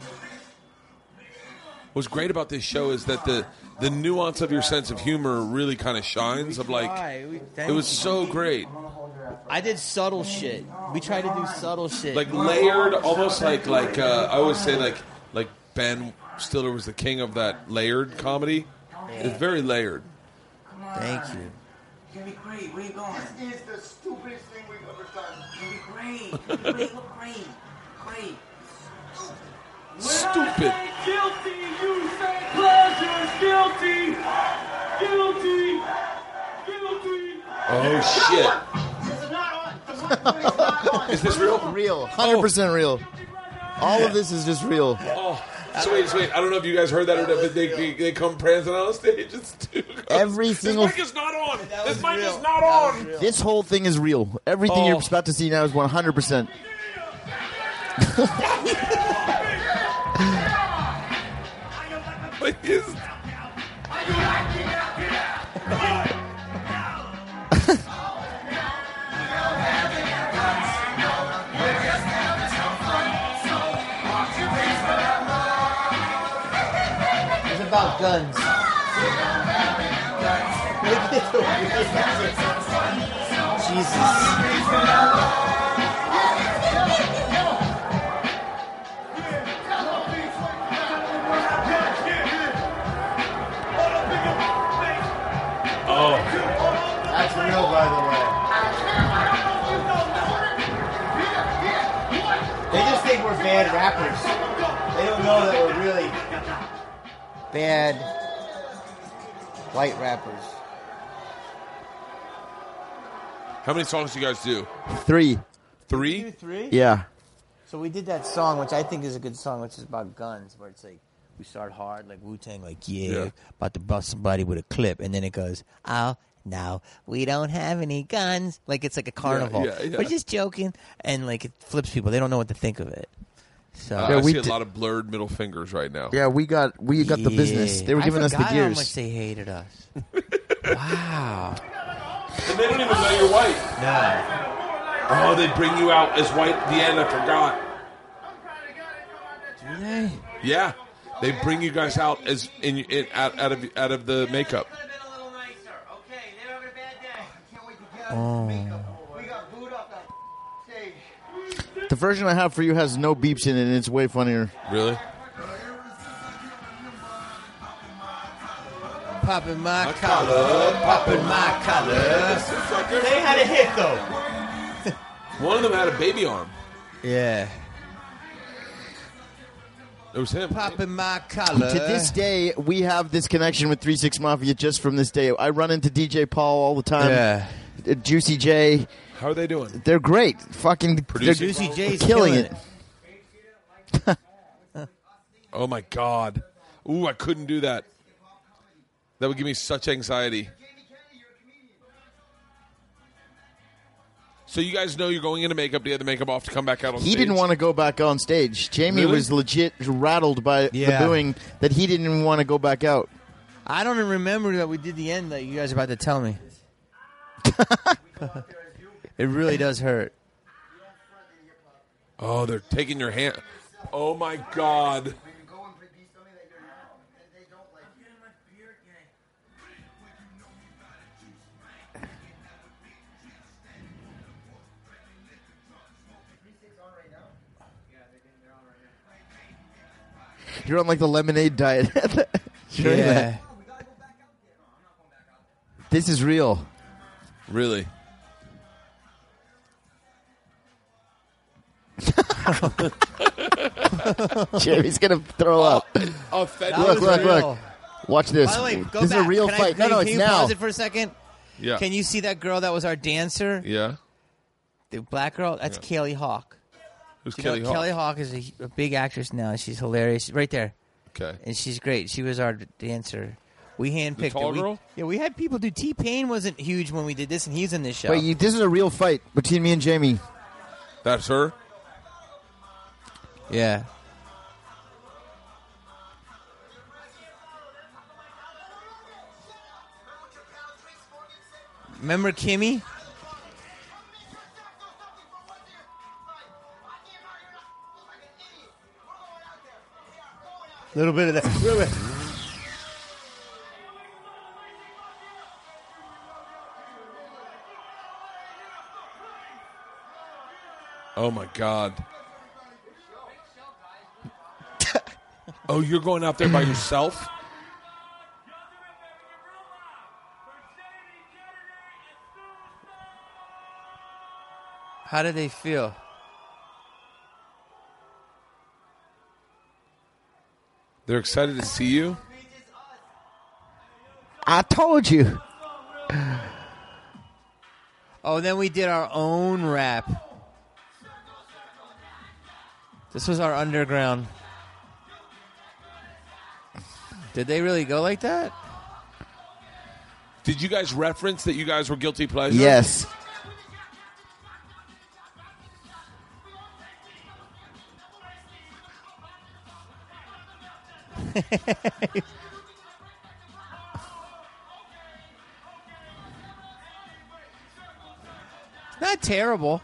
[SPEAKER 1] What's great about this show is that the the nuance of your sense of humor really kind of shines. Of like,
[SPEAKER 5] Why? We-
[SPEAKER 1] it was so great,
[SPEAKER 5] I did subtle shit. We tried to do subtle shit.
[SPEAKER 1] like layered, almost like like uh, I always say like like Ben Stiller was the king of that layered comedy. It's very layered.
[SPEAKER 5] thank you.
[SPEAKER 7] You're gonna be great. Where you going?
[SPEAKER 9] This is the stupidest thing we've ever done.
[SPEAKER 7] You're gonna be great. You're gonna be look great. Great.
[SPEAKER 1] Stupid.
[SPEAKER 7] Guilty, you say pleasure. Guilty. Guilty. Guilty.
[SPEAKER 1] Oh
[SPEAKER 8] This is not on. The one thing is not on.
[SPEAKER 1] shit! Is this real?
[SPEAKER 4] Real. 100% real. All of this is just real.
[SPEAKER 1] Oh, so wait, so wait. I don't know if you guys heard that or not, but they, they, they come prancing on stage. It's too
[SPEAKER 4] Every single-
[SPEAKER 1] This mic is not on. This mic
[SPEAKER 5] real.
[SPEAKER 1] is not on.
[SPEAKER 4] This whole thing is real. Everything
[SPEAKER 1] Oh.
[SPEAKER 4] you're about to see now is 100%.
[SPEAKER 1] Like, it's-
[SPEAKER 5] It's about guns. Jesus.
[SPEAKER 4] That's real, by
[SPEAKER 8] They just think we're bad rappers. They don't know that we're really bad white rappers.
[SPEAKER 1] How many songs do you guys do?
[SPEAKER 4] the way. Three.
[SPEAKER 1] Three?
[SPEAKER 5] Three?
[SPEAKER 4] Yeah.
[SPEAKER 5] So we did that song, which I think is a good song, which is about guns, where it's like we start hard, like Wu Tang, like yeah,
[SPEAKER 1] Yeah.
[SPEAKER 5] about to bust somebody with a clip, and then it goes, oh no, we don't have any guns, like it's like a carnival.
[SPEAKER 1] yeah, yeah.
[SPEAKER 5] We're just joking, and like it flips people; they don't know what to think of it. So
[SPEAKER 1] Uh,
[SPEAKER 4] Yeah,
[SPEAKER 1] I
[SPEAKER 4] we
[SPEAKER 1] see a
[SPEAKER 4] did-
[SPEAKER 1] lot of blurred middle fingers right now.
[SPEAKER 4] Yeah, we got we got the business.
[SPEAKER 5] Yeah.
[SPEAKER 4] They were
[SPEAKER 5] I
[SPEAKER 4] giving us the
[SPEAKER 5] forgot How much
[SPEAKER 4] gears.
[SPEAKER 5] they hated us. wow.
[SPEAKER 1] And they don't even know you're white.
[SPEAKER 5] No.
[SPEAKER 1] Oh, they bring you out as white at the end. I forgot.
[SPEAKER 5] Do they?
[SPEAKER 1] Yeah, they bring you guys out as in, in out, out of out of the makeup.
[SPEAKER 7] Could have been a little nicer. Okay, they're having a bad day.
[SPEAKER 8] Can't wait to get out of this makeup. We
[SPEAKER 4] The version I have for you has no beeps in it, and it's way funnier.
[SPEAKER 1] Really?
[SPEAKER 5] Popping my collar, popping my collar. They had a hit though.
[SPEAKER 1] One of them had a baby arm.
[SPEAKER 5] Yeah.
[SPEAKER 1] It was him.
[SPEAKER 5] Popping my collar.
[SPEAKER 4] to this day, we have this connection with Three Six Mafia just from this day. I run into DJ Paul all the time.
[SPEAKER 5] Yeah.
[SPEAKER 4] Uh, Juicy J,
[SPEAKER 1] How are they doing?
[SPEAKER 4] they're great. Fucking
[SPEAKER 1] Producing.
[SPEAKER 4] they're-
[SPEAKER 5] Juicy
[SPEAKER 4] they're
[SPEAKER 5] J's
[SPEAKER 4] killing,
[SPEAKER 5] killing
[SPEAKER 4] it.
[SPEAKER 5] it.
[SPEAKER 1] Oh my god. Ooh, I couldn't do that. That would give me such anxiety. So you guys know you're going into makeup to get the makeup off to come back out on
[SPEAKER 4] He didn't want to go back on stage. Jamie
[SPEAKER 1] Really?
[SPEAKER 4] was legit rattled by
[SPEAKER 5] Yeah.
[SPEAKER 4] the booing that he didn't want to go back out.
[SPEAKER 5] I don't even remember that we did the end that you guys are about to tell me. it really does hurt.
[SPEAKER 1] Oh, they're taking your hand. Oh my god.
[SPEAKER 4] You're on like the lemonade diet. During that. This is real.
[SPEAKER 1] Really?
[SPEAKER 4] Jamie's gonna throw up.
[SPEAKER 5] That
[SPEAKER 1] Offended.
[SPEAKER 4] Look,
[SPEAKER 5] was
[SPEAKER 4] look,
[SPEAKER 5] real.
[SPEAKER 4] look. Watch this.
[SPEAKER 5] By the way, go
[SPEAKER 4] this
[SPEAKER 5] back.
[SPEAKER 4] is a real
[SPEAKER 5] Can I-
[SPEAKER 4] fight.
[SPEAKER 5] can
[SPEAKER 4] no, no,
[SPEAKER 5] I-
[SPEAKER 4] it's
[SPEAKER 5] can you
[SPEAKER 4] now.
[SPEAKER 5] pause it for a second?
[SPEAKER 1] Yeah.
[SPEAKER 5] Can you see that girl that was our dancer?
[SPEAKER 1] Yeah.
[SPEAKER 5] The black girl? That's
[SPEAKER 1] Yeah.
[SPEAKER 5] Kelly Hawk.
[SPEAKER 1] Who's
[SPEAKER 5] You know,
[SPEAKER 1] Kelly Hall?
[SPEAKER 5] Kelly Hawk is a, a big actress now. She's hilarious. Right there.
[SPEAKER 1] Okay.
[SPEAKER 5] And she's great. She was our dancer. We handpicked her.
[SPEAKER 1] tall
[SPEAKER 5] We-
[SPEAKER 1] girl?
[SPEAKER 5] yeah, we had people do. T Pain wasn't huge when we did this, and he's in this show.
[SPEAKER 4] Wait, you, this is a real fight between me and Jamie.
[SPEAKER 1] That's her.
[SPEAKER 5] yeah. Remember Kimmy? Little bit of that.
[SPEAKER 1] Oh my god. oh, you're going out there by yourself?
[SPEAKER 5] How do they feel?
[SPEAKER 1] They're excited to see you?
[SPEAKER 4] I told you.
[SPEAKER 5] Oh, then we did our own rap. This was our underground. Did they really go like that?
[SPEAKER 1] Did you guys reference that you guys were guilty pleasure?
[SPEAKER 4] Yes.
[SPEAKER 5] Not terrible.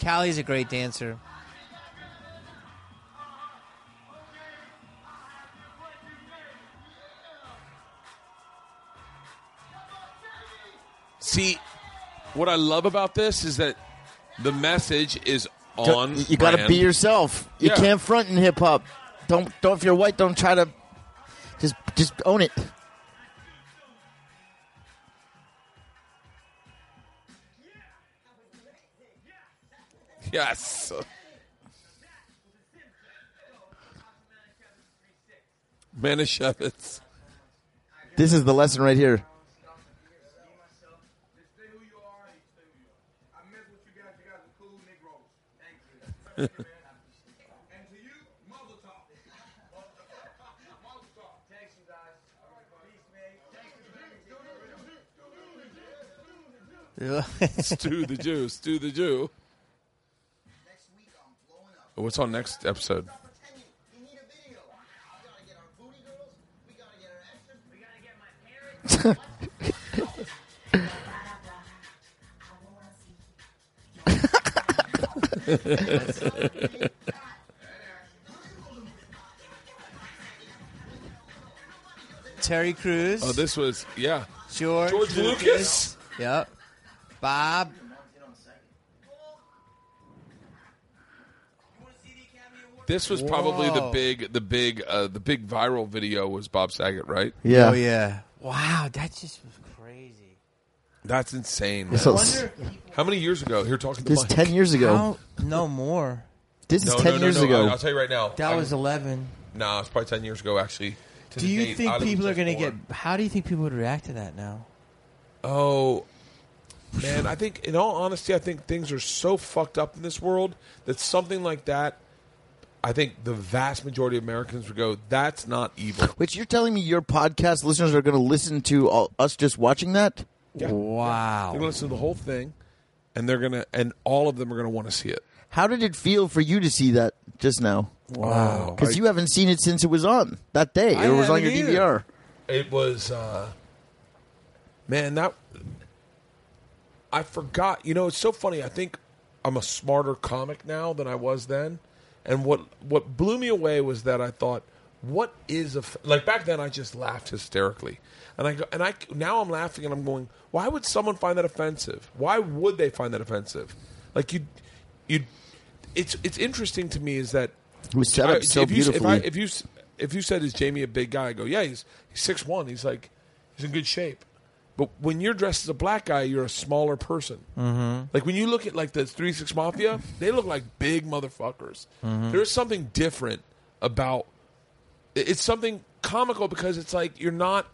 [SPEAKER 5] Callie's a great dancer.
[SPEAKER 1] See, what I love about this is that the message is on.
[SPEAKER 4] you gotta
[SPEAKER 1] brand.
[SPEAKER 4] be yourself. You
[SPEAKER 1] Yeah.
[SPEAKER 4] can't front in hip hop. Don't don't if you're white, don't try to just just own it.
[SPEAKER 1] Yes. Manischewitz.
[SPEAKER 4] This is the lesson right here.
[SPEAKER 1] Stu the Jew. Stu the Jew. What's on next episode?
[SPEAKER 5] Terry Crews.
[SPEAKER 1] Oh, this was yeah.
[SPEAKER 5] George,
[SPEAKER 1] George Lucas.
[SPEAKER 5] Yep. Bob.
[SPEAKER 1] This was probably the
[SPEAKER 5] Whoa.
[SPEAKER 1] big, the big, uh, the big viral video was Bob Saget, right?
[SPEAKER 4] Yeah.
[SPEAKER 5] Oh yeah. Wow, that just was crazy.
[SPEAKER 1] That's insane. man.
[SPEAKER 4] So-
[SPEAKER 1] How many years ago? Here talking to
[SPEAKER 4] This
[SPEAKER 1] Mike.
[SPEAKER 4] ten years ago.
[SPEAKER 5] How? No more.
[SPEAKER 4] This is
[SPEAKER 1] No,
[SPEAKER 4] ten
[SPEAKER 1] no, no,
[SPEAKER 4] years
[SPEAKER 1] no.
[SPEAKER 4] ago.
[SPEAKER 1] I, will tell you right now.
[SPEAKER 5] That
[SPEAKER 1] I-
[SPEAKER 5] was eleven.
[SPEAKER 1] nah. It's probably ten years ago actually. to
[SPEAKER 5] Do
[SPEAKER 1] the date. I
[SPEAKER 5] you think
[SPEAKER 1] was
[SPEAKER 5] people are
[SPEAKER 1] just
[SPEAKER 5] going to get?
[SPEAKER 1] born.
[SPEAKER 5] How do you think people would react to that now?
[SPEAKER 1] Oh, man. I think, in all honesty, I think things are so fucked up in this world that something like that, I think the vast majority of Americans would go, that's not evil.
[SPEAKER 4] Which you're telling me your podcast listeners are going to listen to all, us just watching that?
[SPEAKER 1] They're
[SPEAKER 5] Wow.
[SPEAKER 1] going to listen to the whole thing, and they're going to, and all of them are going to want to see it.
[SPEAKER 4] How did it feel for you to see that just now?
[SPEAKER 5] Wow.
[SPEAKER 4] Because
[SPEAKER 1] I-
[SPEAKER 4] you haven't seen it since it was on that day.
[SPEAKER 5] I
[SPEAKER 4] it was on your
[SPEAKER 5] haven't either.
[SPEAKER 4] DVR.
[SPEAKER 1] It was, uh, man, that, I forgot. You know, it's so funny. I think I'm a smarter comic now than I was then. And what, what blew me away was that I thought, what is a, f-? like back then I just laughed hysterically. And I go, and I, now I'm laughing and I'm going, why would someone find that offensive? Why would they find that offensive? Like you, you, it's, it's interesting to me is that
[SPEAKER 4] It was set up
[SPEAKER 1] I-
[SPEAKER 4] so
[SPEAKER 1] if you, if,
[SPEAKER 4] beautifully.
[SPEAKER 1] I, if you s- if you said is Jamie a big guy, I go yeah, he's he's six one. He's like he's in good shape. But when you're dressed as a black guy, you're a smaller person. Mm-hmm. Like when you look at like the Three Six Mafia, they look like big motherfuckers.
[SPEAKER 5] Mm-hmm.
[SPEAKER 1] There's something different about it- it's something comical because it's like you're not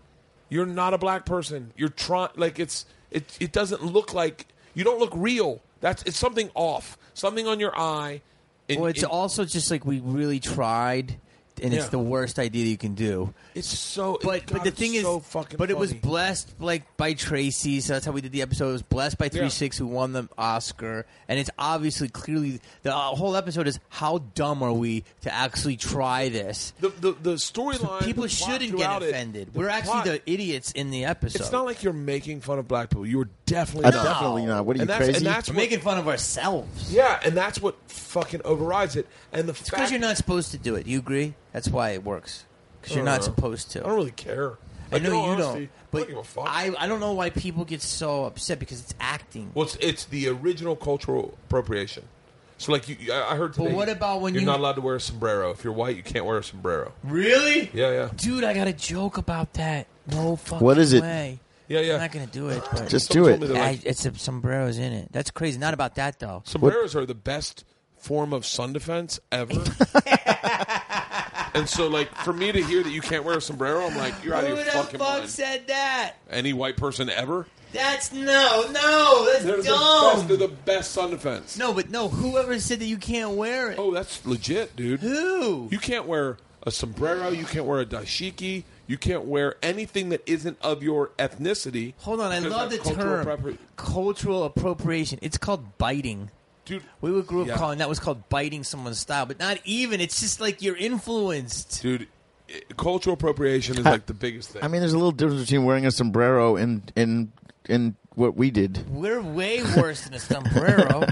[SPEAKER 1] you're not a black person. You're trying like it's it it doesn't look like you don't look real. That's it's something off, something on your eye. and-
[SPEAKER 5] Well, it's
[SPEAKER 1] and-
[SPEAKER 5] also just like we really tried, and
[SPEAKER 1] Yeah.
[SPEAKER 5] it's the worst idea you can do.
[SPEAKER 1] It's so.
[SPEAKER 5] But
[SPEAKER 1] God,
[SPEAKER 5] but the
[SPEAKER 1] it's
[SPEAKER 5] thing
[SPEAKER 1] so
[SPEAKER 5] is,
[SPEAKER 1] fucking
[SPEAKER 5] but it was
[SPEAKER 1] funny.
[SPEAKER 5] blessed like by Tracy, so that's how we did the episode. It was blessed by Three
[SPEAKER 1] Yeah.
[SPEAKER 5] Six, who won the Oscar, and it's obviously clearly the uh, whole episode is how dumb are we to actually try this?
[SPEAKER 1] the the, the storyline.
[SPEAKER 5] People
[SPEAKER 1] the plot
[SPEAKER 5] shouldn't get
[SPEAKER 1] throughout it,
[SPEAKER 5] offended.
[SPEAKER 1] the
[SPEAKER 5] We're actually
[SPEAKER 1] plot-
[SPEAKER 5] the idiots in the episode.
[SPEAKER 1] It's not like you're making fun of black people. You are definitely
[SPEAKER 4] Uh,
[SPEAKER 1] not.
[SPEAKER 4] definitely not. What are you,
[SPEAKER 1] and that's,
[SPEAKER 4] crazy?
[SPEAKER 1] And that's
[SPEAKER 5] We're
[SPEAKER 1] what,
[SPEAKER 5] making fun of ourselves.
[SPEAKER 1] yeah, and that's what fucking overrides it. And the
[SPEAKER 5] It's because
[SPEAKER 1] fact
[SPEAKER 5] you're not supposed to do it. You agree? That's why it works. Because you're not
[SPEAKER 1] Uh,
[SPEAKER 5] supposed to.
[SPEAKER 1] I don't really care.
[SPEAKER 5] I
[SPEAKER 1] Like, in
[SPEAKER 5] know
[SPEAKER 1] all
[SPEAKER 5] you
[SPEAKER 1] honesty, I
[SPEAKER 5] don't,
[SPEAKER 1] don't give a
[SPEAKER 5] but
[SPEAKER 1] fuck.
[SPEAKER 5] I, I don't know why people get so upset because it's acting.
[SPEAKER 1] well, it's, it's the original cultural appropriation. So like you, you- I I heard.
[SPEAKER 5] But
[SPEAKER 1] Today,
[SPEAKER 5] what about when
[SPEAKER 1] you're
[SPEAKER 5] you- Mm.
[SPEAKER 1] not allowed to wear a sombrero? If you're white, you can't wear a sombrero.
[SPEAKER 5] Really?
[SPEAKER 1] Yeah, yeah,
[SPEAKER 5] Dude, I got a joke about that. No fucking
[SPEAKER 4] What is it?
[SPEAKER 5] way.
[SPEAKER 1] yeah, yeah.
[SPEAKER 5] I'm not gonna do it. But
[SPEAKER 4] Just
[SPEAKER 1] Someone
[SPEAKER 4] do
[SPEAKER 1] told
[SPEAKER 4] it.
[SPEAKER 1] me that, like,
[SPEAKER 5] I, it's a sombreros in it. That's crazy. Not about that though.
[SPEAKER 1] Sombreros are the best form of sun defense ever. and so, like, for me to hear that you can't wear a sombrero, I'm like, you're out of your fucking mind.
[SPEAKER 5] said that?
[SPEAKER 1] Any white person ever?
[SPEAKER 5] That's no, no. That's
[SPEAKER 1] They're the best. They're the best sun defense.
[SPEAKER 5] No, but no. Whoever said that you can't wear it?
[SPEAKER 1] Oh, that's legit, dude.
[SPEAKER 5] Who?
[SPEAKER 1] You can't wear a sombrero. You can't wear a dashiki. You can't wear anything that isn't of your ethnicity.
[SPEAKER 5] Hold on, I
[SPEAKER 1] Because
[SPEAKER 5] love the
[SPEAKER 1] that's cultural
[SPEAKER 5] term
[SPEAKER 1] appropri-
[SPEAKER 5] cultural appropriation. It's called biting.
[SPEAKER 1] dude.
[SPEAKER 5] We would grew up
[SPEAKER 1] Yeah.
[SPEAKER 5] calling that was called biting someone's style, but not even. It's just like you're influenced.
[SPEAKER 1] dude. it- cultural appropriation is like the biggest thing.
[SPEAKER 4] I mean, there's a little difference between wearing a sombrero and and and what we did.
[SPEAKER 5] We're way worse than a sombrero.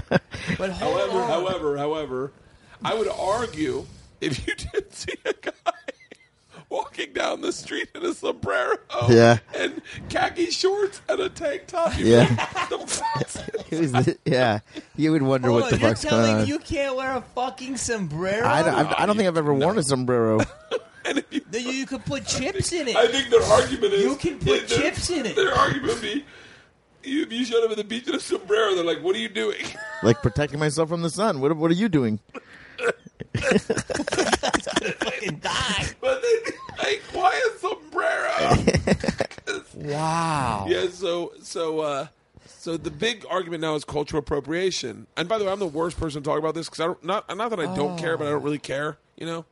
[SPEAKER 5] but hold
[SPEAKER 1] However,
[SPEAKER 4] Oh.
[SPEAKER 5] on.
[SPEAKER 1] however, however, I would argue if you did see a guy walking down the street in a sombrero
[SPEAKER 4] Yeah.
[SPEAKER 1] and khaki shorts and a tank top, you
[SPEAKER 4] Yeah.
[SPEAKER 1] the fuck's-
[SPEAKER 4] It was the- yeah, you would wonder
[SPEAKER 5] Hold
[SPEAKER 1] Oh,
[SPEAKER 4] what
[SPEAKER 5] on,
[SPEAKER 4] the
[SPEAKER 5] you're
[SPEAKER 4] fuck's going
[SPEAKER 5] telling me
[SPEAKER 4] on.
[SPEAKER 5] you can't wear a fucking sombrero?
[SPEAKER 4] I don't, I, I don't think I've ever worn a sombrero.
[SPEAKER 1] and if you,
[SPEAKER 5] Then you, you could put chips in it.
[SPEAKER 1] I think their argument is
[SPEAKER 5] You can put
[SPEAKER 1] their-
[SPEAKER 5] chips in it.
[SPEAKER 1] Their argument would be. You, if you showed up at the beach in a sombrero, they're like, "What are you doing?"
[SPEAKER 4] like protecting myself from the sun. What what are you doing?
[SPEAKER 5] fucking die.
[SPEAKER 1] But they like, "Why a sombrero?"
[SPEAKER 5] Wow.
[SPEAKER 1] Yeah, so so uh so the big argument now is cultural appropriation. And by the way, I'm the worst person to talk about this because I don't not not that I don't care, but I don't really care, you know.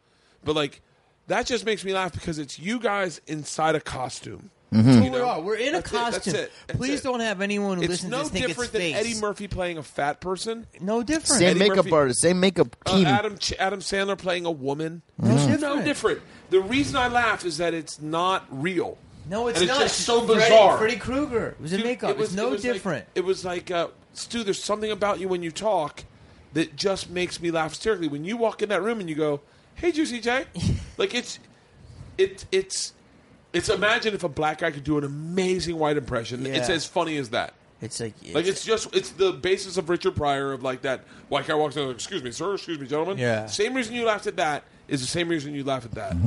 [SPEAKER 1] But like that just makes me laugh because it's you guys inside a costume. You
[SPEAKER 5] We
[SPEAKER 1] know?
[SPEAKER 5] are. We're in a
[SPEAKER 1] That's it, that's
[SPEAKER 5] costume.
[SPEAKER 1] it, that's
[SPEAKER 5] Please
[SPEAKER 1] it.
[SPEAKER 5] don't have anyone who
[SPEAKER 1] It's
[SPEAKER 5] listens
[SPEAKER 1] no
[SPEAKER 5] to this think it's
[SPEAKER 1] different than
[SPEAKER 5] face.
[SPEAKER 1] Eddie Murphy playing a fat person,
[SPEAKER 5] No different.
[SPEAKER 4] Same
[SPEAKER 1] Eddie
[SPEAKER 4] makeup
[SPEAKER 1] Murphy-
[SPEAKER 4] artist, same makeup
[SPEAKER 1] uh,
[SPEAKER 4] team.
[SPEAKER 1] Adam Ch- Adam Sandler playing a woman. It's no
[SPEAKER 5] different.
[SPEAKER 1] different. The reason I laugh is that it's not real.
[SPEAKER 5] No, it's
[SPEAKER 1] And
[SPEAKER 5] not.
[SPEAKER 1] It's just so
[SPEAKER 5] Freddy-
[SPEAKER 1] bizarre.
[SPEAKER 5] Freddy Krueger. It was a
[SPEAKER 1] Dude,
[SPEAKER 5] makeup.
[SPEAKER 1] It was
[SPEAKER 5] it's no
[SPEAKER 1] it was like-
[SPEAKER 5] different.
[SPEAKER 1] it was like, uh, Stu, there's something about you when you talk that just makes me laugh hysterically. When you walk in that room and you go, "Hey, Juicy J," like it's, it, it's, it's. Imagine if a black guy could do an amazing white impression. It's
[SPEAKER 5] Yeah.
[SPEAKER 1] as funny as that.
[SPEAKER 5] It's like,
[SPEAKER 1] Like it's just it's the basis of Richard Pryor of like that white guy walks in. Excuse me, sir. Excuse me, gentlemen.
[SPEAKER 5] Yeah.
[SPEAKER 1] Same reason you laughed at that is the same reason you laugh at that.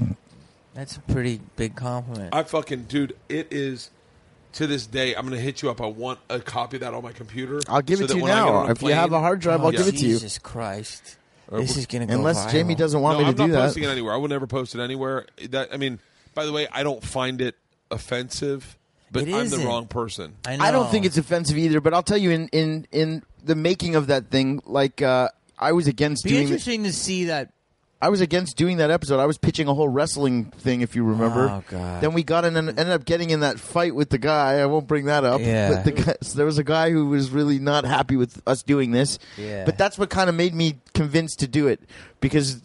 [SPEAKER 5] that's a pretty big compliment.
[SPEAKER 1] I fucking dude, it is to this day. I'm gonna hit you up. I want a copy of that on my computer.
[SPEAKER 4] I'll give
[SPEAKER 1] so
[SPEAKER 4] it
[SPEAKER 1] that
[SPEAKER 4] to you
[SPEAKER 1] when I get
[SPEAKER 4] now.
[SPEAKER 1] on
[SPEAKER 4] If you have
[SPEAKER 1] plane-
[SPEAKER 4] a hard drive, I'll
[SPEAKER 5] Oh,
[SPEAKER 4] give it to you. Uh,
[SPEAKER 5] Jesus Christ, this is gonna go
[SPEAKER 4] Unless
[SPEAKER 5] viral.
[SPEAKER 4] Jamie doesn't want
[SPEAKER 1] no,
[SPEAKER 4] me
[SPEAKER 1] I'm
[SPEAKER 4] to do
[SPEAKER 1] not
[SPEAKER 4] that.
[SPEAKER 1] posting it anywhere. I would never post it anywhere. That I mean, by the way, I don't find it offensive, but
[SPEAKER 5] It
[SPEAKER 1] I'm
[SPEAKER 5] isn't.
[SPEAKER 1] the wrong person.
[SPEAKER 5] I,
[SPEAKER 4] I don't
[SPEAKER 5] know.
[SPEAKER 4] think it's offensive either, but I'll tell you in in in the making of that thing, like uh, I was against
[SPEAKER 5] Be
[SPEAKER 4] doing
[SPEAKER 5] interesting to see that.
[SPEAKER 4] I was against doing that episode. I was pitching a whole wrestling thing, if you remember.
[SPEAKER 5] Oh, God.
[SPEAKER 4] Then we got in and ended up getting in that fight with the guy. I won't bring that up.
[SPEAKER 5] Yeah.
[SPEAKER 4] But the guy, so there was a guy who was really not happy with us doing this.
[SPEAKER 5] Yeah.
[SPEAKER 4] But that's what kind of made me convinced to do it because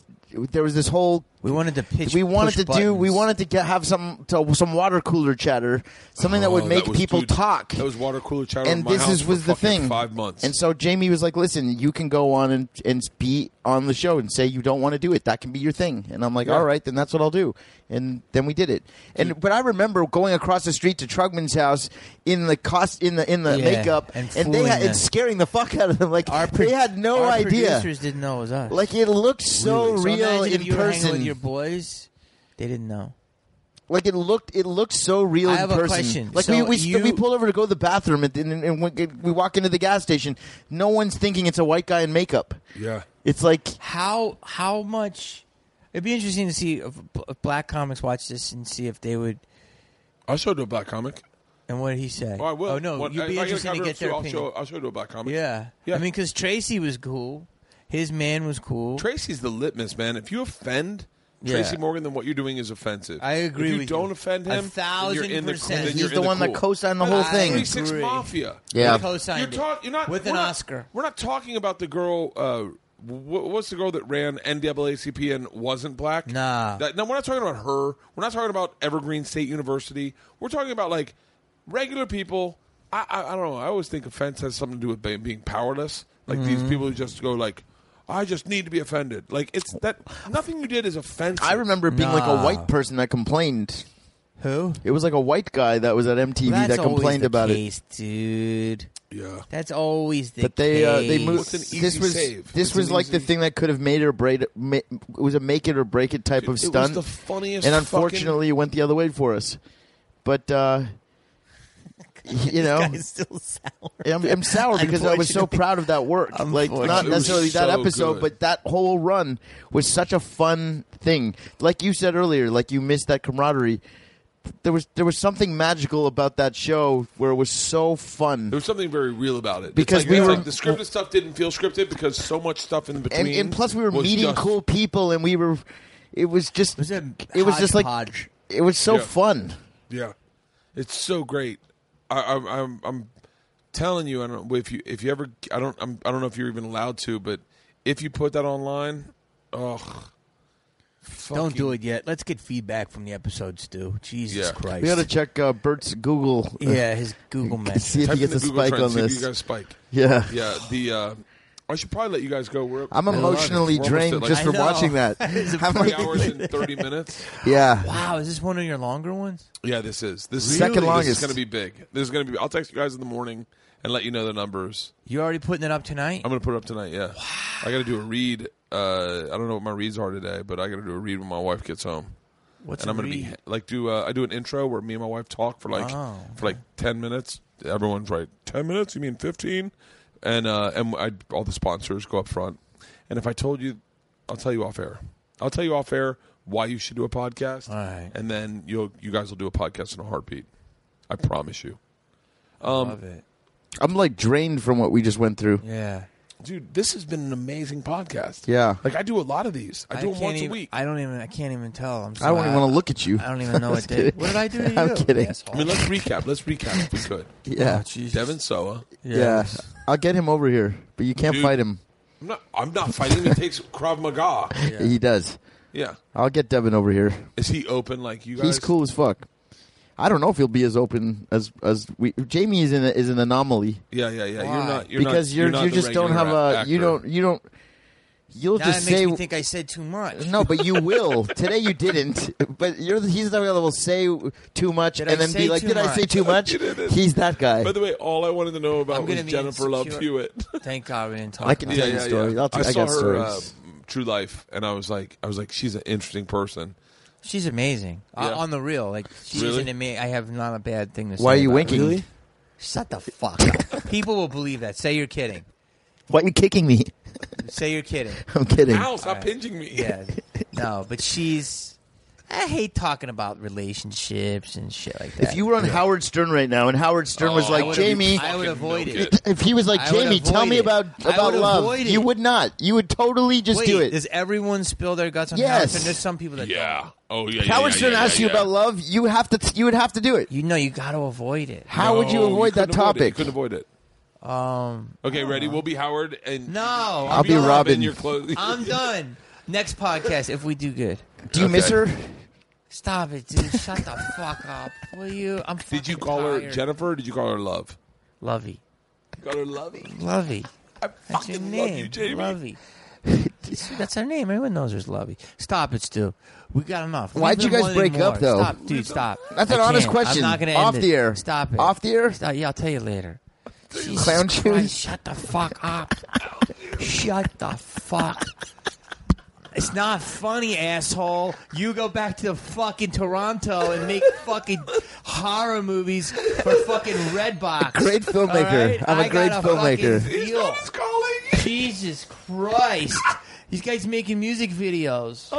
[SPEAKER 4] there was this whole
[SPEAKER 5] We wanted to pitch.
[SPEAKER 4] we wanted
[SPEAKER 5] push
[SPEAKER 4] to do we
[SPEAKER 5] buttons.
[SPEAKER 4] wanted to get have some to, some water cooler chatter something that would
[SPEAKER 1] Oh,
[SPEAKER 4] make
[SPEAKER 1] was
[SPEAKER 4] people
[SPEAKER 1] too-
[SPEAKER 4] talk
[SPEAKER 1] That was water cooler chatter. in
[SPEAKER 4] and
[SPEAKER 1] my
[SPEAKER 4] this
[SPEAKER 1] house
[SPEAKER 4] is, was
[SPEAKER 1] for
[SPEAKER 4] the
[SPEAKER 1] fucking
[SPEAKER 4] thing
[SPEAKER 1] Five months.
[SPEAKER 4] and so jamie was like listen you can go on and, and be on the show and say you don't want to do it that can be your thing and i'm like
[SPEAKER 1] Yeah.
[SPEAKER 4] all right then that's what i'll do and then we did it and but i remember going across the street to trugman's house in the cost in the in the
[SPEAKER 5] Yeah,
[SPEAKER 4] makeup
[SPEAKER 5] and
[SPEAKER 4] they
[SPEAKER 5] fooling
[SPEAKER 4] had
[SPEAKER 5] them.
[SPEAKER 4] and scaring the fuck out of them like
[SPEAKER 5] Our pro-
[SPEAKER 4] they had no
[SPEAKER 5] our
[SPEAKER 4] idea
[SPEAKER 5] Producers didn't know it was us.
[SPEAKER 4] like it looked so
[SPEAKER 5] So
[SPEAKER 4] real
[SPEAKER 5] imagine
[SPEAKER 4] in
[SPEAKER 5] if you were hanging
[SPEAKER 4] person
[SPEAKER 5] with your boys. They didn't know.
[SPEAKER 4] Like it looked, it looked so real
[SPEAKER 5] I
[SPEAKER 4] in
[SPEAKER 5] have a
[SPEAKER 4] person.
[SPEAKER 5] question.
[SPEAKER 4] Like
[SPEAKER 5] So
[SPEAKER 4] we we,
[SPEAKER 5] you-
[SPEAKER 4] we pull over to go to the bathroom and, and, and we, we walk into the gas station. No one's thinking it's a white guy in makeup.
[SPEAKER 1] yeah,
[SPEAKER 4] It's like
[SPEAKER 5] How how much? It'd be interesting to see if, bl- if black comics watch this and see if they would.
[SPEAKER 1] I'll show it to a black comic.
[SPEAKER 5] And what did he say?
[SPEAKER 1] Oh, I will.
[SPEAKER 5] Oh no,
[SPEAKER 1] What-
[SPEAKER 5] you'd
[SPEAKER 1] if
[SPEAKER 5] be
[SPEAKER 1] I a
[SPEAKER 5] interesting to
[SPEAKER 1] cover
[SPEAKER 5] get
[SPEAKER 1] up,
[SPEAKER 5] their
[SPEAKER 1] too, I'll
[SPEAKER 5] opinion.
[SPEAKER 1] show, I'll show it to a black comic.
[SPEAKER 5] Yeah.
[SPEAKER 1] Yeah.
[SPEAKER 5] I mean, because Tracy was cool. His man was cool.
[SPEAKER 1] Tracy's the litmus, man. If you offend
[SPEAKER 5] Yeah.
[SPEAKER 1] Tracy Morgan, then what you're doing is offensive.
[SPEAKER 5] I agree
[SPEAKER 1] If you
[SPEAKER 5] with you.
[SPEAKER 1] don't offend him,
[SPEAKER 5] A
[SPEAKER 1] then you're
[SPEAKER 5] thousand
[SPEAKER 1] in the
[SPEAKER 5] percent.
[SPEAKER 1] then
[SPEAKER 5] He's
[SPEAKER 1] you're
[SPEAKER 4] he's
[SPEAKER 1] in
[SPEAKER 4] the, one that
[SPEAKER 1] cool.
[SPEAKER 4] co-signed the whole
[SPEAKER 5] I
[SPEAKER 4] thing.
[SPEAKER 5] agree.
[SPEAKER 1] 36
[SPEAKER 5] Agree.
[SPEAKER 1] Mafia.
[SPEAKER 4] Yeah.
[SPEAKER 5] Co-signed
[SPEAKER 1] You're,
[SPEAKER 5] it.
[SPEAKER 1] talk, you're not
[SPEAKER 5] With
[SPEAKER 1] we're
[SPEAKER 5] an
[SPEAKER 1] not-
[SPEAKER 5] Oscar.
[SPEAKER 1] We're not talking about the girl. Uh, wh- what's the girl that ran NAACP and wasn't black?
[SPEAKER 5] Nah.
[SPEAKER 1] That- no, we're not talking about her. We're not talking about Evergreen State University. We're talking about like regular people. I, I, I don't know. I always think offense has something to do with be- being powerless. Like these people who just go like, I just need to be offended. Like it's that nothing you did is offensive.
[SPEAKER 4] I remember being like a
[SPEAKER 5] Nah.
[SPEAKER 4] white person that complained.
[SPEAKER 5] Who?
[SPEAKER 4] It was like a white guy that was at MTV
[SPEAKER 5] That's
[SPEAKER 4] that complained
[SPEAKER 5] always the
[SPEAKER 4] about
[SPEAKER 5] case, it, dude.
[SPEAKER 1] Yeah.
[SPEAKER 5] That's always the.
[SPEAKER 4] But they uh,
[SPEAKER 5] case.
[SPEAKER 4] they
[SPEAKER 1] It's
[SPEAKER 4] moved.
[SPEAKER 1] an easy
[SPEAKER 4] this was
[SPEAKER 1] save.
[SPEAKER 4] this
[SPEAKER 1] It's
[SPEAKER 4] was
[SPEAKER 1] an
[SPEAKER 4] like the
[SPEAKER 1] easy-
[SPEAKER 4] thing that could have made or break. ma- It was a make it or break it type of
[SPEAKER 1] It was
[SPEAKER 4] stunt.
[SPEAKER 1] the funniest
[SPEAKER 4] and unfortunately, it went the other way for us. But uh, you know,
[SPEAKER 5] Guy's still sour.
[SPEAKER 4] I'm, I'm sour because I was so
[SPEAKER 5] Unfortunately.
[SPEAKER 4] proud of that work. Like not
[SPEAKER 1] Unfortunately.
[SPEAKER 4] necessarily that
[SPEAKER 1] It was so
[SPEAKER 4] episode,
[SPEAKER 1] good.
[SPEAKER 4] but that whole run was such a fun thing. Like you said earlier, like you missed that camaraderie. There was there was something magical about that show where it was so fun.
[SPEAKER 1] There was something very real about it It's
[SPEAKER 4] Because
[SPEAKER 1] like-
[SPEAKER 4] we
[SPEAKER 1] it's
[SPEAKER 4] were-
[SPEAKER 1] like the scripted stuff didn't feel scripted because so much stuff in between.
[SPEAKER 4] and, and plus we were
[SPEAKER 1] was
[SPEAKER 4] meeting
[SPEAKER 1] just-
[SPEAKER 4] cool people and we were it was just
[SPEAKER 5] was a
[SPEAKER 4] it was just like
[SPEAKER 5] hodgepodge.
[SPEAKER 4] it was so
[SPEAKER 1] Yeah.
[SPEAKER 4] fun
[SPEAKER 1] Yeah, it's so great. I, I, I'm I'm telling you, I don't if you if you ever I don't I'm, I don't know if you're even allowed to, but if you put that online, ugh,
[SPEAKER 5] Don't do it yet. Let's get feedback from the episode, Stu. Jesus
[SPEAKER 1] Yeah.
[SPEAKER 5] Christ.
[SPEAKER 4] we got to check uh, Bert's Google uh,
[SPEAKER 5] yeah, his Google message.
[SPEAKER 4] see if
[SPEAKER 1] type
[SPEAKER 4] he
[SPEAKER 1] in
[SPEAKER 4] gets
[SPEAKER 1] the
[SPEAKER 4] a
[SPEAKER 1] Google
[SPEAKER 4] spike
[SPEAKER 1] Trends,
[SPEAKER 4] on
[SPEAKER 1] see if
[SPEAKER 4] this
[SPEAKER 1] You guys spike.
[SPEAKER 4] yeah
[SPEAKER 1] Yeah, the uh, I should probably let you guys go. We're
[SPEAKER 4] I'm
[SPEAKER 1] we're alive.
[SPEAKER 4] emotionally
[SPEAKER 1] We're almost
[SPEAKER 4] drained
[SPEAKER 1] at, like,
[SPEAKER 4] just
[SPEAKER 5] I
[SPEAKER 4] from
[SPEAKER 5] know.
[SPEAKER 4] watching that.
[SPEAKER 5] It's a
[SPEAKER 4] I'm
[SPEAKER 1] three
[SPEAKER 5] pretty
[SPEAKER 4] like-
[SPEAKER 1] hours and thirty minutes.
[SPEAKER 4] yeah,
[SPEAKER 5] Wow, is this one of your longer ones?
[SPEAKER 1] Yeah, this is this is-
[SPEAKER 4] Second
[SPEAKER 1] This
[SPEAKER 4] longest.
[SPEAKER 1] is going to be big. This is going to be. I'll text you guys in the morning and let you know the numbers.
[SPEAKER 5] You already putting it up tonight?
[SPEAKER 1] I'm gonna put it up tonight. Yeah, I got to do a read. Uh, I don't know what my reads are today, but I got to do a read when my wife gets home,
[SPEAKER 5] What's
[SPEAKER 1] and
[SPEAKER 5] a
[SPEAKER 1] I'm gonna
[SPEAKER 5] read?
[SPEAKER 1] be like do uh, I do an intro where me and my wife talk for like
[SPEAKER 5] Oh,
[SPEAKER 1] for like ten minutes. Everyone's right. Ten minutes? You mean fifteen? And uh, and I, all the sponsors go up front. And if I told you, I'll tell you off air. I'll tell you off air why you should do a podcast,
[SPEAKER 5] All right.
[SPEAKER 1] and then you'll you guys will do a podcast in a heartbeat. I promise you. um,
[SPEAKER 5] Love it.
[SPEAKER 4] I'm like drained from what we just went through.
[SPEAKER 5] Yeah.
[SPEAKER 1] dude, this has been an amazing podcast.
[SPEAKER 4] Yeah.
[SPEAKER 1] like I do a lot of these. I do them
[SPEAKER 5] can't
[SPEAKER 1] once
[SPEAKER 5] even,
[SPEAKER 1] a week. I,
[SPEAKER 5] I don't even. I can't even tell. I'm so
[SPEAKER 4] I don't even
[SPEAKER 5] out.
[SPEAKER 4] want to look at you.
[SPEAKER 5] I don't even know what
[SPEAKER 4] Just
[SPEAKER 5] did.
[SPEAKER 4] kidding.
[SPEAKER 5] What did I do to
[SPEAKER 4] I'm
[SPEAKER 5] you?
[SPEAKER 4] kidding.
[SPEAKER 5] Asshole.
[SPEAKER 1] mean, let's recap. Let's recap if we could.
[SPEAKER 4] Yeah,
[SPEAKER 5] Oh, Jesus.
[SPEAKER 1] Devin Soa.
[SPEAKER 4] yeah.
[SPEAKER 5] Yes.
[SPEAKER 4] I'll get him over here, but you can't
[SPEAKER 1] Dude.
[SPEAKER 4] fight him.
[SPEAKER 1] I'm not. I'm not fighting. He takes Krav Maga.
[SPEAKER 4] He does.
[SPEAKER 1] Yeah.
[SPEAKER 4] I'll get Devin over here.
[SPEAKER 1] Is he open like you guys?
[SPEAKER 4] He's cool as fuck. I don't know if he'll be as open as as we. Jamie is an is an anomaly
[SPEAKER 1] Yeah, yeah, yeah.
[SPEAKER 5] Why?
[SPEAKER 1] You're not. You're
[SPEAKER 4] because
[SPEAKER 1] not,
[SPEAKER 4] you're,
[SPEAKER 1] not
[SPEAKER 4] you
[SPEAKER 1] the
[SPEAKER 4] just don't
[SPEAKER 1] regular
[SPEAKER 4] have a
[SPEAKER 1] act-
[SPEAKER 4] you
[SPEAKER 1] actor.
[SPEAKER 4] don't you don't You'll
[SPEAKER 5] Now
[SPEAKER 4] just
[SPEAKER 5] it makes
[SPEAKER 4] say
[SPEAKER 5] me think I said too much.
[SPEAKER 4] no, but you will. Today you didn't. But you're the, he's the guy that will say too much
[SPEAKER 5] Did
[SPEAKER 4] and
[SPEAKER 5] I
[SPEAKER 4] then
[SPEAKER 5] say
[SPEAKER 4] be like,
[SPEAKER 5] too
[SPEAKER 4] "Did I say
[SPEAKER 5] much?"
[SPEAKER 4] too much?" he's that guy.
[SPEAKER 1] By the way, all I wanted to know about
[SPEAKER 5] I'm gonna
[SPEAKER 1] was
[SPEAKER 5] be
[SPEAKER 1] Jennifer Love
[SPEAKER 5] insecure.
[SPEAKER 1] Hewitt.
[SPEAKER 5] Thank God we didn't talk.
[SPEAKER 4] I can
[SPEAKER 5] about
[SPEAKER 4] tell
[SPEAKER 5] it.
[SPEAKER 4] you stories. I'll t-
[SPEAKER 1] I
[SPEAKER 4] I
[SPEAKER 1] saw
[SPEAKER 4] got
[SPEAKER 1] her
[SPEAKER 4] stories.
[SPEAKER 1] Uh, True Life, and I was like, I was like, she's an interesting person.
[SPEAKER 5] She's amazing.
[SPEAKER 1] Yeah.
[SPEAKER 5] Uh, on the real, like she's
[SPEAKER 1] Really?
[SPEAKER 5] an amazing. I have not a bad thing to say.
[SPEAKER 4] Why are you
[SPEAKER 5] about her.
[SPEAKER 4] winking?
[SPEAKER 5] Shut the fuck up. People will believe that. Say you're kidding.
[SPEAKER 4] Why are you kicking me?
[SPEAKER 5] Say you're kidding.
[SPEAKER 4] I'm kidding.
[SPEAKER 1] Ow! Stop pinching me.
[SPEAKER 5] Yeah. No, but she's. I hate talking about relationships and shit like that.
[SPEAKER 4] If you were on Howard Stern right now, and Howard Stern was
[SPEAKER 1] Oh, I
[SPEAKER 4] like,
[SPEAKER 1] would've-
[SPEAKER 4] "Jamie,"
[SPEAKER 5] I would avoid
[SPEAKER 1] milk
[SPEAKER 5] it.
[SPEAKER 1] it.
[SPEAKER 4] if he was like,
[SPEAKER 5] I would
[SPEAKER 4] "Jamie, tell
[SPEAKER 5] avoid
[SPEAKER 4] me
[SPEAKER 5] it.
[SPEAKER 4] about
[SPEAKER 5] I would
[SPEAKER 4] about love,"
[SPEAKER 5] avoid it.
[SPEAKER 4] you would not. You would totally just
[SPEAKER 5] Wait,
[SPEAKER 4] do it.
[SPEAKER 5] does everyone spill their guts on
[SPEAKER 4] Yes.
[SPEAKER 5] Howard Stern? There's some people that
[SPEAKER 1] Yeah.
[SPEAKER 5] don't.
[SPEAKER 1] Oh yeah.
[SPEAKER 4] If Howard Stern asked you about love, you have to. you would have to do it.
[SPEAKER 5] You know, you got to avoid it.
[SPEAKER 4] How would you avoid that topic? Uh-huh.
[SPEAKER 1] couldn't avoid it.
[SPEAKER 5] Um,
[SPEAKER 1] Okay, ready? We'll be Howard, and
[SPEAKER 5] No,
[SPEAKER 1] I'll,
[SPEAKER 5] I'll
[SPEAKER 1] be
[SPEAKER 4] be
[SPEAKER 1] Robin.
[SPEAKER 4] Robin.
[SPEAKER 1] You're close.
[SPEAKER 5] I'm done. Next podcast, if we do good.
[SPEAKER 4] do you miss her?
[SPEAKER 1] Okay.
[SPEAKER 5] Stop it, dude. Shut the fuck up. Will you? I'm
[SPEAKER 1] Did you
[SPEAKER 5] fucking
[SPEAKER 1] call her
[SPEAKER 5] tired.
[SPEAKER 1] Jennifer? Or did you call her Love?
[SPEAKER 5] Lovey.
[SPEAKER 1] You call her Lovey.
[SPEAKER 5] Lovey.
[SPEAKER 1] I
[SPEAKER 5] That's your
[SPEAKER 1] fucking
[SPEAKER 5] name.
[SPEAKER 1] love you, Jamie.
[SPEAKER 5] Lovey. That's her name. Everyone knows there's Lovey. Stop it, Stu. We got enough.
[SPEAKER 4] Why'd
[SPEAKER 5] Leave
[SPEAKER 4] you
[SPEAKER 5] them
[SPEAKER 4] guys
[SPEAKER 5] wanting
[SPEAKER 4] break
[SPEAKER 5] more.
[SPEAKER 4] up, though?
[SPEAKER 5] Stop, dude. Stop.
[SPEAKER 4] That's
[SPEAKER 5] I
[SPEAKER 4] an honest
[SPEAKER 5] can't.
[SPEAKER 4] question.
[SPEAKER 5] I'm not gonna end
[SPEAKER 4] Off
[SPEAKER 5] it.
[SPEAKER 4] the air.
[SPEAKER 5] Stop it.
[SPEAKER 4] Off the air?
[SPEAKER 5] Stop. Yeah, I'll tell you later. Jesus
[SPEAKER 4] Clown shoes.
[SPEAKER 5] Christ, Shut the fuck up. Shut the fuck. It's not funny, asshole. You go back to fucking Toronto and make fucking horror movies for fucking Redbox.
[SPEAKER 4] Great filmmaker.
[SPEAKER 5] All right?
[SPEAKER 4] I'm a
[SPEAKER 5] I
[SPEAKER 4] great
[SPEAKER 5] got
[SPEAKER 4] filmmaker.
[SPEAKER 5] fucking deal. Jesus Christ. These guys making music videos.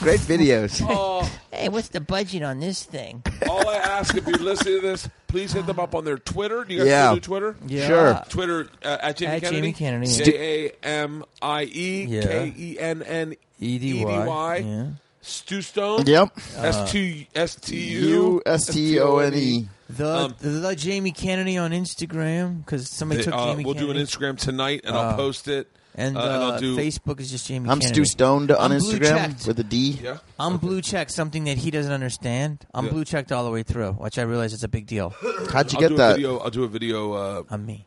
[SPEAKER 4] Great videos.
[SPEAKER 5] Oh, Hey, what's the budget on this thing?
[SPEAKER 1] All I ask if you're listening to this, please hit them up on their Twitter. Do you guys
[SPEAKER 4] Yeah.
[SPEAKER 1] still do Twitter?
[SPEAKER 5] Yeah.
[SPEAKER 4] Sure.
[SPEAKER 1] Twitter uh, at Jamie
[SPEAKER 5] At
[SPEAKER 1] Kennedy.
[SPEAKER 5] Jamie Kennedy, yeah.
[SPEAKER 1] J A M I E
[SPEAKER 5] Yeah.
[SPEAKER 1] K E N N E
[SPEAKER 5] EDY,
[SPEAKER 1] D
[SPEAKER 5] yeah.
[SPEAKER 1] Y. Stu Stone.
[SPEAKER 4] Yep. Uh,
[SPEAKER 1] S T S T U
[SPEAKER 4] U S T O N E.
[SPEAKER 5] The,
[SPEAKER 1] Um,
[SPEAKER 5] the Jamie Kennedy on Instagram because somebody
[SPEAKER 1] They-
[SPEAKER 5] took
[SPEAKER 1] uh,
[SPEAKER 5] Jamie
[SPEAKER 1] we'll do an
[SPEAKER 5] Kennedy.
[SPEAKER 1] Instagram tonight, and I'll
[SPEAKER 5] Uh,
[SPEAKER 1] post it.
[SPEAKER 5] And,
[SPEAKER 1] uh,
[SPEAKER 5] uh,
[SPEAKER 1] and I'll do
[SPEAKER 5] Facebook is just Jamie.
[SPEAKER 4] I'm
[SPEAKER 5] Kennedy.
[SPEAKER 4] Stu Stoned on
[SPEAKER 5] I'm blue
[SPEAKER 4] Instagram
[SPEAKER 5] checked.
[SPEAKER 4] with a D.
[SPEAKER 1] Yeah.
[SPEAKER 5] I'm blue checked. Something that he doesn't understand. I'm
[SPEAKER 1] Yeah.
[SPEAKER 5] blue checked all the way through, which I realize is a big deal
[SPEAKER 4] How'd you
[SPEAKER 1] I'll
[SPEAKER 4] get
[SPEAKER 1] do a
[SPEAKER 4] that?
[SPEAKER 1] video. I'll do a video. Uh,
[SPEAKER 5] on me.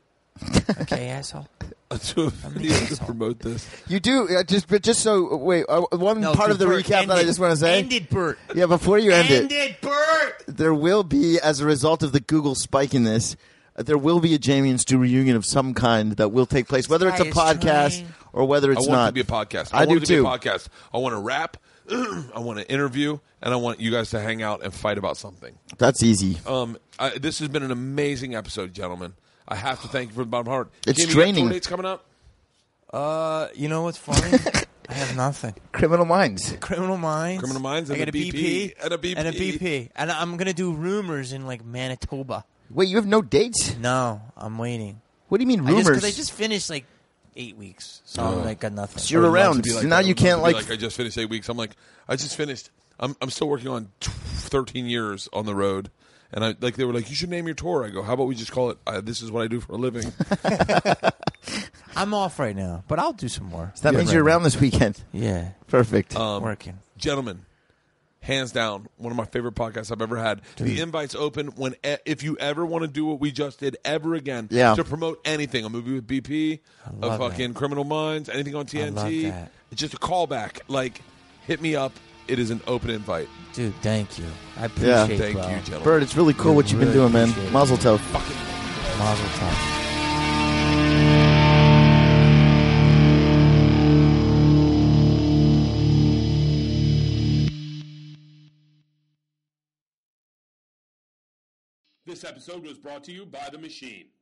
[SPEAKER 5] Okay, asshole.
[SPEAKER 1] I'll do a video to promote this.
[SPEAKER 4] You do uh, just, but just so wait. Uh, one
[SPEAKER 5] No,
[SPEAKER 4] part
[SPEAKER 5] dude,
[SPEAKER 4] of the
[SPEAKER 5] Bert,
[SPEAKER 4] recap
[SPEAKER 5] end
[SPEAKER 4] that I
[SPEAKER 5] it.
[SPEAKER 4] just want to say.
[SPEAKER 5] End it, Bert.
[SPEAKER 4] Yeah, before you end,
[SPEAKER 5] End
[SPEAKER 4] it,
[SPEAKER 5] it, Bert.
[SPEAKER 4] there will be, as a result of the Google spike in this, uh, there will be a Jamie and Stu reunion of some kind that will take place, whether it's a
[SPEAKER 5] This guy is
[SPEAKER 4] podcast
[SPEAKER 5] trying.
[SPEAKER 4] or whether
[SPEAKER 1] I
[SPEAKER 4] it's
[SPEAKER 1] want
[SPEAKER 4] not.
[SPEAKER 1] it to be a podcast.
[SPEAKER 4] I
[SPEAKER 1] I, want
[SPEAKER 4] do
[SPEAKER 1] it to
[SPEAKER 4] too.
[SPEAKER 1] be a podcast. I want to rap. I want to interview, and I want you guys to hang out and fight about something.
[SPEAKER 4] That's easy.
[SPEAKER 1] Um, I, this has been an amazing episode, gentlemen. I have to thank you from the bottom of my heart. Jamie,
[SPEAKER 4] It's
[SPEAKER 1] you got
[SPEAKER 4] draining.
[SPEAKER 1] tour dates coming up.
[SPEAKER 5] Uh, you know what's funny? I have nothing.
[SPEAKER 4] Criminal Minds.
[SPEAKER 5] Criminal Minds.
[SPEAKER 1] Criminal Minds
[SPEAKER 5] I
[SPEAKER 1] and
[SPEAKER 5] got
[SPEAKER 1] a
[SPEAKER 5] a BP,
[SPEAKER 1] BP, and a BP.
[SPEAKER 5] and a BP, and I'm gonna do rumors in like Manitoba.
[SPEAKER 4] Wait, you have no dates?
[SPEAKER 5] No, I'm waiting.
[SPEAKER 4] What do you mean
[SPEAKER 5] I just
[SPEAKER 4] rumors?
[SPEAKER 5] because I just finished like eight weeks, so
[SPEAKER 1] Oh.
[SPEAKER 5] I'm like got nothing.
[SPEAKER 4] You're
[SPEAKER 1] I would love
[SPEAKER 4] around.
[SPEAKER 1] to be like
[SPEAKER 4] now
[SPEAKER 1] that. I
[SPEAKER 4] you
[SPEAKER 1] would love
[SPEAKER 4] can't
[SPEAKER 1] to be
[SPEAKER 4] like.
[SPEAKER 1] I just finished eight weeks. I'm like, I just finished. I'm I'm still working on t- 13 years on the road, and I like they were like, you should name your tour. I go, how about we just call it? Uh, this is what I do for a living.
[SPEAKER 5] I'm off right now, but I'll do some more.
[SPEAKER 4] that means you're around this weekend.
[SPEAKER 5] Yeah,
[SPEAKER 4] Perfect.
[SPEAKER 1] Um,
[SPEAKER 5] working.
[SPEAKER 1] gentlemen hands down one of my favorite podcasts i've ever had the invites open when e- if you ever want to do what we just did ever again
[SPEAKER 4] Yeah.
[SPEAKER 1] to promote anything a movie with bp a
[SPEAKER 5] love
[SPEAKER 1] fucking criminal minds anything on tnt
[SPEAKER 5] love that.
[SPEAKER 1] It's just a callback like hit me up it is an open invite
[SPEAKER 5] Dude, thank you. I appreciate
[SPEAKER 4] Yeah.
[SPEAKER 5] it.
[SPEAKER 1] thank
[SPEAKER 5] bro.
[SPEAKER 1] you gentlemen
[SPEAKER 4] Bird, it's really cool what you've been
[SPEAKER 5] Really
[SPEAKER 4] doing, man.
[SPEAKER 5] appreciate it.
[SPEAKER 4] Mazel tov.
[SPEAKER 5] Mazel tov.
[SPEAKER 12] This episode was brought to you by The Machine.